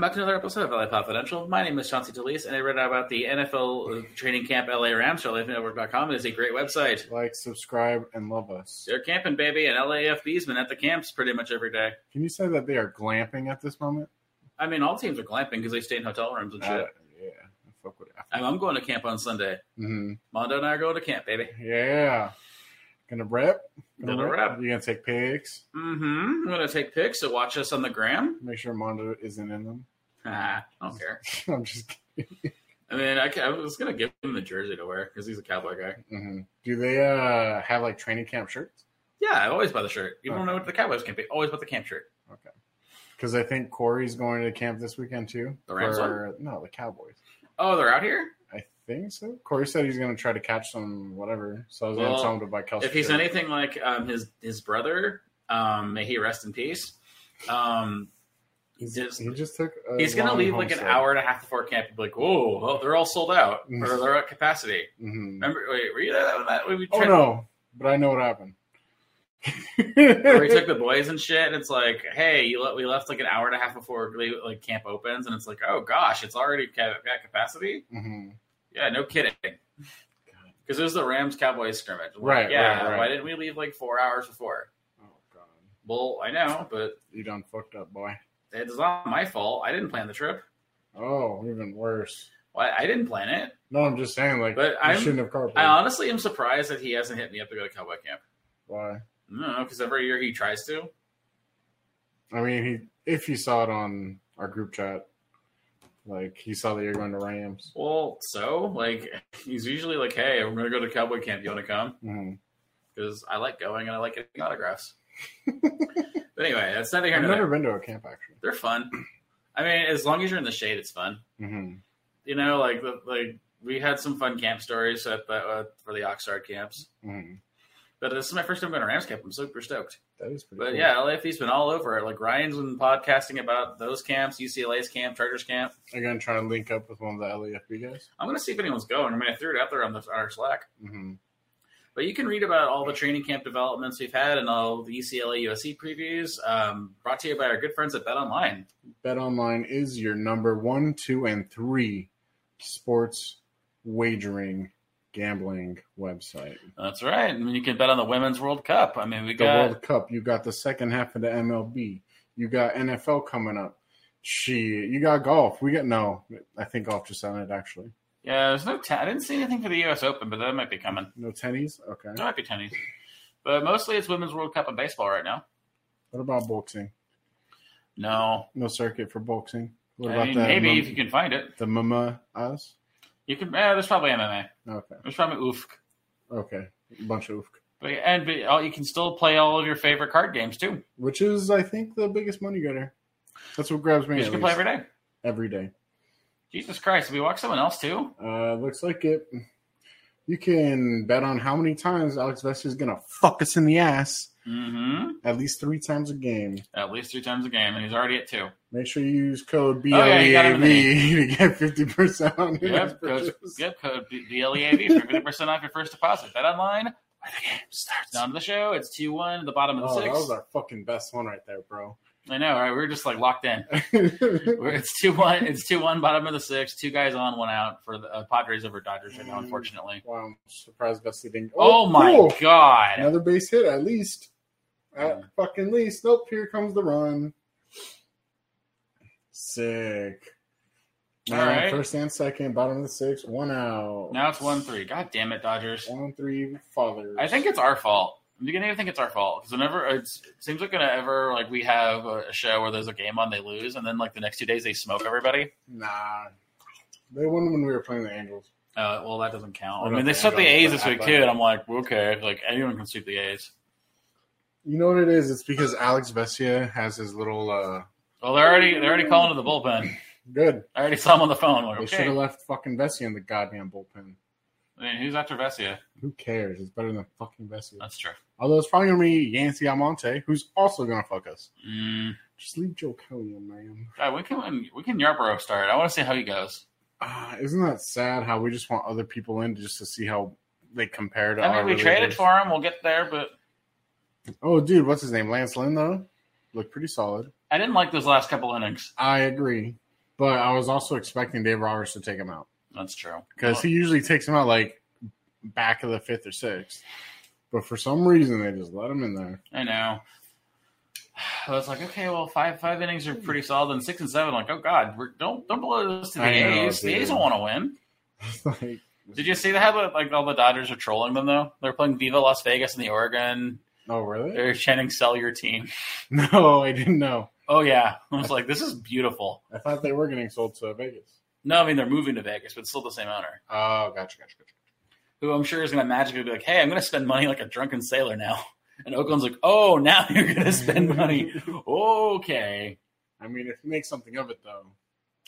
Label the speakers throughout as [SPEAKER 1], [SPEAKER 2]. [SPEAKER 1] back to another episode of LA Confidential. My name is Chauncey Talese, and I read about the NFL training camp LA Rams. LAFNetwork.com It is a great website.
[SPEAKER 2] Like, subscribe, and love us.
[SPEAKER 1] They're camping, baby, and LAFB's been at the camps pretty much every day.
[SPEAKER 2] Can you say that they are glamping at this moment?
[SPEAKER 1] I mean, all teams are glamping because they stay in hotel rooms and shit.
[SPEAKER 2] Uh, yeah. Fuck with that.
[SPEAKER 1] I'm I'm going to camp on Sunday.
[SPEAKER 2] Mhm.
[SPEAKER 1] Mondo and I are going to camp, baby.
[SPEAKER 2] Yeah. Gonna rep.
[SPEAKER 1] Gonna rep.
[SPEAKER 2] You gonna take pics?
[SPEAKER 1] Mm-hmm. I'm going to take pics, so watch us on the gram.
[SPEAKER 2] Make sure Mondo isn't in them.
[SPEAKER 1] Ah, I don't care.
[SPEAKER 2] I'm just. kidding.
[SPEAKER 1] I mean, I, ca- I was going to give him the jersey to wear because he's a cowboy guy.
[SPEAKER 2] Mhm. Do they uh have like training camp shirts?
[SPEAKER 1] Yeah, I always buy the shirt. Even when I went to the Cowboys camp, I always bought the camp shirt.
[SPEAKER 2] Because I think Corey's going to camp this weekend too.
[SPEAKER 1] The Rams
[SPEAKER 2] For- no, the Cowboys.
[SPEAKER 1] Oh, they're out here?
[SPEAKER 2] I think so. Corey said he's going to try to catch some whatever. So I was going
[SPEAKER 1] Well,
[SPEAKER 2] to tell him to buy Kelsey.
[SPEAKER 1] if he's
[SPEAKER 2] shirt.
[SPEAKER 1] anything like um, his his brother, um, may he rest in peace. Um, he's just
[SPEAKER 2] he just took. a
[SPEAKER 1] he's gonna
[SPEAKER 2] long
[SPEAKER 1] leave
[SPEAKER 2] home
[SPEAKER 1] like an
[SPEAKER 2] stay.
[SPEAKER 1] hour and a half before camp and be like, "Whoa, well, they're all sold out
[SPEAKER 2] Mm.
[SPEAKER 1] or they're at capacity."
[SPEAKER 2] Mhm.
[SPEAKER 1] Remember? Wait, were you there when that when we
[SPEAKER 2] Oh
[SPEAKER 1] tried-
[SPEAKER 2] no! But I know what happened.
[SPEAKER 1] where we took the boys and shit? And it's like, hey, you let, we left like an hour and a half before like, like camp opens, and it's like, oh gosh, it's already ca- at capacity.
[SPEAKER 2] Mhm.
[SPEAKER 1] Yeah, no kidding. Because it was the Rams Cowboys scrimmage, Like,
[SPEAKER 2] Right,
[SPEAKER 1] Yeah,
[SPEAKER 2] right, right.
[SPEAKER 1] why didn't we leave like four hours before?
[SPEAKER 2] Oh god,
[SPEAKER 1] Well, I know, but
[SPEAKER 2] you done fucked up, boy.
[SPEAKER 1] it's not my fault. I didn't plan the trip.
[SPEAKER 2] Oh, even worse.
[SPEAKER 1] Well, I didn't plan it.
[SPEAKER 2] No, I'm just saying, like,
[SPEAKER 1] But
[SPEAKER 2] you
[SPEAKER 1] I'm-
[SPEAKER 2] shouldn't have carpooled.
[SPEAKER 1] I honestly am surprised that he hasn't hit me up to go to cowboy camp.
[SPEAKER 2] Why?
[SPEAKER 1] No, because every year he tries to.
[SPEAKER 2] I mean, he if he saw it on our group chat, like he saw that you're going to Rams.
[SPEAKER 1] Well, so like he's usually like, "Hey, we're gonna go to cowboy camp. You want to come?"
[SPEAKER 2] Mhm.
[SPEAKER 1] Because I like going and I like getting autographs. but anyway, that's neither here
[SPEAKER 2] I've
[SPEAKER 1] nor
[SPEAKER 2] never
[SPEAKER 1] there.
[SPEAKER 2] been to a camp actually.
[SPEAKER 1] They're fun. I mean, as long as you're in the shade, it's fun.
[SPEAKER 2] hmm
[SPEAKER 1] You know, like the- like we had some fun camp stories at the, uh, for the Oxnard camps.
[SPEAKER 2] hmm
[SPEAKER 1] But this is my first time going to Rams camp. I'm super stoked.
[SPEAKER 2] That is pretty.
[SPEAKER 1] But
[SPEAKER 2] cool.
[SPEAKER 1] yeah, LAFD's been all over it. Like Ryan's been podcasting about those camps, UCLA's camp, Chargers camp.
[SPEAKER 2] You're gonna try and link up with one of the LAFB guys.
[SPEAKER 1] I'm gonna see if anyone's going. I mean, I threw it out there on the on our Slack.
[SPEAKER 2] hmm
[SPEAKER 1] But you can read about all the training camp developments we've had and all the UCLA USC previews. Um, brought to you by our good friends at Bet Online.
[SPEAKER 2] Bet online is your number one, two, and three sports wagering gambling website.
[SPEAKER 1] That's right. I mean, you can bet on the Women's World Cup. I mean, we
[SPEAKER 2] The
[SPEAKER 1] got
[SPEAKER 2] World Cup, you got the second half of the MLB, you got NFL coming up. She, you got golf. We got no. I think golf just sounded actually.
[SPEAKER 1] yeah. There's no. ta- I didn't see anything for the U.S. Open, but that might be coming.
[SPEAKER 2] No tennies. Okay.
[SPEAKER 1] That might be tennis. But mostly it's Women's World Cup and baseball right now.
[SPEAKER 2] What about boxing?
[SPEAKER 1] No,
[SPEAKER 2] No circuit for boxing. What
[SPEAKER 1] I
[SPEAKER 2] about
[SPEAKER 1] mean,
[SPEAKER 2] the
[SPEAKER 1] maybe
[SPEAKER 2] mum-
[SPEAKER 1] if you can find it,
[SPEAKER 2] the mama us?
[SPEAKER 1] you can. Yeah, there's probably MMA.
[SPEAKER 2] Okay.
[SPEAKER 1] There's probably oof.
[SPEAKER 2] Okay. Bunch of oof.
[SPEAKER 1] But, and but all, you can still play all of your favorite card games too.
[SPEAKER 2] Which is, I think, the biggest money getter. That's what grabs me.
[SPEAKER 1] You
[SPEAKER 2] at
[SPEAKER 1] can play
[SPEAKER 2] least.
[SPEAKER 1] every day.
[SPEAKER 2] every day.
[SPEAKER 1] Jesus Christ! Did we walk someone else too?
[SPEAKER 2] Uh, looks like it. You can bet on how many times Alex Vester's gonna fuck us in the ass
[SPEAKER 1] Mm-hmm.
[SPEAKER 2] at least three times a game.
[SPEAKER 1] At least three times a game, and he's already at two.
[SPEAKER 2] Make sure you use code BLEAV
[SPEAKER 1] Oh, yeah, you got him in the
[SPEAKER 2] to get fifty percent on your next
[SPEAKER 1] Yep, code,
[SPEAKER 2] purchase.
[SPEAKER 1] yep, code B- BLEAV for fifty percent off your first deposit. Bet online. Where the game starts. Down to the show. It's two one at the bottom of the
[SPEAKER 2] Oh, that
[SPEAKER 1] six.
[SPEAKER 2] was our fucking best one right there, bro.
[SPEAKER 1] I know, right? We were just like locked in.
[SPEAKER 2] We're
[SPEAKER 1] We're- It's two one. It's two one. Bottom of the six. Two guys on, one out for the uh, Padres over Dodgers right now. Unfortunately.
[SPEAKER 2] Wow, I'm surprised Bessie didn't.
[SPEAKER 1] Oh, my
[SPEAKER 2] cool.
[SPEAKER 1] god!
[SPEAKER 2] Another base hit, at least. At fucking least. Nope, here comes the run. Sick.
[SPEAKER 1] All
[SPEAKER 2] All right,
[SPEAKER 1] right.
[SPEAKER 2] First and second, bottom of the sixth, one out.
[SPEAKER 1] Now it's one three. God damn it, Dodgers!
[SPEAKER 2] One, three, fathers.
[SPEAKER 1] I think it's our fault. I'm beginning to think it's our fault because whenever it's, it seems like whenever like we have a a show where there's a game on, they lose, and then like the next two days they smoke everybody.
[SPEAKER 2] Nah. They won when we were playing the Angels.
[SPEAKER 1] Uh, well, that doesn't count.
[SPEAKER 2] We're
[SPEAKER 1] I
[SPEAKER 2] not
[SPEAKER 1] mean, they
[SPEAKER 2] gonna
[SPEAKER 1] swept
[SPEAKER 2] go
[SPEAKER 1] the
[SPEAKER 2] with
[SPEAKER 1] A's
[SPEAKER 2] that,
[SPEAKER 1] this week
[SPEAKER 2] but-
[SPEAKER 1] too, and I'm like, okay, like anyone can sweep the A's.
[SPEAKER 2] You know what it is? It's because Alex Vesia has his little, uh,
[SPEAKER 1] Well, they're already they're already calling to the bullpen.
[SPEAKER 2] good.
[SPEAKER 1] I already saw him on the phone. Like,
[SPEAKER 2] They should
[SPEAKER 1] okay,
[SPEAKER 2] have left fucking Vesia in the goddamn bullpen.
[SPEAKER 1] I mean, who's after Vesia?
[SPEAKER 2] Who cares? It's better than fucking Vesia.
[SPEAKER 1] That's true.
[SPEAKER 2] Although it's probably going to be Yancy Almonte, who's also going to fuck us.
[SPEAKER 1] Mm,
[SPEAKER 2] Just leave Joe Kelly in, man.
[SPEAKER 1] God, we can we can Yarborough start. I want to see how he goes.
[SPEAKER 2] Uh, isn't that sad how we just want other people in just to see how they compare to
[SPEAKER 1] I
[SPEAKER 2] our
[SPEAKER 1] mean, we traded
[SPEAKER 2] relievers?
[SPEAKER 1] for him. We'll get there, but
[SPEAKER 2] Oh, dude, what's his name? Lance Lynn, though? Looked pretty solid.
[SPEAKER 1] I didn't like those last couple innings.
[SPEAKER 2] I agree. But I was also expecting Dave Roberts to take him out
[SPEAKER 1] That's true.
[SPEAKER 2] because he usually takes him out like back of the fifth or sixth. But for some reason, they just let him in there.
[SPEAKER 1] I know. I was like, okay, well, five five innings are pretty solid, and six and seven, like, oh god, we're, don't don't blow this to the
[SPEAKER 2] I know,
[SPEAKER 1] A's. the
[SPEAKER 2] dude.
[SPEAKER 1] A's don't want to win.
[SPEAKER 2] It's like,
[SPEAKER 1] Did you see how the, like all the Dodgers are trolling them though? They're playing Viva Las Vegas in the Oregon.
[SPEAKER 2] oh, really?
[SPEAKER 1] They're chanting "Sell your team."
[SPEAKER 2] No, I didn't know.
[SPEAKER 1] Oh yeah, I was like, this is beautiful.
[SPEAKER 2] I thought they were getting sold to Vegas.
[SPEAKER 1] No, I mean they're moving to Vegas, but it's still the same owner,
[SPEAKER 2] Oh, gotcha, gotcha, gotcha.
[SPEAKER 1] who I'm sure is going to magically be like, hey, I'm going to spend money like a drunken sailor now. And Oakland's like, oh, now you're going to spend money. okay.
[SPEAKER 2] I mean, if you make something of it, though.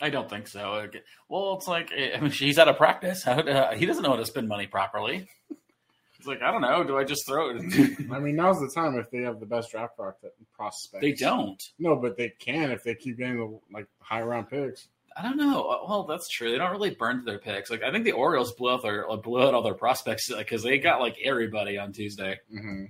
[SPEAKER 1] I don't think so. Okay. Well, it's like eh, I mean, he's out of practice. How, uh, he doesn't know how to spend money properly. It's like I don't know. Do I just throw it?
[SPEAKER 2] I mean, now's the time if they have the best draft prospect. prospects.
[SPEAKER 1] they don't.
[SPEAKER 2] No, but they can if they keep getting the like high round picks.
[SPEAKER 1] I don't know. Uh, Well, that's true. They don't really burn to their picks. Like I think the Orioles blew out their uh, blew out all their prospects because they got like everybody on Tuesday.
[SPEAKER 2] Mm-hmm.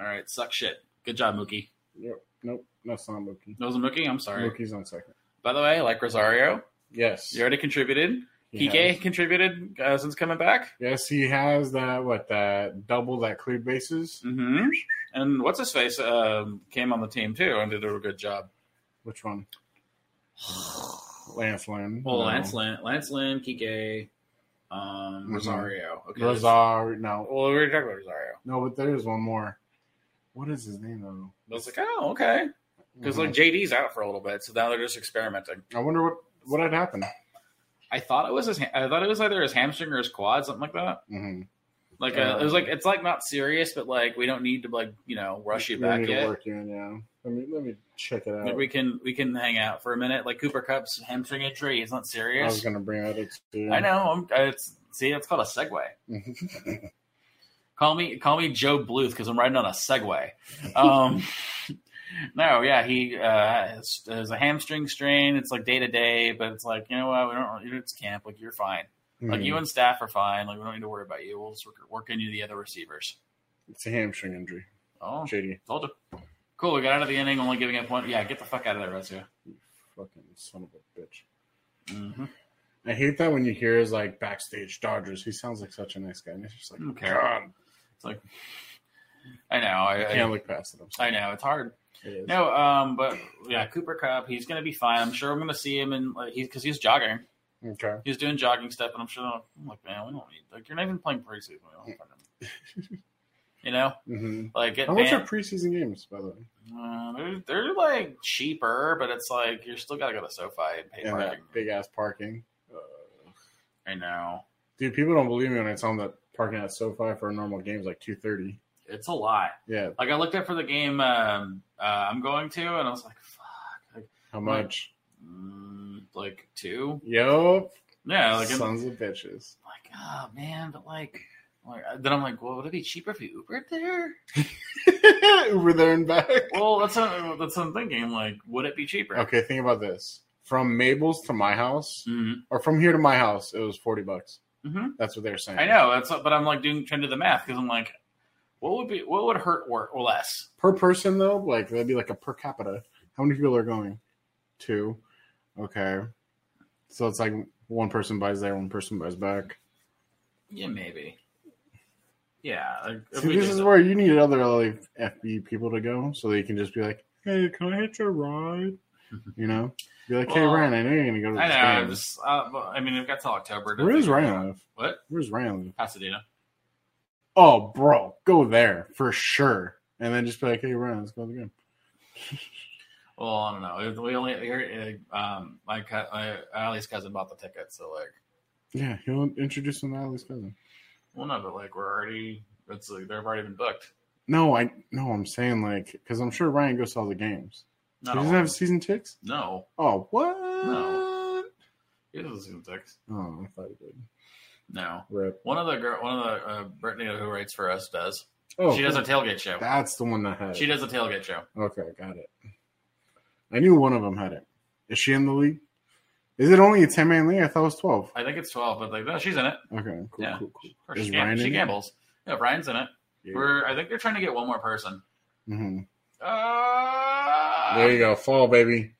[SPEAKER 1] All right, suck shit. Good job, Mookie.
[SPEAKER 2] Yep. Nope. That's not Mookie.
[SPEAKER 1] That was a Mookie. I'm sorry.
[SPEAKER 2] Mookie's on second.
[SPEAKER 1] By the way, like Rosario,
[SPEAKER 2] Yes.
[SPEAKER 1] you already contributed.
[SPEAKER 2] He
[SPEAKER 1] Kike
[SPEAKER 2] has-
[SPEAKER 1] contributed uh, since coming back.
[SPEAKER 2] Yes, he has that. What that double that cleared bases?
[SPEAKER 1] hmm And what's his face um, came on the team too and did a good job.
[SPEAKER 2] Which one? Lance Lynn.
[SPEAKER 1] Well,
[SPEAKER 2] No.
[SPEAKER 1] Oh, Lance Lynn, Lance Lynn, Kike, um,
[SPEAKER 2] Mhm.
[SPEAKER 1] Rosario. Okay.
[SPEAKER 2] Rosario. No.
[SPEAKER 1] Well, we were talking about Rosario.
[SPEAKER 2] No, but there is one more. What is his name though?
[SPEAKER 1] I was like, oh, okay. Because like JD's out for a little bit, so now they're just experimenting.
[SPEAKER 2] Mm-hmm. I wonder what what had happened.
[SPEAKER 1] I thought it was his. ha- I thought it was either his hamstring or his quad, something like that.
[SPEAKER 2] Mm-hmm.
[SPEAKER 1] Like
[SPEAKER 2] Yeah.
[SPEAKER 1] uh, it was like it's like not serious, but like we don't need to like you know rush you back
[SPEAKER 2] need to
[SPEAKER 1] yet.
[SPEAKER 2] work you in, yeah. Let me let me check it out.
[SPEAKER 1] Like, we can we can hang out for a minute. Like Cooper Cup's hamstring injury, it's not
[SPEAKER 2] I was
[SPEAKER 1] serious.
[SPEAKER 2] gonna bring that up too.
[SPEAKER 1] I know. I'm, it's see, it's called a segue.
[SPEAKER 2] Mm-hmm.
[SPEAKER 1] Call me call me Joe Bluth because I'm riding on a Segway. Um, no, yeah, he uh, has, has a hamstring strain. It's like day to day, but it's like you know what? We don't. you It's camp. Like you're fine.
[SPEAKER 2] Mm-hmm.
[SPEAKER 1] Like you and staff are fine. Like we don't need to worry about you. We'll just work, work into the other receivers.
[SPEAKER 2] It's a hamstring injury.
[SPEAKER 1] Oh,
[SPEAKER 2] JD,
[SPEAKER 1] told you. Cool. We got out of the inning, only giving up one. Yeah, get the fuck out of there, Rosia.
[SPEAKER 2] fucking son of a bitch.
[SPEAKER 1] Mm-hmm.
[SPEAKER 2] I hate that when you hear his like backstage Dodgers. He sounds like such a nice guy, and it's just like,
[SPEAKER 1] Okay.
[SPEAKER 2] God,
[SPEAKER 1] It's like I know. I,
[SPEAKER 2] I
[SPEAKER 1] I-
[SPEAKER 2] can't look past it. I'm sorry.
[SPEAKER 1] I know it's hard.
[SPEAKER 2] It is.
[SPEAKER 1] No, um, but yeah, Cooper Cup, he's gonna be fine. I'm sure I'm gonna see him and like he's because he's jogging.
[SPEAKER 2] Okay.
[SPEAKER 1] He's doing jogging stuff, and I'm sure I'm like, man, we don't need like you're not even playing preseason. We don't fucking, you know,
[SPEAKER 2] hmm
[SPEAKER 1] like get
[SPEAKER 2] How much are
[SPEAKER 1] banned.
[SPEAKER 2] preseason games, by the way?
[SPEAKER 1] Uh, they're, they're like cheaper, but it's like you're still gotta go to SoFi and pay
[SPEAKER 2] And
[SPEAKER 1] for
[SPEAKER 2] that
[SPEAKER 1] it.
[SPEAKER 2] big ass parking. Uh,
[SPEAKER 1] I know
[SPEAKER 2] dude, people don't believe me when I tell them that parking at SoFi for a normal game is like two thirty.
[SPEAKER 1] it's a lot.
[SPEAKER 2] Yeah.
[SPEAKER 1] Like I looked up for the game um, uh, I'm going to, and I was like, fuck,
[SPEAKER 2] How much?
[SPEAKER 1] mm, like two,
[SPEAKER 2] Yup.
[SPEAKER 1] yeah, like and-
[SPEAKER 2] Sons of bitches.
[SPEAKER 1] like, oh man, but like, like uh," then I'm like, well, would it be cheaper if you Ubered there?
[SPEAKER 2] Uber there and back.
[SPEAKER 1] Well, that's what, that's what I'm thinking. Like, would it be cheaper?
[SPEAKER 2] Okay, think about this. From Mabel's to my house,
[SPEAKER 1] hmm
[SPEAKER 2] or from here to my house, it was forty bucks.
[SPEAKER 1] hmm
[SPEAKER 2] That's what they're saying.
[SPEAKER 1] I know that's, what- but I'm like doing trying to do the math because I'm like, what would be what would hurt work or less?
[SPEAKER 2] per person though like that'd be like a per capita how many people are going two okay so it's like one person buys there one person buys back
[SPEAKER 1] Yeah, maybe. Yeah, like, if
[SPEAKER 2] see
[SPEAKER 1] we
[SPEAKER 2] this
[SPEAKER 1] did
[SPEAKER 2] is
[SPEAKER 1] the-
[SPEAKER 2] where you need other like fb people to go so they can just be like hey can i hit your ride you know be like hey
[SPEAKER 1] Well,
[SPEAKER 2] ryan i know you're gonna go to
[SPEAKER 1] I
[SPEAKER 2] this
[SPEAKER 1] know.
[SPEAKER 2] game
[SPEAKER 1] I'm just, uh, well, I mean, we've got till October. to
[SPEAKER 2] where does
[SPEAKER 1] figure it
[SPEAKER 2] ryan
[SPEAKER 1] out.
[SPEAKER 2] live
[SPEAKER 1] What
[SPEAKER 2] where's ryan live
[SPEAKER 1] Pasadena?
[SPEAKER 2] oh bro go there for sure and then just be like hey ryan let's go to the game
[SPEAKER 1] Well, I don't know. We only here. uh, Um, my, co- my Ali's cousin bought the ticket, so like.
[SPEAKER 2] yeah he'll introduce him to ali's cousin
[SPEAKER 1] Well, no, but like we're already. It's like they've already been booked.
[SPEAKER 2] no i no i'm saying like because i'm sure ryan goes to all the games
[SPEAKER 1] No,
[SPEAKER 2] He doesn't have season tickets?
[SPEAKER 1] no,
[SPEAKER 2] Oh, what?
[SPEAKER 1] he doesn't seem six.
[SPEAKER 2] Oh, I thought he did.
[SPEAKER 1] No,
[SPEAKER 2] Rip.
[SPEAKER 1] one of the girl, one of the uh, Brittany who writes for us does.
[SPEAKER 2] Oh,
[SPEAKER 1] she does a tailgate show.
[SPEAKER 2] that's the one that had
[SPEAKER 1] She
[SPEAKER 2] it.
[SPEAKER 1] does a tailgate show.
[SPEAKER 2] Okay, got it. I knew one of them had it. Is she in the league? Is it only a 10 man league? I thought it was 12.
[SPEAKER 1] I think it's twelve, but like no, she's in it.
[SPEAKER 2] Okay, cool,
[SPEAKER 1] Yeah.
[SPEAKER 2] cool, cool.
[SPEAKER 1] Or
[SPEAKER 2] Is
[SPEAKER 1] she,
[SPEAKER 2] Ryan
[SPEAKER 1] she
[SPEAKER 2] in it?
[SPEAKER 1] gambles. Yeah, Ryan's in it.
[SPEAKER 2] Yeah.
[SPEAKER 1] We're. I think they're trying to get one more person.
[SPEAKER 2] Mhm.
[SPEAKER 1] Uh,
[SPEAKER 2] There you go. Fall, baby.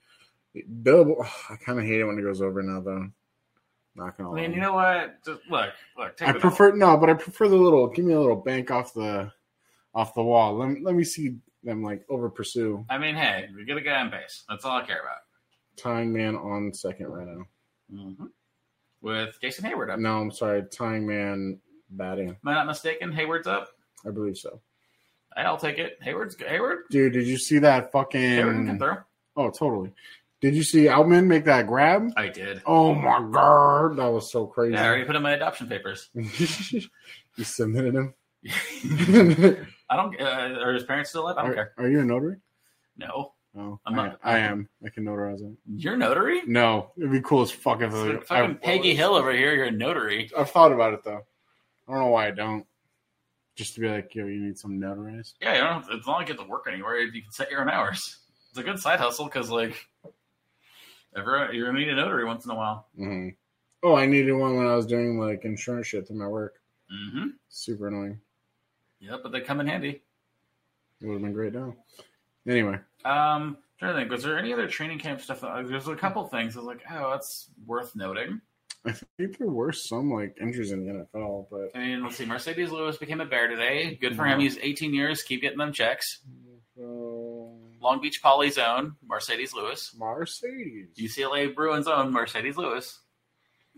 [SPEAKER 2] Bill, I kind of hate it when it goes over now, though. Not gonna
[SPEAKER 1] I
[SPEAKER 2] lie.
[SPEAKER 1] mean, you know what? Just look, look. Take
[SPEAKER 2] I
[SPEAKER 1] it
[SPEAKER 2] prefer no, but I prefer the little. Give me a little bank off the, off the wall. Let me let me see them like over pursue
[SPEAKER 1] All. I mean, hey, we get a guy on base. That's all I care about.
[SPEAKER 2] tying man on second right now.
[SPEAKER 1] hmm With Jason Hayward up.
[SPEAKER 2] No, I'm sorry, tying man batting.
[SPEAKER 1] Am I not mistaken? Hayward's up.
[SPEAKER 2] I believe so.
[SPEAKER 1] Hey, I'll take it. Hayward's good. Hayward.
[SPEAKER 2] Dude, did you see that
[SPEAKER 1] Hayward can
[SPEAKER 2] fucking?
[SPEAKER 1] throw.
[SPEAKER 2] Oh, totally. Did you see Outman make that grab?
[SPEAKER 1] I did.
[SPEAKER 2] Oh my god, that was so crazy.
[SPEAKER 1] Yeah, I already put in my adoption papers.
[SPEAKER 2] you submitted him.
[SPEAKER 1] I don't. Uh, are his parents still alive? I don't
[SPEAKER 2] are,
[SPEAKER 1] care.
[SPEAKER 2] are you a notary?
[SPEAKER 1] No,
[SPEAKER 2] No,
[SPEAKER 1] I'm
[SPEAKER 2] I-
[SPEAKER 1] not-
[SPEAKER 2] I am. I can notarize it.
[SPEAKER 1] you're a notary.
[SPEAKER 2] No, it'd be cool as fuck if
[SPEAKER 1] It's
[SPEAKER 2] I-
[SPEAKER 1] like fucking
[SPEAKER 2] I-
[SPEAKER 1] Peggy Hill over here. You're a notary.
[SPEAKER 2] I've thought about it though. I don't know why I don't. Just to be like, yo, you need some notarized.
[SPEAKER 1] Yeah, you don't. As long as you get to work anywhere, you can set your own hours. It's a good side hustle because like, everyone you're gonna need a notary once in a while.
[SPEAKER 2] Mm-hmm. Oh, I needed one when I was doing like insurance shit through my work.
[SPEAKER 1] Mm-hmm.
[SPEAKER 2] Super annoying.
[SPEAKER 1] Yeah, but they come in handy.
[SPEAKER 2] It would have been great now. Anyway,
[SPEAKER 1] Um, trying to think. Was there any other training camp stuff? That, there's a couple things. I was like, oh, that's worth noting.
[SPEAKER 2] I think there were some like injuries in the NFL, but
[SPEAKER 1] I mean, let's see. Mercedes Lewis became a bear today. Good for him. He's 18 years. Keep getting them checks.
[SPEAKER 2] uh,
[SPEAKER 1] Long Beach Poly's own Mercedes Lewis.
[SPEAKER 2] Mercedes.
[SPEAKER 1] UCLA Bruins own Mercedes Lewis.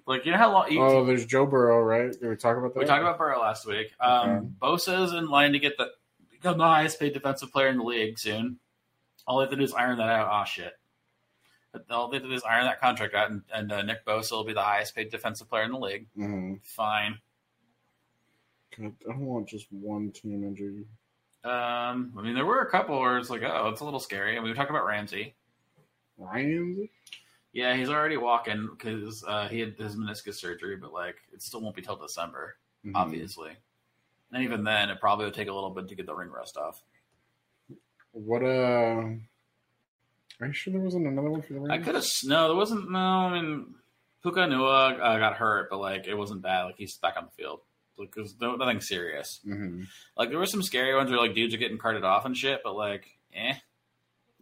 [SPEAKER 1] Like you know how long you,
[SPEAKER 2] oh, there's Joe Burrow, right? Did we talk about that?
[SPEAKER 1] we talked about Burrow last week. Um,
[SPEAKER 2] Okay.
[SPEAKER 1] Bosa's in line to get the become the highest paid defensive player in the league soon. All they have to do is iron that out. Ah, shit. All they have to do is iron that contract out, and, and uh, Nick Bosa will be the highest paid defensive player in the league.
[SPEAKER 2] hmm
[SPEAKER 1] Fine.
[SPEAKER 2] God, I don't want just one team injury.
[SPEAKER 1] Um, I mean, there were a couple where it's like, oh, it's a little scary. And we were talking about Ramsey.
[SPEAKER 2] Ryan?
[SPEAKER 1] Yeah, he's already walking because uh, he had his meniscus surgery, but like, it still won't be till December.
[SPEAKER 2] Mhm.
[SPEAKER 1] obviously. And even then, it probably would take a little bit to get the ring rust off.
[SPEAKER 2] What? Uh, are you sure there wasn't another one for the
[SPEAKER 1] I
[SPEAKER 2] Rams?
[SPEAKER 1] could have. No, there wasn't. No, I mean, Puka Nua uh, got hurt, but like it wasn't bad. Like he's back on the field. Like there's no, nothing serious.
[SPEAKER 2] Mhm.
[SPEAKER 1] Like there were some scary ones where like dudes are getting carted off and shit, but like, eh.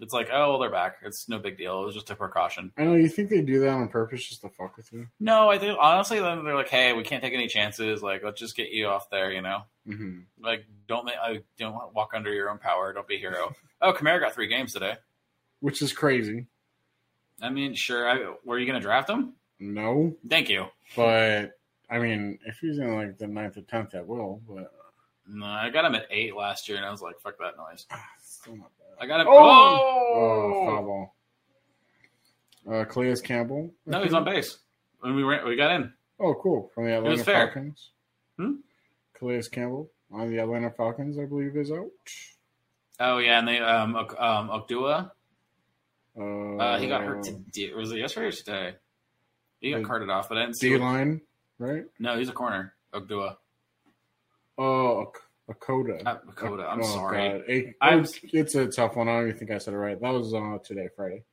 [SPEAKER 1] It's like, oh, well, they're back. It's no big deal. It was just a precaution.
[SPEAKER 2] I know you think they do that on purpose just to fuck with you.
[SPEAKER 1] No, I think honestly, then they're like, hey, we can't take any chances. Like, let's just get you off there, you know.
[SPEAKER 2] Mm-hmm.
[SPEAKER 1] Like, don't make, uh, don't walk under your own power. Don't be a hero. oh, Kamara got three games today.
[SPEAKER 2] Which is crazy.
[SPEAKER 1] I mean, sure. I, were you going to draft him?
[SPEAKER 2] No,
[SPEAKER 1] Thank you.
[SPEAKER 2] but I mean, if he's in like the ninth or tenth, that will. But
[SPEAKER 1] No, I got him at eight last year, and I was like, "Fuck that noise."
[SPEAKER 2] ah, still not bad.
[SPEAKER 1] I got him.
[SPEAKER 2] Oh!
[SPEAKER 1] Oh!
[SPEAKER 2] Oh, foul ball. Uh, Cleus Campbell. I
[SPEAKER 1] no, he's
[SPEAKER 2] think.
[SPEAKER 1] on base. When we ran, we got in.
[SPEAKER 2] Oh, cool. From the Atlanta
[SPEAKER 1] fair.
[SPEAKER 2] Falcons.
[SPEAKER 1] Hmm?
[SPEAKER 2] Calais Campbell on the Atlanta Falcons, I believe, is out.
[SPEAKER 1] Oh yeah, and they um Ok- um Okdua,
[SPEAKER 2] Uh,
[SPEAKER 1] uh, he got hurt today. Was it yesterday or today? He got
[SPEAKER 2] Uh,
[SPEAKER 1] carted off, but I didn't see.
[SPEAKER 2] D
[SPEAKER 1] what-
[SPEAKER 2] line, right?
[SPEAKER 1] No, he's a corner. Okdua.
[SPEAKER 2] Oh, a Coda.
[SPEAKER 1] Not Okada,
[SPEAKER 2] Oh,
[SPEAKER 1] I'm sorry. I'm-
[SPEAKER 2] I'm, it's a tough one. I don't even think I said it right. That was uh, today, Friday.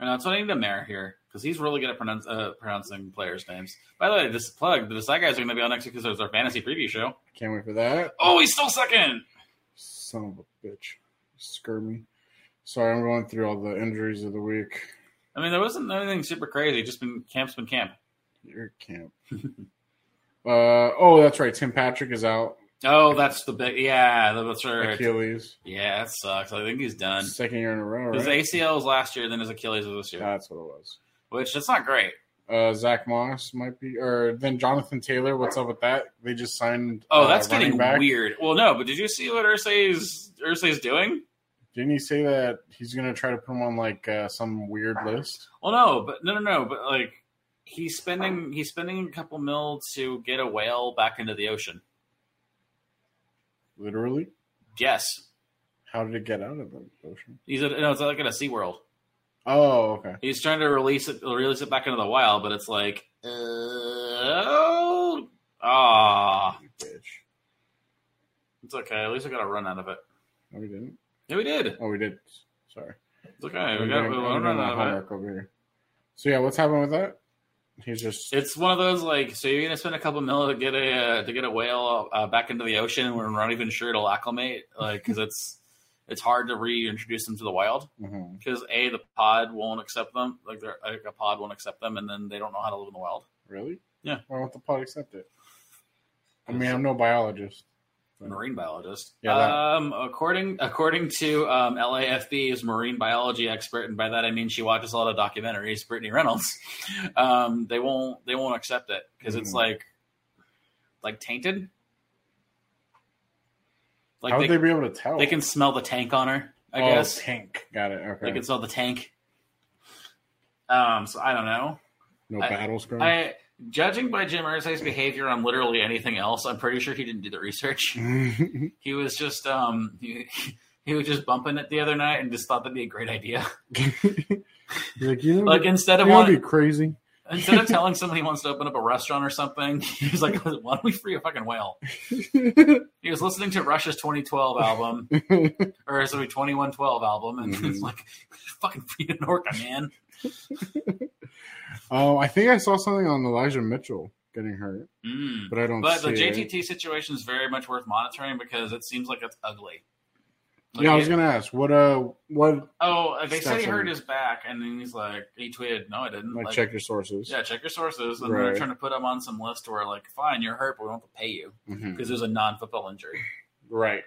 [SPEAKER 1] And that's what I need a mayor here because he's really good at pronounce, uh, pronouncing players' names. By the way, this plug. The side guys are going to be on next week because there's our fantasy preview show.
[SPEAKER 2] I can't wait for that.
[SPEAKER 1] Oh, he's still second.
[SPEAKER 2] Son of a bitch. Scare me. Sorry, I'm going through all the injuries of the week.
[SPEAKER 1] I mean, there wasn't anything super crazy. Just been camp's been camp.
[SPEAKER 2] Your camp. uh, oh, that's right. Tim Patrick is out.
[SPEAKER 1] Oh, that's the big. Yeah, that's right.
[SPEAKER 2] Achilles.
[SPEAKER 1] Yeah, that sucks. I think he's done.
[SPEAKER 2] Second year in a row,
[SPEAKER 1] His
[SPEAKER 2] right?
[SPEAKER 1] ACL was last year, then his Achilles was this year,
[SPEAKER 2] That's what it was.
[SPEAKER 1] which that's not great.
[SPEAKER 2] Uh, Zach Moss might be, or then Jonathan Taylor. What's up with that? They just signed.
[SPEAKER 1] Oh,
[SPEAKER 2] uh,
[SPEAKER 1] that's
[SPEAKER 2] running
[SPEAKER 1] getting weird. Well, no, but did you see what Ursay's Ursay's doing?
[SPEAKER 2] Didn't he say that he's gonna try to put him on like uh, some weird list?
[SPEAKER 1] Well, no, but no, no, no, but like he's spending he's spending a couple mil to get a whale back into the ocean.
[SPEAKER 2] Literally,
[SPEAKER 1] Yes,
[SPEAKER 2] how did it get out of the ocean?
[SPEAKER 1] he's at, no, it's like in a Sea World.
[SPEAKER 2] Oh, okay.
[SPEAKER 1] He's trying to release it release it back into the wild, but it's like, uh, oh, ah,
[SPEAKER 2] You bitch.
[SPEAKER 1] it's okay. At least I got a run out of it.
[SPEAKER 2] No, we didn't.
[SPEAKER 1] Yeah, we did.
[SPEAKER 2] Oh, we did. Sorry.
[SPEAKER 1] It's okay.
[SPEAKER 2] I'm
[SPEAKER 1] We got,
[SPEAKER 2] doing-
[SPEAKER 1] we
[SPEAKER 2] I'm
[SPEAKER 1] learned
[SPEAKER 2] doing my
[SPEAKER 1] that, right?
[SPEAKER 2] homework over here. So yeah, what's happening with that? He's just
[SPEAKER 1] It's one of those like, so you're gonna spend a couple mil to get a uh, to get a whale uh, back into the ocean, and we're not even sure it'll acclimate, like because it's it's hard to reintroduce them to the wild
[SPEAKER 2] hmm
[SPEAKER 1] because a the pod won't accept them, like they're like a pod won't accept them, and then they don't know how to live in the wild.
[SPEAKER 2] Really?
[SPEAKER 1] Yeah.
[SPEAKER 2] Why won't the pod accept it? I mean, I'm no biologist.
[SPEAKER 1] Marine biologist.
[SPEAKER 2] Yeah, that-
[SPEAKER 1] um, according according to um, LAFB's marine biology expert, and by that I mean she watches a lot of documentaries, Brittany Reynolds. Um, they won't they won't accept it because it's
[SPEAKER 2] Mhm.
[SPEAKER 1] like like tainted. Like
[SPEAKER 2] How
[SPEAKER 1] they,
[SPEAKER 2] would they be able to tell?
[SPEAKER 1] they can smell the tank on her. I
[SPEAKER 2] oh,
[SPEAKER 1] guess
[SPEAKER 2] tank. Got it. Okay.
[SPEAKER 1] they can smell the tank. Um, so I don't know.
[SPEAKER 2] no
[SPEAKER 1] I-
[SPEAKER 2] battle scrum.
[SPEAKER 1] I judging by Jim Irsay's behavior on literally anything else, I'm pretty sure he didn't do the research. he was just um he, he was just bumping it the other night and just thought that'd be a great idea.
[SPEAKER 2] like you know,
[SPEAKER 1] Like instead
[SPEAKER 2] you
[SPEAKER 1] of
[SPEAKER 2] know what'd
[SPEAKER 1] one,
[SPEAKER 2] be crazy.
[SPEAKER 1] instead of telling somebody he wants to open up a restaurant or something, he was like, "Why don't we free a fucking whale?" He was listening to Rush's 2012 album or sorry 2112 album, and it's
[SPEAKER 2] Mhm.
[SPEAKER 1] like, "Fucking free an orca, man."
[SPEAKER 2] oh, I think I saw something on Elijah Mitchell getting hurt,
[SPEAKER 1] Mm.
[SPEAKER 2] but I don't.
[SPEAKER 1] But
[SPEAKER 2] see
[SPEAKER 1] the
[SPEAKER 2] it.
[SPEAKER 1] JTT situation is very much worth monitoring because it seems like it's ugly. Like,
[SPEAKER 2] yeah, I
[SPEAKER 1] he-
[SPEAKER 2] was gonna ask what. Uh, what?
[SPEAKER 1] oh, they said he
[SPEAKER 2] Stats on
[SPEAKER 1] hurt
[SPEAKER 2] it.
[SPEAKER 1] his back, and then he's like, he tweeted, "No, I didn't."
[SPEAKER 2] Like,
[SPEAKER 1] Like,
[SPEAKER 2] check your sources.
[SPEAKER 1] Yeah, check your sources, and they're
[SPEAKER 2] Right.
[SPEAKER 1] trying to put him on some list where like, fine, you're hurt, but we don't have to pay you
[SPEAKER 2] Mhm.
[SPEAKER 1] because there's a non-football injury.
[SPEAKER 2] Right.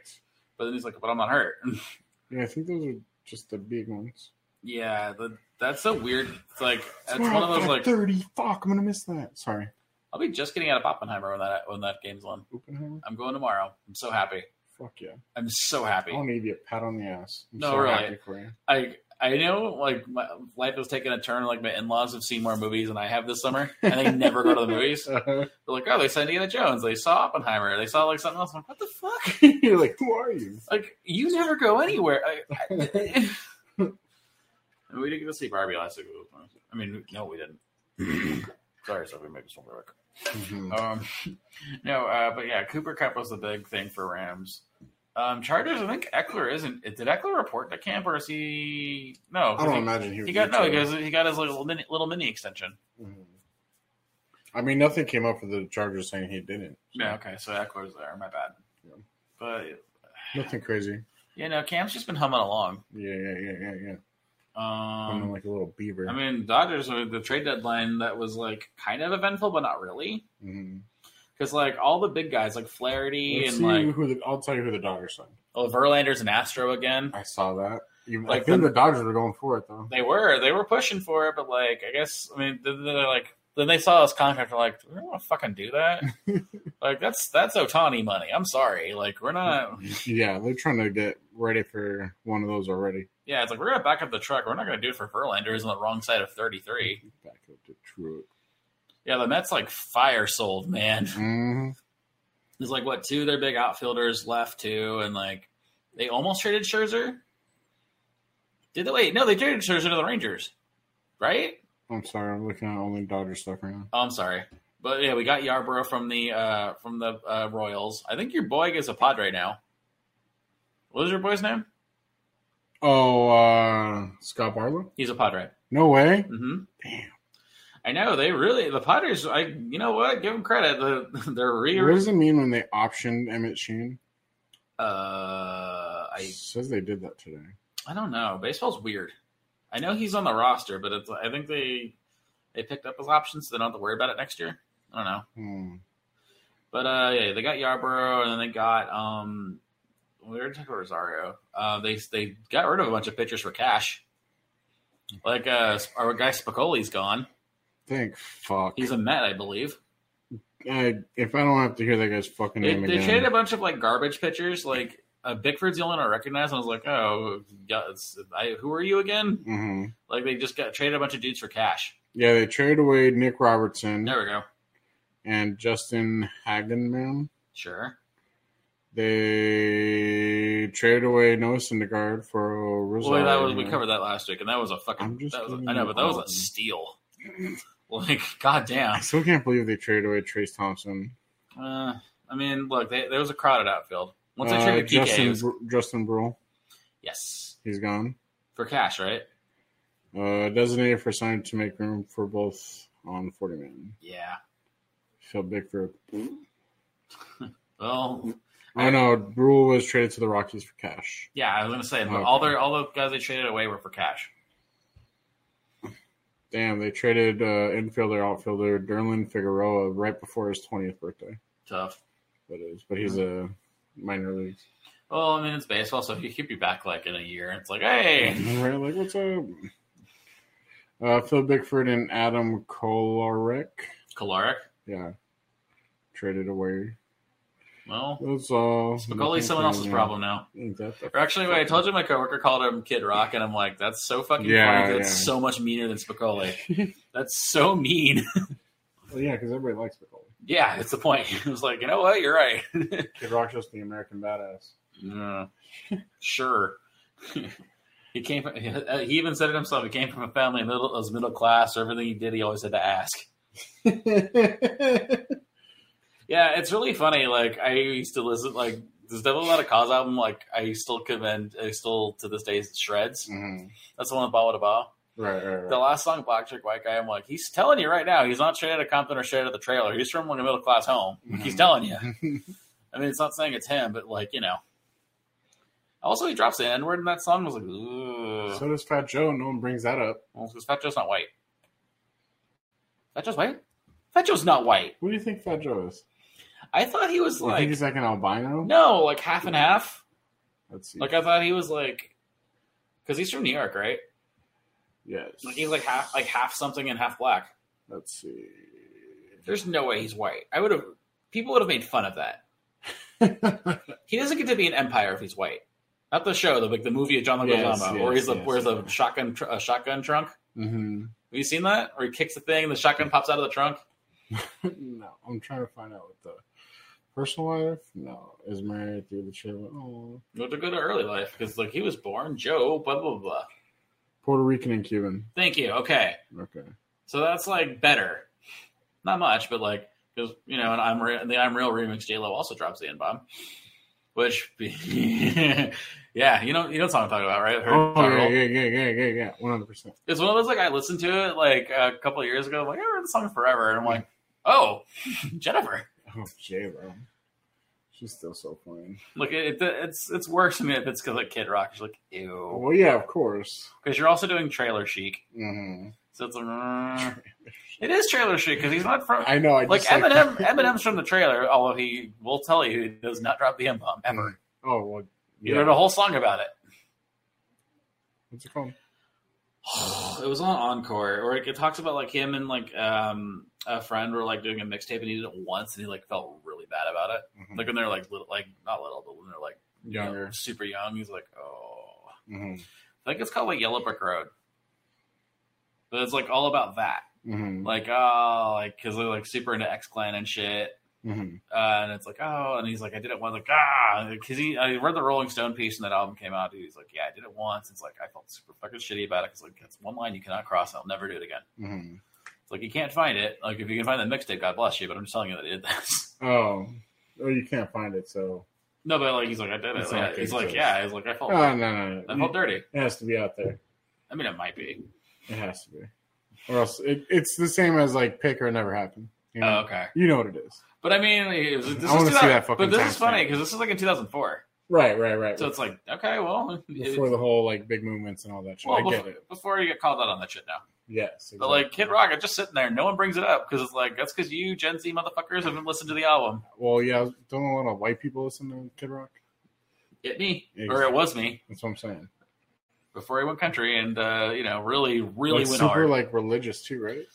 [SPEAKER 1] But then he's like, "But I'm not hurt."
[SPEAKER 2] Yeah, I think those are just the big ones.
[SPEAKER 1] yeah, the, that's a weird. It's like it's one of those like
[SPEAKER 2] thirty. Fuck, I'm gonna miss that. Sorry,
[SPEAKER 1] I'll be just getting out of Oppenheimer when that when that game's on.
[SPEAKER 2] Oppenheimer.
[SPEAKER 1] I'm going tomorrow. I'm so happy.
[SPEAKER 2] Fuck yeah.
[SPEAKER 1] I'm so
[SPEAKER 2] I
[SPEAKER 1] happy.
[SPEAKER 2] don't need you. Pat on the ass. I'm
[SPEAKER 1] No,
[SPEAKER 2] so
[SPEAKER 1] really.
[SPEAKER 2] happy for you.
[SPEAKER 1] I I know like my life has taken a turn. Like my in-laws have seen more movies than I have this summer, and they never go to the movies. They're like, "Oh, they saw Indiana Jones. They saw Oppenheimer. They saw like something else." I'm like, "What the fuck?"
[SPEAKER 2] You're like, who are you?
[SPEAKER 1] Like you never go anywhere. I, I- And we didn't get to see Barbie last week. I mean, no, we didn't. Sorry, Sophie, make this one real quick. Um, no, uh, but yeah, Cooper Cup was the big thing for Rams. Um, Chargers, I think Eckler isn't. Did Eckler report to camp or is he? No, 'cause
[SPEAKER 2] I don't
[SPEAKER 1] he,
[SPEAKER 2] imagine he.
[SPEAKER 1] he got
[SPEAKER 2] would
[SPEAKER 1] no. He,
[SPEAKER 2] do
[SPEAKER 1] goes, he got his little mini, little mini extension.
[SPEAKER 2] that. Mhm. I mean, nothing came up with the Chargers saying he didn't.
[SPEAKER 1] Yeah. Okay, so Eckler's there. My bad.
[SPEAKER 2] Yeah.
[SPEAKER 1] But
[SPEAKER 2] Nothing crazy.
[SPEAKER 1] yeah, no, Cam's just been humming along.
[SPEAKER 2] Yeah, yeah, yeah, yeah, yeah. I'm
[SPEAKER 1] Um,
[SPEAKER 2] like a little beaver.
[SPEAKER 1] I mean, Dodgers uh, the trade deadline that was like kind of eventful, but not really.
[SPEAKER 2] Mhm.
[SPEAKER 1] Because like all the big guys, like Flaherty
[SPEAKER 2] Let's
[SPEAKER 1] and
[SPEAKER 2] see
[SPEAKER 1] like
[SPEAKER 2] who the, I'll tell you who the Dodgers signed.
[SPEAKER 1] oh, Verlander's an Astro again.
[SPEAKER 2] I saw that. You,
[SPEAKER 1] Like
[SPEAKER 2] I think
[SPEAKER 1] the-
[SPEAKER 2] the, Dodgers were going for it though.
[SPEAKER 1] They were they were pushing for it, but like I guess I mean then they're like then they saw his contract. They're like, we don't want to fucking do that. like that's that's Otani money. I'm sorry. Like we're
[SPEAKER 2] Mm-hmm.
[SPEAKER 1] not.
[SPEAKER 2] Yeah, they're trying to get ready for one of those already.
[SPEAKER 1] Yeah, it's like we're gonna back up the truck. We're not gonna do it for Verlander. Who's on the wrong side of 33.
[SPEAKER 2] Back up to Truett.
[SPEAKER 1] Yeah, the Mets like fire sold man.
[SPEAKER 2] Mhm.
[SPEAKER 1] There's like what two of their big outfielders left too, and like they almost traded Scherzer. Did they wait? No, they traded Scherzer to the Rangers, right?
[SPEAKER 2] I'm sorry, I'm looking at only Dodger stuff right now.
[SPEAKER 1] Oh, I'm sorry, but yeah, we got Yarborough from the uh, from the uh, Royals. I think your boy gets a Padre now. What is your boy's name?
[SPEAKER 2] Oh, uh, Scott Barlow?
[SPEAKER 1] He's a Padre.
[SPEAKER 2] No way.
[SPEAKER 1] Mm-hmm.
[SPEAKER 2] Damn.
[SPEAKER 1] I know they really the Padres. I you know what? Give them credit. The they're re.
[SPEAKER 2] What does it mean when they optioned Emmett Sheen?
[SPEAKER 1] Uh, I
[SPEAKER 2] says they did that today.
[SPEAKER 1] I don't know. Baseball's weird. I know he's on the roster, but it's, I think they they picked up his options, so they don't have to worry about it next year. I don't know.
[SPEAKER 2] Hmm.
[SPEAKER 1] But uh, yeah, they got Yarborough, and then they got um, we were talking about Rosario. Uh, they they got rid of a bunch of pitchers for cash. Like uh, our guy Spicoli's gone.
[SPEAKER 2] Thank fuck.
[SPEAKER 1] He's a Met, I believe.
[SPEAKER 2] I, if I don't have to hear that guy's fucking
[SPEAKER 1] They,
[SPEAKER 2] name
[SPEAKER 1] they
[SPEAKER 2] again,
[SPEAKER 1] traded a bunch of like garbage pitchers. Like uh, Bickford's the only one I recognize, and I was like, oh, yeah, it's, I, who are you again?
[SPEAKER 2] hmm
[SPEAKER 1] Like they just got traded a bunch of dudes for cash.
[SPEAKER 2] Yeah, they traded away Nick Robertson
[SPEAKER 1] There we go.
[SPEAKER 2] and Justin Hagenman.
[SPEAKER 1] Sure.
[SPEAKER 2] They traded away Noah Syndergaard
[SPEAKER 1] Well,
[SPEAKER 2] for Rosario.
[SPEAKER 1] that was we covered that last week, and that was a fucking.
[SPEAKER 2] I'm just
[SPEAKER 1] that was a-
[SPEAKER 2] giving
[SPEAKER 1] I know,
[SPEAKER 2] you
[SPEAKER 1] but that was
[SPEAKER 2] all
[SPEAKER 1] a
[SPEAKER 2] of them.
[SPEAKER 1] steal. Like, goddamn.
[SPEAKER 2] I still can't believe they traded away Trace Thompson.
[SPEAKER 1] Uh, I mean, look, they, there was a crowded outfield. Once they
[SPEAKER 2] Uh,
[SPEAKER 1] traded Kike, it
[SPEAKER 2] Justin,
[SPEAKER 1] was,
[SPEAKER 2] Br- Justin Brule,
[SPEAKER 1] yes,
[SPEAKER 2] he's gone.
[SPEAKER 1] for cash, right?
[SPEAKER 2] Uh, designated for sign to make room for both on 40 man.
[SPEAKER 1] Yeah.
[SPEAKER 2] Phil Bickford.
[SPEAKER 1] Well,
[SPEAKER 2] Oh no, Rule was traded to the Rockies for cash.
[SPEAKER 1] Yeah, I was gonna say
[SPEAKER 2] Oh, Okay.
[SPEAKER 1] all their all the guys they traded away were for cash.
[SPEAKER 2] Damn, they traded uh, infielder, outfielder Derlin Figueroa right before his twentieth birthday.
[SPEAKER 1] Tough.
[SPEAKER 2] That is, but
[SPEAKER 1] Hmm.
[SPEAKER 2] he's a minor league.
[SPEAKER 1] Well, I mean it's baseball, so he could be back like in a year. It's like, hey,
[SPEAKER 2] Right, like what's up? Uh, Phil Bickford and Adam Kolarek,
[SPEAKER 1] Kalaric.
[SPEAKER 2] yeah, traded away.
[SPEAKER 1] Well,
[SPEAKER 2] That's all.
[SPEAKER 1] Spicoli's
[SPEAKER 2] Nothing
[SPEAKER 1] someone else's
[SPEAKER 2] crazy.
[SPEAKER 1] problem now.
[SPEAKER 2] Ain't that the-
[SPEAKER 1] Or actually, wait, I told you my coworker called him Kid Rock, and I'm like, that's so fucking
[SPEAKER 2] Yeah,
[SPEAKER 1] funny. 'cause That's
[SPEAKER 2] yeah.
[SPEAKER 1] so much meaner than Spicoli. that's so mean.
[SPEAKER 2] Well, yeah, because everybody likes Spicoli.
[SPEAKER 1] yeah, it's the point. It was like, you know what? You're right.
[SPEAKER 2] Kid Rock's just the American badass.
[SPEAKER 1] Yeah. sure. he came. From, he even said it himself. He came from a family middle that was middle class. So everything he did, he always had to ask.
[SPEAKER 2] Mm-hmm.
[SPEAKER 1] Yeah, it's really funny. Like I used to listen. Like there's definitely a lot of cause album. Like I still commend. I still to this day shreds.
[SPEAKER 2] Mhm.
[SPEAKER 1] That's the one with Bawa to Bawa.
[SPEAKER 2] Right, right,
[SPEAKER 1] The
[SPEAKER 2] right.
[SPEAKER 1] last song, Black Chick White Guy, I'm like, he's telling you right now, he's not straight out of Compton or straight out of the trailer. He's from like a middle class home. He's
[SPEAKER 2] Mhm.
[SPEAKER 1] telling you. I mean, it's not saying it's him, but like, you know. Also, he drops the N word in that song. I was like, ooh.
[SPEAKER 2] so does Fat Joe. No one brings that up.
[SPEAKER 1] Well, because Fat Joe's not white. Fat Joe's white? Fat Joe's not white.
[SPEAKER 2] Who do you think Fat Joe is?
[SPEAKER 1] I thought he was
[SPEAKER 2] You think
[SPEAKER 1] like,
[SPEAKER 2] he's like an albino?
[SPEAKER 1] no, like half and half.
[SPEAKER 2] Let's see.
[SPEAKER 1] Like, I thought he was like, because he's from New York, right?
[SPEAKER 2] yes.
[SPEAKER 1] Like, he's like half, like half something and half black.
[SPEAKER 2] Let's see.
[SPEAKER 1] There's no way he's white. I would have, people would have made fun of that.
[SPEAKER 2] yes,
[SPEAKER 1] he doesn't get to be an empire if he's white. Not the show, the like the movie of John
[SPEAKER 2] Yes,
[SPEAKER 1] Leguizamo, where
[SPEAKER 2] yes,
[SPEAKER 1] he's the
[SPEAKER 2] yes,
[SPEAKER 1] where's the
[SPEAKER 2] yes.
[SPEAKER 1] shotgun tr- uh, shotgun trunk. Have
[SPEAKER 2] hmm
[SPEAKER 1] you seen that? Where he kicks the thing and the shotgun pops out of the trunk.
[SPEAKER 2] no, I'm trying to find out what the personal life. No, is married through the trailer. Oh,
[SPEAKER 1] You have to go to early life because like he was born Joe, blah blah blah.
[SPEAKER 2] Puerto Rican and Cuban.
[SPEAKER 1] Thank you. Okay,
[SPEAKER 2] Okay.
[SPEAKER 1] so that's like better. Not much, but like because you know, and I'm Re- the I'm real remix. J Lo also drops the N bomb, which yeah, you know you know what I'm talking about, right? Her-
[SPEAKER 2] Oh
[SPEAKER 1] her-
[SPEAKER 2] yeah, yeah, yeah, yeah, yeah, yeah. One hundred percent.
[SPEAKER 1] It's one of those like I listened to it like a couple of years ago. I'm like I heard the song forever, and I'm like, oh, Jennifer.
[SPEAKER 2] Oh, J Lo. She's still so funny.
[SPEAKER 1] Look, it, it, it's it's worse than if it's because like Kid Rock. She's like ew,
[SPEAKER 2] Well, yeah, of course.
[SPEAKER 1] because you're also doing Trailer Chic,
[SPEAKER 2] hmm
[SPEAKER 1] so it's like, mm. it is Trailer Chic because he's not from
[SPEAKER 2] I know. I
[SPEAKER 1] like
[SPEAKER 2] just
[SPEAKER 1] Eminem. Eminem's from the trailer, although he will tell you he does not drop the M bomb ever.
[SPEAKER 2] Oh well.
[SPEAKER 1] You heard a whole song about it.
[SPEAKER 2] What's it called?
[SPEAKER 1] it was on Encore, or it, it talks about like him and like um a friend were like doing a mixtape, and he did it once, and he like felt really bad about it.
[SPEAKER 2] Mhm.
[SPEAKER 1] Like when they're like little, like not little, but when they're like you know,
[SPEAKER 2] Younger.
[SPEAKER 1] super young, he's like, oh,
[SPEAKER 2] Mhm.
[SPEAKER 1] I think it's called like Yellow Brick Road, but it's like all about that,
[SPEAKER 2] Mhm.
[SPEAKER 1] like oh, like because they're like super into X Clan and shit,
[SPEAKER 2] Mhm.
[SPEAKER 1] uh, and it's like oh, and he's like I did it once, like ah, because he I read the Rolling Stone piece and that album came out, dude. He's like yeah, I did it once. It's like I felt super fucking shitty about it because like that's one line you cannot cross, and I'll never do it again.
[SPEAKER 2] Mhm.
[SPEAKER 1] It's like you can't find it. Like if you can find the mixtape, God bless you. But I'm just telling you that it is.
[SPEAKER 2] Oh. Oh, you can't find it, so.
[SPEAKER 1] No, but like he's like, I did it.
[SPEAKER 2] It's
[SPEAKER 1] Like,
[SPEAKER 2] not
[SPEAKER 1] he's
[SPEAKER 2] good
[SPEAKER 1] like,
[SPEAKER 2] choice.
[SPEAKER 1] yeah. He's like, I felt,
[SPEAKER 2] Oh, no, no,
[SPEAKER 1] I
[SPEAKER 2] no.
[SPEAKER 1] felt dirty.
[SPEAKER 2] It has to be out there.
[SPEAKER 1] I mean, it might be.
[SPEAKER 2] It has to be. Or else it, it's the same as like pick or never happen. You know,
[SPEAKER 1] Oh, okay.
[SPEAKER 2] you know what it is.
[SPEAKER 1] But I mean, it was- this
[SPEAKER 2] I wanna
[SPEAKER 1] is
[SPEAKER 2] see
[SPEAKER 1] 2000
[SPEAKER 2] that fucking
[SPEAKER 1] But this
[SPEAKER 2] time
[SPEAKER 1] is funny
[SPEAKER 2] stamp.
[SPEAKER 1] because this is like in 2004.
[SPEAKER 2] Right, right, right.
[SPEAKER 1] So it's like, okay, well, it-
[SPEAKER 2] Before the whole like big movements and all that shit.
[SPEAKER 1] well,
[SPEAKER 2] I get
[SPEAKER 1] before,
[SPEAKER 2] it.
[SPEAKER 1] before you get called out on that shit now.
[SPEAKER 2] Yes.
[SPEAKER 1] But like Kid Rock, it's just sitting there. No one brings it up because it's like that's because you Gen Z motherfuckers haven't listened to the album.
[SPEAKER 2] Well, yeah, don't a lot of white people listen to Kid Rock.
[SPEAKER 1] It me or it
[SPEAKER 2] Exactly.
[SPEAKER 1] was me
[SPEAKER 2] That's what I'm saying.
[SPEAKER 1] before he went country and uh, you know really really
[SPEAKER 2] like,
[SPEAKER 1] went
[SPEAKER 2] super
[SPEAKER 1] hard.
[SPEAKER 2] like religious too, right?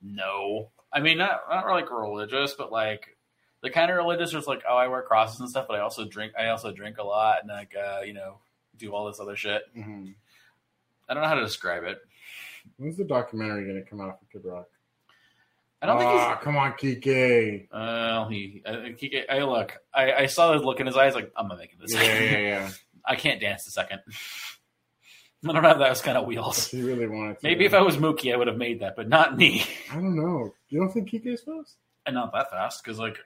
[SPEAKER 1] No, I mean not not like religious, but like the kind of religious is like, oh, I wear crosses and stuff, but I also drink. I also drink a lot and like uh, you know do all this other shit.
[SPEAKER 2] Mm-hmm.
[SPEAKER 1] I don't know how to describe it.
[SPEAKER 2] When's the documentary going to come out for Kid Rock?
[SPEAKER 1] I don't think
[SPEAKER 2] Ah,
[SPEAKER 1] he's.
[SPEAKER 2] come on, Kike.
[SPEAKER 1] Uh, he, uh, he, I look. I, I saw the look in his eyes. Like I'm not making this.
[SPEAKER 2] Yeah, yeah, yeah.
[SPEAKER 1] I can't dance a second. I don't know. if That was kind of wheels.
[SPEAKER 2] he really wanted to.
[SPEAKER 1] Maybe if I was Mookie, I would have made that, but not me.
[SPEAKER 2] I don't know. You don't think Kike's fast?
[SPEAKER 1] And not that fast, because like,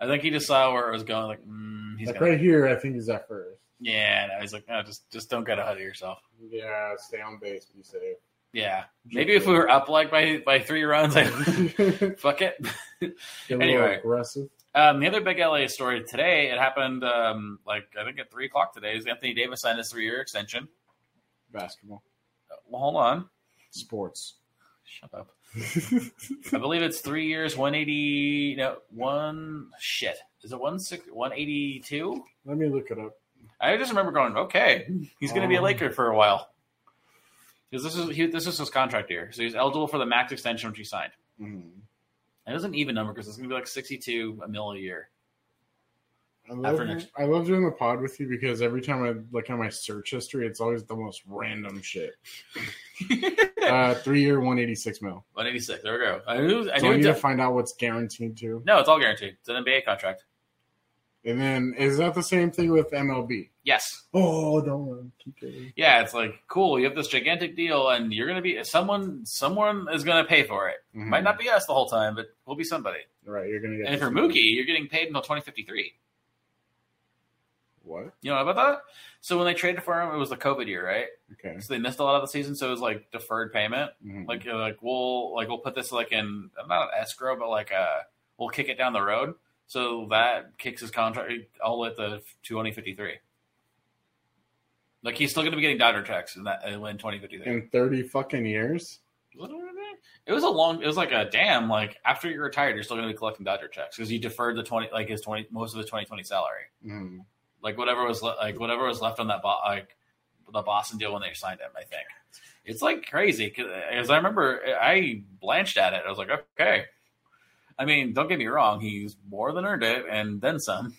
[SPEAKER 1] I think he just saw where it was going. Like, mm, he's
[SPEAKER 2] Like
[SPEAKER 1] gonna
[SPEAKER 2] right here, I think he's at first.
[SPEAKER 1] Yeah, no, he's like, no, just just don't get ahead of yourself.
[SPEAKER 2] Yeah, stay on base, be safe.
[SPEAKER 1] Yeah, maybe if we were up like by by three runs, I
[SPEAKER 2] Get
[SPEAKER 1] fuck it.
[SPEAKER 2] a little
[SPEAKER 1] Anyway.
[SPEAKER 2] aggressive.
[SPEAKER 1] Um, the other big LA story today, it happened um, like I think at three o'clock today. Is Anthony Davis signed his three-year extension?
[SPEAKER 2] Basketball,
[SPEAKER 1] Uh, Well, hold on,
[SPEAKER 2] sports.
[SPEAKER 1] shut up. I believe it's three years, one eighty, no one shit. Is it one six, one eighty-two?
[SPEAKER 2] Let me look it up.
[SPEAKER 1] I just remember going, okay, he's going to be a
[SPEAKER 2] Um.
[SPEAKER 1] Laker for a while because this is he, this is his contract year, so he's eligible for the max extension which he signed.
[SPEAKER 2] Mhm.
[SPEAKER 1] It isn't an even number because it's going to be like sixty-two a mil a year.
[SPEAKER 2] I love,
[SPEAKER 1] After next-
[SPEAKER 2] I love doing the pod with you because every time I look at my search history, it's always the most random shit. Uh, three year, one eighty six mil.
[SPEAKER 1] One eighty-six. There we go. I knew, I
[SPEAKER 2] So
[SPEAKER 1] knew
[SPEAKER 2] I
[SPEAKER 1] it
[SPEAKER 2] need to
[SPEAKER 1] did-
[SPEAKER 2] find out what's guaranteed to.
[SPEAKER 1] no, it's all guaranteed. It's an NBA contract.
[SPEAKER 2] And then is that the same thing with MLB?
[SPEAKER 1] Yes.
[SPEAKER 2] Oh, don't worry. Keep going.
[SPEAKER 1] Yeah, it's like cool. You have this gigantic deal, and you're going to be someone. Someone is going to pay for it.
[SPEAKER 2] Mhm.
[SPEAKER 1] Might not be us the whole time, but we'll be somebody.
[SPEAKER 2] Right, you're gonna get.
[SPEAKER 1] And if
[SPEAKER 2] this
[SPEAKER 1] you're
[SPEAKER 2] money.
[SPEAKER 1] Mookie, you're getting paid until 2053.
[SPEAKER 2] what?
[SPEAKER 1] You know about that? So when they traded for him, it was the COVID year, right?
[SPEAKER 2] Okay.
[SPEAKER 1] So they missed a lot of the season, so it was like deferred payment.
[SPEAKER 2] Mhm.
[SPEAKER 1] Like uh, like we'll like we'll put this like in not an escrow, but like uh we'll kick it down the road. So that kicks his contract all at the 2053. Like he's still going to be getting Dodger checks in that uh, in 2053.
[SPEAKER 2] in thirty fucking years.
[SPEAKER 1] Was it over there? It was a long. It was like a damn. Like after you're retired, you're still going to be collecting Dodger checks because you deferred the twenty, like his twenty, most of the 2020 salary,
[SPEAKER 2] Mhm.
[SPEAKER 1] like whatever was le- like whatever was left on that bo- like the Boston deal when they signed him. I think it's like crazy because I remember I blanched at it. I was like, okay. I mean, don't get me wrong. He's more than earned it, and then some.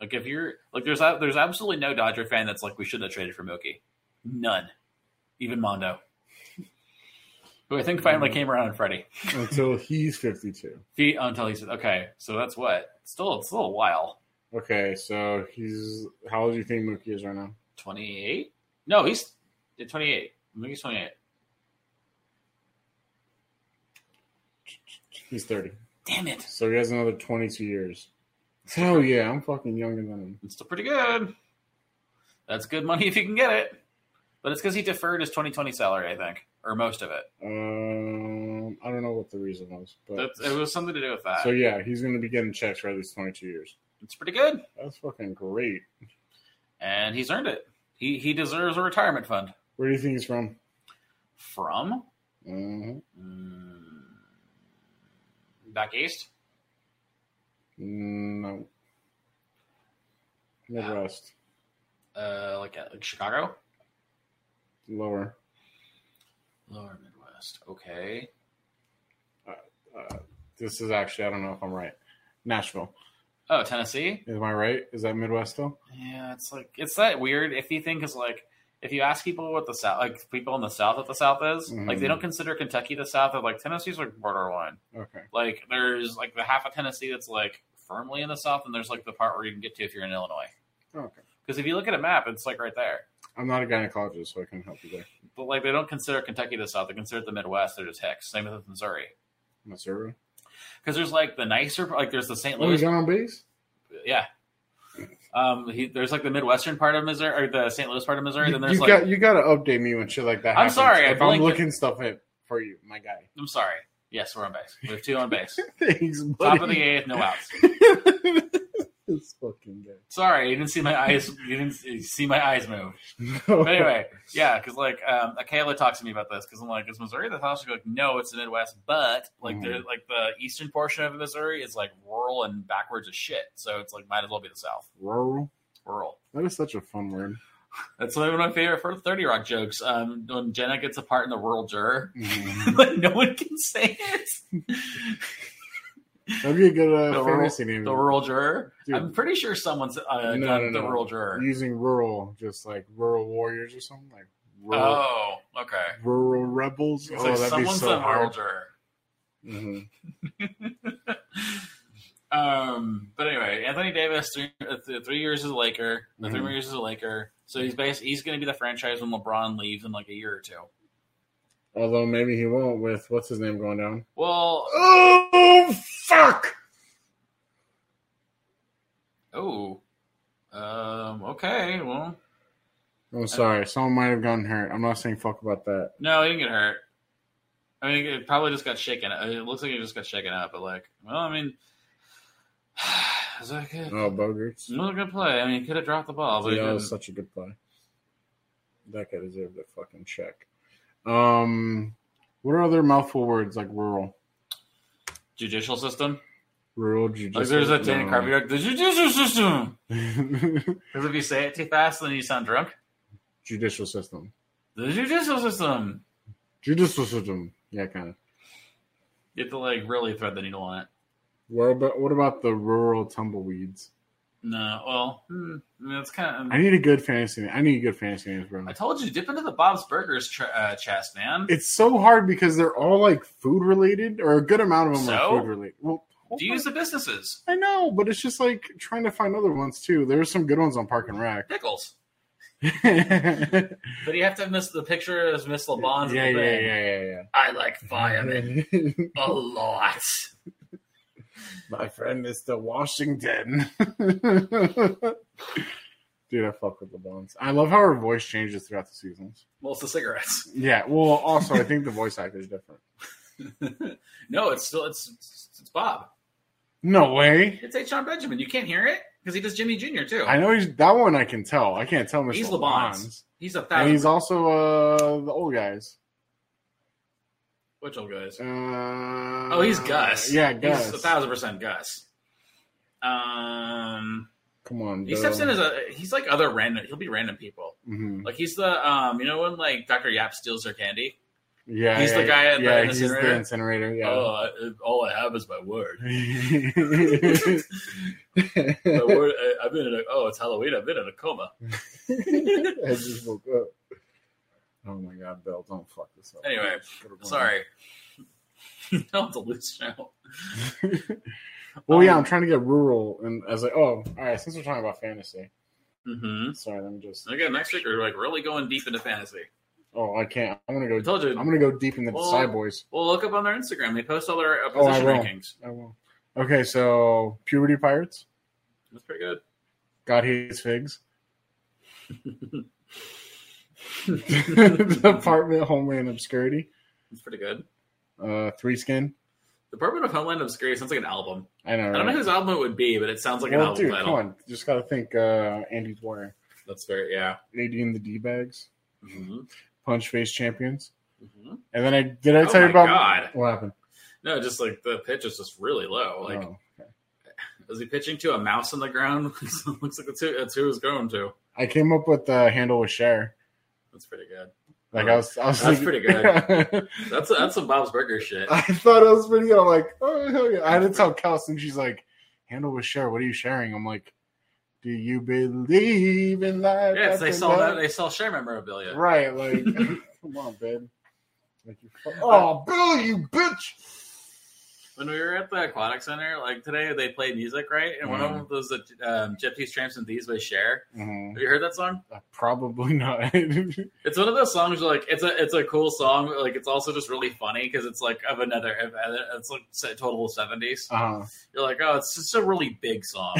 [SPEAKER 1] Like if you're like, there's a- there's absolutely no Dodger fan that's like, we shouldn't have traded for Mookie. None, even Mondo, who I think finally came around on Friday.
[SPEAKER 2] Until he's fifty two.
[SPEAKER 1] He, until he said, okay, so that's what. Still, it's still a while.
[SPEAKER 2] Okay, so he's how old do you think Mookie is right now?
[SPEAKER 1] 28? No, he's yeah, 28. I think he's 28.
[SPEAKER 2] He's thirty.
[SPEAKER 1] Damn it.
[SPEAKER 2] So he has another twenty two years. Hell yeah, I'm fucking younger than him.
[SPEAKER 1] It's still pretty good. That's good money if you can get it. But it's because he deferred his 2020 salary, I think, or most of it.
[SPEAKER 2] Um, I don't know what the reason was, but
[SPEAKER 1] That's, it was something to do with that.
[SPEAKER 2] so yeah, he's gonna be getting checks for at least twenty two years.
[SPEAKER 1] it's pretty good,
[SPEAKER 2] That's fucking great.
[SPEAKER 1] and he's earned it. He he deserves a retirement fund
[SPEAKER 2] Where do you think he's from?
[SPEAKER 1] from
[SPEAKER 2] Uh,
[SPEAKER 1] mm, back east.
[SPEAKER 2] no, Midwest,
[SPEAKER 1] Uh, like uh, like Chicago,
[SPEAKER 2] lower.
[SPEAKER 1] lower Midwest. Okay,
[SPEAKER 2] Uh, this is actually I don't know if I'm right. Nashville.
[SPEAKER 1] oh Tennessee.
[SPEAKER 2] Am I right? Is that Midwest still?
[SPEAKER 1] Yeah, it's like it's that weird iffy thing because like if you ask people what the south, like people in the south, what the south is, like they
[SPEAKER 2] Mhm.
[SPEAKER 1] don't consider Kentucky the south. They're like Tennessee's like borderline.
[SPEAKER 2] Okay.
[SPEAKER 1] Like there's like the half of Tennessee that's like firmly in the south, and there's like the part where you can get to if you're in Illinois.
[SPEAKER 2] Okay.
[SPEAKER 1] Because if you look at a map, it's like right there.
[SPEAKER 2] I'm not a gynecologist, so I can help you there.
[SPEAKER 1] But like they don't consider Kentucky the south; they consider it the Midwest. They're just Hicks. Same with Missouri.
[SPEAKER 2] Missouri.
[SPEAKER 1] Because there's like the nicer, like there's the St.
[SPEAKER 2] Oh,
[SPEAKER 1] Louis,
[SPEAKER 2] he's got on base.
[SPEAKER 1] yeah. Um, he, there's like the Midwestern part of Missouri or the St. Louis part of Missouri.
[SPEAKER 2] You,
[SPEAKER 1] Then there's
[SPEAKER 2] you
[SPEAKER 1] like
[SPEAKER 2] got you got to update me when shit like that.
[SPEAKER 1] I'm
[SPEAKER 2] happens.
[SPEAKER 1] sorry, I
[SPEAKER 2] If I'm
[SPEAKER 1] blanked it.
[SPEAKER 2] looking stuff up for you, my guy.
[SPEAKER 1] I'm sorry. Yes, we're on base. We have two on base.
[SPEAKER 2] Thanks,
[SPEAKER 1] Top of the eighth, no outs.
[SPEAKER 2] this fucking guy.
[SPEAKER 1] Sorry, you didn't see my eyes. You didn't see my eyes move.
[SPEAKER 2] No.
[SPEAKER 1] But anyway, yeah, because like um, Kayla talks to me about this because I'm like, is Missouri the house? She's like, no, it's the Midwest, but like the
[SPEAKER 2] Mm.
[SPEAKER 1] like the eastern portion of Missouri is like rural and backwards as shit. So it's like might as well be the South,
[SPEAKER 2] rural.
[SPEAKER 1] rural.
[SPEAKER 2] That is such a fun word.
[SPEAKER 1] That's one of my favorite for Thirty Rock jokes. Um, when Jenna gets a part in the rural juror,
[SPEAKER 2] Mhm.
[SPEAKER 1] like no one can say it.
[SPEAKER 2] That'd be a good uh,
[SPEAKER 1] The rural-
[SPEAKER 2] fantasy name.
[SPEAKER 1] The rural juror.
[SPEAKER 2] Dude.
[SPEAKER 1] I'm pretty sure someone's uh,
[SPEAKER 2] No,
[SPEAKER 1] done
[SPEAKER 2] no,
[SPEAKER 1] the
[SPEAKER 2] no.
[SPEAKER 1] rural juror.
[SPEAKER 2] Using rural, just like rural warriors or something like rural,
[SPEAKER 1] Oh, okay.
[SPEAKER 2] rural rebels.
[SPEAKER 1] So
[SPEAKER 2] Oh, that'd be
[SPEAKER 1] someone's
[SPEAKER 2] so
[SPEAKER 1] a
[SPEAKER 2] hard.
[SPEAKER 1] harder.
[SPEAKER 2] Mhm.
[SPEAKER 1] Um, but anyway, Anthony Davis three, uh, th- three years as a Laker, the
[SPEAKER 2] Mhm.
[SPEAKER 1] three years as a Laker. So he's based, he's going to be the franchise when LeBron leaves in like a year or two.
[SPEAKER 2] Although maybe he won't with what's his name going down.
[SPEAKER 1] Well,
[SPEAKER 2] Oh fuck!
[SPEAKER 1] oh, um, okay. Well,
[SPEAKER 2] I'm Oh, sorry. Someone might have gotten hurt. I'm not saying fuck about that.
[SPEAKER 1] no, he didn't get hurt. I mean, it probably just got shaken. uh, It looks like he just got shaken up. But like, well, I mean, Is that good?
[SPEAKER 2] Oh, Bogarts.
[SPEAKER 1] It was a good play. I mean, he could have dropped the ball, but he
[SPEAKER 2] yeah, that
[SPEAKER 1] didn't.
[SPEAKER 2] was such a good play. That guy deserved a fucking check. Um, what are other mouthful words like rural,
[SPEAKER 1] judicial system.
[SPEAKER 2] rural judicial?
[SPEAKER 1] Like there's a Dan
[SPEAKER 2] no.
[SPEAKER 1] Carpenter, the judicial system.
[SPEAKER 2] judicial
[SPEAKER 1] Because if you say it too fast, then you sound drunk.
[SPEAKER 2] system.
[SPEAKER 1] The judicial system.
[SPEAKER 2] Judicial system. Yeah, kind of.
[SPEAKER 1] You have to like really thread the needle on it.
[SPEAKER 2] What about what about the rural tumbleweeds?
[SPEAKER 1] No, well, hmm, I mean, it's kind
[SPEAKER 2] I
[SPEAKER 1] of.
[SPEAKER 2] need a good fantasy. I need a good fantasy name for
[SPEAKER 1] I
[SPEAKER 2] them.
[SPEAKER 1] told you, dip into the Bob's Burgers tra- uh, chest, man.
[SPEAKER 2] It's so hard because they're all like food related, or a good amount of them
[SPEAKER 1] So?
[SPEAKER 2] are food related. Well, hold
[SPEAKER 1] Do you
[SPEAKER 2] on.
[SPEAKER 1] use the businesses?
[SPEAKER 2] I know, but it's just like trying to find other ones too. There's some good ones on Park and Rack.
[SPEAKER 1] Pickles.
[SPEAKER 2] yeah,
[SPEAKER 1] But you have to miss the picture as Miss LeBon's.
[SPEAKER 2] yeah,
[SPEAKER 1] the
[SPEAKER 2] yeah,
[SPEAKER 1] thing.
[SPEAKER 2] yeah, yeah.
[SPEAKER 1] I like firemen a lot.
[SPEAKER 2] My friend is the Washington. Dude, I fuck with the bones. I love how her voice changes throughout the seasons.
[SPEAKER 1] Well, it's the cigarettes.
[SPEAKER 2] Yeah, well, also, I think the voice actor is different.
[SPEAKER 1] no, it's still it's it's, it's Bob.
[SPEAKER 2] No way.
[SPEAKER 1] It's H. John Benjamin. You can't hear it because he does Jimmy Jr. too.
[SPEAKER 2] I know he's that one. I can tell. I can't tell. Mr.
[SPEAKER 1] He's
[SPEAKER 2] Bonds.
[SPEAKER 1] LeBon's. He's a
[SPEAKER 2] and
[SPEAKER 1] thousand.
[SPEAKER 2] he's also uh, the old guys.
[SPEAKER 1] Which old guys?
[SPEAKER 2] Uh,
[SPEAKER 1] oh,
[SPEAKER 2] oh,
[SPEAKER 1] he's Gus.
[SPEAKER 2] Yeah,
[SPEAKER 1] He's a
[SPEAKER 2] Gus.
[SPEAKER 1] thousand percent Gus. Um,
[SPEAKER 2] Come on.
[SPEAKER 1] he steps in as a he's like other random. He'll be random people.
[SPEAKER 2] hmm
[SPEAKER 1] Like he's the um, you know when like Dr. Yap steals their candy.
[SPEAKER 2] Yeah,
[SPEAKER 1] He's the
[SPEAKER 2] yeah,
[SPEAKER 1] guy at the
[SPEAKER 2] yeah,
[SPEAKER 1] incinerator?
[SPEAKER 2] He's the incinerator. Yeah.
[SPEAKER 1] Oh, I, all I have is my word. My
[SPEAKER 2] I
[SPEAKER 1] word I, I've been in a oh, it's Halloween. I've been in a coma.
[SPEAKER 2] just woke up. Oh my god, Bill, don't fuck this up.
[SPEAKER 1] Anyway,
[SPEAKER 2] Could've won.
[SPEAKER 1] Sorry. no, it's a loose show.
[SPEAKER 2] Well,
[SPEAKER 1] Um,
[SPEAKER 2] yeah, I'm trying to get rural, and I was like, oh, all right. Since we're talking about fantasy,
[SPEAKER 1] Mm-hmm.
[SPEAKER 2] sorry, let me just.
[SPEAKER 1] Okay, next week we're like really going deep into fantasy.
[SPEAKER 2] Oh, I can't. I'm gonna
[SPEAKER 1] I
[SPEAKER 2] go.
[SPEAKER 1] told you.
[SPEAKER 2] I'm gonna go deep into the
[SPEAKER 1] Well-
[SPEAKER 2] side boys.
[SPEAKER 1] Well, look up on their Instagram. They post all their uh,
[SPEAKER 2] Oh, I
[SPEAKER 1] position
[SPEAKER 2] will.
[SPEAKER 1] rankings.
[SPEAKER 2] I will. Okay, so puberty pirates.
[SPEAKER 1] That's pretty good.
[SPEAKER 2] God hates figs. Apartment, homeland, obscurity.
[SPEAKER 1] That's pretty good.
[SPEAKER 2] Uh, three skin.
[SPEAKER 1] Department of Homeland Obscurity sounds like an album.
[SPEAKER 2] I know.
[SPEAKER 1] I don't know
[SPEAKER 2] right?
[SPEAKER 1] whose album it would be, but it sounds like an
[SPEAKER 2] well,
[SPEAKER 1] album
[SPEAKER 2] dude,
[SPEAKER 1] title.
[SPEAKER 2] come on. Just gotta think. Uh, Andy Dwyer,
[SPEAKER 1] That's very yeah.
[SPEAKER 2] AD and the D bags,
[SPEAKER 1] hmm
[SPEAKER 2] punch face champions.
[SPEAKER 1] hmm
[SPEAKER 2] And then I did I
[SPEAKER 1] Oh
[SPEAKER 2] tell you
[SPEAKER 1] my
[SPEAKER 2] about
[SPEAKER 1] God.
[SPEAKER 2] what happened?
[SPEAKER 1] No, just like the pitch is just really low. Like,
[SPEAKER 2] Oh.
[SPEAKER 1] is he pitching to a mouse on the ground? Looks like that's who, that's who he's going to.
[SPEAKER 2] I came up with the handle with share.
[SPEAKER 1] That's pretty good.
[SPEAKER 2] Like
[SPEAKER 1] Oh,
[SPEAKER 2] I was, I was
[SPEAKER 1] that's
[SPEAKER 2] thinking-
[SPEAKER 1] pretty good. That's that's some Bob's Burger shit.
[SPEAKER 2] I thought it was pretty good. I'm like, oh hell yeah! I had to tell Kelsey, and she's like, handle with share. What are you sharing? I'm like, do you believe in life?
[SPEAKER 1] Yes, they
[SPEAKER 2] after
[SPEAKER 1] sell that.
[SPEAKER 2] love?"
[SPEAKER 1] They sell share memorabilia.
[SPEAKER 2] Right, like, come on, babe. Like you,
[SPEAKER 1] Uh,
[SPEAKER 2] fu- oh, Bill, you bitch.
[SPEAKER 1] When we were at the aquatic center, like today, they played music, right? And one of them
[SPEAKER 2] Mm.
[SPEAKER 1] was the um, Gypsies, Tramps, and Thieves by Cher.
[SPEAKER 2] Mhm.
[SPEAKER 1] Have you heard that song?
[SPEAKER 2] Uh, Probably not. yeah,
[SPEAKER 1] It's one of those songs where, like it's a it's a cool song. but, Like it's also just really funny because it's like of another. of- of- It's like se- total seventies.
[SPEAKER 2] uh-huh.
[SPEAKER 1] You're like, oh, it's just a really big song.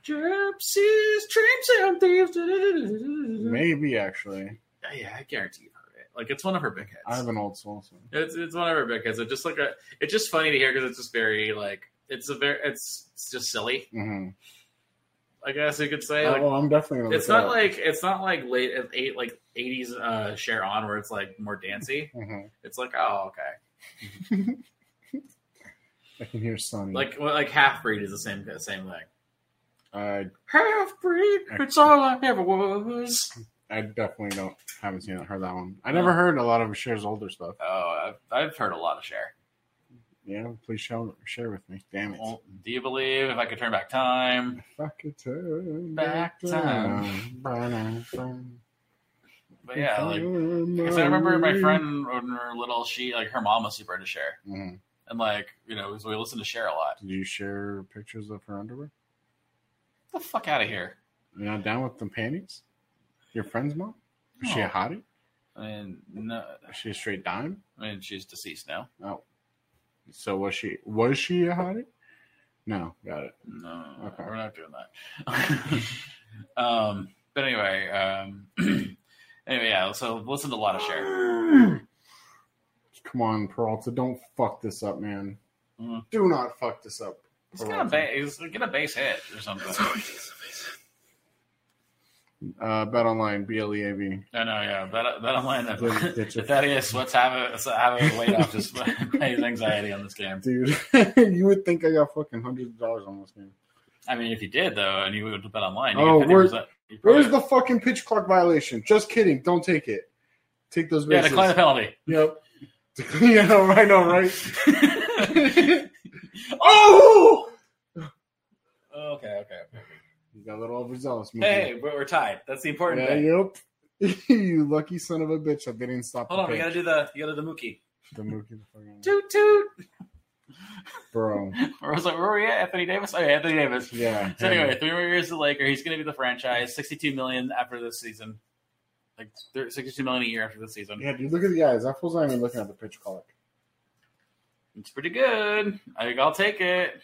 [SPEAKER 1] Gypsies, Tramps, and Thieves.
[SPEAKER 2] maybe actually.
[SPEAKER 1] Yeah, Yeah, I guarantee you've heard it. Like it's one of her big hits.
[SPEAKER 2] I have an old soul song.
[SPEAKER 1] It's it's one of her big hits. It's just like a. It's just funny to hear because it's just very like it's a very it's, it's just silly.
[SPEAKER 2] Mm-hmm.
[SPEAKER 1] I guess you could say.
[SPEAKER 2] Oh,
[SPEAKER 1] Like,
[SPEAKER 2] well, I'm definitely. Gonna
[SPEAKER 1] it's
[SPEAKER 2] look
[SPEAKER 1] not like it's not like late eight like eighties uh share on where it's like more dancey.
[SPEAKER 2] hmm
[SPEAKER 1] It's like oh okay,
[SPEAKER 2] I can hear Sonny.
[SPEAKER 1] like well, like half breed is the same same thing.
[SPEAKER 2] I,
[SPEAKER 1] Half breed, it's all I ever was.
[SPEAKER 2] I definitely don't haven't seen it, heard that one. I never heard a lot of Cher's older stuff.
[SPEAKER 1] Oh, I've, I've heard a lot of share.
[SPEAKER 2] Yeah, please show, share with me. Damn it!
[SPEAKER 1] Well, do you believe if I could turn back time?
[SPEAKER 2] If I could turn
[SPEAKER 1] Back time.
[SPEAKER 2] time.
[SPEAKER 1] But yeah, like. Because I remember my friend when we were little, she like her mom was super into share,
[SPEAKER 2] Mhm.
[SPEAKER 1] and like you know, so we listened to share a lot.
[SPEAKER 2] Did you share pictures of her underwear?
[SPEAKER 1] Get the fuck out of here.
[SPEAKER 2] You're not down with the panties? Your friend's mom? Is she
[SPEAKER 1] No.
[SPEAKER 2] a hottie?
[SPEAKER 1] I mean, no,
[SPEAKER 2] Is she a straight dime?
[SPEAKER 1] I mean she's deceased now.
[SPEAKER 2] No. Oh. So was she was she a hottie? No, got it.
[SPEAKER 1] No,
[SPEAKER 2] Okay.
[SPEAKER 1] we're not doing that. um, but anyway, um, anyway, yeah. So listen to a lot of share.
[SPEAKER 2] Come on, Peralta, don't fuck this up, man.
[SPEAKER 1] Mhm.
[SPEAKER 2] Do not fuck this up.
[SPEAKER 1] Just get a base, get a base hit or something.
[SPEAKER 2] Uh, bet online, B L E A V.
[SPEAKER 1] I know, yeah. Bet, bet online. If,
[SPEAKER 2] Good
[SPEAKER 1] if
[SPEAKER 2] picture.
[SPEAKER 1] that is, let's have a let's have a weight off just his anxiety on this game.
[SPEAKER 2] Dude, you would think I got fucking hundreds of dollars on this game.
[SPEAKER 1] I mean, if you did though, and you would bet online,
[SPEAKER 2] Oh,
[SPEAKER 1] you
[SPEAKER 2] where's-
[SPEAKER 1] you
[SPEAKER 2] Where's the fucking pitch clock violation? Just kidding. Don't take it. Take those
[SPEAKER 1] yeah?
[SPEAKER 2] bases.
[SPEAKER 1] Decline the penalty.
[SPEAKER 2] Yep. yeah, I know, I know, right?
[SPEAKER 1] oh. Okay, okay, okay.
[SPEAKER 2] You got a little overzealous. Mookie.
[SPEAKER 1] Hey, we're, we're tied. That's the important
[SPEAKER 2] Yeah,
[SPEAKER 1] thing.
[SPEAKER 2] yep. you lucky son of a bitch that they didn't stop
[SPEAKER 1] Hold
[SPEAKER 2] the
[SPEAKER 1] on, we
[SPEAKER 2] pitch.
[SPEAKER 1] gotta do the you gotta do the Mookie.
[SPEAKER 2] the Mookie. The fucking...
[SPEAKER 1] Toot toot.
[SPEAKER 2] Bro.
[SPEAKER 1] Where was like, where were we at? Anthony Davis. Oh, yeah, Anthony Davis.
[SPEAKER 2] Yeah.
[SPEAKER 1] So anyway, three more years as a Laker. He's going to be the franchise. Sixty-two million after this season, like thir- sixty-two million a year after this season.
[SPEAKER 2] Yeah, dude, look at the eyes. That fool's not even looking at the pitch clock.
[SPEAKER 1] It's pretty good. I think I'll take it.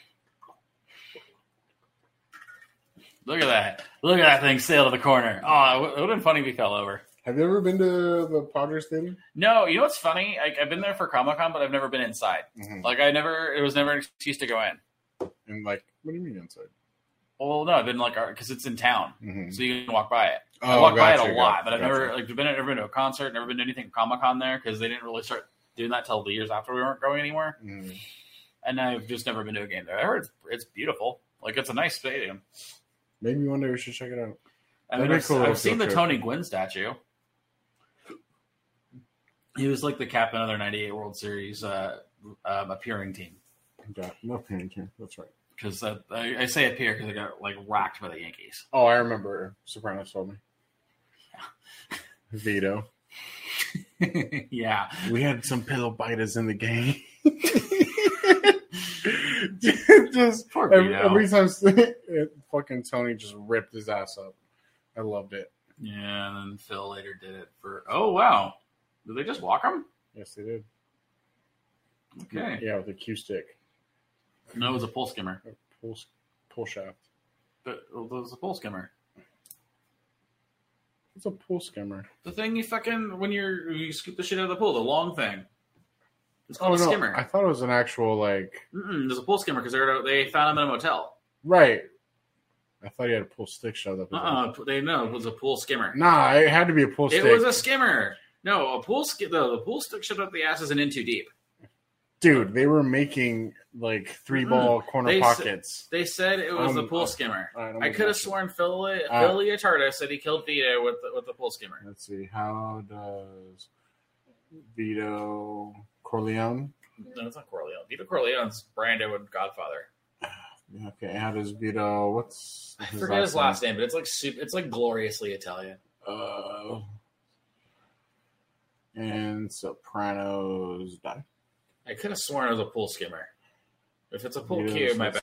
[SPEAKER 1] Look at that! Look at that thing sail to the corner. Oh, it would have been funny if he fell over.
[SPEAKER 2] Have you ever been to the Padres Stadium?
[SPEAKER 1] No, you know what's funny? Like I've been there for Comic Con, but I've never been inside.
[SPEAKER 2] Mm-hmm.
[SPEAKER 1] Like I never, it was never an excuse to go in.
[SPEAKER 2] And like, what do you mean inside?
[SPEAKER 1] Well, no, I've been like because it's in town,
[SPEAKER 2] Mm-hmm.
[SPEAKER 1] so you can walk by it.
[SPEAKER 2] Oh,
[SPEAKER 1] I walk by
[SPEAKER 2] gotcha,
[SPEAKER 1] it a lot,
[SPEAKER 2] gotcha,
[SPEAKER 1] but I've
[SPEAKER 2] gotcha.
[SPEAKER 1] never like been never been to a concert, never been to anything Comic Con there because they didn't really start doing that till the years after we weren't going anywhere.
[SPEAKER 2] Mhm.
[SPEAKER 1] And I've just never been to a game there. I heard it's, it's beautiful. Like it's a nice stadium.
[SPEAKER 2] Maybe one day we should check it out.
[SPEAKER 1] I mean,
[SPEAKER 2] That'd be
[SPEAKER 1] I've,
[SPEAKER 2] cool
[SPEAKER 1] I've
[SPEAKER 2] if
[SPEAKER 1] seen
[SPEAKER 2] you
[SPEAKER 1] the
[SPEAKER 2] could.
[SPEAKER 1] Tony Gwynn statue. He was like the captain of their '98 World Series uh, um, appearing team.
[SPEAKER 2] Yeah, no pain here. That's right.
[SPEAKER 1] Because I, I say appear because they got like rocked by the Yankees.
[SPEAKER 2] Oh, I remember. Sopranos told me. Vito.
[SPEAKER 1] yeah,
[SPEAKER 2] We had some pillow biters in the game. just
[SPEAKER 1] poor
[SPEAKER 2] every,
[SPEAKER 1] Vito.
[SPEAKER 2] every time it, fucking Tony just ripped his ass up. I loved it.
[SPEAKER 1] Yeah, and then Phil later did it for. Oh wow, did they just walk him?
[SPEAKER 2] Yes, they did.
[SPEAKER 1] Okay,
[SPEAKER 2] Yeah, with a Q stick,
[SPEAKER 1] no, it was a pole skimmer.
[SPEAKER 2] a pull, s- pull shaft.
[SPEAKER 1] But it was a pole skimmer.
[SPEAKER 2] It's a pool skimmer.
[SPEAKER 1] The thing you fucking when you're when you scoop the shit out of the pool, the long thing. It's called a
[SPEAKER 2] Oh, no,
[SPEAKER 1] skimmer.
[SPEAKER 2] I thought it was an actual like
[SPEAKER 1] Mm-mm, there's a pole skimmer because they they found him in a motel.
[SPEAKER 2] right. I thought he had a pull stick shoved up.
[SPEAKER 1] Uh
[SPEAKER 2] his
[SPEAKER 1] uh
[SPEAKER 2] ass.
[SPEAKER 1] they know it was a pool skimmer.
[SPEAKER 2] Nah, it had to be a pull
[SPEAKER 1] it
[SPEAKER 2] stick.
[SPEAKER 1] was a skimmer. No, a pool sk- the, the pool stick shoved up the ass isn't in too deep.
[SPEAKER 2] Dude, they were making like 3
[SPEAKER 1] Mm-mm.
[SPEAKER 2] ball corner
[SPEAKER 1] They s-
[SPEAKER 2] pockets.
[SPEAKER 1] They said it was
[SPEAKER 2] Um,
[SPEAKER 1] the pool
[SPEAKER 2] uh,
[SPEAKER 1] skimmer.
[SPEAKER 2] All right, I'm
[SPEAKER 1] I
[SPEAKER 2] gonna
[SPEAKER 1] could have
[SPEAKER 2] watch it.
[SPEAKER 1] sworn Phil
[SPEAKER 2] Uh,
[SPEAKER 1] Phil Leotardo said he killed Vito with the, with the pool skimmer.
[SPEAKER 2] Let's see. How does Vito Corleone?
[SPEAKER 1] No, it's not Corleone. Vito Corleone's Brando and Godfather.
[SPEAKER 2] Okay, how does Vito? What's
[SPEAKER 1] I forget his last name, but it's like super, it's like gloriously Italian.
[SPEAKER 2] Uh, and Sopranos die.
[SPEAKER 1] I could have sworn it was a pool skimmer. If it's a pool cue, my bad.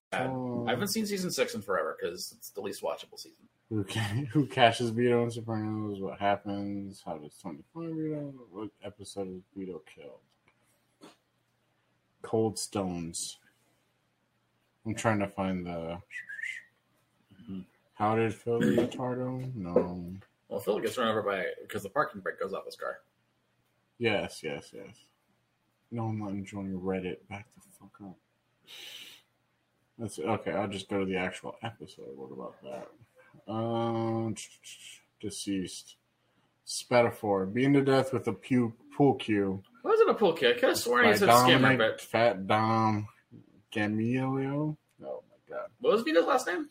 [SPEAKER 1] I haven't seen season six in forever because it's the least watchable season.
[SPEAKER 2] Who, ca- who catches Vito in Sopranos? What happens? How does Tony find Vito? What episode is Vito killed? Cold Stones. I'm trying to find the.
[SPEAKER 1] Mm-hmm.
[SPEAKER 2] How did Phil Leotardo? No.
[SPEAKER 1] Well, Phil gets run over by because the parking brake goes off his car.
[SPEAKER 2] Yes, yes, yes. No, I'm not enjoying Reddit. Back the fuck up. That's okay. I'll just go to the actual episode. What about that? Um, deceased. Spatafor being to death with a pew, pool cue
[SPEAKER 1] Was it a pool cue? I could have sworn
[SPEAKER 2] by
[SPEAKER 1] he said skimmer,
[SPEAKER 2] Dominic
[SPEAKER 1] but
[SPEAKER 2] Fat Dom Gamilio. Oh my god,
[SPEAKER 1] what was Vito's last name?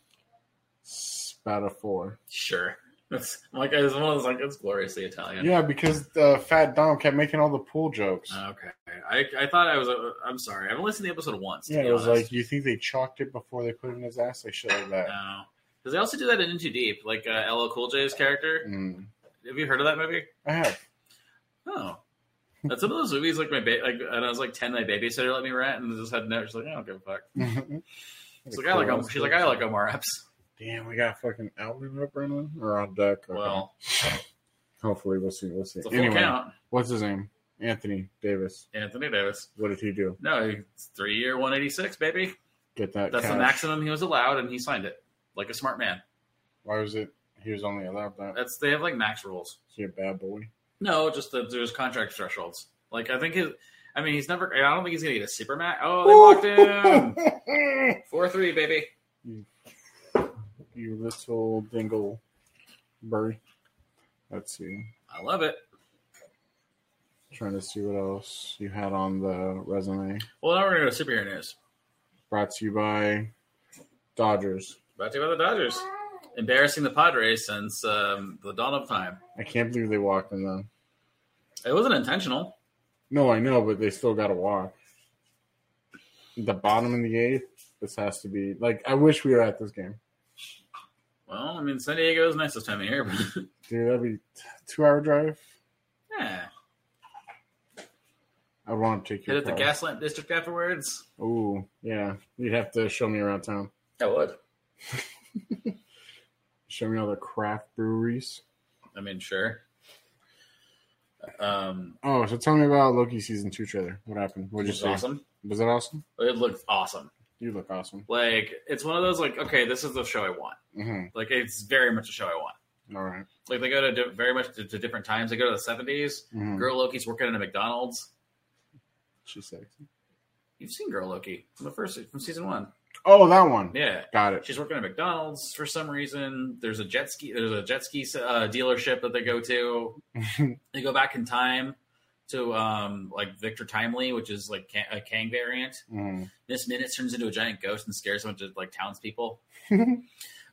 [SPEAKER 2] Spatafor.
[SPEAKER 1] Sure. It's like it's one of those like it's gloriously Italian.
[SPEAKER 2] Yeah, because uh, Fat Dom kept making all the pool jokes.
[SPEAKER 1] Okay. I, I thought I was. i I'm sorry. I've only seen the episode once. to
[SPEAKER 2] yeah,
[SPEAKER 1] be
[SPEAKER 2] it was
[SPEAKER 1] honest. Uh,
[SPEAKER 2] like you think they chalked it before they put it in his ass, like shit like that.
[SPEAKER 1] No. Because they also do that in Into Deep, like uh, LL Cool J's character.
[SPEAKER 2] Mm.
[SPEAKER 1] Have you heard of that movie?
[SPEAKER 2] I have.
[SPEAKER 1] Oh. That's some of those movies like my ba- like when I was like ten, my babysitter let me rent and just had no. She's like, I don't give a fuck. She's like, I like. Om- She's like, I like Omar Epps.
[SPEAKER 2] Damn, we got fucking Alvin up right now or on deck. Okay.
[SPEAKER 1] Well,
[SPEAKER 2] hopefully we'll see. We'll see.
[SPEAKER 1] it's a full
[SPEAKER 2] Anyway,
[SPEAKER 1] count.
[SPEAKER 2] what's his name? Anthony Davis.
[SPEAKER 1] Anthony Davis.
[SPEAKER 2] What did he do?
[SPEAKER 1] No, it's three year, one eighty six, baby.
[SPEAKER 2] Get that.
[SPEAKER 1] That's the
[SPEAKER 2] cash.
[SPEAKER 1] maximum he was allowed, and he signed it like a smart man.
[SPEAKER 2] Why was it? He was only allowed that.
[SPEAKER 1] That's they have like max rules.
[SPEAKER 2] Is he a bad boy?
[SPEAKER 1] No, just that there's contract thresholds. Like I think his, I mean, he's never. I don't think he's gonna get a super match. Oh, they walked him four three, baby.
[SPEAKER 2] you little dingle bird. Let's see.
[SPEAKER 1] I love it.
[SPEAKER 2] Trying to see what else you had on the resume.
[SPEAKER 1] Well, now we're gonna go to superhero news.
[SPEAKER 2] Brought to you by Dodgers.
[SPEAKER 1] Brought to you by the Dodgers, embarrassing the Padres since um, the dawn of time.
[SPEAKER 2] I can't believe they walked in them.
[SPEAKER 1] It wasn't intentional.
[SPEAKER 2] No, I know, but they still got to walk. The bottom in the eighth. This has to be like. I wish we were at this game,
[SPEAKER 1] Well, I mean, San Diego is nice this time of year, but
[SPEAKER 2] dude. That'd be t- two-hour drive.
[SPEAKER 1] yeah,
[SPEAKER 2] I want to take
[SPEAKER 1] eh, hit
[SPEAKER 2] your
[SPEAKER 1] at the
[SPEAKER 2] car.
[SPEAKER 1] Gaslamp District afterwards.
[SPEAKER 2] Ooh, yeah. You'd have to show me around town.
[SPEAKER 1] I would.
[SPEAKER 2] Show me all the craft breweries.
[SPEAKER 1] I mean, sure. Um,
[SPEAKER 2] Oh, so tell me about Loki season two trailer. What happened? What
[SPEAKER 1] which
[SPEAKER 2] did you
[SPEAKER 1] is
[SPEAKER 2] say?
[SPEAKER 1] awesome.
[SPEAKER 2] Was that awesome?
[SPEAKER 1] It looked awesome.
[SPEAKER 2] You look awesome.
[SPEAKER 1] Like it's one of those like, okay, this is the show I want.
[SPEAKER 2] Mhm.
[SPEAKER 1] Like it's very much a show I want.
[SPEAKER 2] All right.
[SPEAKER 1] Like they go to di- very much to, to different times. They go to the seventies.
[SPEAKER 2] Mhm.
[SPEAKER 1] Girl Loki's working at a McDonald's.
[SPEAKER 2] She's sexy.
[SPEAKER 1] You've seen Girl Loki from the first from season one.
[SPEAKER 2] Oh, that one.
[SPEAKER 1] Yeah,
[SPEAKER 2] Got it.
[SPEAKER 1] she's working at McDonald's for some reason. There's a jet ski. There's a jet ski uh, dealership that they go to.
[SPEAKER 2] Mm-hmm.
[SPEAKER 1] they go back in time to um like Victor Timely, which is like Ka- a Kang variant.
[SPEAKER 2] Mhm.
[SPEAKER 1] This minute turns into a giant ghost and scares a bunch of like townspeople.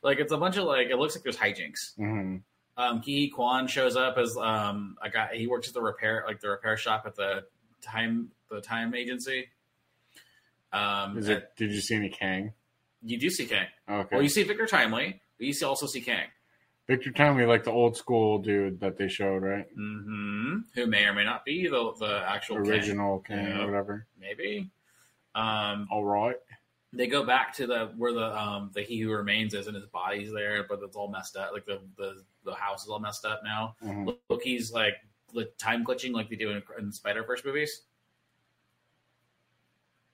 [SPEAKER 1] like it's a bunch of like it looks like there's hijinks.
[SPEAKER 2] Mhm.
[SPEAKER 1] Um, Ki Kwan shows up as um a guy. He works at the repair like the repair shop at the time the time agency. Um,
[SPEAKER 2] Is
[SPEAKER 1] and
[SPEAKER 2] it? Did you see any Kang?
[SPEAKER 1] you do see Kang.
[SPEAKER 2] Okay.
[SPEAKER 1] Well, you see Victor Timely, but you see also see Kang,
[SPEAKER 2] Victor Timely, like the old school dude that they showed, right?
[SPEAKER 1] hmm who may or may not be the the actual Kang.
[SPEAKER 2] Original Kang
[SPEAKER 1] Yeah.
[SPEAKER 2] or whatever.
[SPEAKER 1] maybe. Um,
[SPEAKER 2] All right.
[SPEAKER 1] they go back to the where the um the he who remains is and his body's there, but it's all messed up. Like the the, the house is all messed up now.
[SPEAKER 2] Mhm.
[SPEAKER 1] Loki's like li- time glitching like they do in, in Spider Verse movies.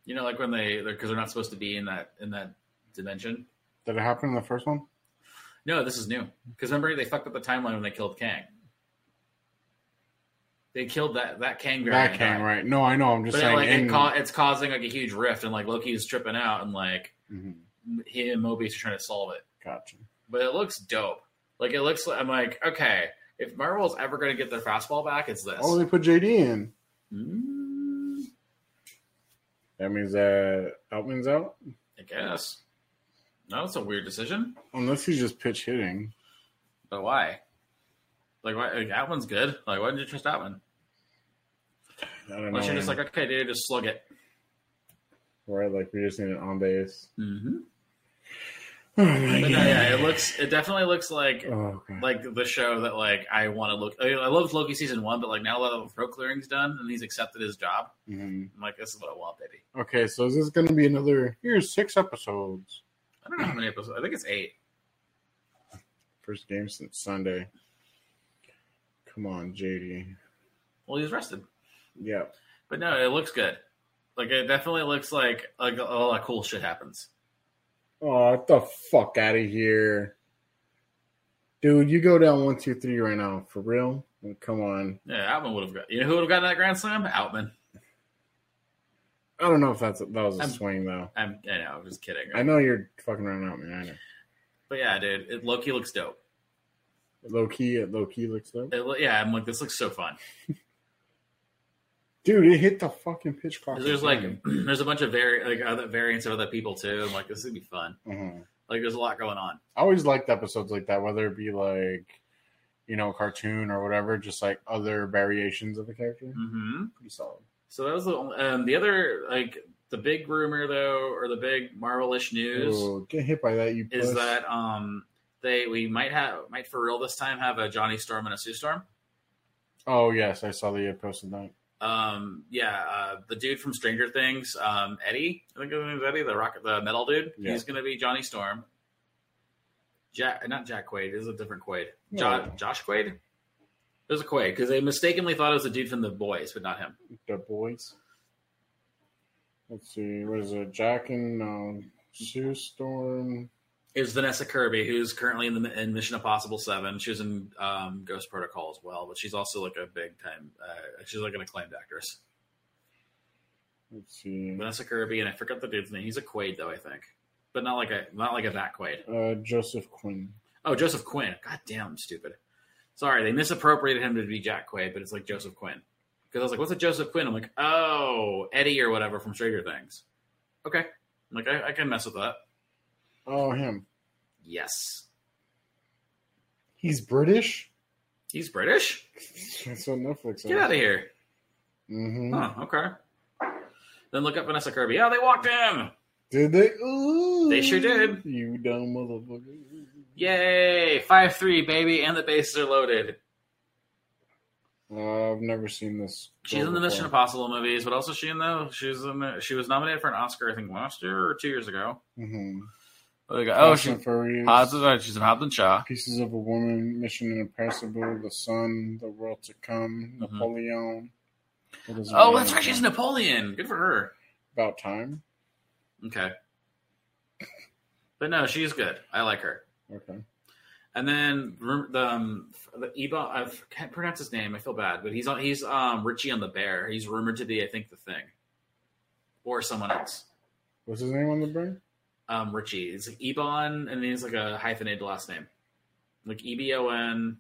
[SPEAKER 1] You know, like when they because they're, not supposed to be in that in that dimension.
[SPEAKER 2] Did it happen in the first one?
[SPEAKER 1] No, this is new because remember they fucked up the timeline when they killed Kang. They killed that that Kang variant
[SPEAKER 2] that Kang,
[SPEAKER 1] guy.
[SPEAKER 2] right? No, I know. I'm just
[SPEAKER 1] But it,
[SPEAKER 2] saying.
[SPEAKER 1] like it
[SPEAKER 2] in-
[SPEAKER 1] ca- it's causing like a huge rift, and like Loki is tripping out, and like
[SPEAKER 2] Mhm.
[SPEAKER 1] he and Mobius are trying to solve it.
[SPEAKER 2] Gotcha.
[SPEAKER 1] But it looks dope. Like it looks. like I'm like, okay, if Marvel's ever going to get their fastball back, it's this.
[SPEAKER 2] Oh, they put JD in.
[SPEAKER 1] Mm,
[SPEAKER 2] That means that Eltman's out.
[SPEAKER 1] I guess. No, it's a weird decision.
[SPEAKER 2] Unless he's just pitch hitting.
[SPEAKER 1] But why? Like, why? Like, that one's good. Like, why didn't you trust that one?
[SPEAKER 2] I don't
[SPEAKER 1] Why don't
[SPEAKER 2] know.
[SPEAKER 1] you just
[SPEAKER 2] man.
[SPEAKER 1] like, okay, dude, just slug it.
[SPEAKER 2] right, like we just need an on base.
[SPEAKER 1] Mm-hmm.
[SPEAKER 2] Oh,
[SPEAKER 1] But no,
[SPEAKER 2] my God.
[SPEAKER 1] yeah, it looks. It definitely looks like
[SPEAKER 2] Oh, God.
[SPEAKER 1] like the show that like I want to look. I, I loved Loki season one, but like now that the throat clearing's done and he's accepted his job,
[SPEAKER 2] Mhm.
[SPEAKER 1] I'm like, this is what I want, baby.
[SPEAKER 2] Okay, so is this going to be another? Here's six episodes.
[SPEAKER 1] I don't know how many episodes. I think it's eight.
[SPEAKER 2] First game since Sunday. Come on, JD.
[SPEAKER 1] Well, he's rested,
[SPEAKER 2] Yep.
[SPEAKER 1] but no, it looks good. Like it definitely looks like like a lot of cool shit happens.
[SPEAKER 2] Oh, get the fuck out of here, dude! You go down one, two, three right now for real. Well, Come on.
[SPEAKER 1] Yeah, Outman would have got. You know who would have gotten that grand slam? Outman.
[SPEAKER 2] I don't know if that's that was a
[SPEAKER 1] I'm-
[SPEAKER 2] swing though.
[SPEAKER 1] I'm. I know. I'm just kidding.
[SPEAKER 2] I know you're fucking around out, man. I know.
[SPEAKER 1] But yeah, dude, it, Loki looks dope.
[SPEAKER 2] Low key, low key looks though.
[SPEAKER 1] It, lo- yeah, I'm like, this looks so fun.
[SPEAKER 2] Dude, it hit the fucking pitch clock.
[SPEAKER 1] 'Cause There's like, there's a bunch of vari- like other variants of other people too. I'm like, this is gonna be fun.
[SPEAKER 2] Mhm.
[SPEAKER 1] Like, there's a lot going on.
[SPEAKER 2] I always liked episodes like that, whether it be like, you know, cartoon or whatever, just like other variations of the character.
[SPEAKER 1] hmm
[SPEAKER 2] Pretty solid.
[SPEAKER 1] So that was the only, um, the other like the big rumor though, or the big Marvelish news
[SPEAKER 2] Ooh, get hit by that, you
[SPEAKER 1] is
[SPEAKER 2] puss.
[SPEAKER 1] that um they we might have might for real this time have a Johnny Storm and a Sue Storm.
[SPEAKER 2] Oh yes, I saw the post of that.
[SPEAKER 1] Um, yeah, uh, the dude from Stranger Things, um, Eddie, I think his name's Eddie, the rocket, the metal dude.
[SPEAKER 2] Yeah.
[SPEAKER 1] He's gonna be Johnny Storm. Jack, not Jack Quaid. This is a different Quaid.
[SPEAKER 2] No.
[SPEAKER 1] Jo- Josh Quaid. There's a Quaid because they mistakenly thought it was a dude from The Boys, but not him.
[SPEAKER 2] The boys. Let's see, what is it? Jack and um, Sue Storm.
[SPEAKER 1] is Vanessa Kirby, who's currently in the in Mission Impossible Seven. She was in um, Ghost Protocol as well, but she's also like a big time. Uh, she's like an acclaimed actress.
[SPEAKER 2] Let's see.
[SPEAKER 1] Vanessa Kirby, and I forgot the dude's name. He's a Quaid though, I think, but not like a not like a that Quaid.
[SPEAKER 2] Uh, Joseph Quinn.
[SPEAKER 1] Oh, Joseph Quinn. God damn, I'm stupid. Sorry, they misappropriated him to be Jack Quaid, but it's like Joseph Quinn. Because I was like, what's a Joseph Quinn? I'm like, oh, Eddie or whatever from Stranger Things. Okay. I'm like, I, I can mess with that.
[SPEAKER 2] Oh, him.
[SPEAKER 1] Yes.
[SPEAKER 2] He's British.
[SPEAKER 1] He's British?
[SPEAKER 2] That's on Netflix.
[SPEAKER 1] Get out of here.
[SPEAKER 2] Mm-hmm.
[SPEAKER 1] Huh, okay. Then look up Vanessa Kirby. Oh, they walked him.
[SPEAKER 2] Did they? Ooh,
[SPEAKER 1] They sure did.
[SPEAKER 2] You dumb motherfucker.
[SPEAKER 1] Yay. 5 3, baby. And the bases are loaded.
[SPEAKER 2] Uh, I've never seen this.
[SPEAKER 1] She's in the
[SPEAKER 2] Oh.
[SPEAKER 1] Mission Impossible movies. What else is she in, though? She was, in the, she was nominated for an Oscar, I think, last year or two years ago.
[SPEAKER 2] Mm-hmm.
[SPEAKER 1] Oh, she's, Hobbs, and- she's in Hobbs and Shaw.
[SPEAKER 2] Pieces of a Woman, Mission Impossible, The Sun, The World to Come,
[SPEAKER 1] Mhm.
[SPEAKER 2] Napoleon. What is
[SPEAKER 1] Oh,
[SPEAKER 2] it?
[SPEAKER 1] that's right. She's Napoleon. Good for her.
[SPEAKER 2] About Time.
[SPEAKER 1] Okay. But no, she's good. I like her.
[SPEAKER 2] Okay.
[SPEAKER 1] And then rem- the, um, the Eba, I can't pronounce his name. I feel bad, but he's on, he's um Richie on the Bear. He's rumored to be, I think, the Thing, or someone else.
[SPEAKER 2] What's his name on the brain?
[SPEAKER 1] Um, Richie. It's like Ebon, and he's like a hyphenated last name, like E B O N.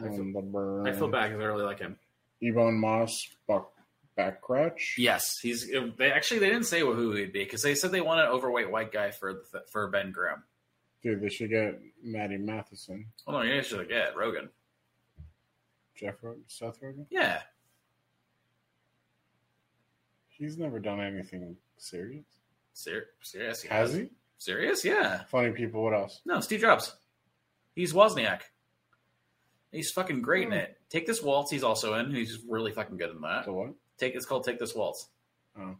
[SPEAKER 1] I feel-
[SPEAKER 2] On the brain.
[SPEAKER 1] I feel bad because I really like him.
[SPEAKER 2] Ebon Moss, Buck, Backrach.
[SPEAKER 1] Yes, he's. uh, They actually they didn't say who he'd be because they said they want an overweight white guy for the, th- for Ben Grimm.
[SPEAKER 2] Dude, they should get Maddie Matheson.
[SPEAKER 1] Well, no, you should like, yeah, Rogan.
[SPEAKER 2] Jeff Rogan, Seth Rogen.
[SPEAKER 1] Yeah,
[SPEAKER 2] He's never done anything serious.
[SPEAKER 1] Ser- serious. yeah.
[SPEAKER 2] Has he?
[SPEAKER 1] Serious? Yeah.
[SPEAKER 2] Funny people. What else?
[SPEAKER 1] No, Steve Jobs. He's Wozniak. He's fucking great
[SPEAKER 2] Hmm.
[SPEAKER 1] in it. Take this waltz. He's also in. He's really fucking good in that.
[SPEAKER 2] The what?
[SPEAKER 1] Take it's called Take This Waltz.
[SPEAKER 2] Oh.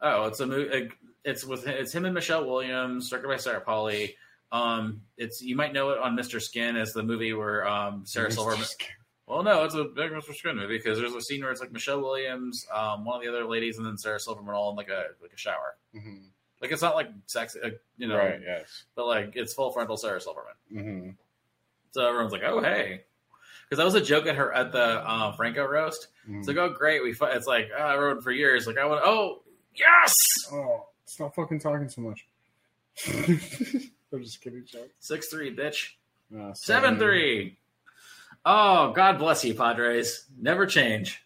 [SPEAKER 1] Oh, it's a movie. It's with it's him and Michelle Williams, directed by Sarah Polly. Um, it's you might know it on Mr. Skin as the movie where um Sarah Silverman. Well, no, it's a big Mr. Skin movie because there's a scene where it's like Michelle Williams, um, one of the other ladies, and then Sarah Silverman all in like a like a shower.
[SPEAKER 2] Mhm.
[SPEAKER 1] Like it's not like sexy, uh, you know,
[SPEAKER 2] Right. Yes.
[SPEAKER 1] but like it's full frontal Sarah Silverman.
[SPEAKER 2] hmm
[SPEAKER 1] So everyone's like, "Oh, hey," because that was a joke at her at the uh, Franco roast.
[SPEAKER 2] Mm-hmm.
[SPEAKER 1] It's like, "Oh, great, we." Fu-. It's like oh, I rode for years. Like I want. Oh, yes.
[SPEAKER 2] Oh, stop fucking talking so much. I'm just kidding, Chuck.
[SPEAKER 1] Six three, bitch.
[SPEAKER 2] Uh,
[SPEAKER 1] Seven three. Oh, God bless you, Padres. Never change.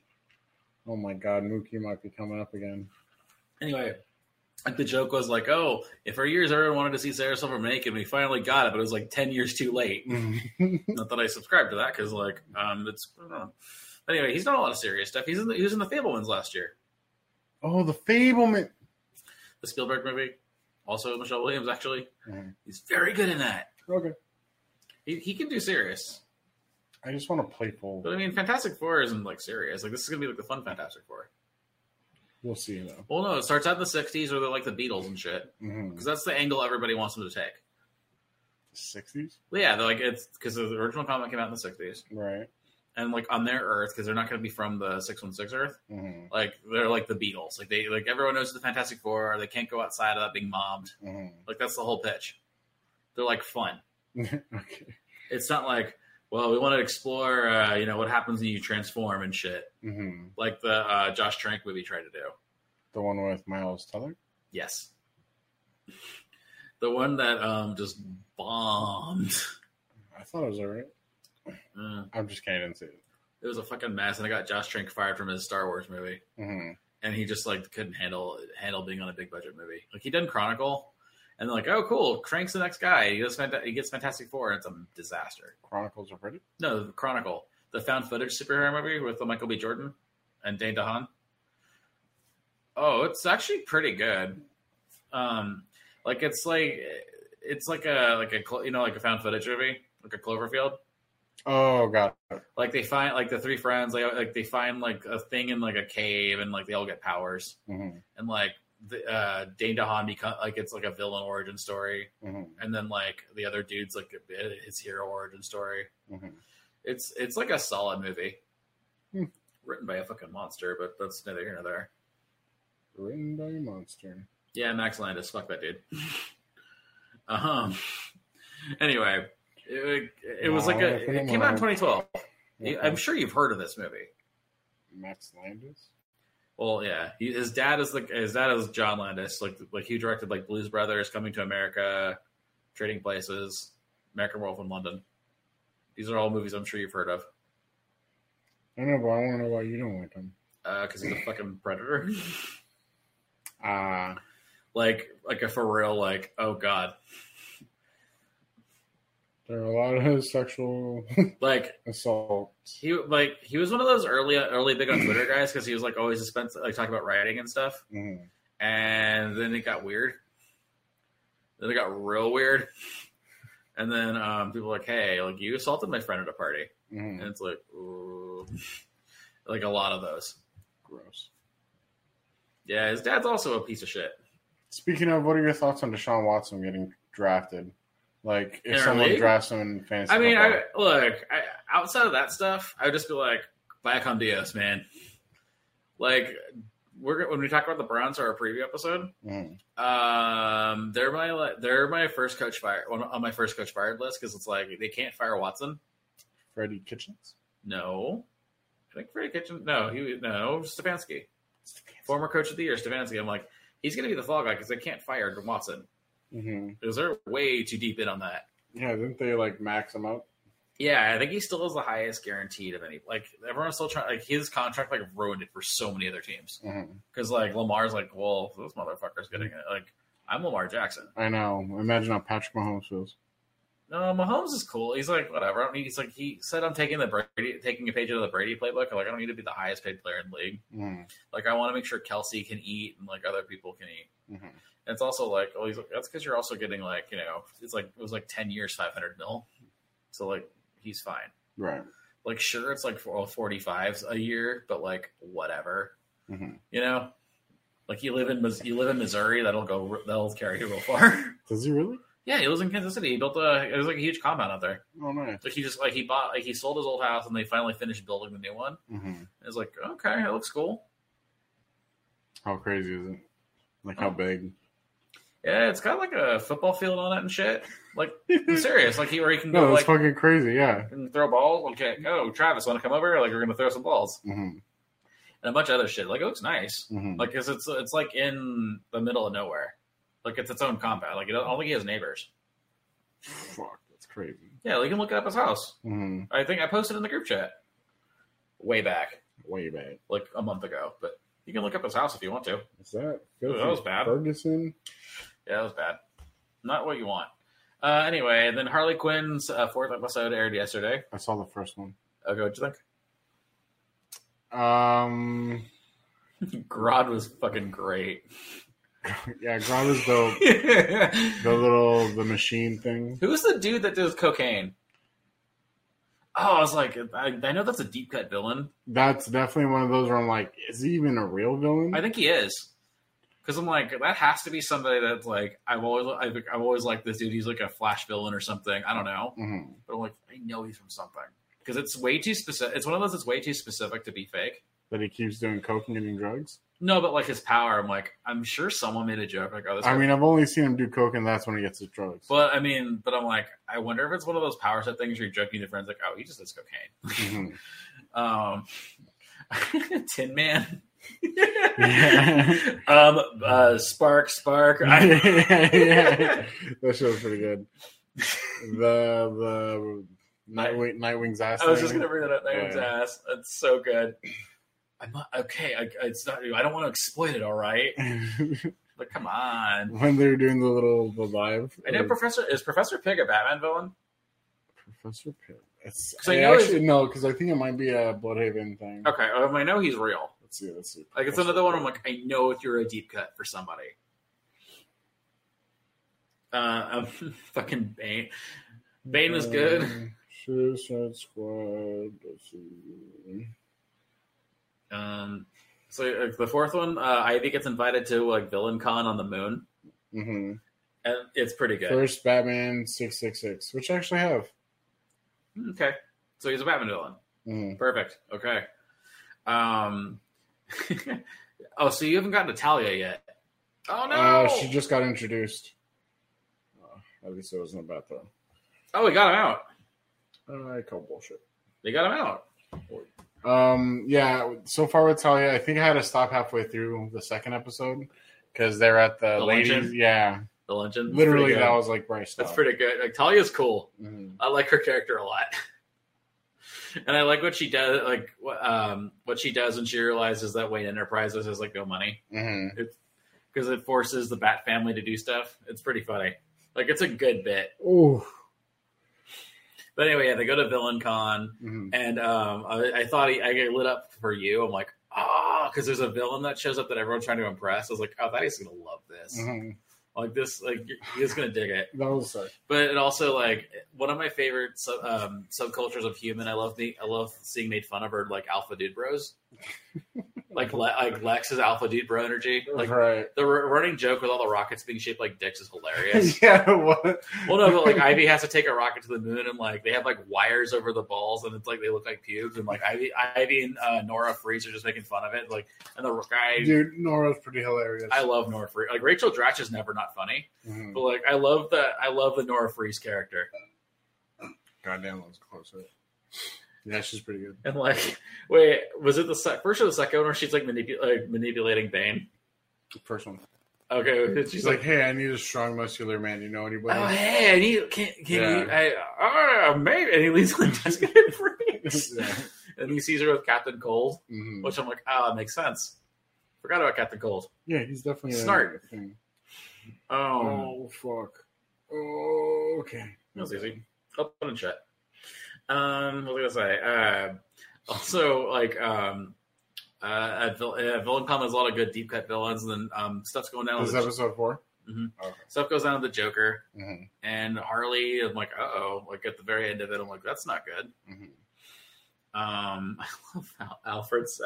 [SPEAKER 2] Oh my God, Mookie might be coming up again.
[SPEAKER 1] Anyway, like the joke was like, "Oh, if for years everyone wanted to see Sarah Silverman naked, we finally got it, but it was like ten years too late." Not that I subscribe to that because like um, it's. I don't know. Anyway, he's done a lot of serious stuff. He's in the, he was in the Fablemans last year.
[SPEAKER 2] oh, the Fableman.
[SPEAKER 1] the Spielberg movie. Also Michelle Williams, actually.
[SPEAKER 2] Mhm.
[SPEAKER 1] He's very good in that.
[SPEAKER 2] Okay.
[SPEAKER 1] He, he can do serious.
[SPEAKER 2] I just want a playful.
[SPEAKER 1] But I mean Fantastic Four isn't like serious. Like this is gonna be like the fun Fantastic Four.
[SPEAKER 2] We'll see though.
[SPEAKER 1] Well no, it starts out in the sixties where they're like the Beatles and shit.
[SPEAKER 2] hmm
[SPEAKER 1] Because that's the angle everybody wants them to take.
[SPEAKER 2] Sixties,
[SPEAKER 1] But yeah, they're like it's because the original comic came out in the sixties.
[SPEAKER 2] right?
[SPEAKER 1] And like on their Earth, because they're not gonna be from the six one six Earth,
[SPEAKER 2] hmm
[SPEAKER 1] like they're like the Beatles. Like they like everyone knows who the Fantastic Four are, they can't go outside without being mobbed.
[SPEAKER 2] hmm
[SPEAKER 1] Like that's the whole pitch. They're like fun.
[SPEAKER 2] Mm-hmm. okay.
[SPEAKER 1] it's not like well we want to explore uh, you know what happens when you transform and shit
[SPEAKER 2] hmm
[SPEAKER 1] like the uh, josh trank movie tried to do
[SPEAKER 2] The one with Miles Teller.
[SPEAKER 1] yes the one that um just bombed
[SPEAKER 2] I thought it was alright.
[SPEAKER 1] Mm.
[SPEAKER 2] I'm just kidding. I didn't see it.
[SPEAKER 1] it was a fucking mess and i got josh trank fired from his star wars movie
[SPEAKER 2] hmm
[SPEAKER 1] and he just like couldn't handle handle being on a big budget movie like he done chronicle and they're like oh cool trank's the next guy he gets, Fanta- he gets fantastic four and it's a disaster
[SPEAKER 2] Chronicles of Reddit.
[SPEAKER 1] No, Chronicle, the found footage superhero movie with the Michael B. Jordan and Dane DeHaan. Oh, it's actually pretty good. Um, like it's like it's like a like a cl- you know like a found footage movie, like a Cloverfield.
[SPEAKER 2] Oh God.
[SPEAKER 1] Like they find like the three friends, like like they find like a thing in like a cave, and like they all get powers,
[SPEAKER 2] hmm
[SPEAKER 1] and like the, uh, Dane DeHaan become like it's like a villain origin story,
[SPEAKER 2] hmm
[SPEAKER 1] and then like the other dude's like his hero origin story.
[SPEAKER 2] hmm
[SPEAKER 1] It's it's like a solid movie,
[SPEAKER 2] Hmm.
[SPEAKER 1] written by a fucking monster, but that's neither here nor there.
[SPEAKER 2] Written by a monster.
[SPEAKER 1] Yeah, Max Landis, fuck that dude. uh huh. Anyway, it, it was like a it came out in 2012. I'm sure you've heard of this movie.
[SPEAKER 2] Max Landis.
[SPEAKER 1] Well, yeah, he, his dad is like his dad is John Landis. Like like he directed like Blues Brothers, Coming to America, Trading Places, American Werewolf in London. These are all movies I'm sure you've heard of.
[SPEAKER 2] I know, but I want to know why you don't like him.
[SPEAKER 1] Because uh, he's a fucking predator.
[SPEAKER 2] Ah,
[SPEAKER 1] like like a for real. Like oh god.
[SPEAKER 2] there are a lot of sexual
[SPEAKER 1] Like
[SPEAKER 2] assaults.
[SPEAKER 1] he like he was one of those early early big on Twitter guys because he was like always expensive, like talking about writing and stuff.
[SPEAKER 2] Mhm.
[SPEAKER 1] And then it got weird. Then it got real weird. And then um, people were like, "Hey, like you assaulted my friend at a party,"
[SPEAKER 2] Mhm.
[SPEAKER 1] and it's like, ooh. like a lot of those.
[SPEAKER 2] Gross.
[SPEAKER 1] Yeah, his dad's also a piece of shit.
[SPEAKER 2] Speaking of, what are your thoughts on Deshaun Watson getting drafted? Like, if
[SPEAKER 1] In our
[SPEAKER 2] someone
[SPEAKER 1] league?
[SPEAKER 2] drafts him in fantasy,
[SPEAKER 1] I mean, I
[SPEAKER 2] football,
[SPEAKER 1] look I, outside of that stuff, I would just be like, "Viacom Dios, man." Like we're when we talk about the Browns or our preview episode,
[SPEAKER 2] Mhm.
[SPEAKER 1] Um, they're my like, they're my first coach fire on, on my first coach fired list because it's like they can't fire Watson.
[SPEAKER 2] Freddie Kitchens,
[SPEAKER 1] No, I think Freddie Kitchen. No, he no Stefanski, former coach of the year Stefanski. I'm like he's gonna be the fall guy because they can't fire Watson
[SPEAKER 2] hmm
[SPEAKER 1] because they're way too deep in on that.
[SPEAKER 2] yeah, didn't they like max him out?
[SPEAKER 1] Yeah, I think he still is the highest guaranteed of any. Like everyone's still trying. Like his contract like ruined it for so many other teams
[SPEAKER 2] Mhm.
[SPEAKER 1] because like Lamar's like, well, this motherfucker's getting it. Like I'm Lamar Jackson.
[SPEAKER 2] I know. Imagine how Patrick Mahomes feels.
[SPEAKER 1] No, Mahomes is cool. He's like whatever. I don't need. He's like he said, I'm taking the Brady, taking a page out of the Brady playbook. Like I don't need to be the highest paid player in the league.
[SPEAKER 2] Mhm.
[SPEAKER 1] Like I want to make sure Kelsey can eat and like other people can eat.
[SPEAKER 2] Mhm.
[SPEAKER 1] And it's also like, oh, he's like, that's because you're also getting like you know, it's like it was like ten years, five hundred mil. So like he's fine.
[SPEAKER 2] Right.
[SPEAKER 1] Like sure, it's like for 45s a year, but like whatever,
[SPEAKER 2] Mhm.
[SPEAKER 1] you know. Like you live in Mis- you live in Missouri, that'll go that'll carry you real far.
[SPEAKER 2] Does he really?
[SPEAKER 1] yeah, he lives in Kansas City. He built a it was like a huge compound out there.
[SPEAKER 2] Oh, nice.
[SPEAKER 1] Like he just like he bought like he sold his old house and they finally finished building the new one.
[SPEAKER 2] Mhm.
[SPEAKER 1] It was like, okay, it looks cool.
[SPEAKER 2] How crazy is it? Like how big?
[SPEAKER 1] Yeah, it's got like a football field on it and shit. Like I'm serious. Like he where he can
[SPEAKER 2] no,
[SPEAKER 1] go
[SPEAKER 2] that's
[SPEAKER 1] like
[SPEAKER 2] fucking crazy. Yeah.
[SPEAKER 1] and throw balls. Okay, oh Travis, wanna come over? Like we're gonna throw some balls.
[SPEAKER 2] hmm
[SPEAKER 1] And a bunch of other shit. Like it looks nice.
[SPEAKER 2] hmm
[SPEAKER 1] Like 'cause it's it's like in the middle of nowhere. Like it's its own compound. Like it, I don't think he has neighbors.
[SPEAKER 2] Fuck, that's crazy.
[SPEAKER 1] Yeah, like, you can look up his house.
[SPEAKER 2] hmm
[SPEAKER 1] I think I posted in the group chat way back,
[SPEAKER 2] Way bad.
[SPEAKER 1] like a month ago. But you can look up his house if you want to.
[SPEAKER 2] Is that?
[SPEAKER 1] Ooh, that was bad.
[SPEAKER 2] Ferguson.
[SPEAKER 1] Yeah, that was bad. Not what you want. Uh, anyway, then Harley Quinn's uh, fourth episode aired yesterday.
[SPEAKER 2] I saw the first one.
[SPEAKER 1] Okay, what'd you
[SPEAKER 2] Um.
[SPEAKER 1] think? Grodd was fucking great.
[SPEAKER 2] Yeah, Grodd is the the
[SPEAKER 1] Who's
[SPEAKER 2] little the machine thing.
[SPEAKER 1] the dude that does cocaine? Oh, I was like, I, I know that's a deep cut villain.
[SPEAKER 2] That's definitely one of those where I'm like, is he even a real villain?
[SPEAKER 1] I think he is, because I'm like, that has to be somebody that's like, I've always, I've, I've always liked this dude. He's like a Flash villain or something. I don't know,
[SPEAKER 2] Mhm.
[SPEAKER 1] but I'm like, I know he's from something because it's way too specific. It's one of those that's way too specific to be fake.
[SPEAKER 2] that he keeps doing coke and getting drugs.
[SPEAKER 1] No, but like his power, I'm like, I'm sure someone made a joke like, oh, this.
[SPEAKER 2] I
[SPEAKER 1] guy-
[SPEAKER 2] mean, I've only seen him do coke, and that's when he gets his drugs.
[SPEAKER 1] but I mean, but I'm like, I wonder if it's one of those power set things where you're joking to friends like, oh, he just does cocaine.
[SPEAKER 2] Mhm.
[SPEAKER 1] Um, Tin Man.
[SPEAKER 2] Yeah.
[SPEAKER 1] um, uh, Spark, Spark. I,
[SPEAKER 2] yeah, that shit was pretty good. The the Nightwing Nightwing's ass.
[SPEAKER 1] I was just
[SPEAKER 2] thing.
[SPEAKER 1] gonna bring that up. Nightwing's
[SPEAKER 2] Yeah.
[SPEAKER 1] ass. That's so good. I'm not okay. I, it's not. I don't want to exploit it. All right. But come on.
[SPEAKER 2] when they were doing the little the live.
[SPEAKER 1] I know
[SPEAKER 2] or-
[SPEAKER 1] Professor is Professor Pig a Batman villain.
[SPEAKER 2] Professor Pitt. It's,
[SPEAKER 1] 'Cause I
[SPEAKER 2] I
[SPEAKER 1] know
[SPEAKER 2] actually no, because I think it might be a Bloodhaven thing.
[SPEAKER 1] Okay, um, I know he's real.
[SPEAKER 2] Let's see. Let's see.
[SPEAKER 1] Like it's
[SPEAKER 2] Professor
[SPEAKER 1] another one. I'm
[SPEAKER 2] Pitt.
[SPEAKER 1] like, I know if you're a deep cut for somebody. Uh, um, fucking Bane. Bane was good.
[SPEAKER 2] Um, Suicide Squad. Let's see. Uh.
[SPEAKER 1] Um, so like, the fourth one, uh, Ivy gets invited to like villain con on the moon,
[SPEAKER 2] hmm
[SPEAKER 1] and it's pretty good.
[SPEAKER 2] First Batman six six six, which I actually have.
[SPEAKER 1] Mm, Okay, so he's a Batman villain.
[SPEAKER 2] Mhm.
[SPEAKER 1] Perfect. Okay. Um. oh, so you haven't gotten to Talia yet? Oh no!
[SPEAKER 2] Uh, she just got introduced. Uh, at least it wasn't a bad throw.
[SPEAKER 1] oh, we got him out.
[SPEAKER 2] Uh, I call bullshit.
[SPEAKER 1] They got him out.
[SPEAKER 2] Um, yeah, so far with Talia, I think I had to stop halfway through the second episode because they're at the,
[SPEAKER 1] The
[SPEAKER 2] ladies.
[SPEAKER 1] luncheon?
[SPEAKER 2] Yeah,
[SPEAKER 1] The luncheon. That's
[SPEAKER 2] literally
[SPEAKER 1] pretty good.
[SPEAKER 2] that was like Bryce.
[SPEAKER 1] That's
[SPEAKER 2] stuff.
[SPEAKER 1] pretty good. Like Talia's cool.
[SPEAKER 2] Mhm.
[SPEAKER 1] I like her character a lot, and I like what she does. Like wh- um, what she does when she realizes that Wayne Enterprises has like no money
[SPEAKER 2] Mhm.
[SPEAKER 1] because it forces the Bat family to do stuff. It's pretty funny. Like it's a good bit.
[SPEAKER 2] Ooh.
[SPEAKER 1] But anyway, yeah, they go to Villain Con,
[SPEAKER 2] Mhm.
[SPEAKER 1] and um, I, I thought he, I get lit up for you. I'm like, ah, because there's a villain that shows up that everyone's trying to impress. I was like, oh, that is gonna love this.
[SPEAKER 2] Mhm.
[SPEAKER 1] Like this, like you're- you're just gonna dig it.
[SPEAKER 2] That was uh,
[SPEAKER 1] but it also like one of my favorite sub, um, subcultures of human. I love the I love seeing made fun of her like alpha dude bros, like Le- like Lex's alpha dude bro energy. Like
[SPEAKER 2] right.
[SPEAKER 1] the r- running joke with all the rockets being shaped like dicks is hilarious.
[SPEAKER 2] yeah. What?
[SPEAKER 1] well, no, but like Ivy has to take a rocket to the moon, and like they have like wires over the balls, and it's like they look like pubes, and like Ivy Ivy and uh, Nora Freeze are just making fun of it. Like and the r- guy.
[SPEAKER 2] Dude, Nora's pretty hilarious.
[SPEAKER 1] I love Nora Freeze. Like Rachel Dratch is never not funny,
[SPEAKER 2] Mhm.
[SPEAKER 1] but like I love the I love the Nora Freeze character.
[SPEAKER 2] Goddamn, that was close. right? Yeah, she's pretty good.
[SPEAKER 1] And like, wait, was it the sec- first or the second one where she's like, manipu- like manipulating Bane?
[SPEAKER 2] The first one.
[SPEAKER 1] Okay, she's,
[SPEAKER 2] She's like,
[SPEAKER 1] like,
[SPEAKER 2] "Hey, I need a strong, muscular man. You know anybody?"
[SPEAKER 1] oh hey, I need can can you
[SPEAKER 2] Yeah.
[SPEAKER 1] I oh maybe and he leaves like Jessica and Freeze.
[SPEAKER 2] Yeah. Mm-hmm.
[SPEAKER 1] and he sees her with Captain Cold,
[SPEAKER 2] Mhm.
[SPEAKER 1] which I'm like, ah, it makes sense. Forgot about Captain Cold.
[SPEAKER 2] Yeah, he's definitely a
[SPEAKER 1] Snart.
[SPEAKER 2] thing.
[SPEAKER 1] Oh,
[SPEAKER 2] Oh fuck. Oh, okay.
[SPEAKER 1] that was easy. Open and shut. Um, what was I gonna say? Uh, also, like, um, uh, at Vil- uh, Villain Con, there's a lot of good deep cut villains, and then um, stuff's going down.
[SPEAKER 2] This
[SPEAKER 1] with
[SPEAKER 2] is
[SPEAKER 1] the-
[SPEAKER 2] episode 4
[SPEAKER 1] Mhm.
[SPEAKER 2] Okay.
[SPEAKER 1] stuff goes down with the Joker.
[SPEAKER 2] Mhm.
[SPEAKER 1] and Harley, I'm like, uh oh, like at the very end of it, I'm like, that's not good.
[SPEAKER 2] Mhm.
[SPEAKER 1] Um, I love how Alfred's.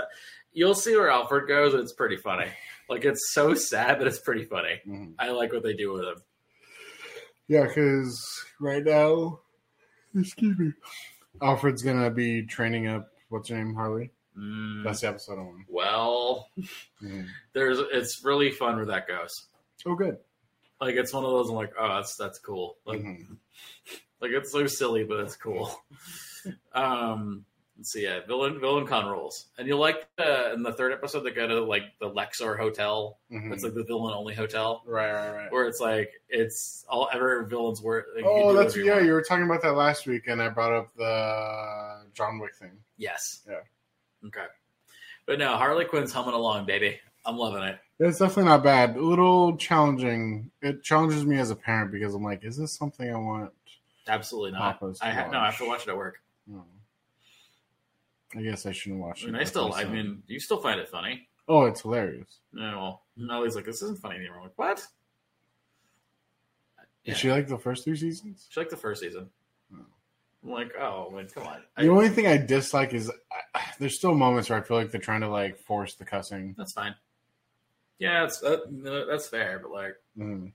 [SPEAKER 1] You'll see where Alfred goes, and it's pretty funny. Like it's so sad, but it's pretty funny.
[SPEAKER 2] Mhm.
[SPEAKER 1] I like what they do with him.
[SPEAKER 2] Yeah, because right now, excuse me, Alfred's gonna be training up. What's her name? Harley.
[SPEAKER 1] Mm,
[SPEAKER 2] That's the episode one.
[SPEAKER 1] well,
[SPEAKER 2] Mhm.
[SPEAKER 1] there's it's really fun where that goes.
[SPEAKER 2] Oh, good.
[SPEAKER 1] Like it's one of those. I'm like, oh, that's that's cool. Like,
[SPEAKER 2] Mhm.
[SPEAKER 1] like it's so silly, but it's cool. um, let's see, yeah, villain villain con rules, and you like the in the third episode they go to like the Lexor Hotel
[SPEAKER 2] Mhm.
[SPEAKER 1] It's like the villain only hotel
[SPEAKER 2] Right, right, right.
[SPEAKER 1] where it's like it's all ever villains were. Like, you can
[SPEAKER 2] Oh,
[SPEAKER 1] do
[SPEAKER 2] that's
[SPEAKER 1] whatever you
[SPEAKER 2] yeah.
[SPEAKER 1] want.
[SPEAKER 2] You were talking about that last week, and I brought up the John Wick thing.
[SPEAKER 1] yes.
[SPEAKER 2] Yeah.
[SPEAKER 1] Okay. But no, Harley Quinn's humming along, baby. I'm loving it.
[SPEAKER 2] It's definitely not bad. A little challenging. It challenges me as a parent because I'm like, is this something I want?
[SPEAKER 1] Absolutely not.
[SPEAKER 2] Papa's
[SPEAKER 1] I ha- no, I
[SPEAKER 2] watch.
[SPEAKER 1] have to watch it at work.
[SPEAKER 2] No. I guess I shouldn't watch
[SPEAKER 1] I
[SPEAKER 2] it.
[SPEAKER 1] mean, I
[SPEAKER 2] with
[SPEAKER 1] still,
[SPEAKER 2] my
[SPEAKER 1] I
[SPEAKER 2] son.
[SPEAKER 1] mean, you still find it funny.
[SPEAKER 2] oh, it's hilarious.
[SPEAKER 1] No, well, Ollie's like, this isn't funny anymore. I'm like, what? Yeah.
[SPEAKER 2] Did you like the first three seasons?
[SPEAKER 1] She liked the first season.
[SPEAKER 2] No.
[SPEAKER 1] I'm like, oh, man, come on.
[SPEAKER 2] The
[SPEAKER 1] I-
[SPEAKER 2] only thing I dislike is I, there's still moments where I feel like they're trying to like force the cussing.
[SPEAKER 1] that's fine. Yeah, it's, uh, no, that's fair. But like,
[SPEAKER 2] Mm.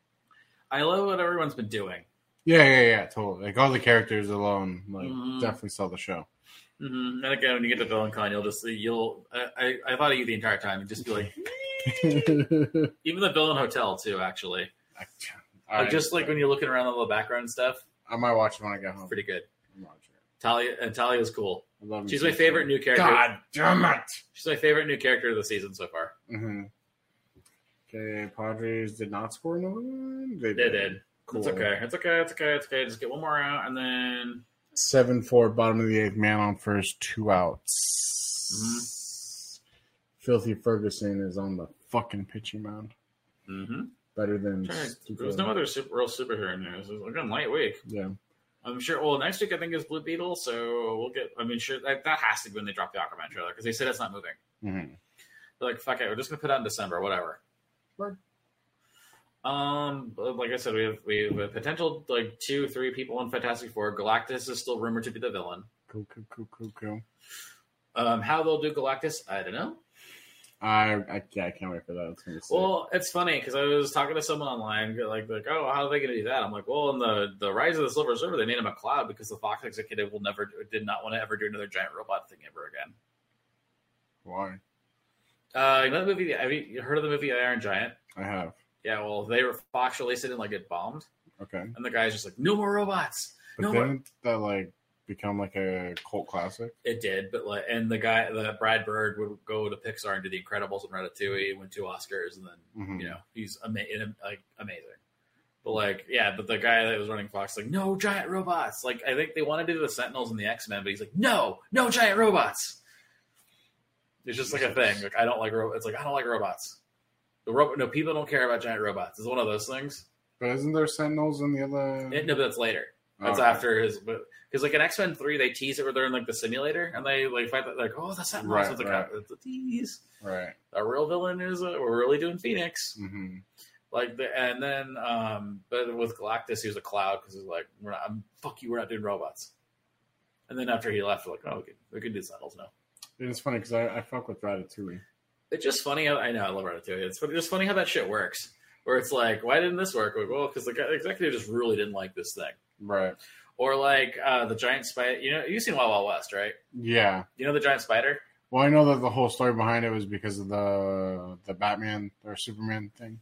[SPEAKER 1] I love what everyone's been doing.
[SPEAKER 2] Yeah, yeah, yeah, totally. Like all the characters alone, like
[SPEAKER 1] Mhm.
[SPEAKER 2] definitely sell the show.
[SPEAKER 1] Mm-hmm. And again, when you get to Villain Con, you'll just you'll I, I I thought of you the entire time and just be like, even the Villain Hotel too. Actually,
[SPEAKER 2] I,
[SPEAKER 1] like,
[SPEAKER 2] I-
[SPEAKER 1] just like when you're looking around all the background and stuff,
[SPEAKER 2] I might watch it when I get home.
[SPEAKER 1] pretty good.
[SPEAKER 2] I'm watching it.
[SPEAKER 1] Talia and Talia's cool.
[SPEAKER 2] I love
[SPEAKER 1] She's
[SPEAKER 2] you,
[SPEAKER 1] my
[SPEAKER 2] Jason.
[SPEAKER 1] favorite new character.
[SPEAKER 2] God damn it!
[SPEAKER 1] She's my favorite new character of the season so far.
[SPEAKER 2] hmm Okay, Padres did not score another one. They
[SPEAKER 1] They did.
[SPEAKER 2] Cool.
[SPEAKER 1] It's okay. It's okay. It's okay. It's okay. Just get one more out and then
[SPEAKER 2] Seven four, bottom of the eighth, man on first, two outs. Filthy Ferguson is on the fucking pitching mound.
[SPEAKER 1] mm-hmm.
[SPEAKER 2] Better than
[SPEAKER 1] there was no other super, real superhero news. It was like a light week.
[SPEAKER 2] Yeah.
[SPEAKER 1] I'm sure. Well, next week I think is Blue Beetle, so we'll get. I mean, sure that, that has to be when they drop the Aquaman trailer because they said it's not moving.
[SPEAKER 2] Mhm.
[SPEAKER 1] They're like, fuck it, we're just gonna put it out in December, whatever.
[SPEAKER 2] Word.
[SPEAKER 1] Um, but like I said, we have we have a potential like two, three people in Fantastic Four. Galactus is still rumored to be the villain.
[SPEAKER 2] Cool, cool, cool, cool, cool.
[SPEAKER 1] Um, how they'll do Galactus, I don't know.
[SPEAKER 2] I I, yeah, I can't wait for that. It's gonna be sick.
[SPEAKER 1] Well, it's funny because I was talking to someone online, like like, oh, how are they gonna do that? I'm like, well, in the the Rise of the Silver Surfer, they made him a cloud because the Fox executive will never did not want to ever do another giant robot thing ever again.
[SPEAKER 2] why?
[SPEAKER 1] Uh, you know the movie? Have you you heard of the movie The Iron Giant?
[SPEAKER 2] I have.
[SPEAKER 1] Yeah, well, they were Fox released it and like it bombed.
[SPEAKER 2] Okay.
[SPEAKER 1] And the guy's just like, no more robots.
[SPEAKER 2] But
[SPEAKER 1] No,
[SPEAKER 2] didn't that like become like a cult classic?
[SPEAKER 1] It did, but like, and the guy, the Brad Bird would go to Pixar and do The Incredibles and Ratatouille and win two Oscars, and then
[SPEAKER 2] Mhm.
[SPEAKER 1] you know he's ama- and, like amazing. But like, yeah, but the guy that was running Fox, like, no giant robots. Like, I think they wanted to do the Sentinels and the X Men, but he's like, no, no giant robots. It's just like a thing. Like, I don't like robots. It's like I don't like robots. The ro- no people don't care about giant robots. It's one of those things.
[SPEAKER 2] But isn't there Sentinels in the other?
[SPEAKER 1] It, no, but that's later. That's
[SPEAKER 2] Oh, Okay.
[SPEAKER 1] after his, because like in X Men three, they tease it where they're in like the simulator and they like fight that like, oh, that's that
[SPEAKER 2] Right,
[SPEAKER 1] with the
[SPEAKER 2] right.
[SPEAKER 1] co- it's a tease.
[SPEAKER 2] Right.
[SPEAKER 1] Our real villain is uh, we're really doing Phoenix,
[SPEAKER 2] hmm
[SPEAKER 1] like the, and then um, but with Galactus, he was a cloud because he's like, we're not, I'm fuck you, we're not doing robots. And then after he left, we're like, oh, we can we can do Sentinels now.
[SPEAKER 2] It's funny because I, I fuck with Ratatouille.
[SPEAKER 1] It's just funny. How, I know I love Ratatouille. It's but just funny how that shit works. Where it's like, why didn't this work? Like, well, because the guy- the executive just really didn't like this thing.
[SPEAKER 2] Right.
[SPEAKER 1] Or like uh, the giant spider. You know, you've seen Wild Wild West, right?
[SPEAKER 2] Yeah.
[SPEAKER 1] You know the giant spider.
[SPEAKER 2] Well, I know that the whole story behind it was because of the the Batman or Superman thing,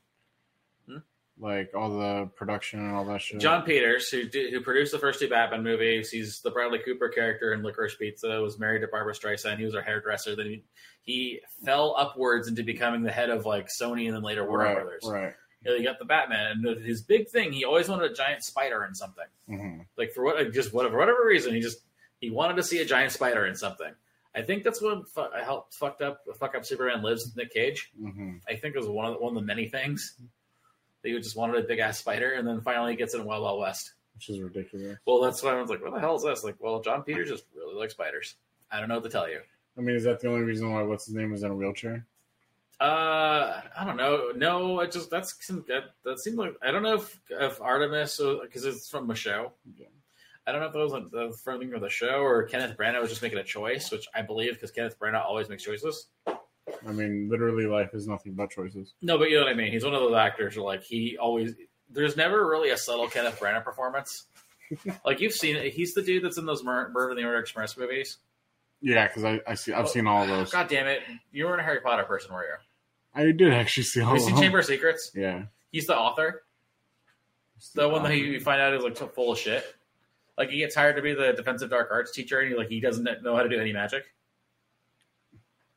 [SPEAKER 1] Hmm?
[SPEAKER 2] like all the production and all that shit.
[SPEAKER 1] John Peters, who did, who produced the first two Batman movies, he's the Bradley Cooper character in Licorice Pizza. Was married to Barbara Streisand. He was her hairdresser. Then he, he fell upwards into becoming the head of like Sony and then later Warner
[SPEAKER 2] right.
[SPEAKER 1] Brothers.
[SPEAKER 2] Right.
[SPEAKER 1] You know, he got the Batman, and his big thing. He always wanted a giant spider in something.
[SPEAKER 2] hmm
[SPEAKER 1] Like for what, like, just whatever, whatever reason, he just he wanted to see a giant spider in something. I think that's what fu- helped fucked up fuck up Superman lives with Nick Cage.
[SPEAKER 2] hmm
[SPEAKER 1] I think it was one of the, one of the many things that you just wanted a big ass spider, and then finally it gets in Wild Wild West.
[SPEAKER 2] Which is ridiculous.
[SPEAKER 1] Well, that's why I was like, "What the hell is this?" Like, well, John Peters just really likes spiders. I don't know what to tell you.
[SPEAKER 2] I mean, is that the only reason why what's his name was in a wheelchair?
[SPEAKER 1] Uh, I don't know. No, it just that's that that seemed like I don't know if if Artemis because it's from a show.
[SPEAKER 2] Yeah.
[SPEAKER 1] I don't know if that was like, the front thing of the show or Kenneth Branagh was just making a choice, which I believe because Kenneth Branagh always makes choices.
[SPEAKER 2] I mean, literally, life is nothing but choices.
[SPEAKER 1] No, but you know what I mean. He's one of those actors where like he always there's never really a subtle Kenneth Branagh performance. like you've seen it. He's the dude that's in those Mur- Murder in the Order Express movies.
[SPEAKER 2] Yeah, because I, I see I've seen all those.
[SPEAKER 1] Oh, God damn it. You weren't a Harry Potter person, were you?
[SPEAKER 2] I did actually see all
[SPEAKER 1] Have
[SPEAKER 2] of
[SPEAKER 1] you seen
[SPEAKER 2] them.
[SPEAKER 1] Chamber of Secrets?
[SPEAKER 2] Yeah,
[SPEAKER 1] He's the author. The one that you find out is like so full of shit. Like he gets hired to be the defensive dark arts teacher and he like he doesn't know how to do any magic.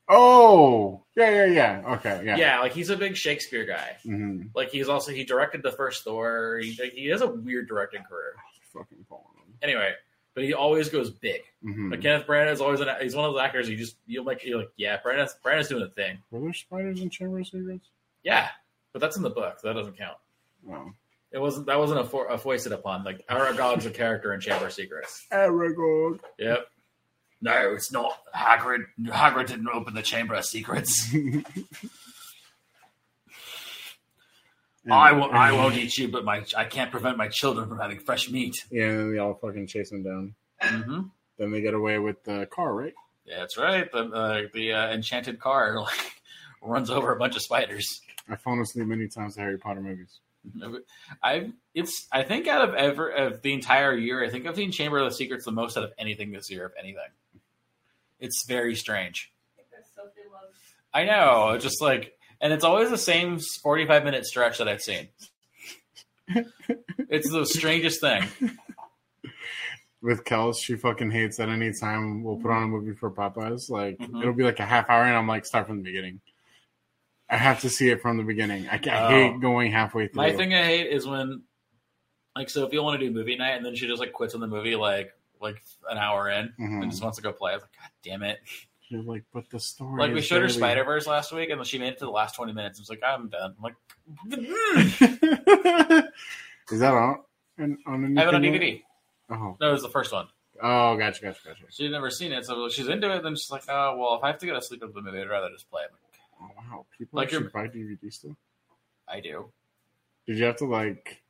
[SPEAKER 2] Oh, yeah, yeah, yeah. Okay, yeah.
[SPEAKER 1] Yeah, like he's a big Shakespeare guy.
[SPEAKER 2] hmm
[SPEAKER 1] Like he's also he directed the first Thor. He, like, he has a weird directing career.
[SPEAKER 2] Fucking Paul.
[SPEAKER 1] Anyway, but he always goes big.
[SPEAKER 2] Mm-hmm.
[SPEAKER 1] But Kenneth Branagh is always an, he's one of those actors you just you'll make you're like yeah Branagh Branagh's doing a thing
[SPEAKER 2] Were there spiders in Chamber of Secrets?
[SPEAKER 1] yeah but that's in the book so that doesn't count
[SPEAKER 2] No.
[SPEAKER 1] it wasn't that wasn't a, for, a foisted upon like Aragog's a character in Chamber of Secrets
[SPEAKER 2] Aragog.
[SPEAKER 1] yep
[SPEAKER 3] No, it's not. Hagrid Hagrid didn't open the Chamber of Secrets. I will. I won't eat you, but my I can't prevent my children from having fresh meat.
[SPEAKER 2] Yeah, and then they all fucking chase him down.
[SPEAKER 1] mm-hmm.
[SPEAKER 2] Then they get away with the car, right?
[SPEAKER 1] yeah that's right the uh, the uh, enchanted car like runs over a bunch of spiders
[SPEAKER 2] I've fallen asleep many times to Harry Potter movies.
[SPEAKER 1] I it's I think out of ever of the entire year I think I've seen Chamber of Secrets the most out of anything this year of anything it's very strange. I know, it's just like, and it's always the same forty-five minute stretch that I've seen. it's the strangest thing.
[SPEAKER 2] With Kels, she fucking hates that anytime we'll put on a movie for Popeyes. Like,
[SPEAKER 1] Mhm.
[SPEAKER 2] it'll be like a half hour, and I'm like, start from the beginning. I have to see it from the beginning. I, I
[SPEAKER 1] Oh.
[SPEAKER 2] hate going halfway through.
[SPEAKER 1] My thing I hate is when, like, so if you want to do movie night and then she just like quits on the movie like like an hour in and
[SPEAKER 2] Mhm.
[SPEAKER 1] just wants to go play, I was like, God damn it!
[SPEAKER 2] You're like, but the story.
[SPEAKER 1] Like we
[SPEAKER 2] is
[SPEAKER 1] showed her
[SPEAKER 2] barely-
[SPEAKER 1] Spider Verse last week and she made it to the last twenty minutes. I was like, I'm done. I'm like, "Hmm."
[SPEAKER 2] is that on? on- on
[SPEAKER 1] I have it on
[SPEAKER 2] anything
[SPEAKER 1] DVD.
[SPEAKER 2] yet? Oh,
[SPEAKER 1] No, it was the first one.
[SPEAKER 2] oh, gotcha, gotcha, gotcha.
[SPEAKER 1] She'd never seen it, so she's into it. Then she's like, "Oh, well, if I have to go to sleep with the movie, I'd rather just play it."
[SPEAKER 2] Oh, wow, people
[SPEAKER 1] Like
[SPEAKER 2] actually
[SPEAKER 1] your-
[SPEAKER 2] buy DVD still.
[SPEAKER 1] I do.
[SPEAKER 2] Did you have to like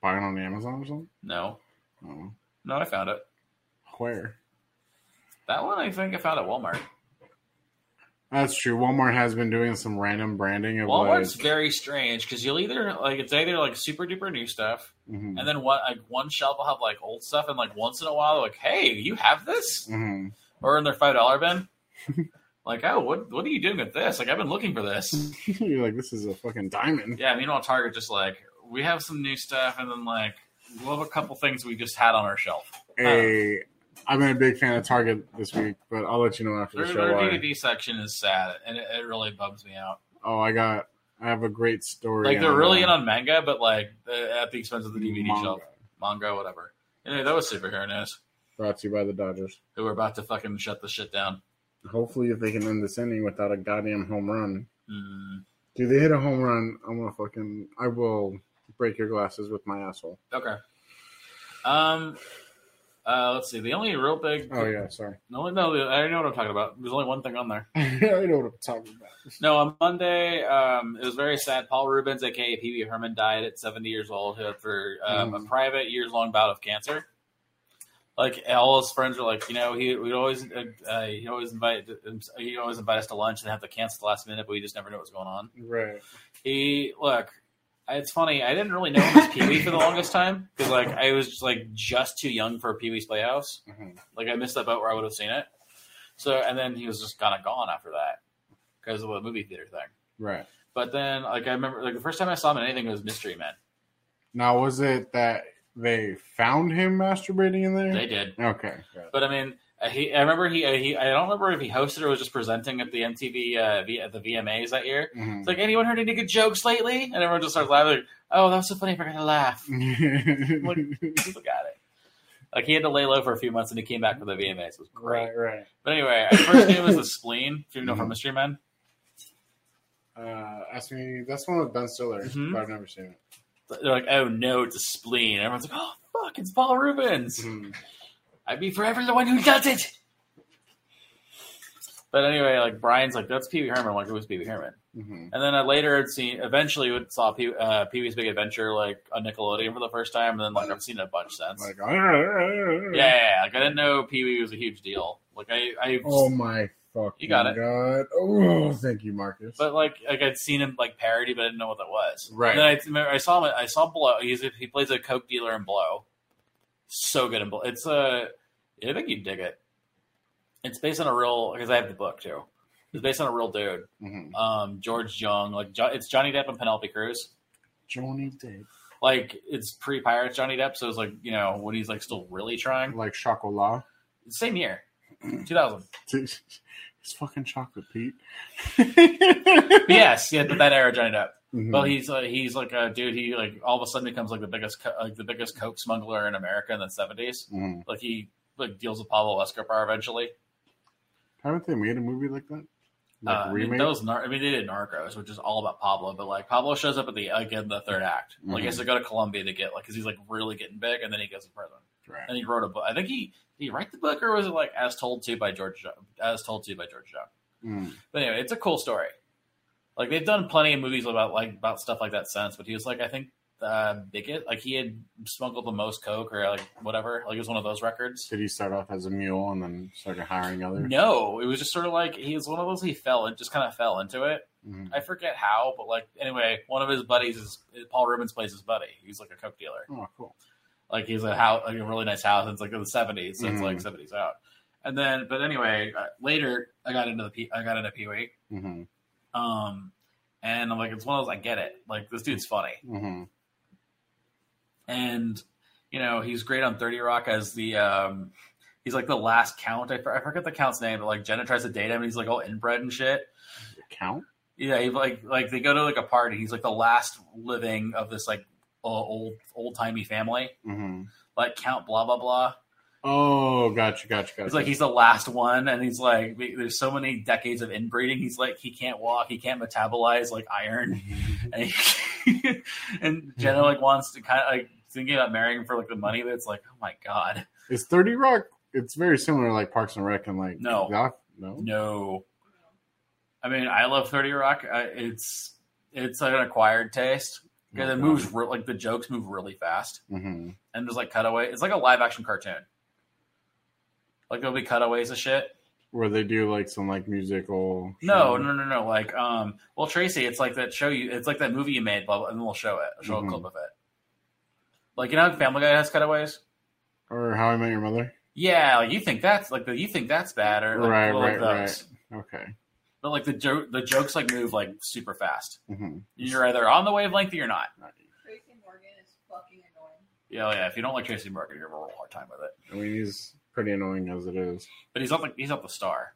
[SPEAKER 2] buy it on Amazon or something?
[SPEAKER 1] No,
[SPEAKER 2] No.
[SPEAKER 1] no, I found it.
[SPEAKER 2] Where?
[SPEAKER 1] That one I think I found at Walmart.
[SPEAKER 2] That's true. Walmart has been doing some random branding of
[SPEAKER 1] Walmart's
[SPEAKER 2] like.
[SPEAKER 1] very strange because you'll either like it's either like super duper new stuff,
[SPEAKER 2] Mhm.
[SPEAKER 1] and then one like one shelf will have like old stuff, and like once in a while, they're like, "Hey, you have this?"
[SPEAKER 2] Mhm.
[SPEAKER 1] Or in their five dollar bin, like, "Oh, what what are you doing with this?" Like, I've been looking for this.
[SPEAKER 2] mm-hmm. You're like, this is a fucking diamond.
[SPEAKER 1] Yeah, meanwhile, Target just like we have some new stuff, and then like we'll have a couple things we just had on our shelf.
[SPEAKER 2] Hey, I've been a big fan of Target this week, but I'll let you know after
[SPEAKER 1] Their,
[SPEAKER 2] the show.
[SPEAKER 1] their
[SPEAKER 2] why.
[SPEAKER 1] DVD section is sad, and it, it really bums me out.
[SPEAKER 2] Oh, I got. I have a great story.
[SPEAKER 1] Like they're
[SPEAKER 2] on,
[SPEAKER 1] really
[SPEAKER 2] uh,
[SPEAKER 1] in on manga, but like uh, at the expense of the DVD
[SPEAKER 2] manga.
[SPEAKER 1] shelf, manga, whatever. Anyway, that was superhero news.
[SPEAKER 2] Brought to you by the Dodgers.
[SPEAKER 1] Who were about to fucking shut the shit down.
[SPEAKER 2] Hopefully, if they can end this inning without a goddamn home run,
[SPEAKER 1] Mm,
[SPEAKER 2] dude, they hit a home run. I'm gonna fucking. I will break your glasses with my asshole.
[SPEAKER 1] okay. Um. Uh, let's see. The only real big.
[SPEAKER 2] Oh yeah, sorry.
[SPEAKER 1] No, no. I already know what I'm talking about. There's only one thing on there.
[SPEAKER 2] I know what I'm talking about.
[SPEAKER 1] No, on Monday, um, it was very sad. Paul Rubens, aka Pee Wee Herman, died at 70 years old uh, for um, a
[SPEAKER 2] Mm.
[SPEAKER 1] private years long bout of cancer. Like all his friends were like, you know, he would always uh, uh, he always invite uh, he always invite us to lunch and have to cancel at the last minute, but we just never knew what was going on.
[SPEAKER 2] Right.
[SPEAKER 1] He look, it's funny. I didn't really know him as Pee Wee for the longest time because like I was just, like just too young for Pee Wee's Playhouse.
[SPEAKER 2] Uh-huh.
[SPEAKER 1] Like I missed that boat where I would have seen it. So and then he was just kind of gone after that because of the movie theater thing.
[SPEAKER 2] Right.
[SPEAKER 1] But then like I remember like the first time I saw him in anything was Mystery Men.
[SPEAKER 2] Now, was it that they found him masturbating in there?
[SPEAKER 1] They did,
[SPEAKER 2] Okay.
[SPEAKER 1] but I mean. uh, He, I remember he, uh, he. I don't remember if he hosted or was just presenting at the MTV uh, v, at the VMAs that year.
[SPEAKER 2] Mhm.
[SPEAKER 1] It's like anyone heard any good jokes lately? And everyone just starts laughing. Like, oh, that was so funny! I forgot to laugh.
[SPEAKER 2] Mm-hmm.
[SPEAKER 1] People got it. Like he had to lay low for a few months, and he came back for the VMAs. It was great.
[SPEAKER 2] right. Right.
[SPEAKER 1] But anyway, I first knew him as the spleen. If you know
[SPEAKER 2] Mhm.
[SPEAKER 1] from Mystery Men,
[SPEAKER 2] Uh, ask me. That's one with Ben Stiller.
[SPEAKER 1] Mhm.
[SPEAKER 2] But I've never seen it.
[SPEAKER 1] they're like, oh no, it's a spleen. Everyone's like, oh fuck, it's Paul Rubens.
[SPEAKER 2] Mhm.
[SPEAKER 1] I'd be forever the one who does it. But anyway, like Brian's like, that's Pee Wee Herman. I'm like, who's Pee Wee Herman?
[SPEAKER 2] Mhm.
[SPEAKER 1] And then I later had seen, eventually, would saw Pee uh, Pee Wee's Big Adventure like on Nickelodeon for the first time, and then like I've seen it a bunch since.
[SPEAKER 2] Like,
[SPEAKER 1] yeah, yeah, yeah. like I didn't know Pee Wee was a huge deal. Like I, I,
[SPEAKER 2] Oh my fucking
[SPEAKER 1] You got it.
[SPEAKER 2] god! Oh, thank you, Marcus.
[SPEAKER 1] but like like I'd seen him like parody, but I didn't know what that was.
[SPEAKER 2] Right.
[SPEAKER 1] And then I remember I saw him. I saw Blow. He's he plays a coke dealer in Blow. So good in Blow. It's uh, I think you'd dig it. It's based on a real because I have the book too. It's based on a real dude,
[SPEAKER 2] Mhm.
[SPEAKER 1] um, George Jung. Like jo- it's Johnny Depp and Penelope Cruz.
[SPEAKER 2] Johnny Depp,
[SPEAKER 1] Like it's pre Pirates Johnny Depp, so it's like you know when he's like still really trying.
[SPEAKER 2] like chocolat.
[SPEAKER 1] Same year, two thousand.
[SPEAKER 2] It's fucking chocolate, Pete.
[SPEAKER 1] yes, yeah, that era Johnny Depp.
[SPEAKER 2] Mhm.
[SPEAKER 1] Well, he's uh, he's like a dude. He like all of a sudden becomes like the biggest co- like the biggest coke smuggler in America in the seventies.
[SPEAKER 2] Mhm.
[SPEAKER 1] Like he like deals with Pablo Escobar eventually.
[SPEAKER 2] Haven't they made a movie like that? Like
[SPEAKER 1] Uh, I mean, that was Nar- I mean they did Narcos, which is all about Pablo, but like Pablo shows up at the like in the third act. Like he has to go to Colombia to get like because he's like really getting big, and then he goes to prison.
[SPEAKER 2] Right.
[SPEAKER 1] And he wrote a book. I think he did he write the book or was it like as told to by George Jo- as told to by George Jones.
[SPEAKER 2] Mm.
[SPEAKER 1] But anyway, it's a cool story. Like they've done plenty of movies about like about stuff like that since. But he was like, I think the biggest, like he had smuggled the most coke or like whatever. Like it was one of those records.
[SPEAKER 2] Did he start off as a mule and then started hiring others?
[SPEAKER 1] No, it was just sort of like he was one of those he fell and just kind of fell into it.
[SPEAKER 2] Mhm.
[SPEAKER 1] I forget how, but like anyway, one of his buddies is Paul Rubens plays his buddy. He's like a coke dealer.
[SPEAKER 2] Oh, cool.
[SPEAKER 1] Like he's a house, like a really nice house. and It's like in the seventies, so it's
[SPEAKER 2] Mhm.
[SPEAKER 1] like seventies out. And then, but anyway, uh, later I got into the P- I got into Pee Wee.
[SPEAKER 2] hmm
[SPEAKER 1] Um, and I'm like, it's one of those. I get it. Like this dude's funny,
[SPEAKER 2] hmm
[SPEAKER 1] and you know he's great on Thirty Rock as the um, he's like the last count. I, for- I forget the count's name, but like Jenna tries to date him, and he's like all inbred and shit.
[SPEAKER 2] Count?
[SPEAKER 1] Yeah, he like like they go to like a party. He's like the last living of this like o- old old timey family,
[SPEAKER 2] hmm
[SPEAKER 1] like Count blah blah blah.
[SPEAKER 2] Oh, gotcha, gotcha, gotcha.
[SPEAKER 1] It's like he's the last one, and he's like there's so many decades of inbreeding. He's like he can't walk, he can't metabolize like iron. and, and Jenna like wants to kind of like thinking about marrying for like the money, but it's like, oh my god,
[SPEAKER 2] Is Thirty Rock? It's very similar, to, like Parks and Rec, and like
[SPEAKER 1] No.
[SPEAKER 2] Doc- no,
[SPEAKER 1] no. I mean, I love Thirty Rock. I, it's it's like an acquired taste
[SPEAKER 2] Oh
[SPEAKER 1] because it moves re- like the jokes move really fast
[SPEAKER 2] hmm
[SPEAKER 1] and there's like cutaway. It's like a live action cartoon. Like there'll be cutaways of shit.
[SPEAKER 2] Where they do like some like musical.
[SPEAKER 1] No,
[SPEAKER 2] show.
[SPEAKER 1] no, no, no. Like, um, well, Tracy, it's like that show you. It's like that movie you made, blah, blah, and then we'll show it. Show
[SPEAKER 2] Mhm.
[SPEAKER 1] a clip of it. Like you know, how Family Guy has cutaways.
[SPEAKER 2] Or How I Met Your Mother.
[SPEAKER 1] Yeah, like you think that's like the, you think that's bad or like,
[SPEAKER 2] Right,
[SPEAKER 1] well, like
[SPEAKER 2] right,
[SPEAKER 1] those.
[SPEAKER 2] Okay.
[SPEAKER 1] But like the joke, the jokes like move like super fast.
[SPEAKER 2] hmm
[SPEAKER 1] You're either on the wavelength or you're not. oh,
[SPEAKER 4] Tracy Morgan is fucking annoying.
[SPEAKER 1] Yeah, yeah. If you don't like Tracy Morgan, you're gonna have a real hard time with it.
[SPEAKER 2] I mean, he's pretty annoying as it is.
[SPEAKER 1] But he's not the, he's not the star.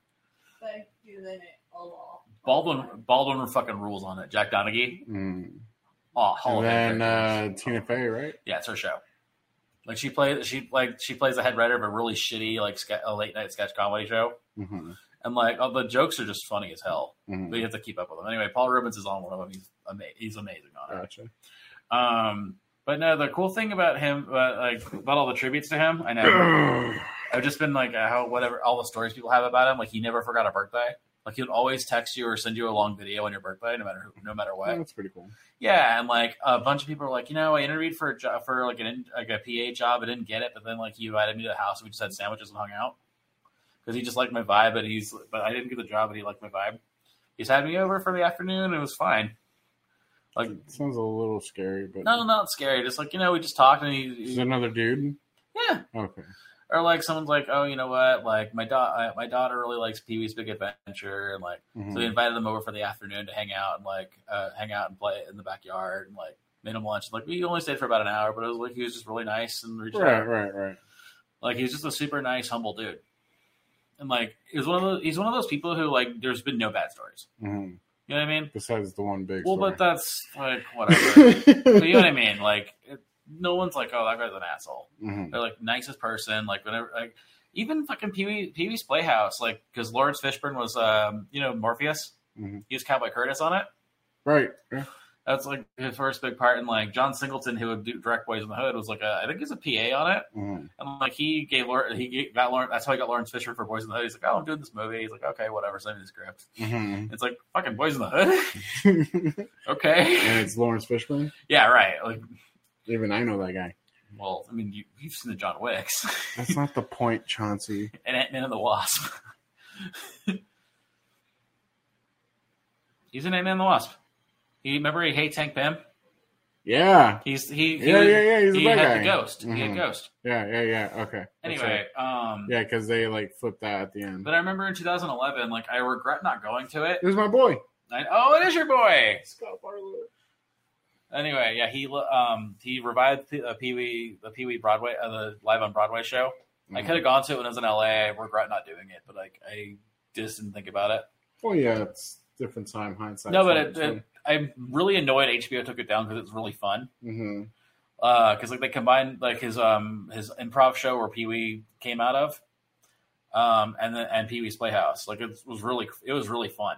[SPEAKER 4] Thank you, then it all.
[SPEAKER 1] Baldwin Baldwin fucking rules on it. Jack Donaghy.
[SPEAKER 2] Mm.
[SPEAKER 1] Oh, Hall
[SPEAKER 2] And
[SPEAKER 1] of Fame
[SPEAKER 2] then
[SPEAKER 1] character.
[SPEAKER 2] uh, Tina Fey, right?
[SPEAKER 1] yeah, it's her show. Like she plays she like she plays the head writer of a really shitty like ske- a late night sketch comedy show,
[SPEAKER 2] Mm-hmm.
[SPEAKER 1] and like all the jokes are just funny as hell. But
[SPEAKER 2] Mm-hmm.
[SPEAKER 1] you have to keep up with them. Anyway, Paul Rubens is on one of them. He's ama- he's amazing on it.
[SPEAKER 2] Gotcha.
[SPEAKER 1] Um, but no, the cool thing about him, uh, like about all the tributes to him, I know
[SPEAKER 2] yeah,
[SPEAKER 1] I've just been like uh, how whatever all the stories people have about him. Like he never forgot a birthday. Like he would always text you or send you a long video on your birthday, no matter who, no matter what.
[SPEAKER 2] that's pretty cool.
[SPEAKER 1] Yeah, and like a bunch of people are like, you know, I interviewed for a job for like an in- like a PA job, I didn't get it, but then like he invited me to the house and we just had sandwiches and hung out because he just liked my vibe, and he's but I didn't get the job, but he liked my vibe. He's had me over for the afternoon, and it was fine. Like
[SPEAKER 2] It sounds a little scary, but
[SPEAKER 1] no, no, not scary. Just like you know, we just talked, and he,
[SPEAKER 2] Is
[SPEAKER 1] he
[SPEAKER 2] it another dude?
[SPEAKER 1] yeah,
[SPEAKER 2] Okay.
[SPEAKER 1] or like someone's like, oh, you know what? Like my daughter, my daughter really likes Pee Wee's Big Adventure, and like so they
[SPEAKER 2] Mhm.
[SPEAKER 1] invited them over for the afternoon to hang out and like uh, hang out and play in the backyard and like made them lunch. Like we only stayed for about an hour, but it was like he was just really nice and reached
[SPEAKER 2] Right,
[SPEAKER 1] out.
[SPEAKER 2] right, right.
[SPEAKER 1] Like he's just a super nice, humble dude. And like he was one of those, he's one of those people who like there's been no bad stories.
[SPEAKER 2] Mhm.
[SPEAKER 1] You know what I mean?
[SPEAKER 2] Besides the one big.
[SPEAKER 1] Well,
[SPEAKER 2] story.
[SPEAKER 1] but that's like whatever. but you know what I mean? Like it, no one's like, oh, that guy's an asshole.
[SPEAKER 2] Mhm.
[SPEAKER 1] They're like nicest person. Like whenever, like even fucking Pee Wee Pee Wee's Playhouse. Like because Lawrence Fishburne was, um, you know, Morpheus.
[SPEAKER 2] Mhm.
[SPEAKER 1] He was Cowboy Curtis on it.
[SPEAKER 2] Right. Yeah.
[SPEAKER 1] That's like his first big part. And like John Singleton, who would do direct Boys in the Hood, was like a, I think he's a PA on it.
[SPEAKER 2] Mhm.
[SPEAKER 1] And like he gave Lawrence, he gave- got Lawrence. That's how he got Lawrence Fisher for Boys in the Hood. He's like, oh, I'm doing this movie. He's like, okay, whatever, send me the script.
[SPEAKER 2] Mhm.
[SPEAKER 1] It's like fucking Boys in the Hood.
[SPEAKER 2] and
[SPEAKER 1] okay,
[SPEAKER 2] it's Lawrence Fishburne.
[SPEAKER 1] yeah, right. Like,
[SPEAKER 2] Even I know that guy.
[SPEAKER 1] well, I mean, you, you've seen the John Wicks
[SPEAKER 2] That's not the point, Chauncey.
[SPEAKER 1] and Ant Man and the Wasp. he's in Ant Man and the Wasp. He remember he hates Hank Pym.
[SPEAKER 2] Yeah.
[SPEAKER 1] He's he, he
[SPEAKER 2] Yeah, yeah, yeah. He's
[SPEAKER 1] he
[SPEAKER 2] a
[SPEAKER 1] had
[SPEAKER 2] bad guy.
[SPEAKER 1] the ghost. He had
[SPEAKER 2] Mhm.
[SPEAKER 1] ghost.
[SPEAKER 2] Yeah, yeah, yeah. Okay. That's
[SPEAKER 1] Anyway, um,
[SPEAKER 2] right. Yeah, because they like flipped that at the end.
[SPEAKER 1] But I remember in 2011, like I regret not going to it.
[SPEAKER 2] It was my boy.
[SPEAKER 1] I, oh, it is your boy.
[SPEAKER 2] Scott Barlow.
[SPEAKER 1] Anyway, yeah, he um he revived the uh, Pee Wee the Pee Wee Broadway uh, the live on Broadway show. I
[SPEAKER 2] Mm-hmm.
[SPEAKER 1] could have gone to it when I was in LA. I regret not doing it, but like I just didn't think about it.
[SPEAKER 2] Well, Oh, yeah, it's different time hindsight.
[SPEAKER 1] no, but it, it, I'm really annoyed HBO took it down because it's really fun.
[SPEAKER 2] hmm
[SPEAKER 1] because like they combined like his um his improv show where Pee Wee came out of, um and then and Pee Wee's Playhouse. Like it was really it was really fun.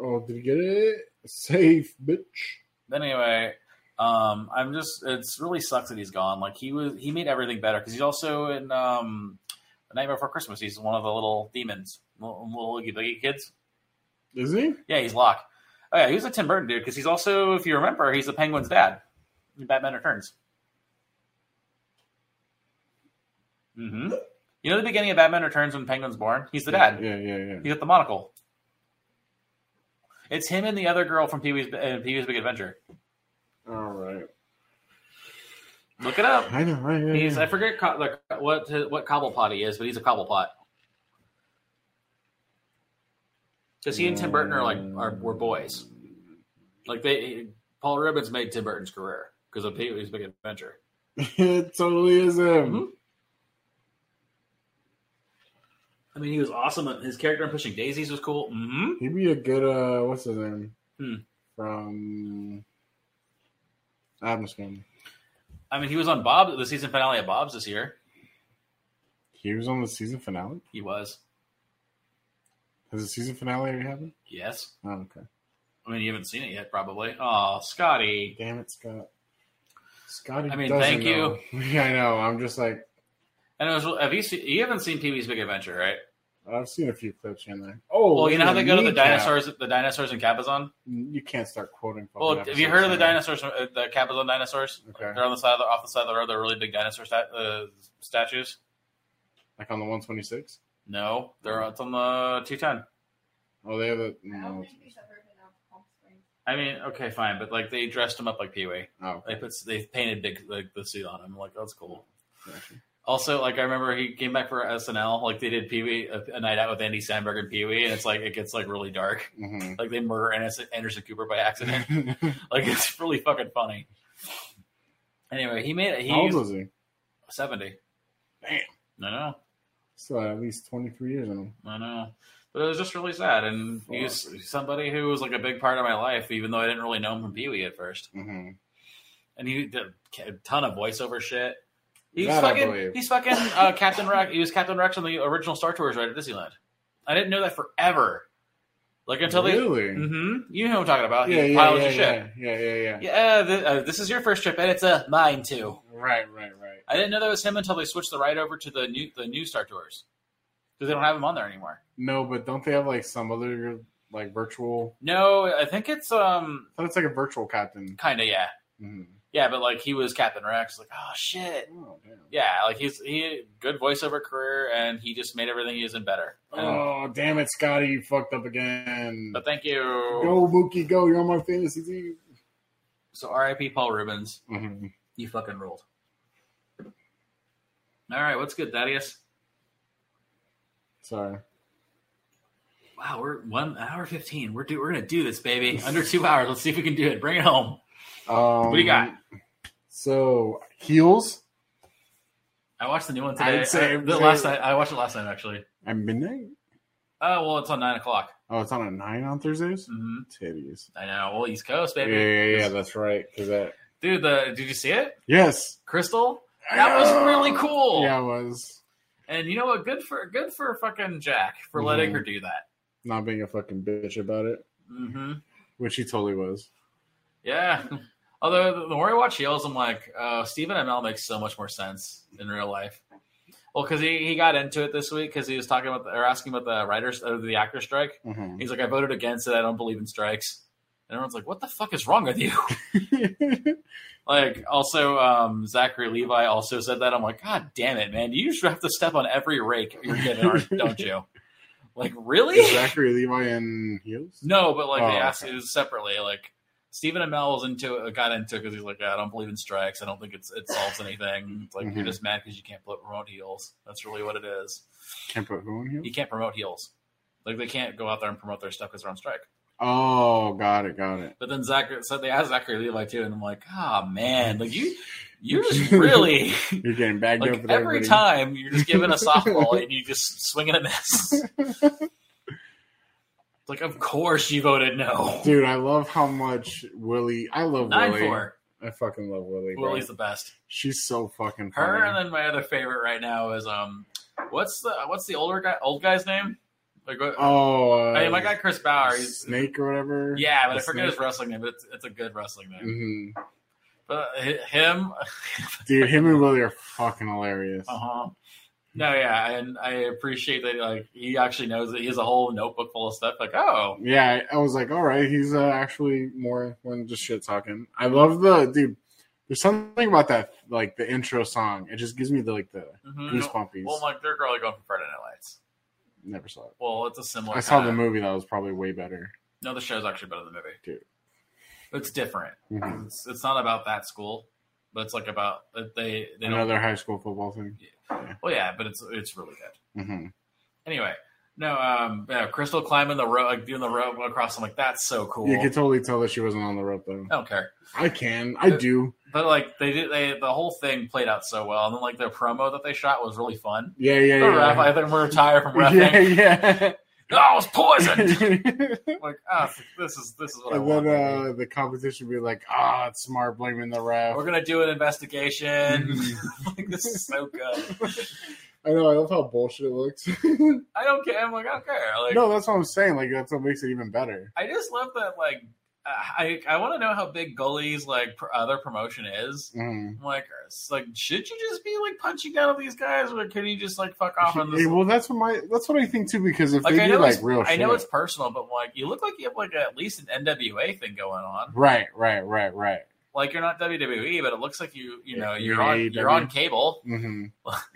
[SPEAKER 2] Oh, did you get it? Safe, bitch.
[SPEAKER 1] But anyway, um, I'm just it's really sucks that he's gone. Like he was he made everything better because he's also in um The Night Before Christmas. He's one of the little demons, little, little oogie boogie kids.
[SPEAKER 2] Is he?
[SPEAKER 1] Yeah, he's Locke. Oh yeah, he was a Tim Burton dude because he's also, if you remember, he's the Penguin's dad in Batman Returns. hmm You know the beginning of Batman Returns when Penguin's born? He's the dad.
[SPEAKER 2] Yeah, yeah, yeah.
[SPEAKER 1] He's got the monocle. It's him and the other girl from Pee Wee's uh, Pee Wee's Big Adventure.
[SPEAKER 2] All right.
[SPEAKER 1] Look it up.
[SPEAKER 2] I know. I know.
[SPEAKER 1] He's I forget co- the, what what cobblepot he is, but he's a cobblepot. Because he and Tim Burton are like are were boys. Like they, Paul Rubens made Tim Burton's career because of Pee Wee's Big Adventure.
[SPEAKER 2] it totally is him.
[SPEAKER 1] Mhm. I mean, he was awesome. His character in Pushing Daisies was cool. Mm-hmm.
[SPEAKER 2] He'd be a good. uh What's his name?
[SPEAKER 1] Hmm.
[SPEAKER 2] From Adam's family.
[SPEAKER 1] I mean, he was on Bob the season finale of Bob's this year.
[SPEAKER 2] He was on the season finale.
[SPEAKER 1] He was
[SPEAKER 2] Has the season finale already happened?
[SPEAKER 1] yes.
[SPEAKER 2] Oh, okay.
[SPEAKER 1] I mean, you haven't seen it yet, probably. Oh, Scotty.
[SPEAKER 2] Damn it, Scott. Scotty.
[SPEAKER 1] I mean,
[SPEAKER 2] doesn't
[SPEAKER 1] thank you.
[SPEAKER 2] know. Yeah, I know. I'm just like
[SPEAKER 1] And it was, have you seen, you haven't seen Pee Wee's Big Adventure, right?
[SPEAKER 2] I've seen a few clips in there. Oh,
[SPEAKER 1] Well, you know how they go to the
[SPEAKER 2] kneecap.
[SPEAKER 1] dinosaurs, the dinosaurs in Cabazon.
[SPEAKER 2] You can't start quoting. fucking
[SPEAKER 1] Well, Oh, have you heard of the
[SPEAKER 2] episodes,
[SPEAKER 1] dinosaurs, uh, the Cabazon dinosaurs?
[SPEAKER 2] man. Okay,
[SPEAKER 1] They're on the side of the, off the side of the road. They're really big dinosaur stat, uh, statues.
[SPEAKER 2] like on the 126.
[SPEAKER 1] No, they're it's on the two ten.
[SPEAKER 2] Oh, they have a.
[SPEAKER 4] I don't
[SPEAKER 2] No.
[SPEAKER 4] think he's ever been out of Palm Springs.
[SPEAKER 1] I mean, okay, fine, but like they dressed him up like Pee Wee.
[SPEAKER 2] Oh,
[SPEAKER 1] They put they painted big like the suit on him. Like that's cool.
[SPEAKER 2] gotcha.
[SPEAKER 1] Also, like I remember he came back for SNL. Like they did Pee Wee a, a night out with Andy Samberg and Pee Wee, and it's like it gets like really dark.
[SPEAKER 2] Mhm.
[SPEAKER 1] Like they murder Anderson, Anderson Cooper by accident.
[SPEAKER 2] Mm-hmm.
[SPEAKER 1] Like it's really fucking funny. Anyway, he made it.
[SPEAKER 2] how old
[SPEAKER 1] He's
[SPEAKER 2] was he?
[SPEAKER 1] seventy.
[SPEAKER 2] Damn.
[SPEAKER 1] I know.
[SPEAKER 2] Still had at least 23 years in him.
[SPEAKER 1] I know. But it was just really sad. And he's somebody who was like a big part of my life, even though I didn't really know him from Pee Wee at first.
[SPEAKER 2] Mm-hmm.
[SPEAKER 1] And he did a ton of voiceover shit. He's
[SPEAKER 2] That I
[SPEAKER 1] fucking,
[SPEAKER 2] believe.
[SPEAKER 1] he's fucking uh, Captain Rex. He was Captain Rex on the original Star Tours right at Disneyland. I didn't know that forever. Like until
[SPEAKER 2] really?
[SPEAKER 1] they. Mm-hmm. You know what I'm talking about.
[SPEAKER 2] Yeah,
[SPEAKER 1] he
[SPEAKER 2] yeah,
[SPEAKER 1] pilots
[SPEAKER 2] yeah,
[SPEAKER 1] a ship.
[SPEAKER 2] yeah, yeah, yeah, yeah.
[SPEAKER 1] Yeah, th- uh, this is your first trip, and it's a mine too.
[SPEAKER 2] Right, right, right.
[SPEAKER 1] I didn't know that was him until they switched the ride over to the new the new Star Tours because they don't have him on there anymore.
[SPEAKER 2] No, but don't they have like some other like virtual?
[SPEAKER 1] No, I think it's um
[SPEAKER 2] I thought it's like a virtual captain.
[SPEAKER 1] kind of yeah,
[SPEAKER 2] Mhm.
[SPEAKER 1] yeah, but like he was Captain Rex, like oh shit,
[SPEAKER 2] Oh, damn.
[SPEAKER 1] yeah, like he's he good voiceover career, and he just made everything he is in better. And-
[SPEAKER 2] Oh, damn it, Scotty, you fucked up again.
[SPEAKER 1] But thank you.
[SPEAKER 2] Go, Mookie, go. You're on my fantasy team.
[SPEAKER 1] So R.I.P. Paul Rubens,
[SPEAKER 2] hmm
[SPEAKER 1] you fucking ruled. All right, what's good, Thaddeus?
[SPEAKER 2] Sorry.
[SPEAKER 1] Wow, we're one hour fifteen. We're do, we're gonna do this, baby. Under two hours. Let's see if we can do it. Bring it home.
[SPEAKER 2] Um,
[SPEAKER 1] What do you got?
[SPEAKER 2] So, heels
[SPEAKER 1] I watched the new one
[SPEAKER 2] I
[SPEAKER 1] today.
[SPEAKER 2] would say-
[SPEAKER 1] Uh, the last night. I watched it last night actually.
[SPEAKER 2] at midnight?
[SPEAKER 1] Oh well, it's on nine o'clock.
[SPEAKER 2] Oh, it's on at 9 on Thursdays?
[SPEAKER 1] hmm
[SPEAKER 2] Titties.
[SPEAKER 1] I know. Well, East Coast,
[SPEAKER 2] Yeah,
[SPEAKER 1] baby.
[SPEAKER 2] yeah, yeah, that's right. 'cause that.
[SPEAKER 1] Dude, the did you see it?
[SPEAKER 2] Yes.
[SPEAKER 1] Crystal. That was really cool.
[SPEAKER 2] Yeah, it was.
[SPEAKER 1] And you know what? Good for good for fucking Jack for letting
[SPEAKER 2] Mhm.
[SPEAKER 1] her do that.
[SPEAKER 2] Not being a fucking bitch about it,
[SPEAKER 1] hmm
[SPEAKER 2] which he totally was.
[SPEAKER 1] Yeah. Although the- the more I watch Heels, I'm like, uh, Stephen ML makes so much more sense in real life. Well, because he, he got into it this week because he was talking about the, or asking about the writers or the actor strike.
[SPEAKER 2] Mhm.
[SPEAKER 1] He's like, I voted against it. I don't believe in strikes. And everyone's like, what the fuck is wrong with you? like, also, um, Zachary Levi also said that. I'm like, God damn it, man. You just have to step on every rake you're getting, aren't- don't you? Like, really?
[SPEAKER 2] Is Zachary Levi in heels?
[SPEAKER 1] No, but like
[SPEAKER 2] Oh,
[SPEAKER 1] they asked
[SPEAKER 2] okay.
[SPEAKER 1] it was separately. Like Stephen Amell was into it, got into it because he's like, I don't believe in strikes. I don't think it's it solves anything. It's like you're
[SPEAKER 2] Mhm.
[SPEAKER 1] just mad because you can't put promote heels. That's really what it is.
[SPEAKER 2] Can't put who in heels?
[SPEAKER 1] You can't promote heels. Like they can't go out there and promote their stuff because they're on strike.
[SPEAKER 2] Oh, got it, got it.
[SPEAKER 1] But then Zach said they asked Zachary Levi too, and I'm like, ah man, like you, you're just really
[SPEAKER 2] You're getting bagged
[SPEAKER 1] like
[SPEAKER 2] up with
[SPEAKER 1] every
[SPEAKER 2] everybody.
[SPEAKER 1] time you're just giving a softball and you just swing and a miss. like of course you voted no.
[SPEAKER 2] Dude, I love how much Willie. I love
[SPEAKER 1] Nine
[SPEAKER 2] Willie.
[SPEAKER 1] four.
[SPEAKER 2] I fucking love Willie. bro.
[SPEAKER 1] Willie's the best.
[SPEAKER 2] She's so fucking
[SPEAKER 1] Her
[SPEAKER 2] funny.
[SPEAKER 1] and then my other favorite right now is um, what's the what's the older guy old guy's name? Like what?
[SPEAKER 2] oh, uh,
[SPEAKER 1] I mean, my guy Chris Bauer. He's,
[SPEAKER 2] Snake or whatever.
[SPEAKER 1] yeah, but
[SPEAKER 2] The
[SPEAKER 1] I forget his
[SPEAKER 2] Snake?
[SPEAKER 1] wrestling name. But it's, it's a good wrestling name.
[SPEAKER 2] Mhm.
[SPEAKER 1] But uh, hi- him,
[SPEAKER 2] Mm-hmm. Dude, him and Willie are fucking hilarious.
[SPEAKER 1] uh huh. No, yeah, and I appreciate that. Like he actually knows that he has a whole notebook full of stuff. Like oh,
[SPEAKER 2] Yeah, I I was like, all right, he's uh, actually more than just shit talking. I love the dude. There's something about that, like the intro song. It just gives me the like the
[SPEAKER 1] hmm
[SPEAKER 2] goosebumpies.
[SPEAKER 1] well, like they're girl going for Friday Night Lights.
[SPEAKER 2] Never saw it.
[SPEAKER 1] Well, it's a similar.
[SPEAKER 2] I saw
[SPEAKER 1] kinda-
[SPEAKER 2] the movie that was probably way better.
[SPEAKER 1] No, the show's actually better than the movie.
[SPEAKER 2] Dude.
[SPEAKER 1] It's different.
[SPEAKER 2] Mhm.
[SPEAKER 1] It's, it's not about that school, but it's like about that they they don't
[SPEAKER 2] Another high school football thing.
[SPEAKER 1] Well, yeah, but it's it's really good.
[SPEAKER 2] hmm
[SPEAKER 1] Anyway, no, um, yeah, Crystal climbing the rope, like doing the rope across. I'm like, that's so cool.
[SPEAKER 2] You could totally tell that she wasn't on the rope though.
[SPEAKER 1] I don't care.
[SPEAKER 2] I can, I do.
[SPEAKER 1] But like they did, they the whole thing played out so well, and then like the promo that they shot was really fun.
[SPEAKER 2] Yeah, yeah,
[SPEAKER 1] The ref, I think we're retired from
[SPEAKER 2] yeah.
[SPEAKER 1] refing.
[SPEAKER 2] Yeah, yeah.
[SPEAKER 1] No, I was poisoned.
[SPEAKER 2] and
[SPEAKER 1] like, ah, this is this is what I want.
[SPEAKER 2] then uh, the competition be like, ah, it's smart blaming the ref.
[SPEAKER 1] we're gonna do an investigation. like, this is so good.
[SPEAKER 2] I know. I love how bullshit it looks.
[SPEAKER 1] I don't care. I'm like, I don't care. Like,
[SPEAKER 2] no, that's what I'm saying. Like that's what makes it even better.
[SPEAKER 1] I just love that. Like, I I want to know how big Gully's like pr- other promotion is.
[SPEAKER 2] Mm.
[SPEAKER 1] I'm like, it's like, should you just be like punching down all these guys, or could you just like fuck off on this?
[SPEAKER 2] Yeah, well, that's what my that's what I think too. Because if
[SPEAKER 1] like,
[SPEAKER 2] they
[SPEAKER 1] I
[SPEAKER 2] do
[SPEAKER 1] know,
[SPEAKER 2] like
[SPEAKER 1] it's,
[SPEAKER 2] real
[SPEAKER 1] I
[SPEAKER 2] shit,
[SPEAKER 1] know it's personal, but like, you look like you have like at least an NWA thing going on.
[SPEAKER 2] right, right, right, right.
[SPEAKER 1] Like, you're not WWE, but it looks like you, you
[SPEAKER 2] Yeah,
[SPEAKER 1] know,
[SPEAKER 2] you're
[SPEAKER 1] you're on,
[SPEAKER 2] AEW.
[SPEAKER 1] you're on cable.
[SPEAKER 2] Mm-hmm.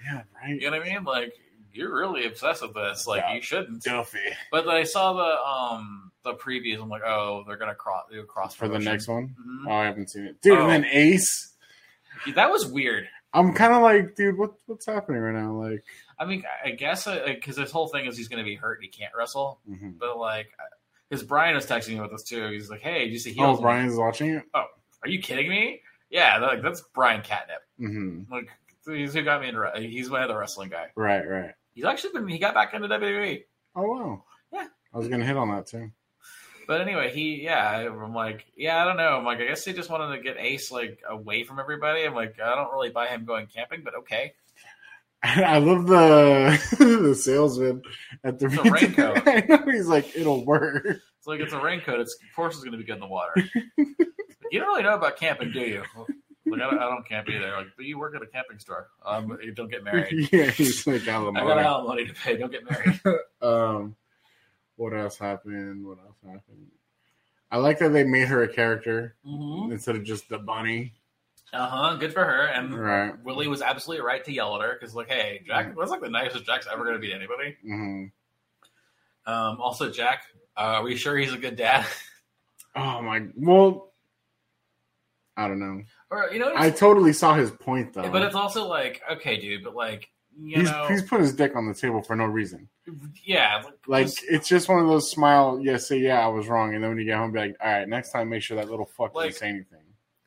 [SPEAKER 2] yeah, right.
[SPEAKER 1] You know what I mean? Like, you're really obsessed with this. Like,
[SPEAKER 2] Yeah.
[SPEAKER 1] you shouldn't.
[SPEAKER 2] Duffy
[SPEAKER 1] But I saw the um the previews. I'm like, oh, they're gonna cross do a cross
[SPEAKER 2] for the next one.
[SPEAKER 1] hmm
[SPEAKER 2] Oh, I haven't seen it, dude.
[SPEAKER 1] Oh.
[SPEAKER 2] And then Ace.
[SPEAKER 1] That was weird.
[SPEAKER 2] I'm kind of like, dude, what what's happening right now? Like,
[SPEAKER 1] I mean, I- I guess because this whole thing is he's gonna be hurt and he can't wrestle.
[SPEAKER 2] mhm.
[SPEAKER 1] But like, because Brian was texting me about this too. He's like, "Hey, did you see
[SPEAKER 2] oh,
[SPEAKER 1] heels?"
[SPEAKER 2] Brian's watching it.
[SPEAKER 1] Are you kidding me? Yeah, they're like that's Brian Catnip.
[SPEAKER 2] hmm
[SPEAKER 1] Like he's who got me into. re- He's my other wrestling guy.
[SPEAKER 2] Right, right.
[SPEAKER 1] He's actually been he got back into E. WWE.
[SPEAKER 2] Oh wow.
[SPEAKER 1] Yeah.
[SPEAKER 2] I was gonna hit on that too.
[SPEAKER 1] But anyway, he yeah, I'm like, yeah, I don't know. I'm like, I guess they just wanted to get Ace like away from everybody. I'm like, I don't really buy him going camping, but okay.
[SPEAKER 2] I love the the salesman at the,
[SPEAKER 1] It's a raincoat.
[SPEAKER 2] I know he's like, it'll work.
[SPEAKER 1] It's like it's a raincoat. It's of course it's going to be good in the water. you don't really know about camping, do you? Like I don't, I don't camp either. Like, but you work at a camping store. Um, you don't get married.
[SPEAKER 2] yeah, he's like out
[SPEAKER 1] I got out money to pay. Don't get married.
[SPEAKER 2] Um, what else happened? What else happened? I like that they made her a character
[SPEAKER 1] Mm-hmm.
[SPEAKER 2] instead of just the bunny.
[SPEAKER 1] Uh huh. Good for her. And
[SPEAKER 2] Right.
[SPEAKER 1] Willie was absolutely right to yell at her because, like, hey,
[SPEAKER 2] Mm.
[SPEAKER 1] Jack, that's like the nicest Jack's ever going to be to anybody.
[SPEAKER 2] hmm
[SPEAKER 1] Um, also, Jack, uh, are we sure he's a good dad?
[SPEAKER 2] Oh my. Well, I don't know.
[SPEAKER 1] or you know,
[SPEAKER 2] I
[SPEAKER 1] it's,
[SPEAKER 2] totally saw his point though.
[SPEAKER 1] but it's also like, okay, dude, but like, you
[SPEAKER 2] he's
[SPEAKER 1] know,
[SPEAKER 2] he's put his dick on the table for no reason.
[SPEAKER 1] yeah,
[SPEAKER 2] Like
[SPEAKER 1] just-
[SPEAKER 2] it's just one of those smile. Yeah, say yeah, I was wrong, and then when you get home, be like, all right, next time, make sure that little fuck
[SPEAKER 1] Like-
[SPEAKER 2] doesn't say anything.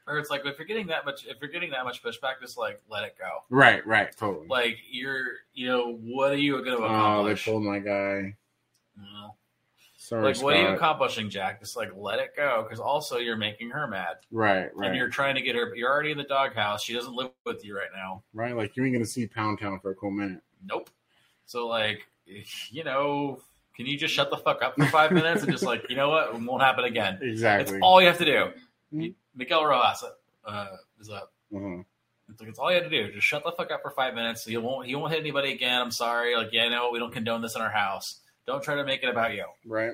[SPEAKER 1] or it's like if you're getting that much, if you're getting that much pushback, just like let it go.
[SPEAKER 2] Right. Right. Totally.
[SPEAKER 1] Like you're, you know, what are you going to
[SPEAKER 2] oh, they
[SPEAKER 1] accomplish?
[SPEAKER 2] pulled my guy.
[SPEAKER 1] You know?
[SPEAKER 2] Sorry,
[SPEAKER 1] Like, what are you
[SPEAKER 2] Scott.
[SPEAKER 1] accomplishing, Jack? Just like let it go, because also you're making her mad,
[SPEAKER 2] right. Right.
[SPEAKER 1] and you're trying to get her. You're already in the doghouse. She doesn't live with you right now.
[SPEAKER 2] right? Like you ain't gonna see Pound Town for a cool minute.
[SPEAKER 1] Nope. So like, you know, can you just shut the fuck up for five minutes and just like, you know what, it won't happen again. It's
[SPEAKER 2] Exactly.
[SPEAKER 1] all you have to do.
[SPEAKER 2] Mhm.
[SPEAKER 1] Miguel Rojas uh, is up.
[SPEAKER 2] Mhm.
[SPEAKER 1] It's like it's all you have to do. Just shut the fuck up for five minutes. You won't. You won't hit anybody again. I'm sorry. Like, yeah, no, we don't condone this in our house. Don't try to make it about you.
[SPEAKER 2] Right.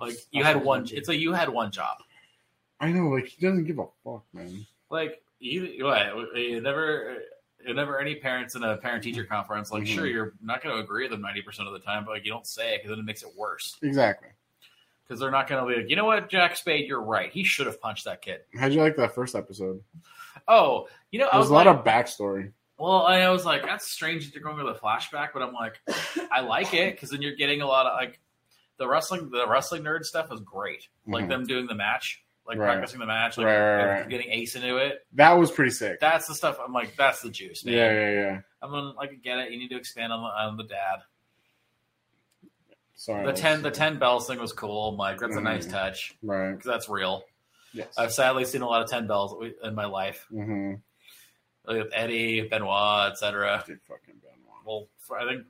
[SPEAKER 1] Like, you had one. It's like you had one job.
[SPEAKER 2] I know. Like he doesn't give a fuck, man.
[SPEAKER 1] Like you, what? You never, you never any parents in a parent teacher conference. Like,
[SPEAKER 2] Mhm.
[SPEAKER 1] sure, you're not going to agree with them ninety percent of the time, but like, you don't say it because then it makes it worse.
[SPEAKER 2] Exactly.
[SPEAKER 1] because they're not going to be like, you know what, Jack Spade, you're right. He should have punched that kid.
[SPEAKER 2] How'd you like that first episode?
[SPEAKER 1] Oh, you know, I
[SPEAKER 2] There's
[SPEAKER 1] was
[SPEAKER 2] a lot
[SPEAKER 1] like,
[SPEAKER 2] of backstory.
[SPEAKER 1] well, I was like, that's strange that they're going with a flashback, but I'm like, I like it because then you're getting a lot of like the wrestling, the wrestling nerd stuff was great. Like
[SPEAKER 2] Mhm.
[SPEAKER 1] them doing the match, like
[SPEAKER 2] Right.
[SPEAKER 1] practicing the match, like
[SPEAKER 2] Right, right, right.
[SPEAKER 1] getting Ace into it.
[SPEAKER 2] That was pretty sick.
[SPEAKER 1] That's the stuff. I'm like, that's the juice, man.
[SPEAKER 2] yeah, yeah, yeah.
[SPEAKER 1] I'm gonna like get it. You need to expand on the, on the dad.
[SPEAKER 2] Sorry.
[SPEAKER 1] The
[SPEAKER 2] that
[SPEAKER 1] ten,
[SPEAKER 2] was-
[SPEAKER 1] the ten bells thing was cool. I'm like, that's a nice
[SPEAKER 2] Mhm.
[SPEAKER 1] touch
[SPEAKER 2] Right.
[SPEAKER 1] because that's real.
[SPEAKER 2] Yes.
[SPEAKER 1] I've sadly seen a lot of ten bells in my life.
[SPEAKER 2] mm-hmm.
[SPEAKER 1] like with Eddie, Benoit, etc.
[SPEAKER 2] Did fucking Benoit.
[SPEAKER 1] Well, for, I think,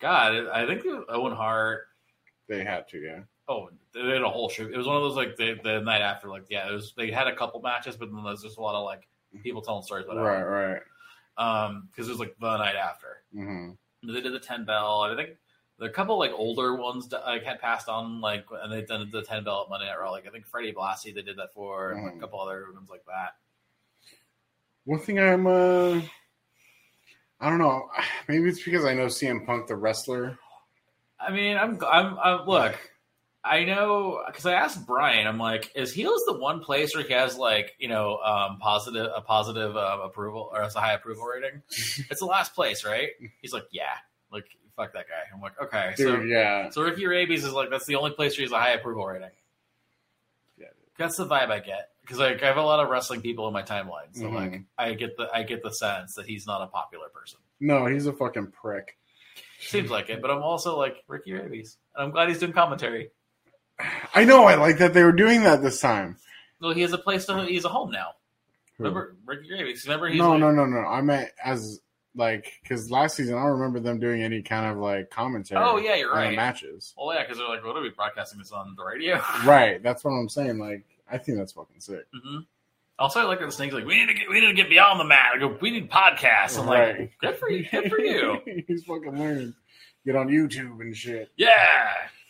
[SPEAKER 1] God, I think it was Owen Hart.
[SPEAKER 2] They had to, yeah.
[SPEAKER 1] Oh, they had a whole shoot. It was one of those like the, the night after, like yeah, it was. They had a couple matches, but then there's just a lot of like people telling stories about
[SPEAKER 2] Mm-hmm. Right,
[SPEAKER 1] right.
[SPEAKER 2] right.
[SPEAKER 1] Um, because it was like the night after
[SPEAKER 2] Mm-hmm.
[SPEAKER 1] they did the ten bell, and I think the couple like older ones like had passed on like, and they done the ten bell at Monday Night Raw. Like I think Freddie Blassie they did that for, and like, a
[SPEAKER 2] Mhm.
[SPEAKER 1] couple other ones like that.
[SPEAKER 2] One thing I'm, uh, I don't know. Maybe it's because I know CM Punk the wrestler.
[SPEAKER 1] I mean, I'm, I'm, I'm look, I know because I asked Brian, I'm like, is Heels the one place where he has like, you know, um, positive, a positive um, approval or has a high approval rating? it's the last place, right? He's like, yeah, like fuck that guy. I'm like, okay,
[SPEAKER 2] Dude, yeah.
[SPEAKER 1] so, so Ricky Rabies is like, that's the only place where he's a high approval rating.
[SPEAKER 2] Yeah.
[SPEAKER 1] That's the vibe I get because like I have a lot of wrestling people in my timeline, so like
[SPEAKER 2] Mhm.
[SPEAKER 1] I get the I get the sense that he's not a popular person.
[SPEAKER 2] No, he's a fucking prick.
[SPEAKER 1] Seems like it, but I'm also like Ricky Rabies, and I'm glad he's doing commentary.
[SPEAKER 2] I know. I like that they were doing that this time.
[SPEAKER 1] Well, he has a place to. He's a home now. Remember Ricky Graves? Remember he's
[SPEAKER 2] no,
[SPEAKER 1] like,
[SPEAKER 2] no, no, no. I meant as like because last season I don't remember them doing any kind of like commentary.
[SPEAKER 1] Oh, yeah, you're
[SPEAKER 2] on the
[SPEAKER 1] right.
[SPEAKER 2] matches.
[SPEAKER 1] Well, yeah, because they're like, what are we broadcasting this on the radio?
[SPEAKER 2] Right. That's what I'm saying. Like I think that's fucking sick.
[SPEAKER 1] hmm Also, I like that Snake's like, we need to get, we need to get beyond the mat. I go, we need podcasts. I'm like,
[SPEAKER 2] Right.
[SPEAKER 1] good for you, good for you.
[SPEAKER 2] He's fucking learning. Get on YouTube and shit.
[SPEAKER 1] Yeah,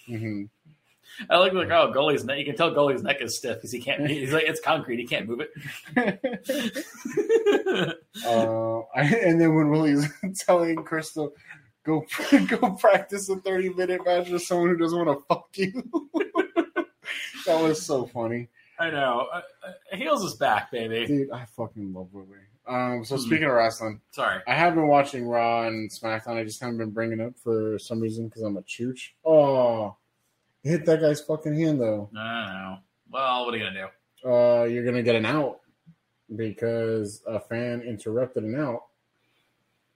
[SPEAKER 2] hmm
[SPEAKER 1] I like like oh, goalie's neck. You can tell goalie's neck is stiff because he can't. He's like, it's concrete. He can't move it.
[SPEAKER 2] Uh, I, and then when Willie's telling Crystal, go go practice a 30 minute match with someone who doesn't want to fuck you. that was so funny.
[SPEAKER 1] I know. Uh, uh, heels is back, baby.
[SPEAKER 2] Dude, I fucking love Willie. Um, so speaking of wrestling,
[SPEAKER 1] Sorry.
[SPEAKER 2] I have been watching Raw and SmackDown. I just haven't been bringing it up for some reason because I'm a chooch. Oh, you hit that guy's fucking hand though.
[SPEAKER 1] I don't know. Well, what are you gonna do?
[SPEAKER 2] Uh, you're gonna get an out because a fan interrupted an out.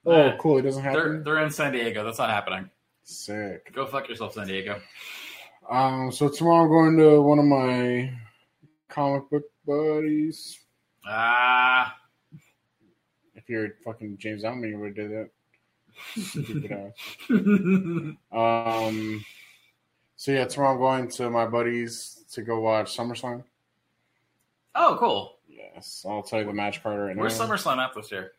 [SPEAKER 2] Oh, cool. It doesn't
[SPEAKER 5] They're
[SPEAKER 2] happen.
[SPEAKER 5] they're in San Diego. That's not happening.
[SPEAKER 2] Sick.
[SPEAKER 5] Go fuck yourself, San Diego.
[SPEAKER 2] Um, so tomorrow I'm going to one of my comic book buddies.
[SPEAKER 5] Ah,
[SPEAKER 2] If you're fucking James Elmy, you would do that. Stupid ass.
[SPEAKER 1] Oh,
[SPEAKER 5] nice.
[SPEAKER 2] Um, so yeah, tomorrow I'm going to my buddies to go watch SummerSlam.
[SPEAKER 1] Oh, cool.
[SPEAKER 2] Yes, I'll tell you the match card right
[SPEAKER 1] Where's
[SPEAKER 2] now.
[SPEAKER 1] SummerSlam at this year?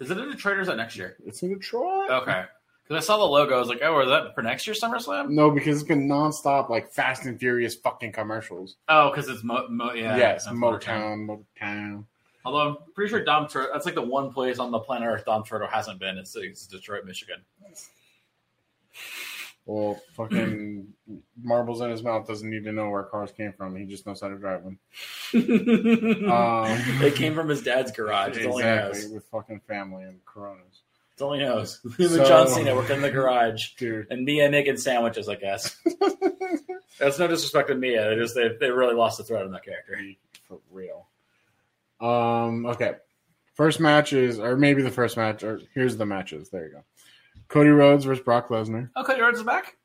[SPEAKER 1] Is it in Detroit or is that next year?
[SPEAKER 2] It's in Detroit.
[SPEAKER 1] Okay. Because I saw the logo. I was like, oh, is that for next year's SummerSlam?
[SPEAKER 2] No, because it's been nonstop, like Fast and Furious fucking commercials.
[SPEAKER 1] Oh, because it's Mo. Mo yeah.
[SPEAKER 2] yes,
[SPEAKER 1] that's
[SPEAKER 2] Motown, Motown.
[SPEAKER 1] Although I'm pretty sure Dom Tur- that's like the one place on the planet Earth Dom Turtle hasn't been. It's, it's Detroit, Michigan.
[SPEAKER 2] Well, fucking marbles in his mouth doesn't need to know where cars came from. He just knows how to drive them. Um,
[SPEAKER 1] it came from his dad's garage. It's all he
[SPEAKER 2] exactly
[SPEAKER 1] knows.
[SPEAKER 2] with fucking family and Coronas,
[SPEAKER 1] It's all he knows. Him
[SPEAKER 2] So-
[SPEAKER 1] and John Cena working in the garage.
[SPEAKER 2] dude.
[SPEAKER 1] And Mia making sandwiches, I guess. That's no disrespect to Mia. They just they, they really lost the thread on that character.
[SPEAKER 2] for real. Um. Okay. First match is, or maybe the first match, or here's the matches. There you go. Cody Rhodes versus Brock Lesnar.
[SPEAKER 1] Oh, Cody Rhodes is back.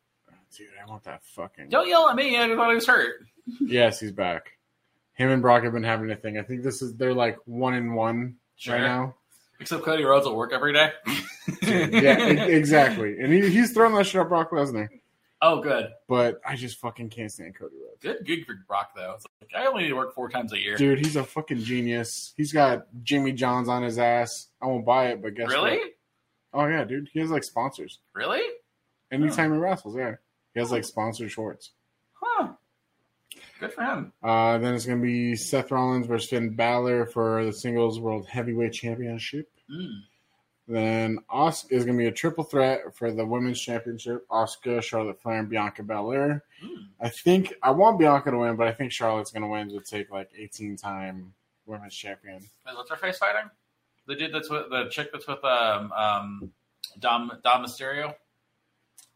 [SPEAKER 2] Dude, I want that fucking.
[SPEAKER 1] Don't yell at me. I thought he was hurt.
[SPEAKER 2] Yes, he's back. Him and Brock have been having a thing. I think this is they're like one in one right now.
[SPEAKER 1] Except Cody Rhodes will work every day.
[SPEAKER 2] yeah, e- exactly. And he, he's throwing that shit at Brock Lesnar.
[SPEAKER 1] Oh, good.
[SPEAKER 2] But I just fucking can't stand Cody Rhodes.
[SPEAKER 1] Good gig for Brock though. It's like I only need to work four times a year.
[SPEAKER 2] Dude, he's a fucking genius. He's got Jimmy John's on his ass. I won't buy it, but guess
[SPEAKER 1] really?
[SPEAKER 2] what? Oh yeah, dude. He has like sponsors.
[SPEAKER 1] Really?
[SPEAKER 2] Anytime he wrestles, yeah. He has like sponsored shorts.
[SPEAKER 1] Huh. Good for him.
[SPEAKER 2] Uh, then it's going to be Seth Rollins versus Finn Balor for the Singles World Heavyweight Championship.
[SPEAKER 1] Mm.
[SPEAKER 2] Then Oscar is going to be a triple threat for the Women's Championship Oscar, Charlotte Flair, and Bianca Belair.
[SPEAKER 1] Mm.
[SPEAKER 2] I think I want Bianca to win, but I think Charlotte's going to win to take like 18 time Women's Champion.
[SPEAKER 1] Wait, what's her face fighting? The dude that's with the chick that's with um um Dom Dom Mysterio.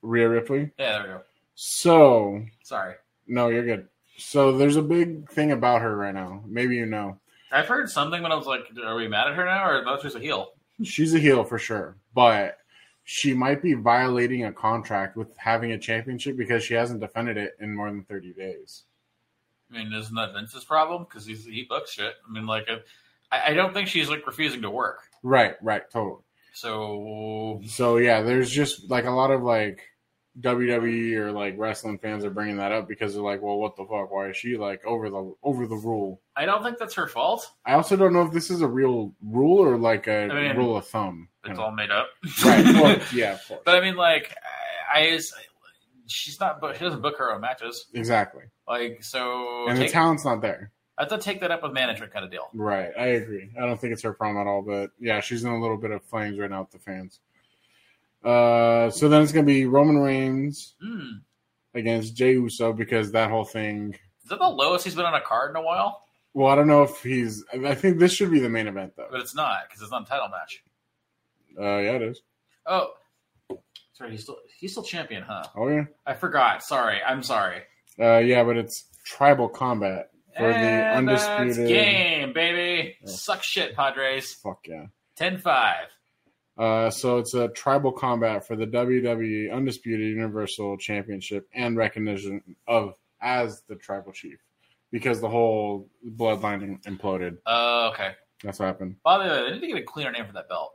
[SPEAKER 2] Rhea Ripley.
[SPEAKER 1] Yeah, there we go.
[SPEAKER 2] So,
[SPEAKER 1] Sorry,
[SPEAKER 2] no, you're good. So there's a big thing about her right now. Maybe you know.
[SPEAKER 1] I've heard something when I was like, "Are we mad at her now?" Or that's just a heel.
[SPEAKER 2] she's a heel for sure, but she might be violating a contract with having a championship because she hasn't defended it in more than 30 days.
[SPEAKER 1] I mean, isn't that Vince's problem? Because he's he books shit. I mean, like, I, I don't think she's like refusing to work.
[SPEAKER 2] Right, right, totally.
[SPEAKER 1] So
[SPEAKER 2] So yeah, there's just like a lot of like WWE or like wrestling fans are bringing that up because they're like, "Well, what the fuck? Why is she like over the over the rule?"
[SPEAKER 1] I don't think that's her fault.
[SPEAKER 2] I also don't know if this is a real rule or like a
[SPEAKER 1] I mean,
[SPEAKER 2] rule of thumb.
[SPEAKER 1] It's
[SPEAKER 2] kinda.
[SPEAKER 1] all made up.
[SPEAKER 2] right, of course, yeah, of course.
[SPEAKER 1] But I mean, like, I, I just, she's not, but she doesn't book her own matches.
[SPEAKER 2] exactly.
[SPEAKER 1] Like, so
[SPEAKER 2] And the
[SPEAKER 1] take,
[SPEAKER 2] talent's not there.
[SPEAKER 1] I have to take that up with management kind of deal.
[SPEAKER 2] Right, I agree. I don't think it's her problem at all, but yeah, she's in a little bit of flames right now with the fans. Uh, so then it's gonna be Roman Reigns
[SPEAKER 1] Hmm.
[SPEAKER 2] against Jey Uso because that whole thing.
[SPEAKER 1] Is that the lowest he's been on a card in a while?
[SPEAKER 2] Well, I don't know if he's. I I think this should be the main event though.
[SPEAKER 1] But it's not because it's not a title match.
[SPEAKER 2] Uh, yeah, it is.
[SPEAKER 1] Oh, sorry, he's still he's still champion, huh?
[SPEAKER 2] Oh yeah,
[SPEAKER 1] I forgot. Sorry, I'm sorry.
[SPEAKER 2] uh, yeah, but it's Tribal Combat for
[SPEAKER 1] And
[SPEAKER 2] the
[SPEAKER 1] that's
[SPEAKER 2] undisputed.
[SPEAKER 1] game, baby.
[SPEAKER 2] Oh.
[SPEAKER 1] Suck shit, Padres.
[SPEAKER 2] Fuck yeah.
[SPEAKER 1] 10-5.
[SPEAKER 2] Uh, so it's a tribal combat for the WWE Undisputed Universal Championship and recognition of as the tribal chief because the whole bloodline imploded.
[SPEAKER 1] Oh, okay.
[SPEAKER 2] That's what happened.
[SPEAKER 1] By the way, they need to get a cleaner name for that belt.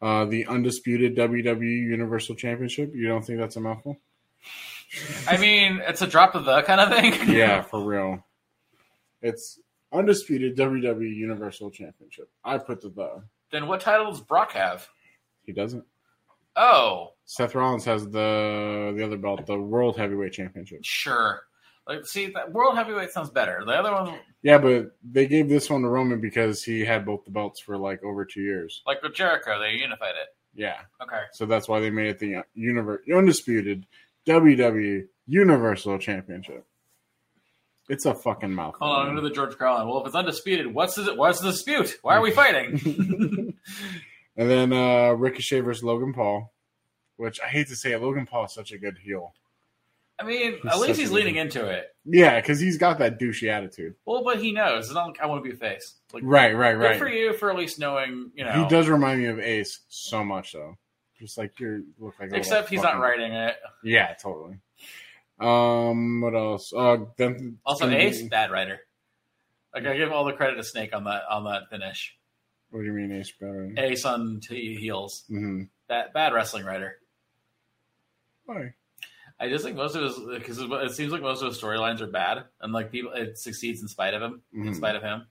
[SPEAKER 2] Uh, the Undisputed WWE Universal Championship. You don't think that's a mouthful?
[SPEAKER 1] I mean, it's a drop of the kind of thing.
[SPEAKER 2] Yeah, for real. It's Undisputed WWE Universal Championship. I put the the.
[SPEAKER 1] Then what title does Brock have?
[SPEAKER 2] He doesn't.
[SPEAKER 1] Oh,
[SPEAKER 2] Seth Rollins has the the other belt, the World Heavyweight Championship.
[SPEAKER 1] sure. Like, see, that world heavyweight sounds better. The other one,
[SPEAKER 2] Yeah, but they gave this one to Roman because he had both the belts for like over two years.
[SPEAKER 1] like with Jericho, they unified it.
[SPEAKER 2] Yeah,
[SPEAKER 1] Okay.
[SPEAKER 2] so that's why they made it the universe undisputed WWE Universal Championship. It's a fucking mouthful.
[SPEAKER 1] Hold on, under the George Carlin. Well, if it's undisputed, what's the what's the dispute? Why are we fighting?
[SPEAKER 2] and then uh, Ricochet versus Logan Paul, which I hate to say, it, Logan Paul is such a good heel.
[SPEAKER 1] I mean,
[SPEAKER 2] He's
[SPEAKER 1] at least
[SPEAKER 2] such
[SPEAKER 1] he's
[SPEAKER 2] a-
[SPEAKER 1] leaning into it.
[SPEAKER 2] Yeah, because he's got that douchey attitude.
[SPEAKER 1] Well, but he knows. It's not like I want to be a face. Like,
[SPEAKER 2] right, right,
[SPEAKER 1] good
[SPEAKER 2] right.
[SPEAKER 1] for you for at least knowing, you know.
[SPEAKER 2] He does remind me of Ace so much, though. Just like you look like. a little
[SPEAKER 1] Except he's not
[SPEAKER 2] fucking-
[SPEAKER 1] writing it.
[SPEAKER 2] Yeah, totally. Um, what else? Uh, then,
[SPEAKER 1] Also,
[SPEAKER 2] then-
[SPEAKER 1] Ace bad writer. Like I give all the credit to Snake on that on that finish.
[SPEAKER 2] What do you mean Ace better?
[SPEAKER 1] Ace on t- heels.
[SPEAKER 2] Mm-hmm.
[SPEAKER 1] That bad wrestling writer.
[SPEAKER 2] Why?
[SPEAKER 1] I just think most of his because it seems like most of his storylines are bad, and like people it succeeds in spite of him, in
[SPEAKER 2] Mhm.
[SPEAKER 1] spite of him.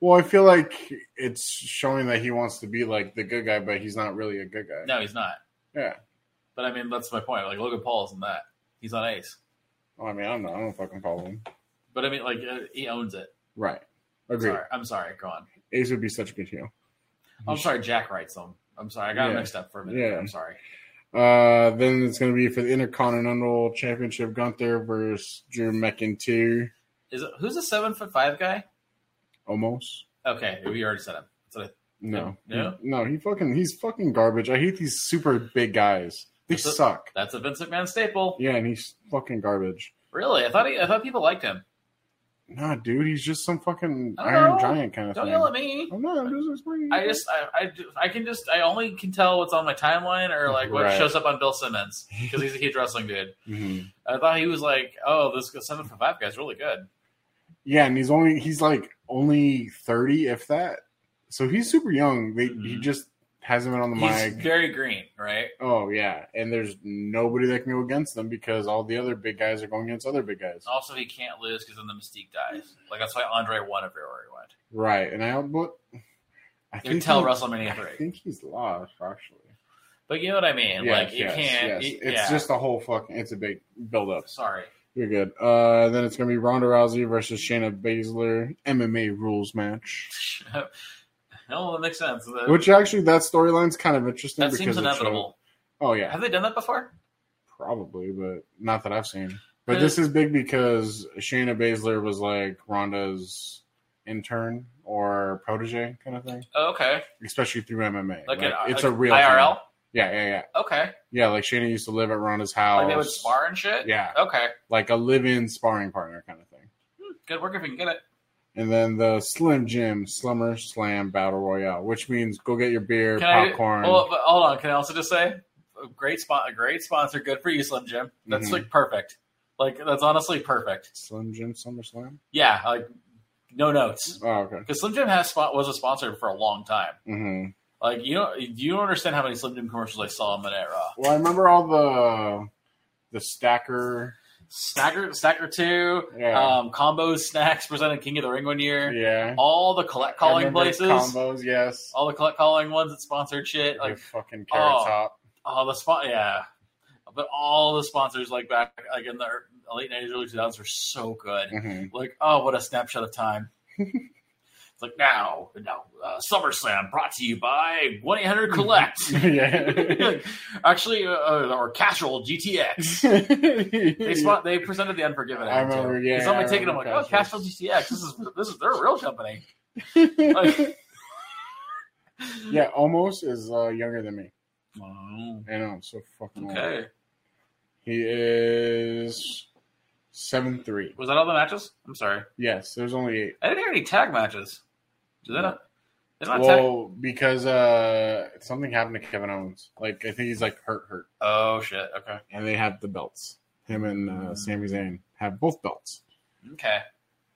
[SPEAKER 2] Well, I feel like it's showing that he wants to be like the good guy, but he's not really a good guy.
[SPEAKER 1] No, he's not.
[SPEAKER 2] Yeah.
[SPEAKER 1] But I mean, that's my point. Like Logan Paul isn't that. He's on Ace.
[SPEAKER 2] Well, I mean, I don't know. I don't fucking follow him.
[SPEAKER 1] But I mean, like uh, he owns it.
[SPEAKER 2] Right. Agreed.
[SPEAKER 1] Sorry. I'm sorry. Go on.
[SPEAKER 2] Ace would be such a good heel.
[SPEAKER 1] I'm sorry. Jack writes them. I'm sorry. I got
[SPEAKER 2] Yeah.
[SPEAKER 1] mixed up for a minute.
[SPEAKER 2] Yeah.
[SPEAKER 1] I'm sorry.
[SPEAKER 2] Uh, then it's going to be for the Intercontinental Championship Gunther versus Drew McIntyre.
[SPEAKER 1] Is it, who's a seven foot five guy?
[SPEAKER 2] Almost.
[SPEAKER 1] Okay, we already said him. That's what
[SPEAKER 2] No.
[SPEAKER 1] No?
[SPEAKER 2] No, he fucking, he's fucking garbage. I hate these super big guys. They
[SPEAKER 1] That's a-
[SPEAKER 2] suck.
[SPEAKER 1] I- that's a Vince McMahon staple.
[SPEAKER 2] Yeah, and he's fucking garbage.
[SPEAKER 1] Really? I thought he, I thought people liked him.
[SPEAKER 2] Nah, dude, he's just some fucking
[SPEAKER 1] I don't
[SPEAKER 2] Iron
[SPEAKER 1] know.
[SPEAKER 2] Giant kind of
[SPEAKER 1] Don't
[SPEAKER 2] thing.
[SPEAKER 1] yell at me.
[SPEAKER 2] I'm not. I'm just explaining.
[SPEAKER 1] I just I, I ju- I can just I only can tell what's on my timeline or like what
[SPEAKER 2] Right.
[SPEAKER 1] shows up on Bill Simmons because he's a huge wrestling dude.
[SPEAKER 2] Mhm.
[SPEAKER 1] I thought he was like, oh, this seven foot five guy's really good.
[SPEAKER 2] Yeah, and he's only he's like only thirty, if that. So he's super young. They, He
[SPEAKER 1] Mhm. just
[SPEAKER 2] just hasn't been on the
[SPEAKER 1] He's
[SPEAKER 2] mic.
[SPEAKER 1] very green, right?
[SPEAKER 2] Oh yeah, and there's nobody that can go against them because all the other big guys are going against other big guys.
[SPEAKER 1] Also, he can't lose because then the mystique dies. Like that's why Andre won everywhere he went.
[SPEAKER 2] Right, and I but I
[SPEAKER 1] You can tell
[SPEAKER 2] he-
[SPEAKER 1] WrestleMania
[SPEAKER 2] I
[SPEAKER 1] three,
[SPEAKER 2] think he's lost actually.
[SPEAKER 1] but you know what I mean. like you can't. you-
[SPEAKER 2] It's
[SPEAKER 1] yeah.
[SPEAKER 2] just a whole fucking. It's a big build up.
[SPEAKER 1] sorry.
[SPEAKER 2] You're good. Uh, then it's gonna be Ronda Rousey versus Shayna Baszler MMA rules match.
[SPEAKER 1] no, that makes sense. That,
[SPEAKER 2] Which actually, that storyline's kind of interesting.
[SPEAKER 1] that seems
[SPEAKER 2] it showed-
[SPEAKER 1] inevitable.
[SPEAKER 2] Oh yeah,
[SPEAKER 1] Have they done that before?
[SPEAKER 2] probably, but not that I've seen. But
[SPEAKER 1] But
[SPEAKER 2] this is big because Shayna Baszler was like Ronda's intern or protege kind of thing,
[SPEAKER 1] Oh, okay,
[SPEAKER 2] especially through MMA.
[SPEAKER 1] like,
[SPEAKER 2] Like,
[SPEAKER 1] an,
[SPEAKER 2] it's
[SPEAKER 1] like
[SPEAKER 2] a real thing.
[SPEAKER 1] IRL.
[SPEAKER 2] Yeah, yeah, yeah,
[SPEAKER 1] Okay,
[SPEAKER 2] yeah. Like Shayna used to live at Ronda's house.
[SPEAKER 1] like they would spar and shit.
[SPEAKER 2] Yeah,
[SPEAKER 1] Okay,
[SPEAKER 2] like a live-in sparring partner kind of thing.
[SPEAKER 1] Hmm, good work if you can get it.
[SPEAKER 2] And then the Slim Jim Slummer Slam Battle Royale, which means go get your beer,
[SPEAKER 1] Can I- Oh.
[SPEAKER 2] popcorn.
[SPEAKER 1] Well, but hold on. Can I also just say, a great spot, a great sponsor. Good for you, Slim Jim. That's
[SPEAKER 2] Mhm.
[SPEAKER 1] like perfect. Like that's honestly perfect.
[SPEAKER 2] Slim Jim Summer Slam.
[SPEAKER 1] Yeah, like no notes
[SPEAKER 2] Oh, okay.
[SPEAKER 1] because Slim Jim has spot was a sponsor for a long time.
[SPEAKER 2] hmm
[SPEAKER 1] Like you don't you don't understand how many Slim Jim commercials I saw on Monday Night Raw.
[SPEAKER 2] Well, I remember all the the stacker.
[SPEAKER 1] Snacker Snacker Two,
[SPEAKER 2] Yeah,
[SPEAKER 1] um, combos snacks presented King of the Ring one year.
[SPEAKER 2] yeah.
[SPEAKER 1] All the collect
[SPEAKER 2] I
[SPEAKER 1] Uh, calling
[SPEAKER 2] remember
[SPEAKER 1] places,
[SPEAKER 2] combos. Yes,
[SPEAKER 1] all the collect calling ones that sponsored shit.
[SPEAKER 2] like
[SPEAKER 1] Like
[SPEAKER 2] fucking carrot
[SPEAKER 1] oh.
[SPEAKER 2] top.
[SPEAKER 1] Oh, the spot, yeah. But all the sponsors, like back, like in the ear- late '90s, early 2000s, were so good.
[SPEAKER 2] hmm
[SPEAKER 1] Like, oh, what a snapshot of time. it's like now, now, uh, SummerSlam brought to you by one eight hundred Collect.
[SPEAKER 2] yeah.
[SPEAKER 1] Actually, uh, or Casual GTX. They spot, they presented the Unforgiven.
[SPEAKER 2] I
[SPEAKER 1] ad, too.
[SPEAKER 2] remember, yeah,
[SPEAKER 1] 'Cause I'm
[SPEAKER 2] I
[SPEAKER 1] like taking them like,
[SPEAKER 2] remember
[SPEAKER 1] oh, Casual GTX. This is this is they're a real company. Like,
[SPEAKER 2] yeah, almost is uh, younger than me.
[SPEAKER 1] oh,
[SPEAKER 2] I know, I'm so fucking old.
[SPEAKER 1] okay.
[SPEAKER 2] He is seven three.
[SPEAKER 1] Was that all the matches? I'm sorry.
[SPEAKER 2] Yes, there's only eight.
[SPEAKER 1] I didn't hear any tag matches. Did they not? They're not tag-
[SPEAKER 2] Well, because uh, something happened to Kevin Owens. Like I think he's like hurt, hurt,
[SPEAKER 1] oh shit. Okay.
[SPEAKER 2] and they have the belts. Him and
[SPEAKER 1] Mm.
[SPEAKER 2] uh, Sami Zayn have both belts
[SPEAKER 1] Okay.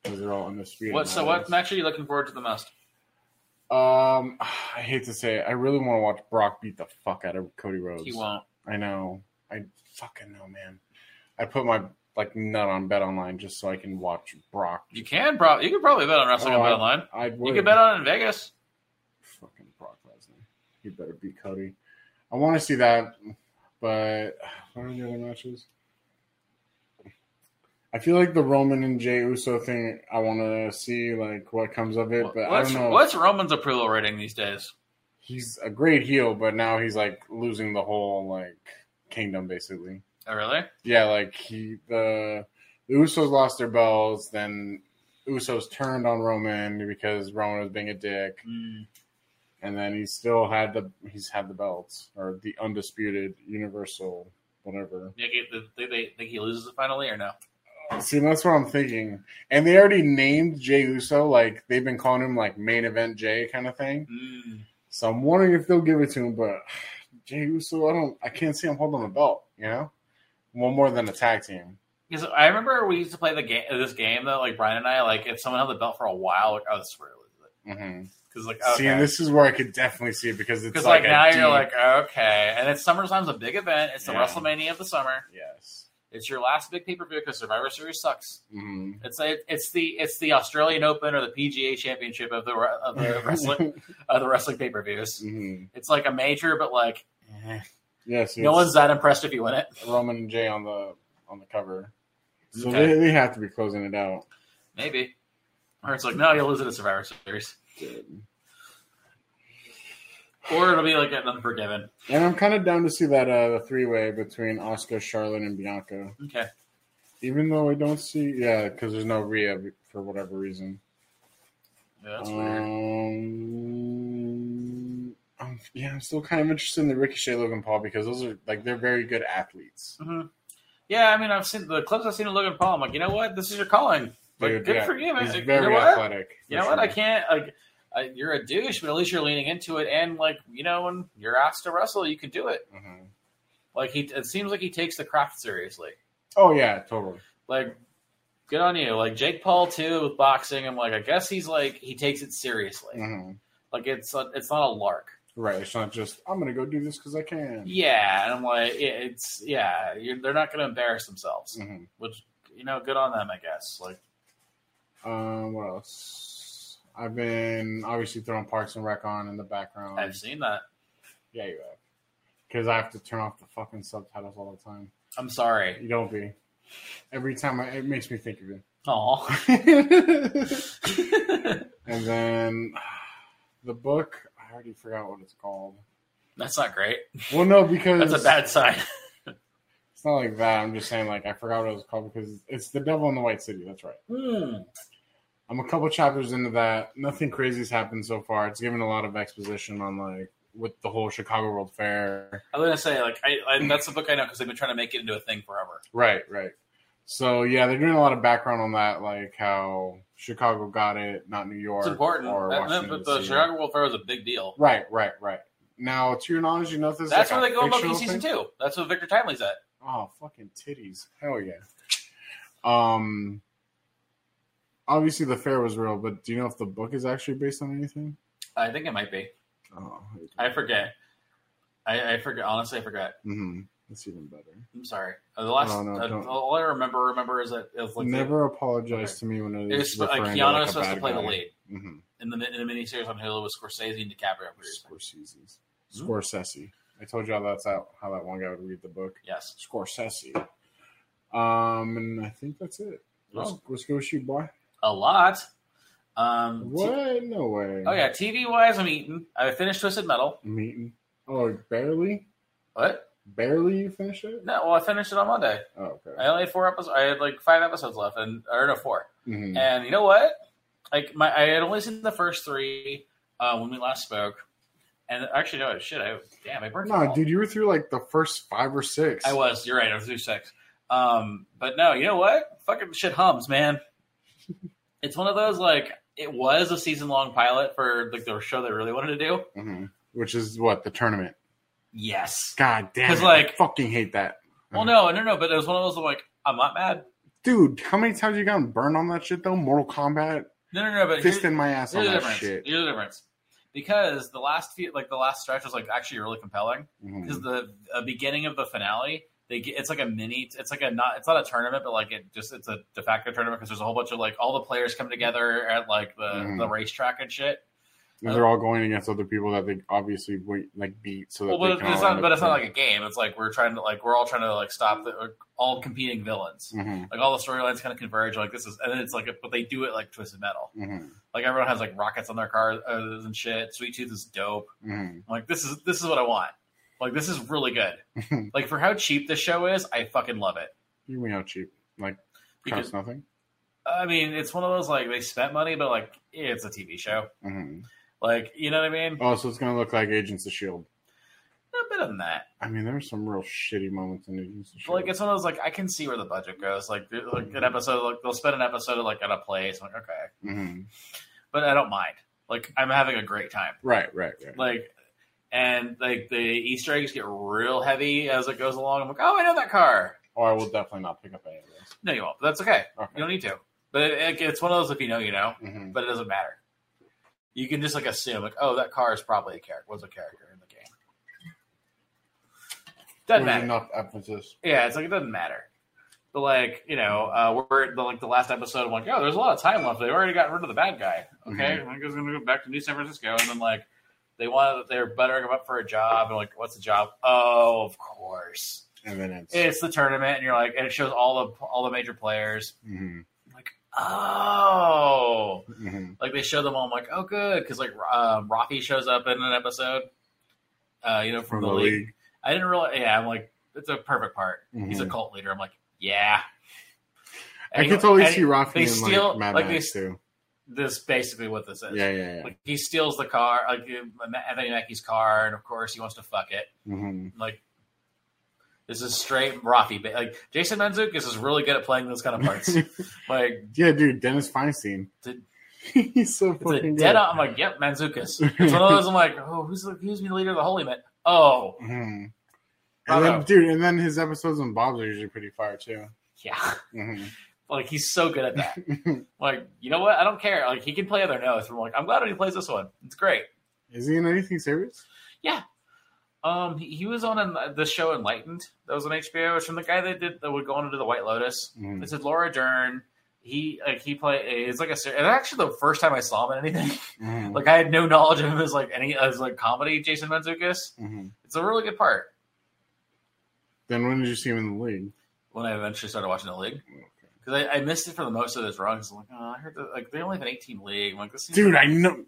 [SPEAKER 2] because they're all undisputed.
[SPEAKER 1] What? So what
[SPEAKER 2] nowadays.
[SPEAKER 1] match are you looking forward to the most?
[SPEAKER 2] Um, I hate to say it, I really want to watch Brock beat the fuck out of Cody Rhodes.
[SPEAKER 1] He won't.
[SPEAKER 2] I know. I fucking know, man. I put my like nut on Bet Online just so I can watch Brock.
[SPEAKER 1] You can probably. You could probably bet on wrestling
[SPEAKER 2] Oh,
[SPEAKER 1] on
[SPEAKER 2] I-
[SPEAKER 1] bet online.
[SPEAKER 2] I
[SPEAKER 1] You
[SPEAKER 2] would
[SPEAKER 1] could bet on it in Vegas.
[SPEAKER 2] fucking Brock Lesnar. He better beat Cody. I want to see that, but what are the other matches? I feel like the Roman and Jey Uso thing. I want to see like what comes of it, but I
[SPEAKER 1] what's,
[SPEAKER 2] don't know.
[SPEAKER 1] what's Roman's approval rating these days?
[SPEAKER 2] He's a great heel, but now he's like losing the whole like kingdom basically.
[SPEAKER 1] Oh, really?
[SPEAKER 2] Yeah, like he the, the Usos lost their belts, then Usos turned on Roman because Roman was being a dick, and then he still had the he's had the belts or the undisputed universal whatever.
[SPEAKER 1] Think, he- think they think he loses it finally or no?
[SPEAKER 2] See, that's what I'm thinking. And they already named Jay Uso, like they've been calling him like main event Jay kind of thing.
[SPEAKER 1] Mm.
[SPEAKER 2] So I'm wondering if they'll give it to him, but Jay Uso, I don't I can't see him holding a belt, you know? One more than a tag team.
[SPEAKER 1] Because I remember we used to play the game, this game that like Brian and I like. If someone held the belt for a while, like oh, this is where it was.
[SPEAKER 2] hmm
[SPEAKER 1] Because like
[SPEAKER 2] See, and
[SPEAKER 1] okay,
[SPEAKER 2] this is where I could definitely see it because it's
[SPEAKER 1] because like,
[SPEAKER 2] a
[SPEAKER 1] now
[SPEAKER 2] deep-
[SPEAKER 1] you're like okay, and it's SummerSlam's a big event. It's the
[SPEAKER 2] Yeah.
[SPEAKER 1] WrestleMania of the summer.
[SPEAKER 2] yes,
[SPEAKER 1] It's your last big pay per view because Survivor Series sucks.
[SPEAKER 2] hmm
[SPEAKER 1] It's a, it's the it's the Australian Open or the PGA Championship of the re- of the wrestling of the wrestling pay per views.
[SPEAKER 2] Mhm.
[SPEAKER 1] It's like a major, but like eh,
[SPEAKER 2] Yes,
[SPEAKER 1] no
[SPEAKER 2] yes.
[SPEAKER 1] one's that impressed if you win it.
[SPEAKER 2] Roman and Jay on the on the cover. So
[SPEAKER 1] Okay.
[SPEAKER 2] they, they have to be closing it out.
[SPEAKER 1] Maybe, or it's like no, you'll lose it at Survivor Series, or it'll be like an Unforgiven.
[SPEAKER 2] And I'm kind of down to see that uh, the three way between Oscar, Charlotte, and Bianca.
[SPEAKER 1] Okay,
[SPEAKER 2] Even though I don't see, yeah, because there's no Rhea for whatever reason.
[SPEAKER 1] yeah, that's
[SPEAKER 2] Mm.
[SPEAKER 1] weird.
[SPEAKER 2] Um, I'm, yeah, I'm still kind of interested in the Ricochet Logan Paul because those are like they're very good athletes.
[SPEAKER 1] Mhm. Yeah, I mean, I've seen the clips I've seen of Logan Paul. I'm like, you know what, this is your calling. Like,
[SPEAKER 2] Dude,
[SPEAKER 1] good
[SPEAKER 2] yeah,
[SPEAKER 1] for you, man.
[SPEAKER 2] He's
[SPEAKER 1] Like,
[SPEAKER 2] very
[SPEAKER 1] you know what?
[SPEAKER 2] athletic. for
[SPEAKER 1] You know what? I
[SPEAKER 2] sure.
[SPEAKER 1] can't. Like, I, you're a douche, but at least you're leaning into it. And like, you know, when you're asked to wrestle, you can do it.
[SPEAKER 2] Mhm.
[SPEAKER 1] Like he, it seems like he takes the craft seriously.
[SPEAKER 2] Oh yeah, totally.
[SPEAKER 1] Like, good on you. Like Jake Paul too with boxing. I'm like, I guess he's like he takes it seriously.
[SPEAKER 2] Mhm.
[SPEAKER 1] Like it's a, it's not a lark.
[SPEAKER 2] Right. It's not just I'm gonna go do this because I can.
[SPEAKER 1] Yeah, and I'm like, it, it's yeah. You're, they're not going to embarrass themselves,
[SPEAKER 2] Mhm.
[SPEAKER 1] which you know, good on them, I guess. Like,
[SPEAKER 2] Um, what else? I've been obviously throwing Parks and Rec on in the background.
[SPEAKER 1] I've seen that.
[SPEAKER 2] Yeah, you have. Because I have to turn off the fucking subtitles all the time.
[SPEAKER 1] I'm sorry.
[SPEAKER 2] You don't be. Every time I, it makes me think of
[SPEAKER 1] Oh,
[SPEAKER 2] you. and then the book, I already forgot what it's called.
[SPEAKER 1] that's not great.
[SPEAKER 2] Well, no, because
[SPEAKER 1] That's a bad sign.
[SPEAKER 2] It's not like that. I'm just saying, like I forgot what it was called because it's the Devil in the White City. That's right.
[SPEAKER 1] Hmm.
[SPEAKER 2] I'm a couple chapters into that. Nothing crazy's happened so far. It's given a lot of exposition on like with the whole Chicago World Fair.
[SPEAKER 1] I was gonna say like I, I that's the book I know because they've been trying to make it into a thing forever.
[SPEAKER 2] Right, right. So yeah, they're doing a lot of background on that, like how Chicago got it, not New York.
[SPEAKER 1] It's important.
[SPEAKER 2] Or
[SPEAKER 1] That-
[SPEAKER 2] Washington,
[SPEAKER 1] but the
[SPEAKER 2] DC.
[SPEAKER 1] Chicago World Fair was a big deal.
[SPEAKER 2] Right, right, right. Now, to your knowledge, you know if this. is,
[SPEAKER 1] That's
[SPEAKER 2] like,
[SPEAKER 1] where they
[SPEAKER 2] a
[SPEAKER 1] go about
[SPEAKER 2] fictional
[SPEAKER 1] season
[SPEAKER 2] thing?
[SPEAKER 1] two. That's what Victor Timely's at.
[SPEAKER 2] Oh, fucking titties! Hell yeah. Um. Obviously, the fair was real, but do you know if the book is actually based on anything?
[SPEAKER 1] I think it might be.
[SPEAKER 2] Oh,
[SPEAKER 1] I forget. I, I forget. Honestly, I forget.
[SPEAKER 2] hmm That's even better.
[SPEAKER 1] I'm sorry. Uh, The last
[SPEAKER 2] Oh, no,
[SPEAKER 1] uh,
[SPEAKER 2] don't.
[SPEAKER 1] all I remember remember is that it was like
[SPEAKER 2] Never apologize
[SPEAKER 1] Okay.
[SPEAKER 2] to me when
[SPEAKER 1] The,
[SPEAKER 2] it
[SPEAKER 1] it
[SPEAKER 2] is
[SPEAKER 1] was like Keanu
[SPEAKER 2] referring to, like,
[SPEAKER 1] was
[SPEAKER 2] a
[SPEAKER 1] supposed to
[SPEAKER 2] bad
[SPEAKER 1] play
[SPEAKER 2] guy.
[SPEAKER 1] the lead
[SPEAKER 2] Mhm.
[SPEAKER 1] in the in the miniseries on Hulu with Scorsese and DiCaprio. producing.
[SPEAKER 2] Scorsese's.
[SPEAKER 1] Hmm?
[SPEAKER 2] Scorsese. I told you all that's out how that one guy would read the book.
[SPEAKER 1] Yes.
[SPEAKER 2] Scorsese. Um, and I think that's it. Let's,
[SPEAKER 1] Oh.
[SPEAKER 2] let's go shoot, boy.
[SPEAKER 1] A lot. Um, t-
[SPEAKER 2] What? No way.
[SPEAKER 1] oh yeah. TV wise, I'm eating. I finished Twisted Metal.
[SPEAKER 2] I'm eating. Oh, barely,
[SPEAKER 1] What?
[SPEAKER 2] barely you finished it.
[SPEAKER 1] No. Uh, Well, I finished it on Monday.
[SPEAKER 2] Oh, okay.
[SPEAKER 1] I only had four episodes. I had like five episodes left, and or no, four.
[SPEAKER 2] Mhm.
[SPEAKER 1] And you know what? Like my, I had only seen the first three uh, when we last spoke. And actually, no, shit. I damn, I burned. them
[SPEAKER 2] No,
[SPEAKER 1] all.
[SPEAKER 2] dude, you were through like the first five or six.
[SPEAKER 1] I was. You're right. I was through six. Um, but no, you know what? Fucking shit hums, man. it's one of those like it was a season long pilot for like the show they really wanted to do.
[SPEAKER 2] Mhm. Which is what the tournament.
[SPEAKER 1] Yes.
[SPEAKER 2] God damn.
[SPEAKER 1] 'Cause,
[SPEAKER 2] it, I
[SPEAKER 1] like-
[SPEAKER 2] fucking hate that.
[SPEAKER 1] Well, no, no, no. But it was one of those like I'm not mad.
[SPEAKER 2] dude. How many times you gotten burned on that shit though? Mortal Kombat,
[SPEAKER 1] No, no, no. But here's,
[SPEAKER 2] fist in my ass on
[SPEAKER 1] here's the
[SPEAKER 2] that
[SPEAKER 1] difference.
[SPEAKER 2] shit.
[SPEAKER 1] Here's the difference. Because the last few, like the last stretch was like actually really compelling.
[SPEAKER 2] Mhm.
[SPEAKER 1] because the uh, beginning of the finale they get, it's like a mini it's like a not it's not a tournament but like it just it's a de facto tournament because there's a whole bunch of like all the players come together at like the
[SPEAKER 2] Mhm.
[SPEAKER 1] the racetrack and shit
[SPEAKER 2] And
[SPEAKER 1] Oh.
[SPEAKER 2] they're all going against other people that they obviously wait, like beat. So that
[SPEAKER 1] well, but
[SPEAKER 2] they can
[SPEAKER 1] it's
[SPEAKER 2] all
[SPEAKER 1] not
[SPEAKER 2] end
[SPEAKER 1] but
[SPEAKER 2] up
[SPEAKER 1] it's not like a game it's like we're trying to like we're all trying to like stop the like, all competing villains
[SPEAKER 2] winning.
[SPEAKER 1] like all the storylines kind of converge like this is and then it's like but they do it like twisted metal
[SPEAKER 2] Mhm,
[SPEAKER 1] like everyone has like rockets on their cars uh, and shit sweet tooth is dope
[SPEAKER 2] mhm, mhm.
[SPEAKER 1] I'm like this is this is what i want like this is really good like for how cheap this show is i fucking love it
[SPEAKER 2] mm-hmm. You mean how cheap? Like
[SPEAKER 1] because
[SPEAKER 2] cost nothing.
[SPEAKER 1] I mean, it's one of those like they spent money, but like it's a TV show.
[SPEAKER 2] Mhm.
[SPEAKER 1] Like you know what I mean?
[SPEAKER 2] Oh, so it's gonna look like Agents of Shield.
[SPEAKER 1] A bit better than that.
[SPEAKER 2] E I mean, there's some real shitty moments in the use of
[SPEAKER 1] But, like it's one of those like I can see where the budget goes. Like, there- like an episode, like they'll spend an episode like at a place. I'm like okay,
[SPEAKER 2] hmm
[SPEAKER 1] but I don't mind. Like I'm having a great time.
[SPEAKER 2] Right, right, right.
[SPEAKER 1] Like, and like the Easter eggs get real heavy as it goes along. I'm like, oh, I know that car.
[SPEAKER 2] or I will definitely not pick up any of this.
[SPEAKER 1] No, you won't. But that's okay. You
[SPEAKER 2] Okay.
[SPEAKER 1] don't need to. But it, it, it's one of those if you know, you know.
[SPEAKER 2] hmm
[SPEAKER 1] But it doesn't matter. You can just like assume like, oh, that car is probably a character. Was a character in the game. Doesn't matter.
[SPEAKER 2] Enough emphasis.
[SPEAKER 1] Yeah, it's like it doesn't matter. But like you know, uh, we're at the, like the last episode. I'm like, oh, there's a lot of time left. They've already got rid of the bad guy. Okay, I guess we're gonna go back to New San Francisco, and then like they wanted they're buttering him up for a job, and like, what's the job? Oh, of course,
[SPEAKER 2] And then it's.
[SPEAKER 1] it's the tournament, and you're like, and it shows all the all the major players.
[SPEAKER 2] hmm
[SPEAKER 1] Oh,
[SPEAKER 2] hmm
[SPEAKER 1] like they show them all. I'm like, oh, good, because like um, Rafi shows up in an episode. Uh, you know, from, the, league. I didn't realize. Yeah, I'm like, it's a perfect part. He's a
[SPEAKER 2] Mhm.
[SPEAKER 1] cult leader. I'm like, yeah.
[SPEAKER 2] I
[SPEAKER 1] And
[SPEAKER 2] can
[SPEAKER 1] he-
[SPEAKER 2] totally
[SPEAKER 1] and
[SPEAKER 2] see Rafi
[SPEAKER 1] they
[SPEAKER 2] in
[SPEAKER 1] steal-
[SPEAKER 2] like Mad
[SPEAKER 1] like, they
[SPEAKER 2] Max
[SPEAKER 1] s-
[SPEAKER 2] too.
[SPEAKER 1] This is basically what this is.
[SPEAKER 2] Yeah, yeah, yeah.
[SPEAKER 1] Like he steals the car, like uh, Ma- Anthony Mackie's car, and of course he wants to fuck it.
[SPEAKER 2] hmm
[SPEAKER 1] Like this is straight Rafi. ba- Like Jason Menzook is just really good at playing those kind of parts. like
[SPEAKER 2] yeah, dude, Dennis Feinstein.
[SPEAKER 1] Did-
[SPEAKER 2] He's so
[SPEAKER 1] it's a
[SPEAKER 2] fucking
[SPEAKER 1] dead.
[SPEAKER 2] good.
[SPEAKER 1] on. I'm like, yep, Manzukas. It's one of those. I'm like, oh, who's the, who's the leader of the Holy Men? Oh,
[SPEAKER 2] Mhm.
[SPEAKER 1] Bravo.
[SPEAKER 2] And then, dude, and then his episodes on Bob's are usually pretty fire too.
[SPEAKER 1] yeah.
[SPEAKER 2] Mhm.
[SPEAKER 1] Like he's so good at that.
[SPEAKER 2] Mm-hmm.
[SPEAKER 1] like you know what? I don't care. Like he can play other notes. But I'm like, I'm glad when he plays this one. It's great.
[SPEAKER 2] Is he in anything serious?
[SPEAKER 1] Um, he, he was on an, the show Enlightened. That was on HBO. It was from the guy that did that would go on into the White Lotus.
[SPEAKER 2] Mhm.
[SPEAKER 1] It's with Laura Dern. He like he play. It's like a. ser- And actually, the first time I saw him in anything,
[SPEAKER 2] Mhm.
[SPEAKER 1] like I had no knowledge of him as like any as like comedy. Jason Mantzoukas.
[SPEAKER 2] Mhm.
[SPEAKER 1] It's a really good part.
[SPEAKER 2] Then when did you see him in the league?
[SPEAKER 1] When I eventually started watching the league, because I, I missed it for the most of this run. 'cause I'm like, oh, I heard that like they only have an 18 league. I'm like, this seems-
[SPEAKER 2] Dude, I know.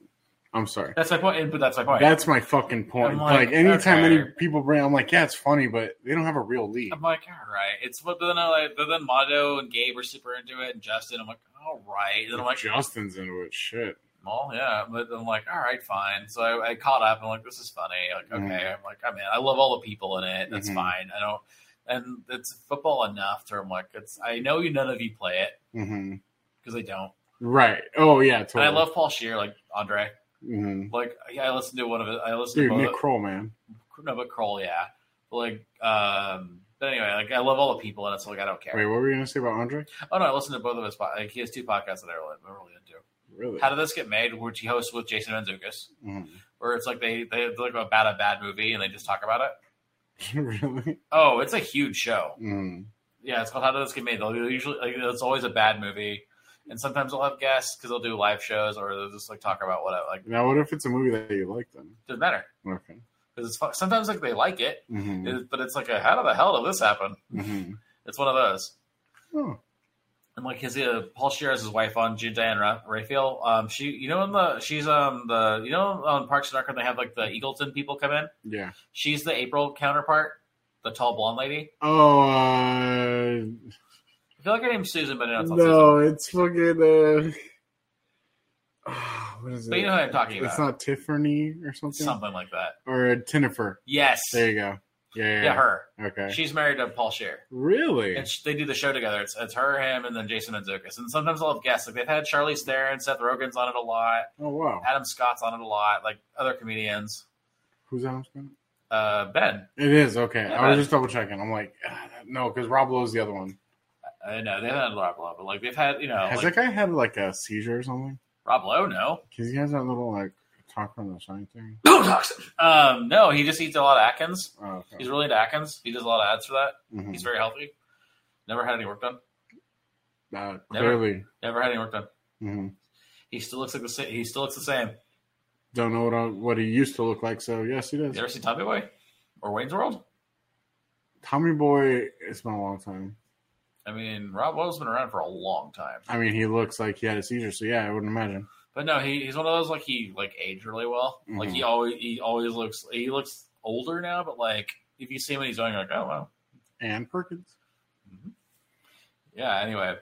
[SPEAKER 2] I'm sorry.
[SPEAKER 1] That's my point. But that's my point.
[SPEAKER 2] That's my fucking point.
[SPEAKER 1] I'm
[SPEAKER 2] Like,
[SPEAKER 1] like,
[SPEAKER 2] anytime
[SPEAKER 1] okay.
[SPEAKER 2] any people bring, I'm like, yeah, it's funny, but they don't have a real league.
[SPEAKER 1] I'm like, all right. It's but then I like but then Mado and Gabe are super into it, and Justin. I'm like, all right. And then I'm like,
[SPEAKER 2] Justin's into it. Shit.
[SPEAKER 1] Well, yeah, but I'm like, all right, fine. So I, I caught up. I'm like, this is funny. Like,
[SPEAKER 2] Mm-hmm.
[SPEAKER 1] okay, I'm like, I'm in. I love all the people in it. That's
[SPEAKER 2] Mhm.
[SPEAKER 1] fine. I don't, and it's football enough. To I'm like, it's. I know you. None of you play it
[SPEAKER 2] hmm
[SPEAKER 1] because they don't.
[SPEAKER 2] Right. Oh yeah. Totally.
[SPEAKER 1] And I love Paul Shear, like Andre.
[SPEAKER 2] Mhm.
[SPEAKER 1] Like, yeah, I listened to one of it. I listened
[SPEAKER 2] Dude,
[SPEAKER 1] to
[SPEAKER 2] Nick
[SPEAKER 1] both.
[SPEAKER 2] Kroll, man.
[SPEAKER 1] No, but Kroll, yeah. But like, um, but anyway, like, I love all the people in it. So like, I don't care.
[SPEAKER 2] Wait, what were you gonna say about Andre?
[SPEAKER 1] Oh no, I listened to both of his. pod- Like, he has two podcasts that I really, I'm really into.
[SPEAKER 2] Really?
[SPEAKER 1] How did this get made? Which he hosts with Jason Manzukis.
[SPEAKER 2] Mhm.
[SPEAKER 1] where it's like they they like about a bad movie and they just talk about it.
[SPEAKER 2] really?
[SPEAKER 1] Oh, it's a huge show.
[SPEAKER 2] Mm.
[SPEAKER 1] Yeah, it's called How Did This Get Made? They'll usually like it's always a bad movie, and sometimes they'll have guests because they'll do live shows or they'll just like talk about whatever. Like
[SPEAKER 2] Now, what if it's a movie that you like? Then
[SPEAKER 1] doesn't matter
[SPEAKER 2] okay.
[SPEAKER 1] because it's fu- sometimes like they like it,
[SPEAKER 2] hmm
[SPEAKER 1] it- but it's like a, how the hell did this happen?
[SPEAKER 2] hmm
[SPEAKER 1] It's one of those.
[SPEAKER 2] Oh.
[SPEAKER 1] And like his uh, Paul Shear has his wife on Jin Diane Ra- Raphael. Um, she you know in the she's um the you know on Parks and Rec when they have like the Eagleton people come in.
[SPEAKER 2] Yeah.
[SPEAKER 1] She's the April counterpart, the tall blonde lady.
[SPEAKER 2] Oh. Uh,
[SPEAKER 1] I feel like her name's Susan, but no, it's not Susan.
[SPEAKER 2] no, it's fucking. Uh, what is it?
[SPEAKER 1] But you know what I'm talking
[SPEAKER 2] It's
[SPEAKER 1] about.
[SPEAKER 2] not Tiffany or something,
[SPEAKER 1] Something like that.
[SPEAKER 2] or Tinnifer.
[SPEAKER 1] Yes.
[SPEAKER 2] There you go. Yeah.
[SPEAKER 1] yeah.
[SPEAKER 2] Yeah.
[SPEAKER 1] her.
[SPEAKER 2] Okay.
[SPEAKER 1] She's married to Paul Shear.
[SPEAKER 2] really?
[SPEAKER 1] And sh they do the show together. It's, it's her, him, and then Jason Mantzoukas. And sometimes I'll have guests. Like they've had Charlize Theron, Seth Rogen's on it a lot.
[SPEAKER 2] oh wow.
[SPEAKER 1] Adam Scott's on it a lot. Like other comedians.
[SPEAKER 2] Who's that? Husband?
[SPEAKER 1] Uh, ben.
[SPEAKER 2] It is okay.
[SPEAKER 1] Yeah,
[SPEAKER 2] I was
[SPEAKER 1] but-
[SPEAKER 2] just double checking. I'm like, ah, no, because Rob Lowe's the other one.
[SPEAKER 1] I know they haven't had Rob Lowe, but like they've had you know
[SPEAKER 2] Has
[SPEAKER 1] Oh, like,
[SPEAKER 2] that guy had like a seizure or something?
[SPEAKER 1] Rob Lowe. No,
[SPEAKER 2] Because he has that little like talk from the shine thing.
[SPEAKER 1] no toxin. Um, no, he just eats a lot of Atkins.
[SPEAKER 2] Oh, okay.
[SPEAKER 1] He's really into Atkins. He does a lot of ads for that.
[SPEAKER 2] Mhm.
[SPEAKER 1] He's very healthy. Never had any work done.
[SPEAKER 2] Uh,
[SPEAKER 1] Never-
[SPEAKER 2] clearly,
[SPEAKER 1] Never had any work done.
[SPEAKER 2] hmm
[SPEAKER 1] He still looks like the same. He still looks the same.
[SPEAKER 2] don't know what I, what he used to look like. So yes, he does.
[SPEAKER 1] You ever seen Tommy Boy or Wayne's World?
[SPEAKER 2] Tommy Boy, it's been a long time.
[SPEAKER 1] I mean, Rob Lowe's been around for a long time,
[SPEAKER 2] I mean, he looks like he had a seizure. So yeah, I wouldn't imagine.
[SPEAKER 1] but no, he, he's one of those like he like aged really well. Like he always he always looks he looks older now, but like if you see him when he's doing, you're like oh wow,
[SPEAKER 2] And Perkins.
[SPEAKER 1] Mhm. yeah. Anyway,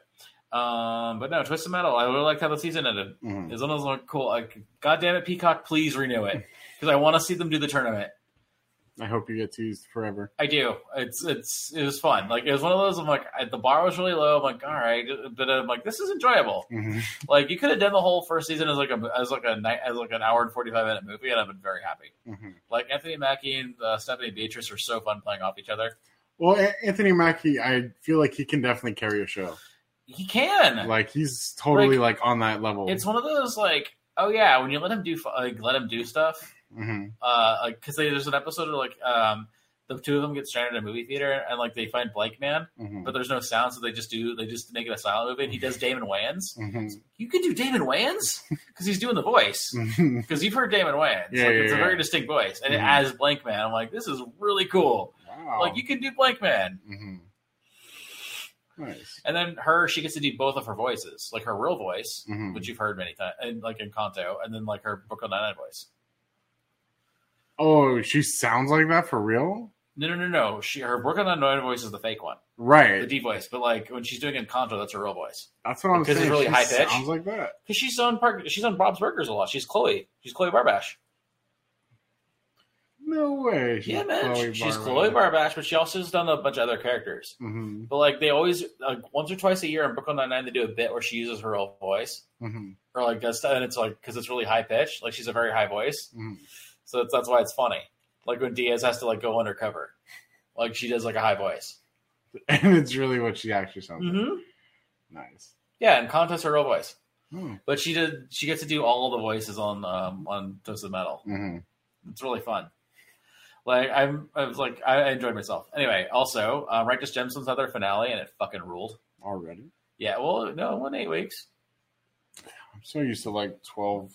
[SPEAKER 1] um, but no, Twisted Metal. I really liked how the season ended.
[SPEAKER 2] Mhm.
[SPEAKER 1] It's one of those like cool like God damn it, Peacock, please renew it because I want to see them do the tournament.
[SPEAKER 2] I hope you get teased forever.
[SPEAKER 1] I do. It's it's it was fun. Like it was one of those. I'm like I- the bar was really low. I'm like all right, but I'm like this is enjoyable.
[SPEAKER 2] Mhm.
[SPEAKER 1] Like you could have done the whole first season as like a as like a night as like an hour and forty five minute movie, and I've been very happy.
[SPEAKER 2] Mhm.
[SPEAKER 1] Like Anthony Mackie and uh, Stephanie Beatrice are so fun playing off each other.
[SPEAKER 2] Well, A- Anthony Mackie, I feel like he can definitely carry a show.
[SPEAKER 1] He can.
[SPEAKER 2] Like he's totally like, on that level.
[SPEAKER 1] it's one of those like oh yeah, when you let him do fu- like let him do stuff,
[SPEAKER 2] hmm
[SPEAKER 1] uh, like because there's an episode where like um the two of them get stranded in a movie theater and like they find Blank Man,
[SPEAKER 2] hmm
[SPEAKER 1] but there's no sound, so they just do they just make it a silent movie, and he does Damon Wayans.
[SPEAKER 2] Mm-hmm.
[SPEAKER 1] You could do Damon Wayans because he's doing the voice.
[SPEAKER 2] hmm
[SPEAKER 1] Because you've heard Damon Wayans,
[SPEAKER 2] Yeah,
[SPEAKER 1] like
[SPEAKER 2] yeah,
[SPEAKER 1] it's a
[SPEAKER 2] yeah.
[SPEAKER 1] very distinct voice, and
[SPEAKER 2] Mhm.
[SPEAKER 1] as Blank Man, I'm like, this is really cool.
[SPEAKER 2] Wow.
[SPEAKER 1] Like you can do Blank Man,
[SPEAKER 2] hmm Nice.
[SPEAKER 1] and then her, she gets to do both of her voices, like her real voice,
[SPEAKER 2] Mhm.
[SPEAKER 1] which you've heard many times, and like in Kanto, and then like her Brooklyn Nine Nine voice.
[SPEAKER 2] Oh, she sounds like that for real?
[SPEAKER 1] No, no, no, no. She her Brooklyn Nine Nine voice is the fake one. the
[SPEAKER 2] Right.
[SPEAKER 1] D voice, but like when she's doing Encanto, that's her real voice.
[SPEAKER 2] That's what I'm
[SPEAKER 1] Because it's
[SPEAKER 2] saying.
[SPEAKER 1] really
[SPEAKER 2] She
[SPEAKER 1] high pitched.
[SPEAKER 2] Sounds like that.
[SPEAKER 1] Because she's on Park, she's on Bob's Burgers a lot. She's Chloe. She's Chloe Barbash.
[SPEAKER 2] No way.
[SPEAKER 1] yeah, man. she's Chloe Barbash, but she also has done a bunch of other characters.
[SPEAKER 2] Mm-hmm.
[SPEAKER 1] But like they always, like once or twice a year in Brooklyn Nine Nine, they do a bit where she uses her real voice,
[SPEAKER 2] Mm-hmm.
[SPEAKER 1] or like does stuff, and it's like because it's really high pitched. Like she's a very high voice,
[SPEAKER 2] Mhm.
[SPEAKER 1] so that's, that's why it's funny. Like when Diaz has to like go undercover, like she does like a high voice. Mm-hmm.
[SPEAKER 2] And it's really what she actually sounds like. Nice.
[SPEAKER 1] Yeah, and Encanto's her real voice,
[SPEAKER 2] Hmm.
[SPEAKER 1] but she did she gets to do all the voices on um, on Toasted Metal.
[SPEAKER 2] Mhm.
[SPEAKER 1] it's really fun. Like I'm, I was like I I enjoyed myself. Anyway, also uh, Righteous Gemstones had their finale and it fucking ruled.
[SPEAKER 2] Already?
[SPEAKER 1] Yeah, well, no, it won eight weeks.
[SPEAKER 2] I'm so used to like 12.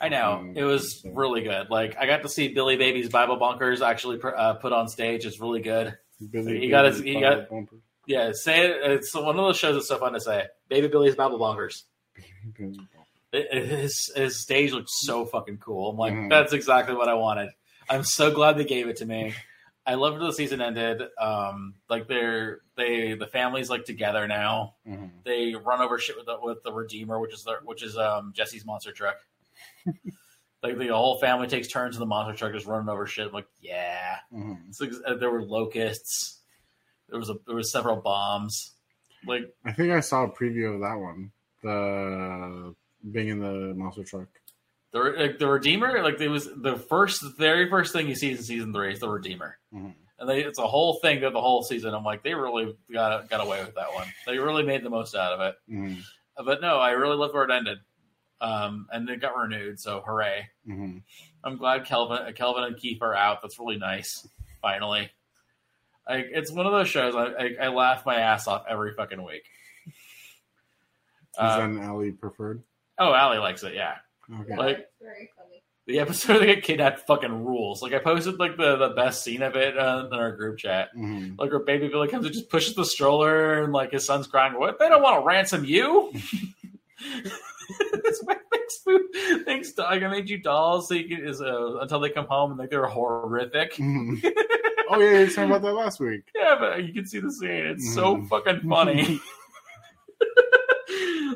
[SPEAKER 1] I know
[SPEAKER 2] Mhm.
[SPEAKER 1] it was really good. Like I got to see Billy Baby's Bible Bonkers actually pr- uh, put on stage. It's really good.
[SPEAKER 2] Billy
[SPEAKER 1] You gotta-
[SPEAKER 2] Baby's
[SPEAKER 1] you
[SPEAKER 2] Bible
[SPEAKER 1] gotta-
[SPEAKER 2] Bumper.
[SPEAKER 1] Yeah, say it. It's one of those shows that's so fun to say. Baby Billy's Bible Bonkers.
[SPEAKER 2] Billy Bumper.
[SPEAKER 1] It- it- his his stage looked so fucking cool. I'm like,
[SPEAKER 2] Mhm.
[SPEAKER 1] that's exactly what I wanted. I'm so glad they gave it to me. I loved how the season ended. Um, like they're they the family's like together now.
[SPEAKER 2] Mhm.
[SPEAKER 1] They run over shit with the with the Redeemer, which is their which is um Jesse's monster truck. like the whole family takes turns in the monster truck, just running over shit. I'm like, yeah.
[SPEAKER 2] Mhm.
[SPEAKER 1] It's like, uh, there were locusts. There was a there was several bombs. Like
[SPEAKER 2] I think I saw a preview of that one. The being in the monster truck.
[SPEAKER 1] the like, the Redeemer, like it was the first the very first thing you see in season three is the Redeemer.
[SPEAKER 2] Mhm.
[SPEAKER 1] and they, it's a whole thing that the whole season. I'm like, they really got got away with that one. They really made the most out of it.
[SPEAKER 2] Mhm.
[SPEAKER 1] But no, I really loved where it ended, um, and it got renewed. So hooray!
[SPEAKER 2] Mhm.
[SPEAKER 1] I'm glad Kelvin Kelvin and Keith are out. That's really nice. Finally, I, it's one of those shows I, I, I laugh my ass off every fucking week.
[SPEAKER 2] Is that
[SPEAKER 1] Uh,
[SPEAKER 2] an alley preferred?
[SPEAKER 1] oh, Allie likes it. Yeah,
[SPEAKER 2] Okay.
[SPEAKER 1] Like-
[SPEAKER 4] It's very funny.
[SPEAKER 1] the episode they get kidnapped fucking rules. Like I posted like the the best scene of it uh, in our group chat.
[SPEAKER 2] Mhm.
[SPEAKER 1] Like her baby Billy comes and just pushes the stroller, and like his son's crying. What? They don't want to ransom you. That's why thanks, to- thanks. to- Like I made you dolls so you can, is, uh, until they come home, and like they're horrific.
[SPEAKER 2] Mhm. oh yeah, you were talking about that last week.
[SPEAKER 1] Yeah, but you can see the scene. It's
[SPEAKER 2] Mm.
[SPEAKER 1] so fucking funny.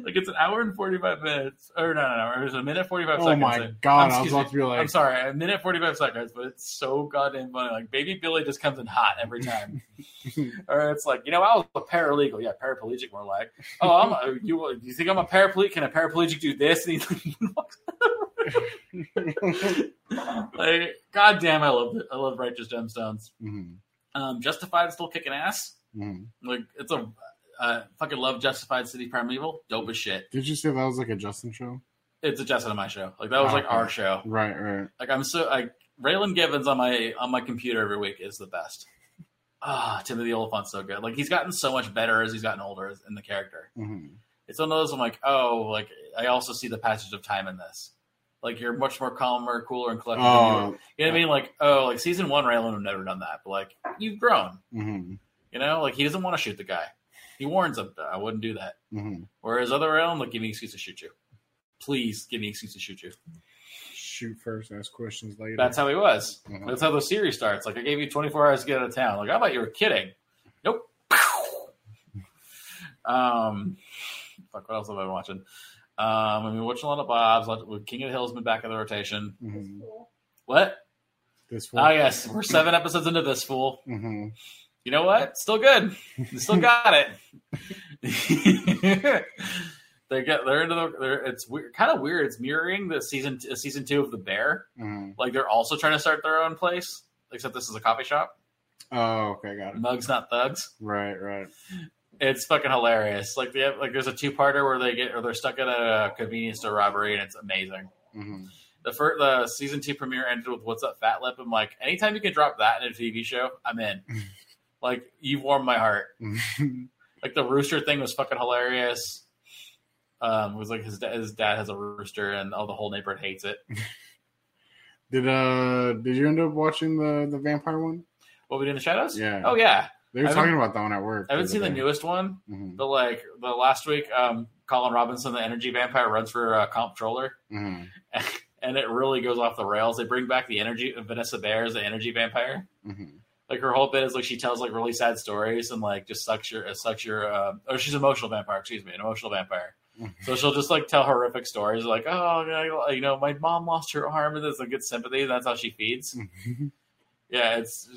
[SPEAKER 1] like it's an hour and forty five minutes, or no, no, no, it was a minute forty five
[SPEAKER 2] Oh
[SPEAKER 1] seconds.
[SPEAKER 2] my god, I was
[SPEAKER 1] excuse
[SPEAKER 2] about to be
[SPEAKER 1] I'm
[SPEAKER 2] like,
[SPEAKER 1] sorry, a minute forty five seconds, but it's so goddamn funny. Like baby Billy just comes in hot every time. or it's like, you know, I was a paralegal. Yeah, paraplegic more like. Oh, I'm a, you you think I'm a paraplegic? Can a paraplegic do this? And he walks out. like, goddamn, I love I love righteous gemstones.
[SPEAKER 2] Mhm.
[SPEAKER 1] Um, Justified still kicking ass.
[SPEAKER 2] Mhm.
[SPEAKER 1] Like it's a uh, fucking love Justified City Primeval. Dope as shit.
[SPEAKER 2] Did you say that was like a Justin show?
[SPEAKER 1] It's a Justin on my show. Like that was like our show.
[SPEAKER 2] Right, right.
[SPEAKER 1] Like I'm so like Raylan Givens on my on my computer every week is the best. Ah, Timothy Oliphant's so good. Like he's gotten so much better as he's gotten older as- in the character.
[SPEAKER 2] Mhm.
[SPEAKER 1] It's one of those I'm like, oh, like I also see the passage of time in this. Like you're much more calmer, cooler, and collected. than you, were.
[SPEAKER 2] Oh,
[SPEAKER 1] you know what I mean? Like oh, like season one, Raylan would have never done that, but like you've grown.
[SPEAKER 2] mhm.
[SPEAKER 1] You know, like he doesn't want to shoot the guy. He warns him. I wouldn't do that.
[SPEAKER 2] Mhm.
[SPEAKER 1] Whereas other Raylan, like give me an excuse to shoot you. Please give me an excuse to shoot you.
[SPEAKER 2] shoot first, ask questions later.
[SPEAKER 1] That's how he was.
[SPEAKER 2] Mhm.
[SPEAKER 1] That's how the series starts. Like I gave you 24 hours to get out of town. Like I thought you were kidding. Nope. um, fuck. What else have I been watching? Um, I've been watching a lot of Bob's. lot- King of the Hill's been back in the rotation.
[SPEAKER 4] It's
[SPEAKER 2] Mhm.
[SPEAKER 4] cool.
[SPEAKER 1] What?
[SPEAKER 2] mm-hmm. This
[SPEAKER 1] Oh yes, we're seven episodes into this fool.
[SPEAKER 2] hmm
[SPEAKER 1] You know what? Still good. You still got it. they get they're into the they're, it's weird, kind of weird. It's mirroring the season uh, season two of the Bear.
[SPEAKER 2] hmm
[SPEAKER 1] Like they're also trying to start their own place, except this is a coffee shop.
[SPEAKER 2] Oh, okay, got it.
[SPEAKER 1] Mugs, not thugs.
[SPEAKER 2] Right, right.
[SPEAKER 1] It's fucking hilarious. Like they have, like there's a two parter where they get or they're stuck at a convenience store robbery, and it's amazing.
[SPEAKER 2] hmm
[SPEAKER 1] The first the season two premiere ended with "What's Up, Fat Lip." I'm like, anytime you can drop that in a TV show, I'm in. like you warmed my heart. Like the rooster thing was fucking hilarious. Um, it was like his da- his dad has a rooster, and all the whole neighborhood hates it.
[SPEAKER 2] did uh did you end up watching the the vampire one?
[SPEAKER 1] What we do in the shadows?
[SPEAKER 2] Yeah.
[SPEAKER 1] Oh yeah.
[SPEAKER 2] They were
[SPEAKER 1] I
[SPEAKER 2] talking about that one at work.
[SPEAKER 1] I haven't seen the newest one,
[SPEAKER 2] hmm
[SPEAKER 1] but like the last week, um, Colin Robinson, the energy vampire, runs for uh, comptroller.
[SPEAKER 2] hmm
[SPEAKER 1] and it really goes off the rails. They bring back the energy Vanessa Bear as the energy vampire.
[SPEAKER 2] hmm
[SPEAKER 1] Like her whole bit is like she tells like really sad stories and like just sucks your uh, sucks your. Uh, oh, she's an emotional vampire. Excuse me, an emotional vampire. so she'll just like tell horrific stories like, oh, yeah, you know, my mom lost her arm and it's like good sympathy. And that's how she
[SPEAKER 2] Mm.
[SPEAKER 1] feeds.
[SPEAKER 2] mm-hmm.
[SPEAKER 1] Yeah, it's.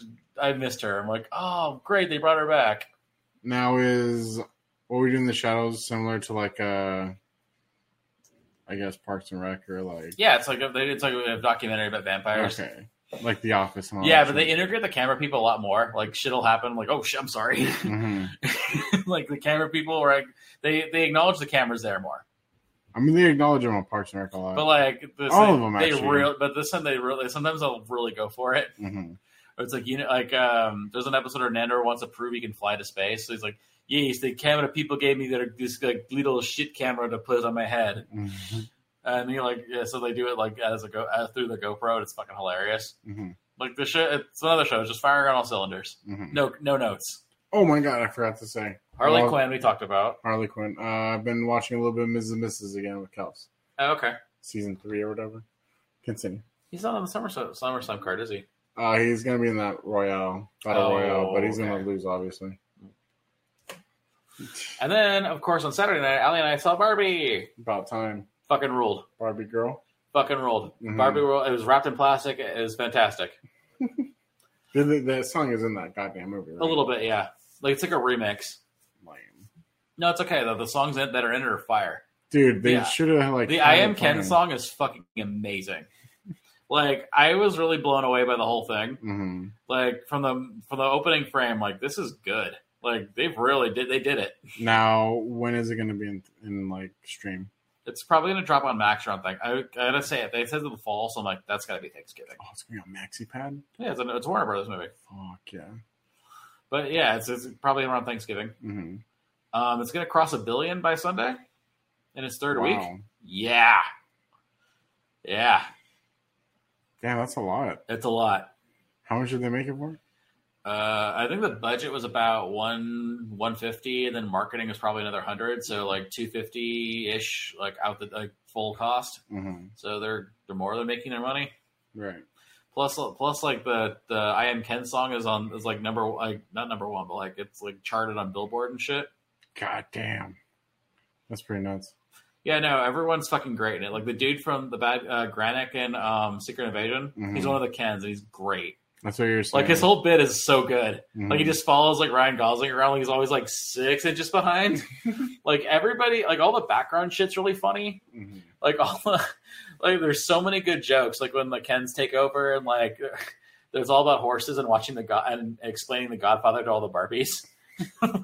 [SPEAKER 1] I missed her. I'm like, oh, great, they brought her back.
[SPEAKER 2] Now is what we do in the shadows similar to like uh I guess Parks and Rec or like
[SPEAKER 1] Yeah, it's like a, it's like a documentary about vampires.
[SPEAKER 2] okay. Like The Office and all
[SPEAKER 1] Yeah,
[SPEAKER 2] that
[SPEAKER 1] but they integrate the camera people a lot more. Like shit'll happen. Like, oh shit, I'm sorry.
[SPEAKER 2] shit. Mhm.
[SPEAKER 1] like the camera people were like they they acknowledge the cameras there more
[SPEAKER 2] I mean they acknowledge them on Parks and Rec a lot.
[SPEAKER 1] but like this
[SPEAKER 2] All
[SPEAKER 1] they,
[SPEAKER 2] of them,
[SPEAKER 1] they
[SPEAKER 2] actually.
[SPEAKER 1] real but this time they really sometimes they'll really go for it
[SPEAKER 2] hmm
[SPEAKER 1] Or it's like you know like um there's an episode where nando wants to prove he can fly to space so he's like yes the camera people gave me their this like little shit camera to put on my head
[SPEAKER 2] Mm-hmm.
[SPEAKER 1] and you're like yeah so they do it like as a go uh, through the gopro and it's fucking hilarious
[SPEAKER 2] hmm
[SPEAKER 1] like the show it's another show it's just firing on all cylinders
[SPEAKER 2] hmm
[SPEAKER 1] no no notes
[SPEAKER 2] Oh my god, I forgot to say.
[SPEAKER 1] harley
[SPEAKER 2] Well,
[SPEAKER 1] quinn we talked about
[SPEAKER 2] Harley Quinn. Uh, I've been watching a little bit of Mrs. and Mrs. again with Kels.
[SPEAKER 1] oh, okay
[SPEAKER 2] Season three or whatever. Continue.
[SPEAKER 1] he's not on the summer summer slam card is he
[SPEAKER 2] Uh, he's gonna be in that Royale Battle
[SPEAKER 1] Oh,
[SPEAKER 2] Royale, but he's gonna
[SPEAKER 1] okay.
[SPEAKER 2] lose obviously.
[SPEAKER 1] And then, of course, on Saturday night, Allie and I saw Barbie.
[SPEAKER 2] About time,
[SPEAKER 1] Fucking ruled.
[SPEAKER 2] Barbie girl.
[SPEAKER 1] Fucking ruled.
[SPEAKER 2] Mhm.
[SPEAKER 1] Barbie ruled. It was wrapped in plastic. It was fantastic.
[SPEAKER 2] Did they- That song is in that goddamn movie. Right?
[SPEAKER 1] A little bit, yeah. Like it's like a remix.
[SPEAKER 2] lame,
[SPEAKER 1] No, it's okay though. The songs that that are in it are fire.
[SPEAKER 2] dude. They
[SPEAKER 1] Yeah.
[SPEAKER 2] should have like
[SPEAKER 1] The
[SPEAKER 2] had
[SPEAKER 1] I
[SPEAKER 2] it
[SPEAKER 1] Am Ken
[SPEAKER 2] playing.
[SPEAKER 1] song is fucking amazing. Like I was really blown away by the whole thing.
[SPEAKER 2] Mhm.
[SPEAKER 1] Like from the from the opening frame, like this is good. Like they've really did they did it.
[SPEAKER 2] Now, when is it gonna be in, in like stream?
[SPEAKER 1] It's probably gonna drop on Max or something. I, I gotta say it. They said in the fall, so I'm like, that's gotta be Thanksgiving.
[SPEAKER 2] Oh, it's gonna be on MaxiPad.
[SPEAKER 1] Yeah, it's a, it's a Warner Brothers movie.
[SPEAKER 2] Fuck yeah.
[SPEAKER 1] But yeah, it's, it's probably around Thanksgiving.
[SPEAKER 2] Mm-hmm.
[SPEAKER 1] Um, it's going to cross a billion by Sunday in its third week. Yeah. Yeah.
[SPEAKER 2] Damn, that's a lot.
[SPEAKER 1] It's a lot.
[SPEAKER 2] How much did they make it for?
[SPEAKER 1] Uh, I think the budget was about one 150 and then marketing was probably another 100, so like 250 ish like out the like full cost.
[SPEAKER 2] Mm-hmm.
[SPEAKER 1] So they're they're more than making their money.
[SPEAKER 2] Right.
[SPEAKER 1] Plus plus like the the I am Ken song is on is like number like not number 1, but like it's like charted on Billboard and shit.
[SPEAKER 2] God damn. That's pretty nuts.
[SPEAKER 1] Yeah, no, everyone's fucking great in it. Like the dude from the bad uh, Granick and um, Secret Invasion,
[SPEAKER 2] Mhm.
[SPEAKER 1] he's one of the Kens, and he's great.
[SPEAKER 2] That's what you're saying.
[SPEAKER 1] Like his whole bit is so good.
[SPEAKER 2] Mhm.
[SPEAKER 1] Like he just follows like Ryan Gosling around. Like, he's always like six inches behind. like everybody, like all the background shit's really funny.
[SPEAKER 2] Mhm.
[SPEAKER 1] Like all the, like there's so many good jokes. Like when the Kens take over and like there's all about horses and watching the God and explaining the Godfather to all the Barbies.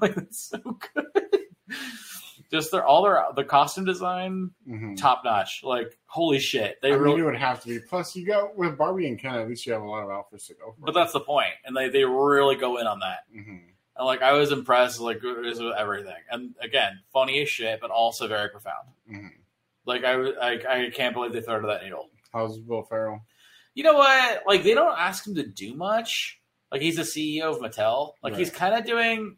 [SPEAKER 1] like it's so good. Just their all their the costume design,
[SPEAKER 2] Mhm.
[SPEAKER 1] top notch. Like holy shit, they
[SPEAKER 2] I mean,
[SPEAKER 1] really.
[SPEAKER 2] it would have to be. Plus, you got with Barbie and Ken. At least you have a lot of outfits to go for.
[SPEAKER 1] but that's the point, and they they really go in on that.
[SPEAKER 2] Mhm.
[SPEAKER 1] And like I was impressed, like it was with everything, and again, funny as shit, but also very profound.
[SPEAKER 2] Mhm.
[SPEAKER 1] Like I was- I, I can't believe they threw to that needle.
[SPEAKER 2] How's Will Ferrell?
[SPEAKER 1] You know what? Like they don't ask him to do much. Like he's the CEO of Mattel. Like he's kind of doing,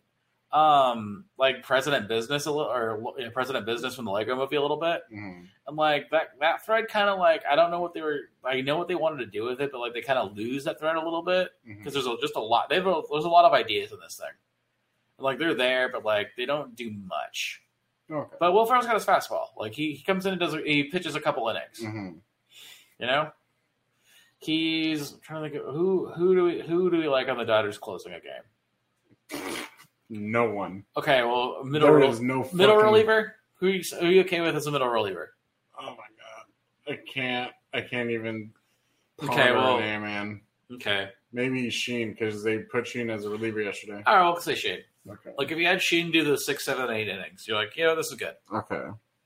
[SPEAKER 1] um, like president business a little, or yeah, president business from the Lego Movie a little bit.
[SPEAKER 2] Mhm.
[SPEAKER 1] And like that that thread kind of like I don't know what they were I know what they wanted to do with it, but like they kind of lose that thread a little bit
[SPEAKER 2] Mhm.
[SPEAKER 1] because there's a, just a lot. They've a, there's a lot of ideas in this thing. Like they're there, but like they don't do much.
[SPEAKER 2] Okay.
[SPEAKER 1] But Will Ferrell's got his
[SPEAKER 2] Mm. Mm-hmm.
[SPEAKER 1] fastball. Like he, he comes in and does a- he pitches a couple innings.
[SPEAKER 2] Mhm.
[SPEAKER 1] You know, Keys. I'm trying to think of who who do we who do we like on the Dodgers closing a game?
[SPEAKER 2] No one.
[SPEAKER 1] Okay, well middle
[SPEAKER 2] There
[SPEAKER 1] rel-
[SPEAKER 2] is no
[SPEAKER 1] middle
[SPEAKER 2] fucking-
[SPEAKER 1] reliever. Who you, who you okay with as a middle reliever?
[SPEAKER 2] Oh my god, I can't. I can't even.
[SPEAKER 1] Okay,
[SPEAKER 2] ponder
[SPEAKER 1] well-
[SPEAKER 2] an A man.
[SPEAKER 1] Okay,
[SPEAKER 2] Maybe Sheen because they put Sheen as a reliever yesterday.
[SPEAKER 1] all right, well, say Shane.
[SPEAKER 2] Okay.
[SPEAKER 1] Like if you had Sheen do the six, seven, eight innings, you're like, yeah, this is good.
[SPEAKER 2] Okay.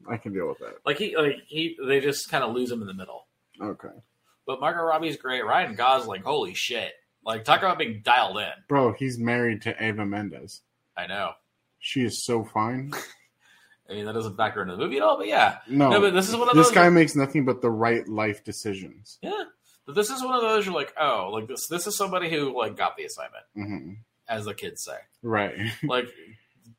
[SPEAKER 2] I can deal with that.
[SPEAKER 1] Like he, like he, they just kind of lose him in the middle.
[SPEAKER 2] Okay.
[SPEAKER 1] But Margot Robbie's great. Ryan Gosling, holy shit! Like talk about being dialed in.
[SPEAKER 2] Bro, he's married to Ava Mendez.
[SPEAKER 1] I know.
[SPEAKER 2] She is so fine.
[SPEAKER 1] I mean, that doesn't factor into the movie at all. But yeah,
[SPEAKER 2] No,
[SPEAKER 1] No, but this is one of
[SPEAKER 2] this
[SPEAKER 1] those-
[SPEAKER 2] guy makes nothing but the right life decisions.
[SPEAKER 1] yeah. But this is one of those you're like, oh, like this. This is somebody who like got the assignment,
[SPEAKER 2] hmm
[SPEAKER 1] as the kids say.
[SPEAKER 2] Right. Mm-hmm.
[SPEAKER 1] Like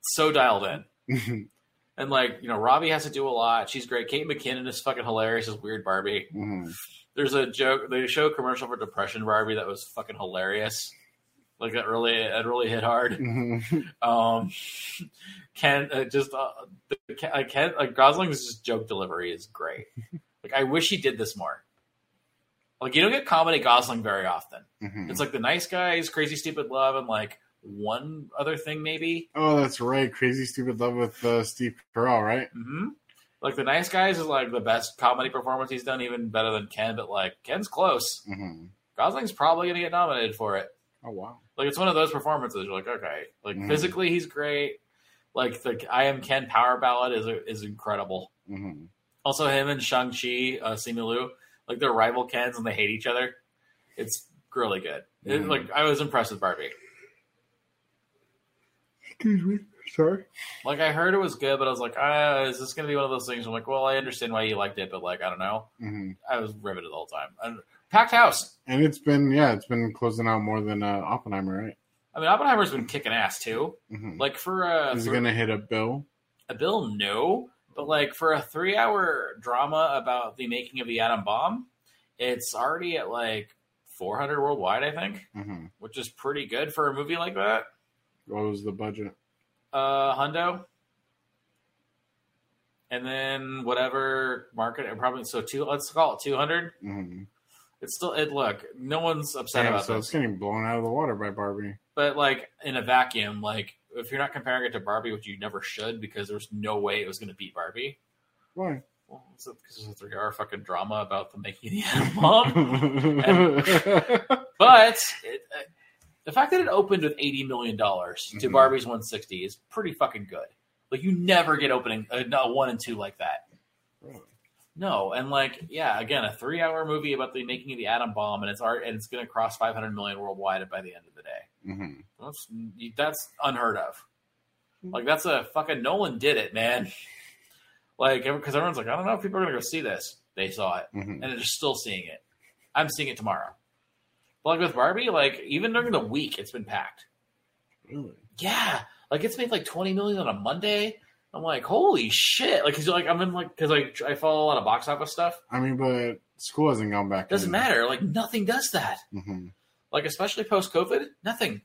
[SPEAKER 1] so dialed in. And like you know, Robbie has to do a lot. She's great. Kate McKinnon is fucking hilarious. Is weird Barbie.
[SPEAKER 2] Mhm.
[SPEAKER 1] There's a joke. They show a commercial for depression Barbie that was fucking hilarious. Like that really, that really hit hard.
[SPEAKER 2] Mhm.
[SPEAKER 1] Um, Ken, uh, just uh, the, Ken, uh, Ken, like Gosling's just joke delivery is great. Like I wish he did this more. Like you don't get comedy Gosling very often.
[SPEAKER 2] Mhm.
[SPEAKER 1] It's like the nice guys, crazy stupid love, and like one other thing maybe.
[SPEAKER 2] oh, that's right. Crazy Stupid Love with uh, Steve Carell, right?
[SPEAKER 1] hmm Like the nice guys is like the best comedy performance he's done, even better than Ken. But like Ken's close.
[SPEAKER 2] hmm
[SPEAKER 1] Gosling's probably gonna get nominated for it.
[SPEAKER 2] Oh, wow.
[SPEAKER 1] Like it's one of those performances. You're like, okay, like
[SPEAKER 2] Mhm.
[SPEAKER 1] physically he's great. Like the I am Ken power ballad is is incredible.
[SPEAKER 2] hmm
[SPEAKER 1] Also, him and Shang Chi, uh, Simu Liu, like they're rival Kens and they hate each other. It's really good. It-
[SPEAKER 2] Mhm.
[SPEAKER 1] like I was impressed with Barbie.
[SPEAKER 2] Excuse me. Sorry.
[SPEAKER 1] Like I heard it was good, but I was like, ah, is this gonna be one of those things? I'm like, well, I understand why you liked it, but like I don't know.
[SPEAKER 2] hmm
[SPEAKER 1] I was riveted the whole time. And packed house.
[SPEAKER 2] And it's been, yeah, it's been closing out more than uh, Oppenheimer, right?
[SPEAKER 1] I mean, Oppenheimer's been kicking ass too.
[SPEAKER 2] hmm
[SPEAKER 1] Like for a,
[SPEAKER 2] is it
[SPEAKER 1] thr-
[SPEAKER 2] going to hit a bill?
[SPEAKER 1] a bill, no, but like for a three-hour drama about the making of the atom bomb, it's already at like 400 worldwide, I think,
[SPEAKER 2] hmm
[SPEAKER 1] which is pretty good for a movie like that.
[SPEAKER 2] What was the budget?
[SPEAKER 1] Uh, Hundo. And then whatever market, and probably so two. Let's call it two hundred.
[SPEAKER 2] hmm
[SPEAKER 1] It's still it. Look, no one's upset
[SPEAKER 2] Damn,
[SPEAKER 1] about
[SPEAKER 2] so
[SPEAKER 1] this.
[SPEAKER 2] it's getting blown out of the water by Barbie.
[SPEAKER 1] but like in a vacuum, like if you're not comparing it to Barbie, which you never should, because there's no way it was going to beat Barbie.
[SPEAKER 2] Why?
[SPEAKER 1] Well, it's a, 'cause it's a three-hour fucking drama about the making of the atom bomb. but it, uh, the fact that it opened with eighty million dollars to
[SPEAKER 2] Mhm.
[SPEAKER 1] Barbie's one sixty is pretty fucking good. Like you never get opening uh, no, one and two like that. No, and like yeah, again, a three-hour movie about the making of the atom bomb, and it's art, and it's going to cross five hundred million worldwide by the end of the day.
[SPEAKER 2] hmm
[SPEAKER 1] That's that's unheard of. Like that's a fucking Nolan did it, man. Like because everyone's like, I don't know if people are gonna go see this. They saw it
[SPEAKER 2] hmm
[SPEAKER 1] and they're still seeing it. I'm seeing it tomorrow. But like with Barbie, like even during the week, it's been packed.
[SPEAKER 2] Really?
[SPEAKER 1] Yeah, like it's made like 20 million on a Monday. I'm like, holy shit! Like, cause like I'm in like because I I follow a lot of box office stuff.
[SPEAKER 2] I mean, but school hasn't gone back.
[SPEAKER 1] Doesn't matter. Like nothing does that.
[SPEAKER 2] hmm
[SPEAKER 1] like especially post COVID, nothing.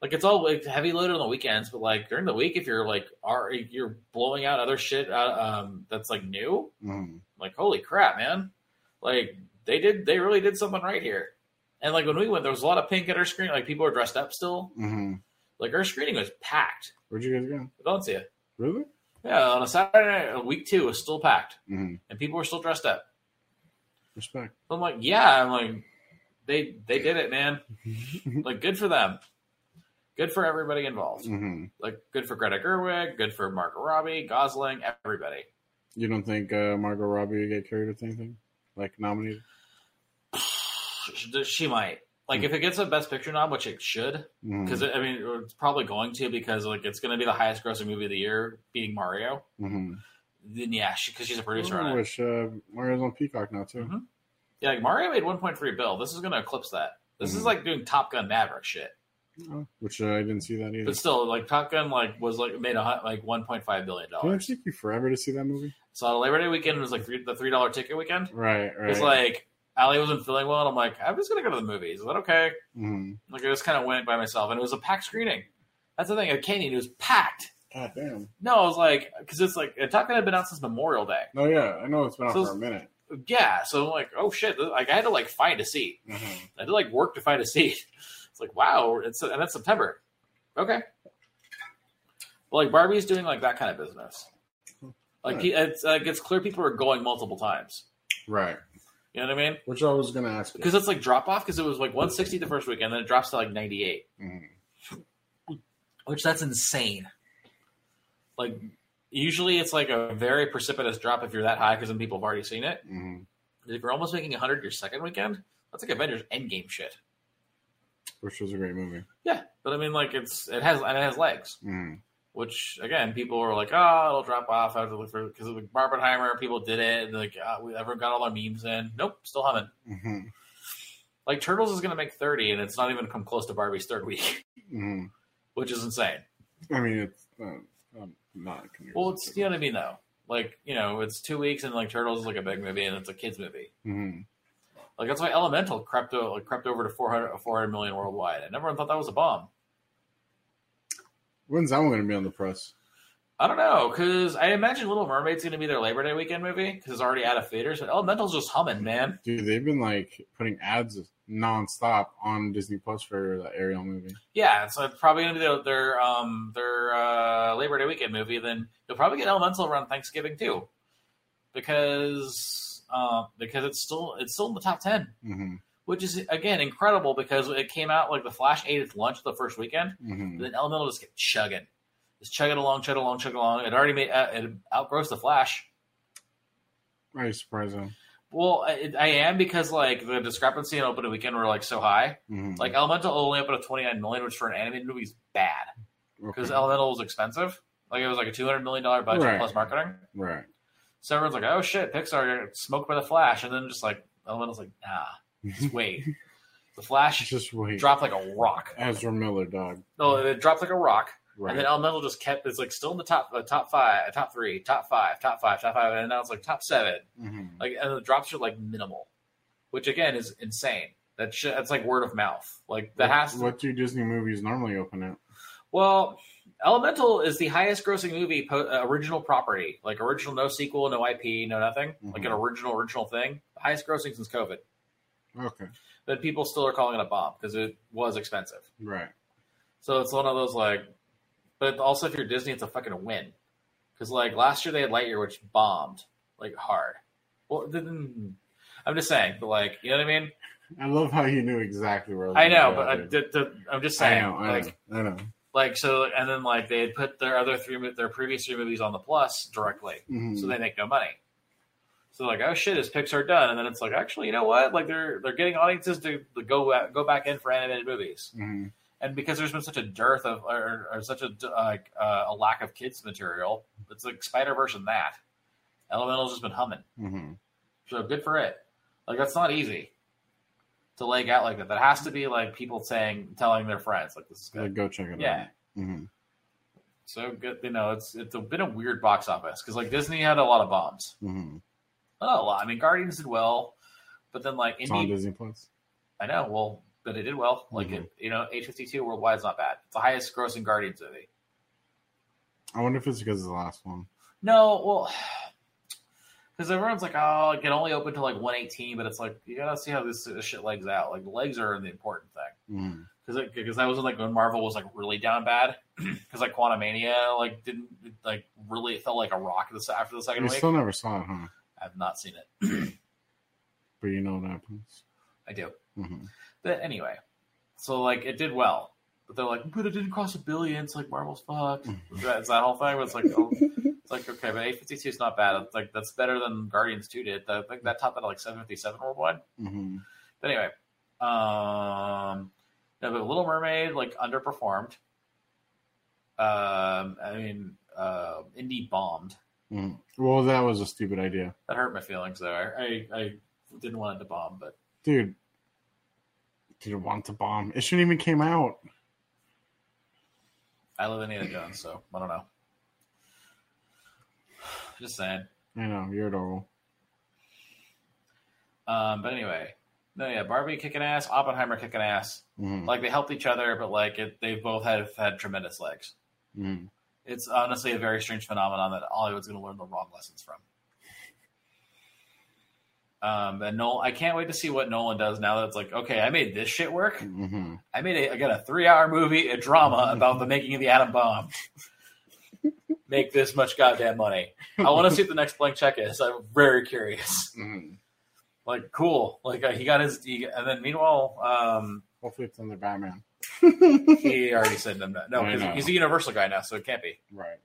[SPEAKER 1] Like it's all like, heavy loaded on the weekends, but like during the week, if you're like are you're blowing out other shit uh, um, that's like new,
[SPEAKER 2] hmm
[SPEAKER 1] like holy crap, man! Like they did, they really did something right here. And like when we went, there was a lot of pink at our screen. Like people were dressed up still.
[SPEAKER 2] hmm
[SPEAKER 1] Like our screening was packed.
[SPEAKER 2] Where'd you guys go?
[SPEAKER 1] Valencia,
[SPEAKER 2] Really?
[SPEAKER 1] yeah, on a Saturday night, week two was still packed,
[SPEAKER 2] hmm
[SPEAKER 1] and people were still dressed up.
[SPEAKER 2] Respect.
[SPEAKER 1] I'm like, yeah, I'm like, they they did it, man.
[SPEAKER 2] Mm-hmm.
[SPEAKER 1] like, good for them. Good for everybody involved.
[SPEAKER 2] hmm
[SPEAKER 1] Like, good for Greta Gerwig. Good for Margot Robbie, Gosling, everybody.
[SPEAKER 2] You don't think uh, Margot Robbie would get carried with anything? Like nominated?
[SPEAKER 1] She, she might. Like, if it gets a Best Picture nom, which it should,
[SPEAKER 2] Because
[SPEAKER 1] because I mean, it's probably going to, because like it's going to be the highest grossing movie of the year, being Mario.
[SPEAKER 2] hmm
[SPEAKER 1] Then yeah, because she's a producer
[SPEAKER 2] I
[SPEAKER 1] on it.
[SPEAKER 2] wish uh, Mario's on Peacock now too.
[SPEAKER 1] Mhm. Yeah, like Mario made 1.3 bill. This is going to eclipse that. This is
[SPEAKER 2] Mhm.
[SPEAKER 1] like doing Top Gun Maverick shit. Mm-hmm.
[SPEAKER 2] Oh, which uh, I didn't see that either.
[SPEAKER 1] But still, like Top Gun, like was like made a hun- like 1.5 billion
[SPEAKER 2] Did it
[SPEAKER 1] dollars.
[SPEAKER 2] take you forever to see that movie?
[SPEAKER 1] So on Labor Day weekend, it was like three, the three dollar ticket weekend.
[SPEAKER 2] Right, right.
[SPEAKER 1] It's like Ali wasn't feeling well, and I'm like, I'm just gonna go to the movies. Is that okay?
[SPEAKER 2] Mhm.
[SPEAKER 1] Like I just kind of went by myself, and it was a packed screening. That's the thing. At Canyon, it was packed.
[SPEAKER 2] God damn.
[SPEAKER 1] No, I was like, because it's like Top Gun had been out since Memorial Day.
[SPEAKER 2] No, Oh, yeah, I know it's been out
[SPEAKER 1] So
[SPEAKER 2] for
[SPEAKER 1] it's-
[SPEAKER 2] a minute.
[SPEAKER 1] yeah. So I'm like, oh shit! Like I had to like find a seat.
[SPEAKER 2] Mhm.
[SPEAKER 1] I had to like work to find a seat. It's like wow, it's and that's September. Okay. But like Barbie's doing like that kind of business. Like
[SPEAKER 2] Right.
[SPEAKER 1] he, it's like it's clear people are going multiple times.
[SPEAKER 2] Right.
[SPEAKER 1] You know what I mean?
[SPEAKER 2] Which I was going to ask. you.
[SPEAKER 1] Because it's like drop off because it was like 160 the first weekend, then it drops to like 98,
[SPEAKER 2] Mhm.
[SPEAKER 1] which that's insane. Like usually it's like a very precipitous drop if you're that high because then people have already seen it.
[SPEAKER 2] Mhm.
[SPEAKER 1] If you're almost making 100 your second weekend, that's like Avengers Endgame shit.
[SPEAKER 2] Which was a great movie.
[SPEAKER 1] Yeah, but I mean like it's it has and it has legs.
[SPEAKER 2] Mhm.
[SPEAKER 1] which again, people were like, "Oh, it'll drop off after look for because like Barbenheimer." People did it, and like oh, we everyone got all our memes in. Nope, still haven't.
[SPEAKER 2] Mhm.
[SPEAKER 1] Like Turtles is gonna make thirty, and it's not even come close to Barbie's third week,
[SPEAKER 2] Mhm.
[SPEAKER 1] which is insane.
[SPEAKER 2] I mean, it's um, um, not. comparison.
[SPEAKER 1] Well, it's you know what I mean though. Like you know, it's two weeks, and like Turtles is like a big movie, and it's a kids movie.
[SPEAKER 2] Mhm.
[SPEAKER 1] Like that's why Elemental crept o- like, crept over to 400, 400 million worldwide, and everyone thought that was a bomb.
[SPEAKER 2] When's that one going to be on the press?
[SPEAKER 1] I don't know, because I imagine Little Mermaid's going to be their Labor Day weekend movie, because it's already out of theaters, but Elemental's just humming, man.
[SPEAKER 2] Dude, they've been like putting ads nonstop on Disney Plus for that Ariel movie.
[SPEAKER 1] Yeah, so it's probably gonna be their their, um, their uh, Labor Day weekend movie. Then you'll probably get Elemental around Thanksgiving too, because uh, because it's still it's still in the top ten,
[SPEAKER 2] hmm
[SPEAKER 1] which is again incredible because it came out like the Flash ate its lunch the first weekend.
[SPEAKER 2] hmm
[SPEAKER 1] Then Elemental just kept chugging, just chugging along, chugging along, chugging along. It already made uh, it outgrows the Flash.
[SPEAKER 2] Are you surprised? Though?
[SPEAKER 1] Well, I, I am because like the discrepancy in opening weekend were like so high.
[SPEAKER 2] Mhm.
[SPEAKER 1] Like Elemental only up at twenty nine million, which for an animated movie is bad. because
[SPEAKER 2] Okay.
[SPEAKER 1] Elemental was expensive. Like it was like a two hundred million dollar budget
[SPEAKER 2] Right.
[SPEAKER 1] plus marketing.
[SPEAKER 2] right.
[SPEAKER 1] So everyone's like, "Oh shit, Pixar got smoked by the Flash," and then just like Elemental's like, "Nah, just wait." the Flash
[SPEAKER 2] Just wait.
[SPEAKER 1] dropped like a rock.
[SPEAKER 2] Ezra Miller, dog.
[SPEAKER 1] No, it dropped like a rock,
[SPEAKER 2] Right.
[SPEAKER 1] and then Elemental just kept. It's like still in the top, the top five, uh, top three, top five, top five, top five, and now it's like top seven.
[SPEAKER 2] Mhm.
[SPEAKER 1] Like and the drops are like minimal, which again is insane. That shit, that's like word of mouth. Like that has to
[SPEAKER 2] What do Disney movies normally open at?
[SPEAKER 1] Well, Elemental is the highest grossing movie po- uh, original property, like original, no sequel, no IP, no nothing, like
[SPEAKER 2] Mm-hmm.
[SPEAKER 1] an original, original thing. The highest grossing since COVID.
[SPEAKER 2] Okay.
[SPEAKER 1] But people still are calling it a bomb because it was expensive.
[SPEAKER 2] Right.
[SPEAKER 1] So it's one of those like, but also if you're Disney, it's a fucking win. Because like last year they had Lightyear, which bombed like hard. Well, it didn't- I'm just saying, but like, you know what I mean?
[SPEAKER 2] I love how you knew exactly where I was.
[SPEAKER 1] I
[SPEAKER 2] gonna
[SPEAKER 1] know,
[SPEAKER 2] go,
[SPEAKER 1] but I,
[SPEAKER 2] dude.
[SPEAKER 1] d- d- I'm just
[SPEAKER 2] I
[SPEAKER 1] saying,
[SPEAKER 2] know. I
[SPEAKER 1] like,
[SPEAKER 2] know. I know.
[SPEAKER 1] like so, and then like they had put their other three, mo- their previous three movies on the plus directly.
[SPEAKER 2] Mhm.
[SPEAKER 1] so they make no money. So like, oh shit, is Pixar done? And then it's like, actually, you know what? Like they're they're getting audiences to, to go out- go back in for animated movies,
[SPEAKER 2] Mhm.
[SPEAKER 1] and because there's been such a dearth of or, or such a like uh, a lack of kids material, it's like Spider Verse and that Elemental's just been humming,
[SPEAKER 2] Mhm.
[SPEAKER 1] so good for it. Like that's not easy to leg out like that. That has to be like people saying telling their friends like this is
[SPEAKER 2] Like,
[SPEAKER 1] good.
[SPEAKER 2] Uh, go check it
[SPEAKER 1] Yeah.
[SPEAKER 2] out. Mhm.
[SPEAKER 1] So good, you know, it's it's been a weird box office because like Disney had a lot of bombs.
[SPEAKER 2] Mhm.
[SPEAKER 1] not a lot. I mean, Guardians did well, but then like
[SPEAKER 2] It's on
[SPEAKER 1] Indie,
[SPEAKER 2] Disney Plus.
[SPEAKER 1] I know, well, but it did well. Like
[SPEAKER 2] Mhm.
[SPEAKER 1] it, you know, eight fifty two worldwide is not bad. It's the highest grossing Guardians movie.
[SPEAKER 2] I wonder if it's because of the last one.
[SPEAKER 1] No, well, because everyone's like, oh, it can only open to like one eighteen, but it's like you gotta see how this, this shit legs out. Like the legs are the important thing.
[SPEAKER 2] Mhm.
[SPEAKER 1] Because because that was like when Marvel was like really down bad because like Quantumania like didn't like really it felt like a rock this after the second
[SPEAKER 2] You
[SPEAKER 1] week.
[SPEAKER 2] still never saw it, huh?
[SPEAKER 1] I've not seen it.
[SPEAKER 2] But you know what happens.
[SPEAKER 1] I do.
[SPEAKER 2] Mhm.
[SPEAKER 1] But anyway, so like it did well, but they're like, but it didn't cross a billion. It's like Marvel's fucked. That's that whole thing. But it's like, oh, it's like okay, but eight fifty two is not bad. It's like that's better than Guardians two did. I think that topped out at like seven fifty seven worldwide.
[SPEAKER 2] Mhm.
[SPEAKER 1] But anyway, um, no, but Little Mermaid like underperformed. Um, I mean, uh, indie bombed.
[SPEAKER 2] Mhm. Well, that was a stupid idea,
[SPEAKER 1] That hurt my feelings though. I, I, I didn't want it to bomb, but
[SPEAKER 2] dude. Did it want to bomb? It shouldn't even came out.
[SPEAKER 1] I live in Indiana Jones, so I don't know. Just saying.
[SPEAKER 2] I know you're adorable.
[SPEAKER 1] Um, but anyway, no, yeah, Barbie kicking ass, Oppenheimer kicking ass.
[SPEAKER 2] Mhm.
[SPEAKER 1] Like they helped each other, but like it, they both have had tremendous legs.
[SPEAKER 2] Mhm.
[SPEAKER 1] It's honestly a very strange phenomenon that Hollywood's going to learn the wrong lessons from. Um, and Nolan, I can't wait to see what Nolan does now that it's like, okay, I made this shit work.
[SPEAKER 2] Mm-hmm.
[SPEAKER 1] I made a, I got a three hour movie, a drama about the making of the atom bomb. Make this much goddamn money. I want to see what the next blank check is. I'm very curious.
[SPEAKER 2] Mm-hmm.
[SPEAKER 1] Like, cool. Like, uh, he got his, he, and then meanwhile, um,
[SPEAKER 2] Hopefully, it's under Batman.
[SPEAKER 1] he already said them that. No,
[SPEAKER 2] I
[SPEAKER 1] 'cause
[SPEAKER 2] know.
[SPEAKER 1] he's a Universal guy now, so it can't be.
[SPEAKER 2] Right.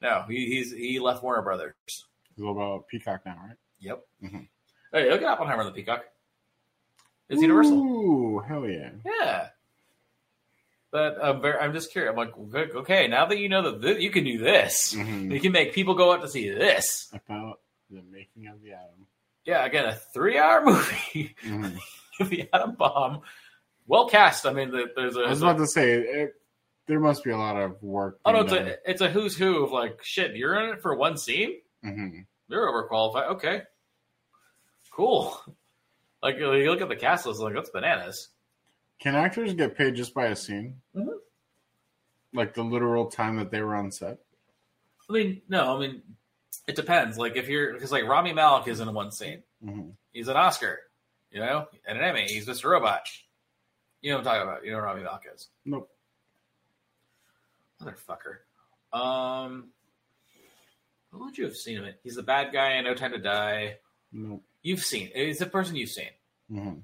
[SPEAKER 1] No, he, he's he left Warner Brothers.
[SPEAKER 2] It's all about Peacock now, right?
[SPEAKER 1] Yep.
[SPEAKER 2] Mhm.
[SPEAKER 1] Hey, look at Oppenheimer on the Peacock. It's Universal.
[SPEAKER 2] Ooh, hell yeah.
[SPEAKER 1] Yeah. But I'm, very, I'm just curious. I'm like, okay, okay, now that you know that thi- you can do this,
[SPEAKER 2] Mhm.
[SPEAKER 1] you can make people go out to see this.
[SPEAKER 2] About the making of the atom.
[SPEAKER 1] Yeah, again, a three-hour movie,
[SPEAKER 2] Mhm.
[SPEAKER 1] the atom bomb, well cast. I mean, the, there's a,
[SPEAKER 2] I was
[SPEAKER 1] it's
[SPEAKER 2] about
[SPEAKER 1] a
[SPEAKER 2] to say, it, there must be a lot of work.
[SPEAKER 1] oh no, it's a it's a who's who of like shit. You're in it for one scene.
[SPEAKER 2] hmm
[SPEAKER 1] You're overqualified. Okay, cool. Like you look at the cast list, like that's bananas.
[SPEAKER 2] Can actors get paid just by a scene?
[SPEAKER 1] Mhm.
[SPEAKER 2] Like the literal time that they were on set?
[SPEAKER 1] I mean, no, I mean, it depends. Like if you're because like Rami Malek is in one scene.
[SPEAKER 2] Mm-hmm.
[SPEAKER 1] He's an Oscar, you know, and an Emmy. He's Mr. Robot. You know what I'm talking about. You know what Rami Malek is.
[SPEAKER 2] Nope.
[SPEAKER 1] Motherfucker. Um, who would you have seen him in? He's the bad guy in No Time to Die.
[SPEAKER 2] Nope.
[SPEAKER 1] You've seen. He's the person you've seen,
[SPEAKER 2] Mm-hmm.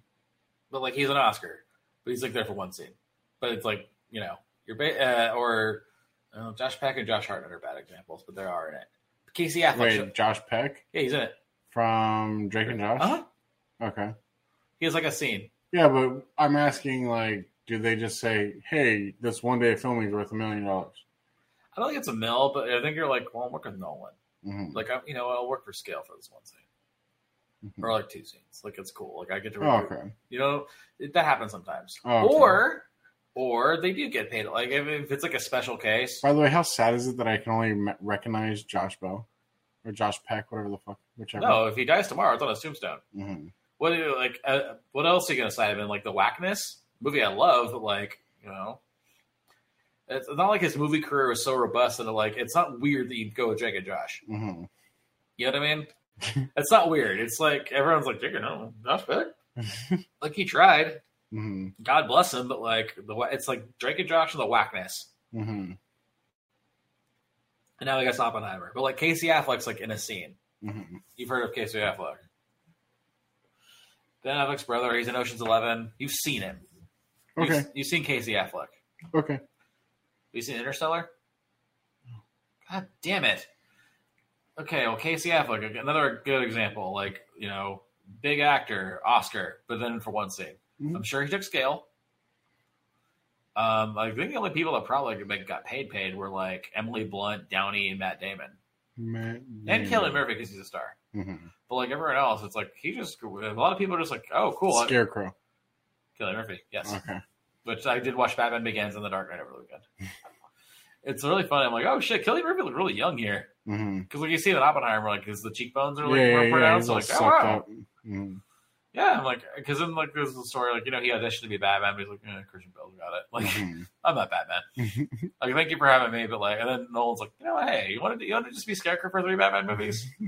[SPEAKER 1] but like he's an Oscar, but he's like there for one scene. But it's like you know, you're ba- uh, or uh, Josh Peck and Josh Hartnett are bad examples, but they are in it. Casey Affleck.
[SPEAKER 2] Wait, Josh Peck
[SPEAKER 1] Yeah, he's in it.
[SPEAKER 2] from Drake and Josh?
[SPEAKER 1] Uh-huh.
[SPEAKER 2] Okay.
[SPEAKER 1] He has like a scene.
[SPEAKER 2] Yeah, but I'm asking, like, do they just say, hey, this one day of filming is worth a million dollars?
[SPEAKER 1] I don't think it's a mill, but I think you're like, well, I'm working with Nolan.
[SPEAKER 2] Mhm.
[SPEAKER 1] Like, I'm, you know, I'll work for scale for this one scene
[SPEAKER 2] Mhm.
[SPEAKER 1] or like two scenes. Like, it's cool. Like, I get to,
[SPEAKER 2] Oh,
[SPEAKER 1] recruit.
[SPEAKER 2] okay.
[SPEAKER 1] you know, it, that happens sometimes.
[SPEAKER 2] Oh, okay.
[SPEAKER 1] Or, or they do get paid. Like, if, if it's like a special case,
[SPEAKER 2] By the way, how sad is it that I can only me- recognize Josh Bell or Josh Peck, whatever the fuck, whichever?
[SPEAKER 1] no, if he dies tomorrow, it's on his tombstone.
[SPEAKER 2] Mhm.
[SPEAKER 1] What do you- like? Uh, what else are you gonna cite him in? Like the whackness movie I love, but like you know. It's not like his movie career was so robust that like it's not weird that you go with Drake and Josh.
[SPEAKER 2] Mhm.
[SPEAKER 1] You know what I mean? it's not weird. It's like everyone's like, "Dick, no, that's bad." like he tried.
[SPEAKER 2] Mhm.
[SPEAKER 1] God bless him, but like the wha- it's like Drake and Josh and the whackness,
[SPEAKER 2] Mhm.
[SPEAKER 1] and now we got Oppenheimer. But like Casey Affleck's like in a scene.
[SPEAKER 2] Mhm.
[SPEAKER 1] You've heard of Casey Affleck? Ben Affleck's brother. He's in Ocean's Eleven. You've seen him. You've-
[SPEAKER 2] Okay.
[SPEAKER 1] You've, seen Casey Affleck. Have
[SPEAKER 2] Okay.
[SPEAKER 1] you seen Interstellar? God damn it. Okay, well, Casey Affleck, another good example. Like, you know, big actor, Oscar, but then for one scene.
[SPEAKER 2] Mhm.
[SPEAKER 1] I'm sure he took scale. Um, I think the only people that probably like, got paid paid were like Emily Blunt, Downey, and Matt Damon,
[SPEAKER 2] Matt
[SPEAKER 1] and
[SPEAKER 2] Damon.
[SPEAKER 1] Kelly Murphy because he's a star.
[SPEAKER 2] Mhm.
[SPEAKER 1] But like everyone else, it's like he just a lot of people are just like, oh, cool,
[SPEAKER 2] Scarecrow.
[SPEAKER 1] Kelly Murphy, yes.
[SPEAKER 2] Okay.
[SPEAKER 1] Which I did watch Batman Begins and The Dark Knight over the weekend. it's really funny. I'm like, oh shit, Kelly Murphy looked really young here
[SPEAKER 2] Mm-hmm.
[SPEAKER 1] because like you see that Oppenheimer, like is the cheekbones are like
[SPEAKER 2] yeah,
[SPEAKER 1] more
[SPEAKER 2] yeah, yeah.
[SPEAKER 1] pronounced.
[SPEAKER 2] He's all
[SPEAKER 1] like, oh
[SPEAKER 2] sucked
[SPEAKER 1] wow,
[SPEAKER 2] up. Mhm.
[SPEAKER 1] yeah. I'm like, because then like there's the story, like you know he auditioned to be Batman, but he's like, eh, Christian Bale got it. Like
[SPEAKER 2] Mhm.
[SPEAKER 1] I'm not Batman. Like, thank you for having me, but like, and then Nolan's like, you know, hey, you want to you want to just be Scarecrow for three Batman movies, and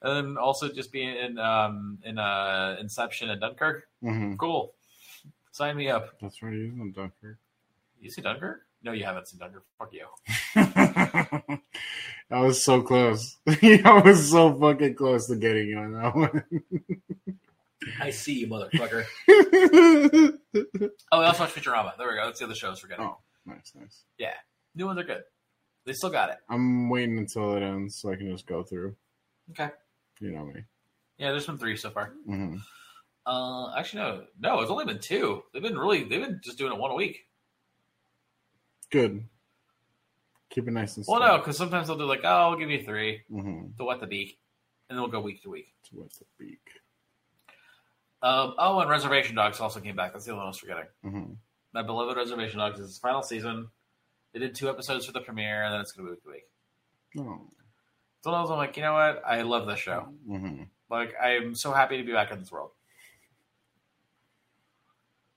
[SPEAKER 1] then also just be in um in uh Inception and Dunkirk.
[SPEAKER 2] Mhm.
[SPEAKER 1] Cool, sign me up.
[SPEAKER 2] That's right. He's in Dunkirk.
[SPEAKER 1] You see Dunkirk? No, you haven't seen Dunkirk. Fuck you.
[SPEAKER 2] that was so close. I was so fucking close to getting you on that one.
[SPEAKER 1] I see you, motherfucker.
[SPEAKER 2] nice,
[SPEAKER 1] oh, we also watched Futurama. There we go. That's the other shows we're getting.
[SPEAKER 2] Oh. nice.
[SPEAKER 1] New ones are good. They still got it.
[SPEAKER 2] I'm waiting until it ends so I can just go through.
[SPEAKER 1] Okay.
[SPEAKER 2] You know me.
[SPEAKER 1] Yeah, there's been three so far.
[SPEAKER 2] hmm
[SPEAKER 1] Uh, actually, no, no, it's only been two. They've been really, they've been just doing it one a week.
[SPEAKER 2] Good. Keep it nice and
[SPEAKER 1] Well, no, because sometimes they'll do like, oh, I'll give you three.
[SPEAKER 2] hmm
[SPEAKER 1] to wet the beak, and then we'll go week to week.
[SPEAKER 2] To what's the beak.
[SPEAKER 1] Um, oh, and Reservation Dogs also came back. That's the only one I was forgetting.
[SPEAKER 2] hmm
[SPEAKER 1] My beloved Reservation Dogs is its final season. They did two episodes for the premiere, and then it's going to be week to week.
[SPEAKER 2] No.
[SPEAKER 1] So I was like, you know what? I love this show.
[SPEAKER 2] hmm
[SPEAKER 1] Like, I'm so happy to be back in this world.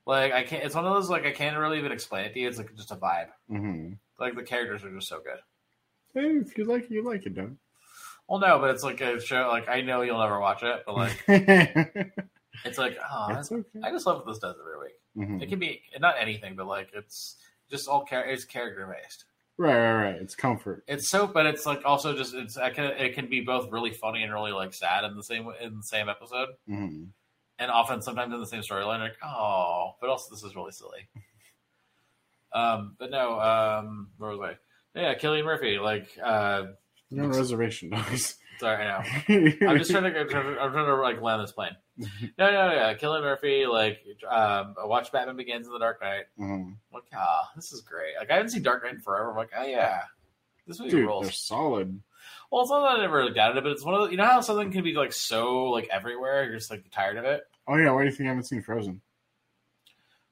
[SPEAKER 1] Like, I can't. It's one of those like I can't really even explain it to you. It's like just a vibe.
[SPEAKER 2] hmm
[SPEAKER 1] Like the characters are just so good.
[SPEAKER 2] Hey, if you like it, you like it, don't.
[SPEAKER 1] Well, no, but it's like a show. Like I know you'll never watch it, but like it's like oh,
[SPEAKER 2] That's
[SPEAKER 1] that's,
[SPEAKER 2] okay.
[SPEAKER 1] I just love what this does every week.
[SPEAKER 2] Mhm.
[SPEAKER 1] It can be not anything, but like it's just all char- it's character based.
[SPEAKER 2] Right, right, right. It's comfort.
[SPEAKER 1] It's soap, but it's like also just it's it can, it can be both really funny and really like sad in the same in the same episode,
[SPEAKER 2] Mhm.
[SPEAKER 1] and often sometimes in the same storyline. Like oh, but also this is really silly. Um, but no, um, where was I? Yeah, Killian Murphy. Like, uh,
[SPEAKER 2] No reservation dogs.
[SPEAKER 1] sorry, I know. I'm just trying to. I'm trying to, I'm trying to like land this plane. No, no, yeah. Killer Murphy. Like, um, I watched Batman Begins in the Dark Knight.
[SPEAKER 2] Mhm.
[SPEAKER 1] I'm like, ah, this is great. Like, I haven't seen Dark Knight in forever. I'm like, oh yeah, this movie
[SPEAKER 2] Dude, they're
[SPEAKER 1] rolls.
[SPEAKER 2] solid.
[SPEAKER 1] Well, it's not that I never really doubted it, but it's one of the. You know how something can be like so like everywhere. You're just like tired of it.
[SPEAKER 2] Oh yeah, why do you think I haven't seen Frozen?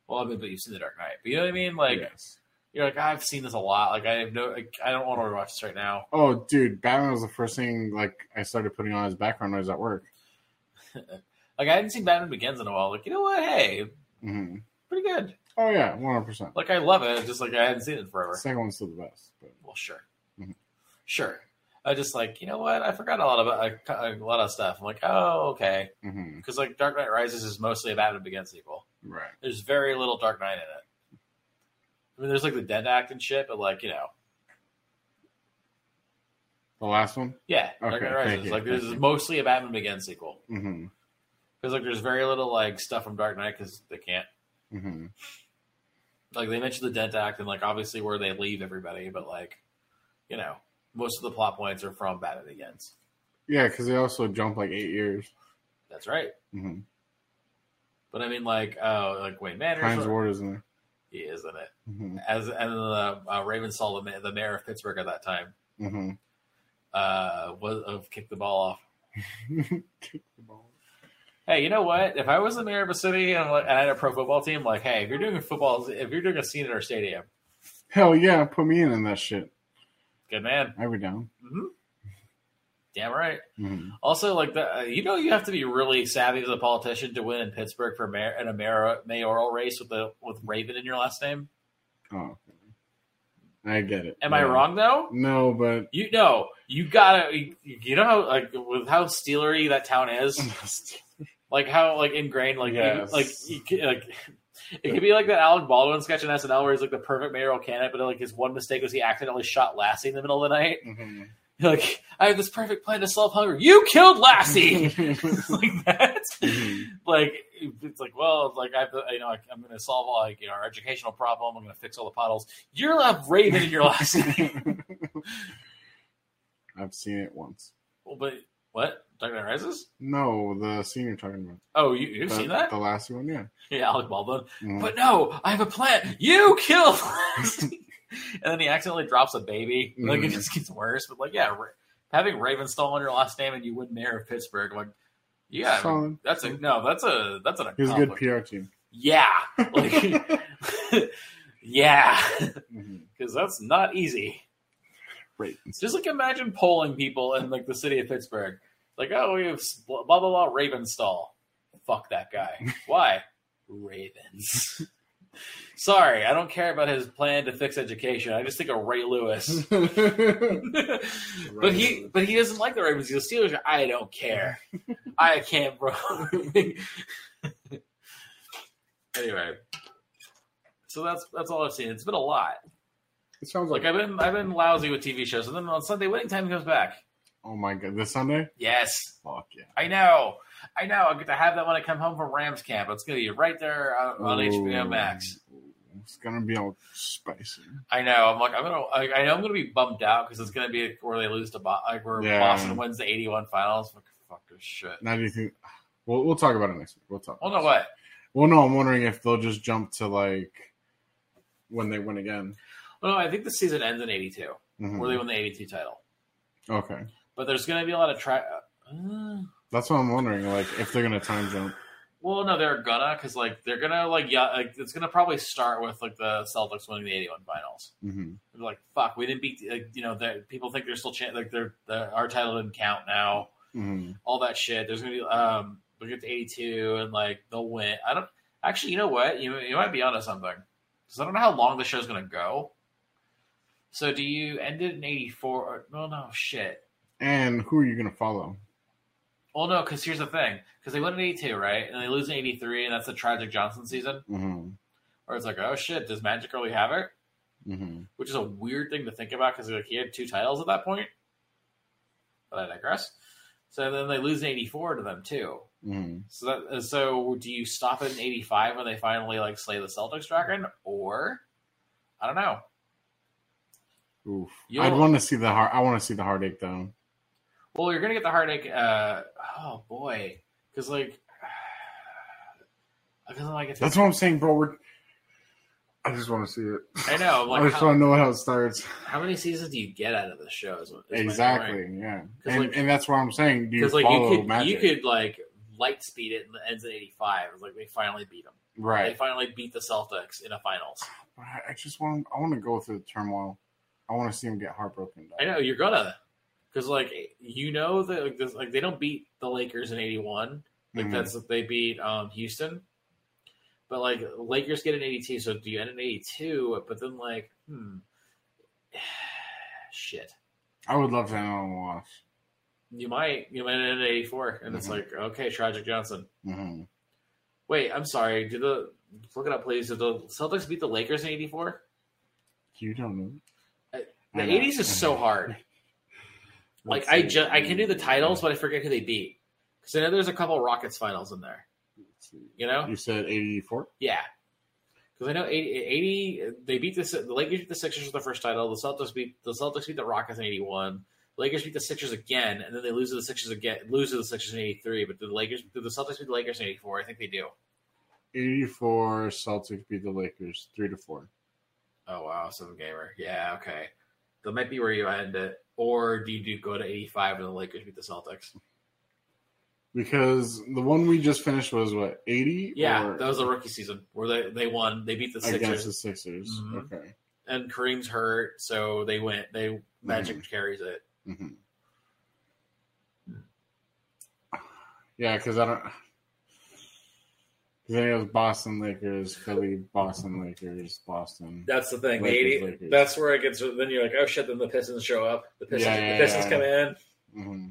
[SPEAKER 1] Well, I mean, but you've seen the Dark Knight. But you know what I mean? Like,
[SPEAKER 2] yes.
[SPEAKER 1] you're like, I've seen this a lot. Like, I have no. Like, I don't want to watch this right now.
[SPEAKER 2] Oh, dude, Batman was the first thing like I started putting on as background noise at work.
[SPEAKER 1] Like, I hadn't seen Batman Begins in a while. Like, you know what? Hey,
[SPEAKER 2] hmm
[SPEAKER 1] pretty good.
[SPEAKER 2] Oh yeah, one hundred percent.
[SPEAKER 1] Like, I love it. Just like I hadn't seen it in forever.
[SPEAKER 2] Second one's still the best, but
[SPEAKER 1] well, sure,
[SPEAKER 2] Mhm.
[SPEAKER 1] sure. I just like you know what I forgot a lot about a, a lot of stuff. I'm like, oh okay,
[SPEAKER 2] hmm
[SPEAKER 1] because like Dark Knight Rises is mostly a Batman Begins sequel.
[SPEAKER 2] right.
[SPEAKER 1] There's very little Dark Knight in it. I mean, there's like the Dead Act and shit, but like you know,
[SPEAKER 2] The last one.
[SPEAKER 1] yeah, Dark
[SPEAKER 2] Okay,
[SPEAKER 1] Knight
[SPEAKER 2] thank
[SPEAKER 1] Rises
[SPEAKER 2] you,
[SPEAKER 1] like
[SPEAKER 2] thank
[SPEAKER 1] this is
[SPEAKER 2] you.
[SPEAKER 1] mostly a Batman Begins sequel
[SPEAKER 2] hmm
[SPEAKER 1] because like there's very little like stuff from Dark Knight because they can't
[SPEAKER 2] hmm
[SPEAKER 1] like they mentioned the Dent Act and like obviously where they leave everybody, but like you know, most of the plot points are from Batman Begins.
[SPEAKER 2] Yeah, because they also jumped like eight years.
[SPEAKER 1] That's right.
[SPEAKER 2] hmm
[SPEAKER 1] But I mean, like, uh, like Wayne Manor.
[SPEAKER 2] Times Ward is in there.
[SPEAKER 1] He is in it.
[SPEAKER 2] hmm
[SPEAKER 1] As and the uh, Raven saw the, ma- the mayor of Pittsburgh at that time
[SPEAKER 2] hmm
[SPEAKER 1] uh, was of kicked the ball off.
[SPEAKER 2] Mm-hmm. Kick the ball.
[SPEAKER 1] Hey, you know what? If I was the mayor of a city and, like, and I had a pro football team, like, hey, if you're doing a football, if you're doing a scene at our stadium,
[SPEAKER 2] Hell yeah, put me in in that shit.
[SPEAKER 1] good man.
[SPEAKER 2] I'd be down.
[SPEAKER 1] hmm Damn right.
[SPEAKER 2] hmm
[SPEAKER 1] Also, like, the, uh, you know, you have to be really savvy as a politician to win in Pittsburgh for mayor in a mayor, mayoral race with the with Raven in your last name.
[SPEAKER 2] Oh, okay. I get it.
[SPEAKER 1] Am I
[SPEAKER 2] Yeah.
[SPEAKER 1] wrong though?
[SPEAKER 2] No, but
[SPEAKER 1] You know, you gotta, you, you know, how, like with how steelery that town is, like how like ingrained, like
[SPEAKER 2] Yes.
[SPEAKER 1] you, like you, ca- like it could be like that Alec Baldwin sketch in SNL where he's like the perfect mayoral candidate, but like his one mistake was he accidentally shot Lassie in the middle of the night.
[SPEAKER 2] Mhm.
[SPEAKER 1] Like I have this perfect plan to solve hunger. You killed Lassie, like that.
[SPEAKER 2] Mhm.
[SPEAKER 1] Like it's like well, like I have to, you know, I, I'm going to solve all like you know, our educational problem. I'm going to fix all the puddles. You're a raven in your last name.
[SPEAKER 2] I've seen it once.
[SPEAKER 1] well, but what? Dark Knight Rises.
[SPEAKER 2] No, the scene you're talking about.
[SPEAKER 1] Oh, you, you've
[SPEAKER 2] The-
[SPEAKER 1] seen that?
[SPEAKER 2] The last one, yeah.
[SPEAKER 1] Yeah, Alec Baldwin.
[SPEAKER 2] Mhm.
[SPEAKER 1] But no, I have a plan. You kill. Lassie. and then he accidentally drops a baby. Like it
[SPEAKER 2] Mhm.
[SPEAKER 1] just gets worse. But like, yeah, Ra- having Raven stolen your last name and you win mayor of Pittsburgh, like, yeah, Oh, I mean,
[SPEAKER 2] Solid.
[SPEAKER 1] that's a no, that's a that's an
[SPEAKER 2] He was a good
[SPEAKER 1] accomplishment.
[SPEAKER 2] PR team.
[SPEAKER 1] Yeah, like, yeah,
[SPEAKER 2] Mhm.
[SPEAKER 1] because that's not easy.
[SPEAKER 2] Great.
[SPEAKER 1] Just like imagine polling people in like the city of Pittsburgh. Like, oh, we have s- blah blah blah Ravenstall. Fuck that guy. Why? Ravens. Sorry, I don't care about his plan to fix education. I just think of Ray Lewis. but he but he doesn't like the Ravens. He's a Steelers. I don't care. I can't, bro. anyway. So that's that's all I've seen. It's been a lot.
[SPEAKER 2] It sounds like,
[SPEAKER 1] Like I've been I've been lousy with TV shows, and then on Sunday winning time comes back.
[SPEAKER 2] oh my god, this Sunday?
[SPEAKER 1] Yes,
[SPEAKER 2] Fuck yeah.
[SPEAKER 1] I know, I know. I get to have that when I come home from Rams camp. It's gonna be right there on, on HBO
[SPEAKER 2] Ooh.
[SPEAKER 1] Max.
[SPEAKER 2] It's gonna be all spicy.
[SPEAKER 1] I know. I'm like I'm gonna. I, I know I'm gonna be bummed out because it's gonna be where they lose to Bo- like where
[SPEAKER 2] Yeah.
[SPEAKER 1] Boston wins the 81 finals. I'm like, fuck this shit.
[SPEAKER 2] Now do you think? We'll we'll talk about it next week. We'll talk.
[SPEAKER 1] Well,
[SPEAKER 2] about
[SPEAKER 1] Oh, no
[SPEAKER 2] it.
[SPEAKER 1] what?
[SPEAKER 2] Well, no, I'm wondering if they'll just jump to like when they win again.
[SPEAKER 1] Well, no, I think the season ends in 82,
[SPEAKER 2] Mhm.
[SPEAKER 1] where they win the 82 title.
[SPEAKER 2] Okay,
[SPEAKER 1] But there's gonna be a lot of try. Uh,
[SPEAKER 2] that's what I'm wondering. Like if they're gonna time jump.
[SPEAKER 1] well, no, they're gonna because like they're gonna like yeah, like, it's gonna probably start with like the Celtics winning the 81 finals.
[SPEAKER 2] hmm
[SPEAKER 1] They're like, fuck, we didn't beat, like, you know, that people think they're still, chan like, they're, the, our title didn't count now,
[SPEAKER 2] hmm
[SPEAKER 1] all that shit. There's going to be, um, we get to 82 and, like, they'll win. I don't, actually, you know what? You, you might be onto something. Because I don't know how long the show's going to go. So do you end it in 84? Or, well, no, shit.
[SPEAKER 2] And who are you going to follow?
[SPEAKER 1] Well, no, because here's the thing: because they win in '82, right, and they lose in '83, and that's the tragic Johnson season,
[SPEAKER 2] hmm
[SPEAKER 1] where it's like, oh shit, does Magic really have it?
[SPEAKER 2] hmm
[SPEAKER 1] Which is a weird thing to think about because like he had two titles at that point. But I digress. So then they lose in '84 to them too.
[SPEAKER 2] hmm
[SPEAKER 1] So that uh, so do you stop it in '85 when they finally like slay the Celtics dragon, or I don't know.
[SPEAKER 2] Oof.
[SPEAKER 1] You'll-
[SPEAKER 2] I'd want to see the heart. I want to see the heartache though.
[SPEAKER 1] Well, you're gonna get the heartache. Uh, oh boy, because like, because like it's
[SPEAKER 2] That's what I'm saying, bro. We're, I just want to see it.
[SPEAKER 1] I know, like,
[SPEAKER 2] I just
[SPEAKER 1] how-
[SPEAKER 2] want to know how it starts.
[SPEAKER 1] how many seasons do you get out of the show? Is, is my-
[SPEAKER 2] Exactly. Yeah.
[SPEAKER 1] 'Cause,
[SPEAKER 2] And,
[SPEAKER 1] like-
[SPEAKER 2] and that's what I'm saying. Do you
[SPEAKER 1] Because like
[SPEAKER 2] follow
[SPEAKER 1] you could you
[SPEAKER 2] magic?
[SPEAKER 1] could like light speed it and it ends at eighty five. Like they finally beat them. They
[SPEAKER 2] right.
[SPEAKER 1] finally beat the Celtics in a finals.
[SPEAKER 2] But I I just want. I want to go through the turmoil. I want to see him get heartbroken. dog.
[SPEAKER 1] I know you're gonna because like you know that like, this, like they don't beat the Lakers in eighty one. Like
[SPEAKER 2] Mhm.
[SPEAKER 1] that's they beat um Houston. But like Lakers get an 82, so do you end an 82? But then like, hmm, shit.
[SPEAKER 2] I would love to end on a loss.
[SPEAKER 1] You might you might end an 84, and it's
[SPEAKER 2] Mhm.
[SPEAKER 1] like okay, Tragic Johnson.
[SPEAKER 2] hmm
[SPEAKER 1] Wait, I'm sorry. Did the look it up, please? Did the Celtics beat the Lakers in '84?
[SPEAKER 2] You don't know.
[SPEAKER 1] I-
[SPEAKER 2] I
[SPEAKER 1] Uh, The
[SPEAKER 2] know. Mm-hmm.
[SPEAKER 1] '80s is so hard. Like
[SPEAKER 2] Let's
[SPEAKER 1] I
[SPEAKER 2] see.
[SPEAKER 1] just I can do the titles, but I forget who they beat because I know there's a couple Rockets finals in there.
[SPEAKER 2] Let's see.
[SPEAKER 1] You know?
[SPEAKER 2] You said 84?
[SPEAKER 1] Yeah. Because I know 80, 80 they beat the, the Lakers beat the Sixers for the first title. The Celtics beat the Celtics beat the Rockets in '81. The Lakers beat the Sixers again, and then they lose to the Sixers again. Lose to the Sixers in '83, but did the Lakers did the Celtics beat the Lakers in '84? I think they do.
[SPEAKER 2] 84 Celtics beat the Lakers 3 to 4.
[SPEAKER 1] Oh wow, seven gamer. Yeah, okay. That might be where you end it. Or do you do go to eighty five and the Lakers beat the Celtics?
[SPEAKER 2] Because the one we just finished was what, 80?
[SPEAKER 1] Yeah,
[SPEAKER 2] Or
[SPEAKER 1] that was the rookie season where they, they won. They beat the
[SPEAKER 2] against
[SPEAKER 1] Sixers
[SPEAKER 2] the Sixers.
[SPEAKER 1] Mhm.
[SPEAKER 2] Okay.
[SPEAKER 1] and Kareem's hurt, so they went they Magic carries it.
[SPEAKER 2] hmm Mm-hmm. Yeah, because I don't. Because it was Boston Lakers, Philly, Boston Lakers, Boston.
[SPEAKER 1] That's the thing.
[SPEAKER 2] Lakers,
[SPEAKER 1] the 80,
[SPEAKER 2] Lakers.
[SPEAKER 1] That's where it gets then you're like, oh shit, then the Pistons show up. The Pistons
[SPEAKER 2] Yeah, yeah,
[SPEAKER 1] the Pistons
[SPEAKER 2] yeah.
[SPEAKER 1] come in.
[SPEAKER 2] hmm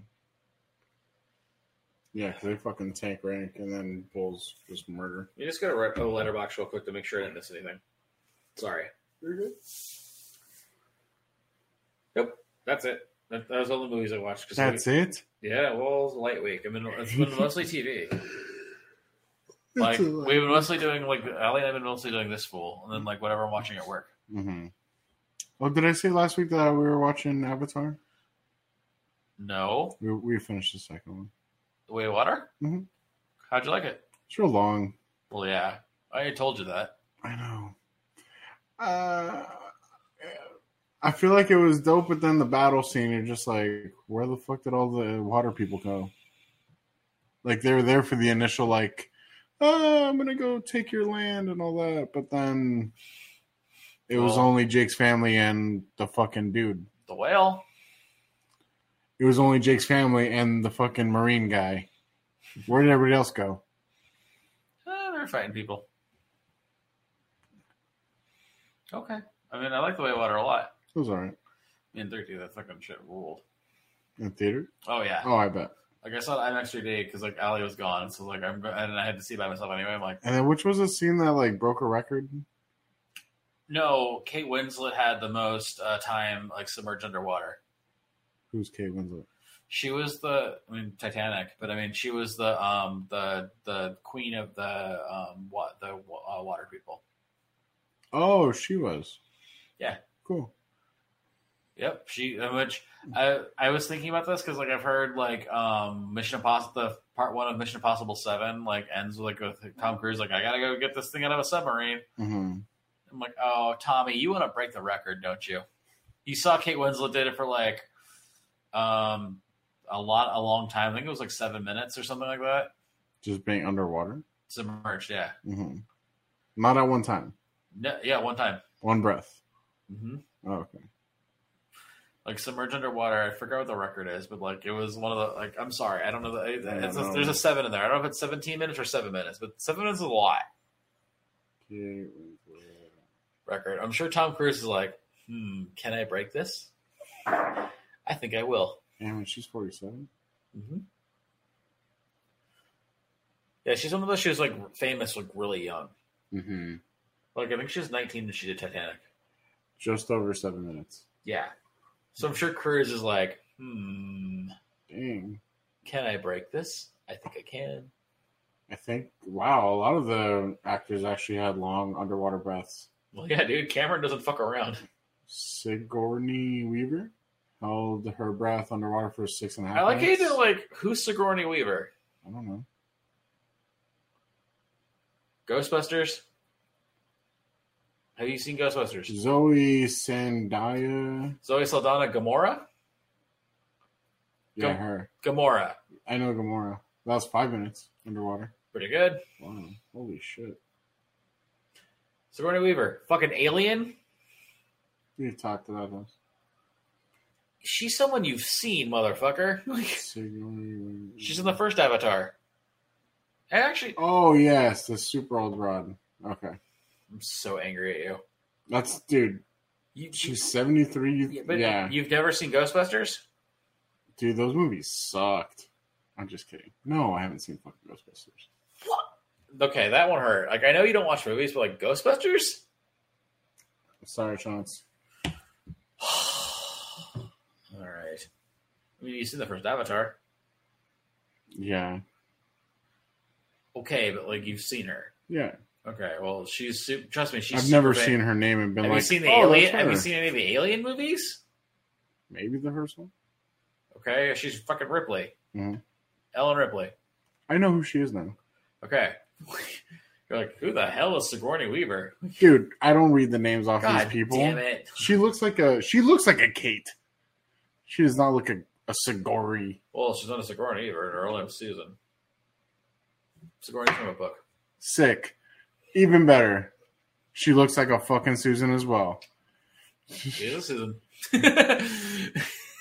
[SPEAKER 2] Yeah, because they fucking tank rank and then Bulls just murder.
[SPEAKER 1] You just gotta write a letterbox real quick to make sure I didn't miss anything. Sorry.
[SPEAKER 2] You're good.
[SPEAKER 1] That's it. That, that was all the movies I watched. 'cause
[SPEAKER 2] That's it.
[SPEAKER 1] Yeah, well, it's light week. I mean, it's been mostly TV. Like we've been mostly doing like Ali and I've been mostly doing this fool, and then like whatever I'm watching at work.
[SPEAKER 2] Mm-hmm. Well, did I say last week that we were watching Avatar?
[SPEAKER 1] No,
[SPEAKER 2] We, we finished the second one.
[SPEAKER 1] the way of water.
[SPEAKER 2] Mhm.
[SPEAKER 1] How'd you like it?
[SPEAKER 2] It's real long.
[SPEAKER 1] Well, yeah, I told you that.
[SPEAKER 2] I know. Uh, I feel like it was dope, but then the battle scene, you're just like, where the fuck did all the water people go? Like they were there for the initial like, oh, I'm gonna go take your land and all that, but then it was
[SPEAKER 1] Well-
[SPEAKER 2] only Jake's family and the fucking dude.
[SPEAKER 1] The whale.
[SPEAKER 2] It was only Jake's family and the fucking marine guy. Where did everybody else go?
[SPEAKER 1] Eh, they're fighting people. Okay. I mean, I like the way of water a lot.
[SPEAKER 2] It was alright
[SPEAKER 1] In 3D, that fucking shit ruled.
[SPEAKER 2] in theater.
[SPEAKER 1] Oh yeah.
[SPEAKER 2] Oh, I bet.
[SPEAKER 1] Like I saw the IMAX 3D because like Ali was gone, so like I'm and I had to see it by myself anyway. I'm like.
[SPEAKER 2] And then which was the scene that like broke a record?
[SPEAKER 1] No, Kate Winslet had the most uh, time like submerged underwater.
[SPEAKER 2] Who's Kate Winslet?
[SPEAKER 1] She was the I mean Titanic, but I mean she was the um the the queen of the um what the uh, water people.
[SPEAKER 2] Oh, she was.
[SPEAKER 1] Yeah.
[SPEAKER 2] Cool.
[SPEAKER 1] Yep, she uh, which I I was thinking about this because like I've heard like um Mission Impossible the part one of Mission Impossible Seven like ends with like with Tom Cruise like I gotta go get this thing out of a submarine.
[SPEAKER 2] hmm
[SPEAKER 1] I'm like, oh, Tommy, you want to break the record, don't you? You saw Kate Winslet did it for like um a lot, a long time. I think it was like seven minutes or something like that.
[SPEAKER 2] Just being underwater.
[SPEAKER 1] Submerged, yeah,
[SPEAKER 2] hmm Not at one time.
[SPEAKER 1] no, yeah, one time,
[SPEAKER 2] One breath.
[SPEAKER 1] hmm
[SPEAKER 2] Oh, okay.
[SPEAKER 1] like submerged underwater. I forgot what the record is, but like it was one of the like. I'm sorry, I don't know. The, it-
[SPEAKER 2] I don't
[SPEAKER 1] it's a-
[SPEAKER 2] know.
[SPEAKER 1] there's a seven in there. I don't know if it's 17 minutes or seven minutes, but seven minutes is a lot
[SPEAKER 2] Kate Winslet.
[SPEAKER 1] record. I'm sure Tom Cruise is like, hmm, can I break this? I think I will.
[SPEAKER 2] Damn it, she's 47.
[SPEAKER 1] Mm-hmm. Yeah, she's one of those. She was like famous, like really young.
[SPEAKER 2] Mm-hmm.
[SPEAKER 1] Like I think she was 19 when she did Titanic.
[SPEAKER 2] Just over seven minutes.
[SPEAKER 1] Yeah. So I'm sure Cruz is like, hmm,
[SPEAKER 2] Dang.
[SPEAKER 1] can I break this? I think I can.
[SPEAKER 2] I think, wow, a lot of the actors actually had long underwater breaths.
[SPEAKER 1] Well, yeah, dude, Cameron doesn't fuck around.
[SPEAKER 2] Sigourney Weaver held her breath underwater for six and a half
[SPEAKER 1] I like how you
[SPEAKER 2] minutes.
[SPEAKER 1] did like, who's Sigourney Weaver?
[SPEAKER 2] I don't know.
[SPEAKER 1] Ghostbusters? Have you seen Ghostbusters?
[SPEAKER 2] Zoe Sandaya.
[SPEAKER 1] Zoe Saldana, Gamora?
[SPEAKER 2] Yeah,
[SPEAKER 1] Go-
[SPEAKER 2] her.
[SPEAKER 1] Gamora.
[SPEAKER 2] I know Gamora. That was five minutes underwater.
[SPEAKER 1] Pretty good.
[SPEAKER 2] Wow. Holy shit.
[SPEAKER 1] Sigourney Weaver, fucking alien?
[SPEAKER 2] We talked about this.
[SPEAKER 1] She's someone you've seen, motherfucker.
[SPEAKER 2] Sigourney-
[SPEAKER 1] She's in the first Avatar. And actually,
[SPEAKER 2] Oh, yes. The super old rod. Okay.
[SPEAKER 1] I'm so angry at you.
[SPEAKER 2] That's, dude,
[SPEAKER 1] You, you
[SPEAKER 2] she's 73. You-
[SPEAKER 1] yeah,
[SPEAKER 2] Yeah.
[SPEAKER 1] but you've never seen Ghostbusters?
[SPEAKER 2] Dude, those movies sucked. I'm just kidding. No, I haven't seen fucking Ghostbusters.
[SPEAKER 1] Okay, that one hurt. Like I know you don't watch movies, but like Ghostbusters.
[SPEAKER 2] Sorry, Chance.
[SPEAKER 1] All right. I mean, you seen the first Avatar.
[SPEAKER 2] Yeah.
[SPEAKER 1] Okay, but like you've seen her.
[SPEAKER 2] Yeah.
[SPEAKER 1] Okay, well she's su- trust me. She's
[SPEAKER 2] I've never
[SPEAKER 1] super
[SPEAKER 2] seen
[SPEAKER 1] fam-
[SPEAKER 2] her name and been
[SPEAKER 1] Have
[SPEAKER 2] like,
[SPEAKER 1] you seen the
[SPEAKER 2] oh,
[SPEAKER 1] Alien?
[SPEAKER 2] that's
[SPEAKER 1] Have you
[SPEAKER 2] her."
[SPEAKER 1] seen any of the Alien movies?
[SPEAKER 2] Maybe the first one.
[SPEAKER 1] Okay, she's fucking Ripley.
[SPEAKER 2] Mhm.
[SPEAKER 1] Ellen Ripley.
[SPEAKER 2] I know who she is now.
[SPEAKER 1] Okay. You're like, who the hell is Sigourney Weaver?
[SPEAKER 2] Dude, I don't read the names off
[SPEAKER 1] God
[SPEAKER 2] these people.
[SPEAKER 1] damn it!
[SPEAKER 2] She looks like a she looks like a Kate. She does not look a, a Sigori.
[SPEAKER 1] Well, she's not a Sigourney Weaver in her own season. Sigourney's from a book.
[SPEAKER 2] Sick. Even better. She looks like a fucking Susan as well.
[SPEAKER 1] She's a season.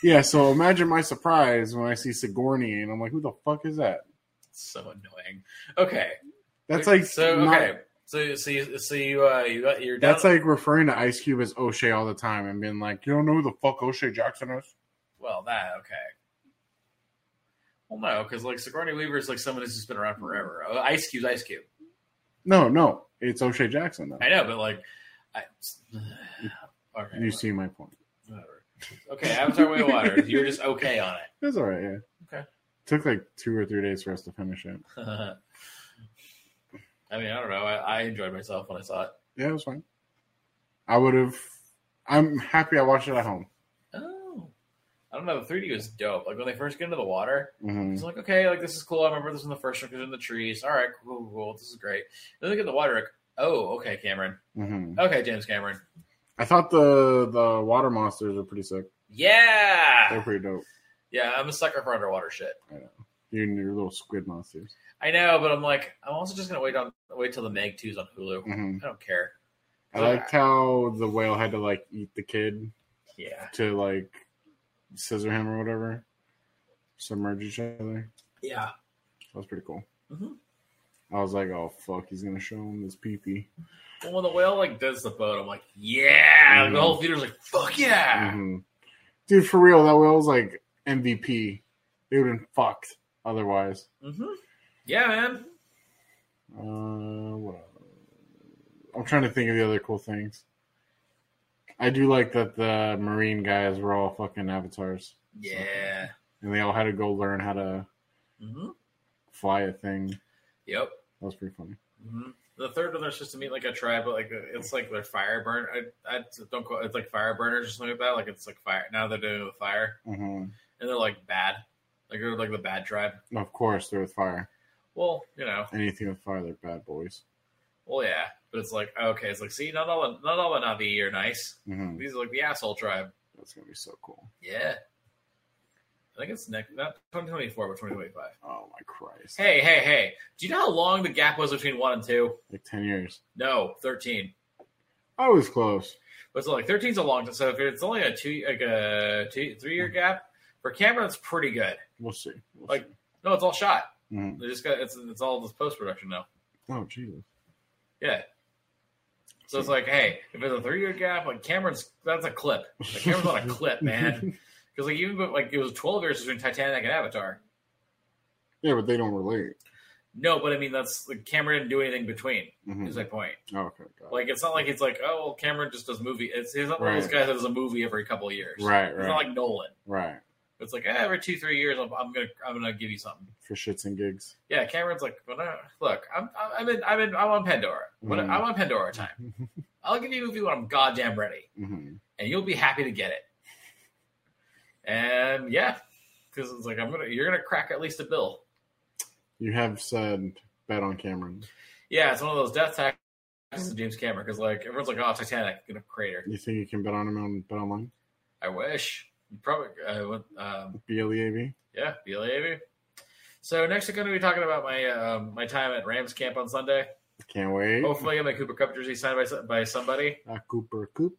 [SPEAKER 2] Yeah, so imagine my surprise when I see Sigourney and I'm like, who the fuck is that?
[SPEAKER 1] so annoying. Okay,
[SPEAKER 2] That's like
[SPEAKER 1] so.
[SPEAKER 2] not-
[SPEAKER 1] Okay, so so you, so you uh you got you're down.
[SPEAKER 2] That's like referring to Ice Cube as O'Shea all the time and being like, you don't know who the fuck O'Shea Jackson is?
[SPEAKER 1] well that okay. Well, no, because like Sigourney Weaver is like someone who's just been around forever. Uh, Ice Cube's Ice Cube.
[SPEAKER 2] No, no, it's O'Shea Jackson though.
[SPEAKER 1] I know, but like, I, okay,
[SPEAKER 2] You see my point.
[SPEAKER 1] whatever. Okay, Avatar Way of Water. You're just okay on
[SPEAKER 2] It's all right. Yeah.
[SPEAKER 1] Okay.
[SPEAKER 2] Took like two or three days for us to finish it.
[SPEAKER 1] it. I mean, I don't know. I, I enjoyed myself when I saw it.
[SPEAKER 2] Yeah, it was fine. I would have. I'm happy I watched it at home.
[SPEAKER 1] Oh, I don't know. The 3D was dope. Like when they first get into the water,
[SPEAKER 2] Mhm.
[SPEAKER 1] It's like, okay, like this is cool. I remember this in the first one because in the trees. All right, cool, cool, cool. This is great. Then they get in the water. Like, oh, okay, Cameron.
[SPEAKER 2] Mhm.
[SPEAKER 1] Okay, James Cameron.
[SPEAKER 2] I thought the the water monsters were pretty sick. They're
[SPEAKER 1] Yeah,
[SPEAKER 2] pretty dope.
[SPEAKER 1] yeah. I'm a sucker for underwater shit.
[SPEAKER 2] You and your little squid monsters.
[SPEAKER 1] I know, but I'm like, I'm also just gonna wait on wait till the Meg 2's on Hulu.
[SPEAKER 2] Mhm.
[SPEAKER 1] I don't care.
[SPEAKER 2] I liked how the whale had to like eat the kid
[SPEAKER 1] Yeah,
[SPEAKER 2] to like scissor him or whatever, submerge each other.
[SPEAKER 1] yeah.
[SPEAKER 2] That was pretty cool.
[SPEAKER 1] Mhm.
[SPEAKER 2] I was like, oh fuck, he's gonna show him this pee pee.
[SPEAKER 1] Well, when the whale like does the boat, I'm like, yeah.
[SPEAKER 2] Mhm.
[SPEAKER 1] The whole theater's like, fuck yeah.
[SPEAKER 2] Mhm. Dude, for real, that whale was like MVP. They would have been fucked otherwise.
[SPEAKER 1] Mm-hmm. Yeah, man.
[SPEAKER 2] Uh, what else? I'm trying to think of the other cool things. I do like that the marine guys were all fucking avatars,
[SPEAKER 1] Yeah.
[SPEAKER 2] and they all had to go learn how to
[SPEAKER 1] Mm-hmm.
[SPEAKER 2] fly a thing. That
[SPEAKER 1] Yep.
[SPEAKER 2] was pretty funny.
[SPEAKER 1] hmm The third one, they're supposed to meet like a tribe, but like it's like they're fire burn. I, I don't quote. It's like fire burners or something like that. Like it's like fire. Now they're doing it with fire,
[SPEAKER 2] Mhm.
[SPEAKER 1] and they're like bad. Like they're like the bad tribe.
[SPEAKER 2] Of course, they're with fire.
[SPEAKER 1] Well, you know.
[SPEAKER 2] Anything with fire, they're bad boys.
[SPEAKER 1] Well, yeah. But it's like okay, it's like see, not all the, not all the Navi are nice.
[SPEAKER 2] hmm
[SPEAKER 1] These are like the asshole tribe.
[SPEAKER 2] That's gonna be so cool.
[SPEAKER 1] Yeah. I think it's next not 2024, but 2025.
[SPEAKER 2] Oh my Christ!
[SPEAKER 1] Hey, hey, hey! Do you know how long the gap was between one and two?
[SPEAKER 2] Like ten years.
[SPEAKER 1] No, 13.
[SPEAKER 2] I was close.
[SPEAKER 1] But it's like 13's a long time. So if it's only a two, like a two, three
[SPEAKER 2] Hmm.
[SPEAKER 1] year gap for Cameron, it's pretty good.
[SPEAKER 2] We'll see. We'll
[SPEAKER 1] Like-
[SPEAKER 2] see.
[SPEAKER 1] No, it's all shot.
[SPEAKER 2] Mhm.
[SPEAKER 1] They just got it's it's all this post production now.
[SPEAKER 2] Oh Jesus!
[SPEAKER 1] Yeah. So it's like, hey, if it's a three year gap, like Cameron's that's a clip. Like Cameron's on a clip, man. Because like even but like it was twelve years between Titanic and Avatar.
[SPEAKER 2] Yeah, but they don't relate.
[SPEAKER 1] No, but I mean that's like Cameron didn't do anything between.
[SPEAKER 2] Mhm.
[SPEAKER 1] Is my point.
[SPEAKER 2] Oh, okay, got it.
[SPEAKER 1] Like it's not like it's like oh well, Cameron just does movie. It's he's not one of those
[SPEAKER 2] Right.
[SPEAKER 1] guys that does a movie every couple of years.
[SPEAKER 2] right,
[SPEAKER 1] It's
[SPEAKER 2] right,
[SPEAKER 1] not like Nolan.
[SPEAKER 2] right.
[SPEAKER 1] It's like eh, every two three years I'm, I'm gonna I'm gonna give you something.
[SPEAKER 2] For shits and gigs.
[SPEAKER 1] Yeah, Cameron's like, well, no, look, I'm I'm- I'm in I'm in I'm on Pandora. What
[SPEAKER 2] Mm.
[SPEAKER 1] I'm on Pandora time. I'll give you a movie when I'm goddamn ready,
[SPEAKER 2] hmm
[SPEAKER 1] and you'll be happy to get it. And yeah, because it's like I'm gonna you're gonna crack at least a bill.
[SPEAKER 2] You have said bet on Cameron.
[SPEAKER 1] Yeah, it's one of those death taxes to James Cameron because like everyone's like, oh, Titanic, gonna crater.
[SPEAKER 2] You think you can bet on him on bet online?
[SPEAKER 1] I wish you probably uh, would, um,
[SPEAKER 2] B L E A V.
[SPEAKER 1] Yeah, BLAV. So next, I'm going to be talking about my um, my time at Rams camp on Sunday.
[SPEAKER 2] Can't wait.
[SPEAKER 1] Hopefully, I get my Cooper Cup jersey signed by so- by somebody.
[SPEAKER 2] Ah, Cooper Coop.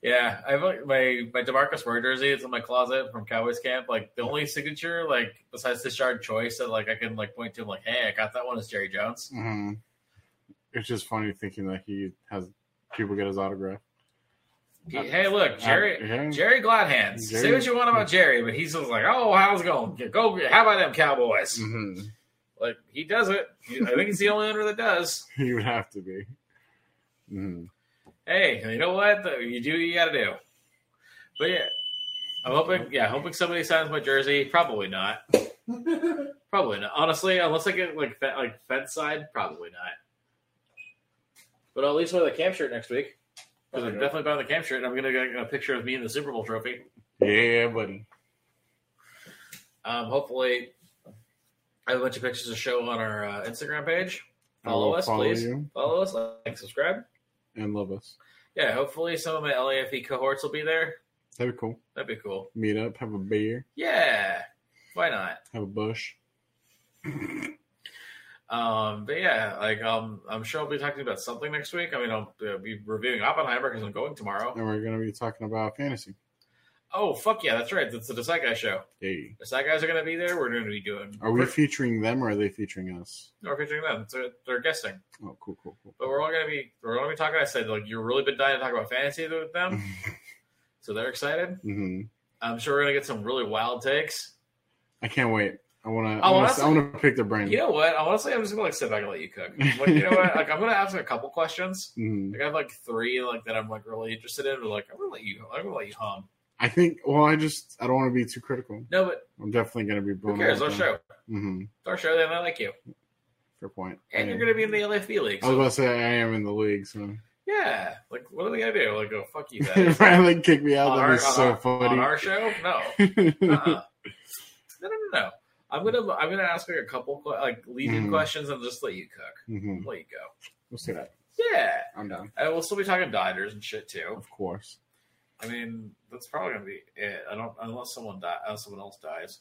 [SPEAKER 1] Yeah, I have like, my my Demarcus Ware jersey. It's in my closet from Cowboys camp. Like the only signature, like besides the shard choice, that like I can like point to. i like, hey, I got that one. Is Jerry Jones?
[SPEAKER 2] hmm It's just funny thinking that he has people get his autograph.
[SPEAKER 1] Hey, look, Jerry.
[SPEAKER 2] Uh, yeah.
[SPEAKER 1] Jerry Gladhands. Say
[SPEAKER 2] Jerry-
[SPEAKER 1] what you want about Jerry, but he's just like, oh, how's it going? Go, how about them Cowboys?
[SPEAKER 2] Mhm.
[SPEAKER 1] Like he does it. He- I think he's the only owner that does.
[SPEAKER 2] He would have to be. Mhm.
[SPEAKER 1] hey, you know what? The- You do what you got to do. But yeah, I'm hoping. Yeah, hoping somebody signs my jersey. Probably not. probably not. Honestly, unless I get like fe- like fence side, probably not. But I'll at least wear the camp shirt next week because I'm definitely buying the camp shirt. And I'm gonna get a picture of me in the Super Bowl trophy.
[SPEAKER 2] Yeah, buddy.
[SPEAKER 1] Um, hopefully, I have a bunch of pictures to show on our uh, Instagram page.
[SPEAKER 2] I
[SPEAKER 1] Follow
[SPEAKER 2] will
[SPEAKER 1] us, please.
[SPEAKER 2] you
[SPEAKER 1] Follow us, like, subscribe.
[SPEAKER 2] and love us.
[SPEAKER 1] Yeah, hopefully some of my LAFE E cohorts will be there.
[SPEAKER 2] That'd be cool.
[SPEAKER 1] That'd be cool.
[SPEAKER 2] Meet up, have a beer,
[SPEAKER 1] Yeah, why not?
[SPEAKER 2] have a bush.
[SPEAKER 1] Um, but yeah, like um, I'm sure I'll be talking about something next week. I mean, I'll uh, be reviewing Oppenheimer because I'm going tomorrow.
[SPEAKER 2] And we're gonna be talking about fantasy.
[SPEAKER 1] Oh fuck yeah, that's right. That's the Desai Guy show.
[SPEAKER 2] Hey.
[SPEAKER 1] Desai Guys are going to be there. We're going to be doing.
[SPEAKER 2] Are we
[SPEAKER 1] We're,
[SPEAKER 2] featuring them or are they featuring us?
[SPEAKER 1] we're featuring them. So they're guessing,
[SPEAKER 2] Oh, cool, cool, cool.
[SPEAKER 1] but we're all going to be. We're going to be talking. I said like you've really been dying to talk about fantasy with them, so they're excited.
[SPEAKER 2] hmm
[SPEAKER 1] I'm sure we're going to get some really wild takes.
[SPEAKER 2] I can't wait. I wanna. I
[SPEAKER 1] Oh,
[SPEAKER 2] wanna,
[SPEAKER 1] that's-
[SPEAKER 2] I wanna pick their brain.
[SPEAKER 1] You know what? Honestly, I'm just going to like sit back and let you cook. Like you know what? Like I'm going to ask a couple questions.
[SPEAKER 2] Mhm.
[SPEAKER 1] Like I have like three like that I'm like really interested in. But like I'm gonna let you, I'm gonna let you hum.
[SPEAKER 2] I think. Well, I just. I don't want to be too critical.
[SPEAKER 1] No, but
[SPEAKER 2] I'm definitely gonna be
[SPEAKER 1] who
[SPEAKER 2] blown.
[SPEAKER 1] cares?
[SPEAKER 2] away
[SPEAKER 1] Our
[SPEAKER 2] by
[SPEAKER 1] show,
[SPEAKER 2] them. Mhm.
[SPEAKER 1] it's our show. They might like you,
[SPEAKER 2] Fair point.
[SPEAKER 1] and
[SPEAKER 2] Yeah.
[SPEAKER 1] you're gonna be in the LFB E league.
[SPEAKER 2] I was
[SPEAKER 1] So,
[SPEAKER 2] about to say I am in the league, so
[SPEAKER 1] yeah, like what are they gonna do? Like go fuck you guys
[SPEAKER 2] if Riley kicked me out,
[SPEAKER 1] on,
[SPEAKER 2] that'd
[SPEAKER 1] our,
[SPEAKER 2] be so Mm-hmm.
[SPEAKER 1] on, our, on our show? No,
[SPEAKER 2] funny.
[SPEAKER 1] uh-uh. no, no, no, no. I'm gonna I'm gonna ask like a couple que- like leading
[SPEAKER 2] Mhm.
[SPEAKER 1] questions and just let you cook.
[SPEAKER 2] Mhm.
[SPEAKER 1] Let you go.
[SPEAKER 2] We'll see that.
[SPEAKER 1] Yeah,
[SPEAKER 2] I'm down.
[SPEAKER 1] and we'll still be talking Dodgers and shit too.
[SPEAKER 2] Of course.
[SPEAKER 1] I mean, that's probably gonna be it. I don't unless someone die, unless someone else dies.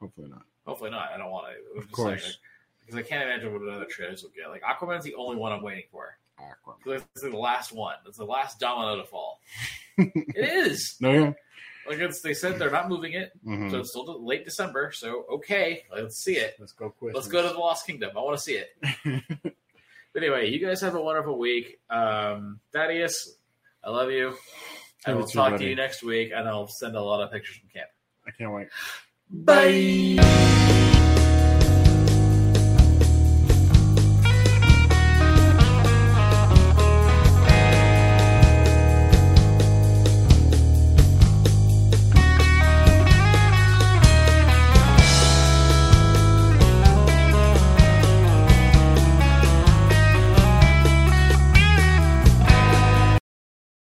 [SPEAKER 2] Hopefully not.
[SPEAKER 1] Hopefully not. I don't want to.
[SPEAKER 2] Of course.
[SPEAKER 1] because I can't imagine what another trailers will get. Like Aquaman's the only one I'm waiting for.
[SPEAKER 2] Aquaman.
[SPEAKER 1] 'Cause This is the last one. It's the last domino to fall. it is.
[SPEAKER 2] No, yeah.
[SPEAKER 1] Like it's, they said, they're not moving it,
[SPEAKER 2] Mhm.
[SPEAKER 1] so it's still late December. So okay, let's see it.
[SPEAKER 2] Let's go quick.
[SPEAKER 1] Let's go to the Lost Kingdom. I want to see it. but anyway, you guys have a wonderful week. Um, Thaddeus, I love you. I
[SPEAKER 2] Love you
[SPEAKER 1] will
[SPEAKER 2] too,
[SPEAKER 1] talk to
[SPEAKER 2] buddy.
[SPEAKER 1] you next week, and I'll send a lot of pictures from camp.
[SPEAKER 2] I can't wait.
[SPEAKER 1] Bye.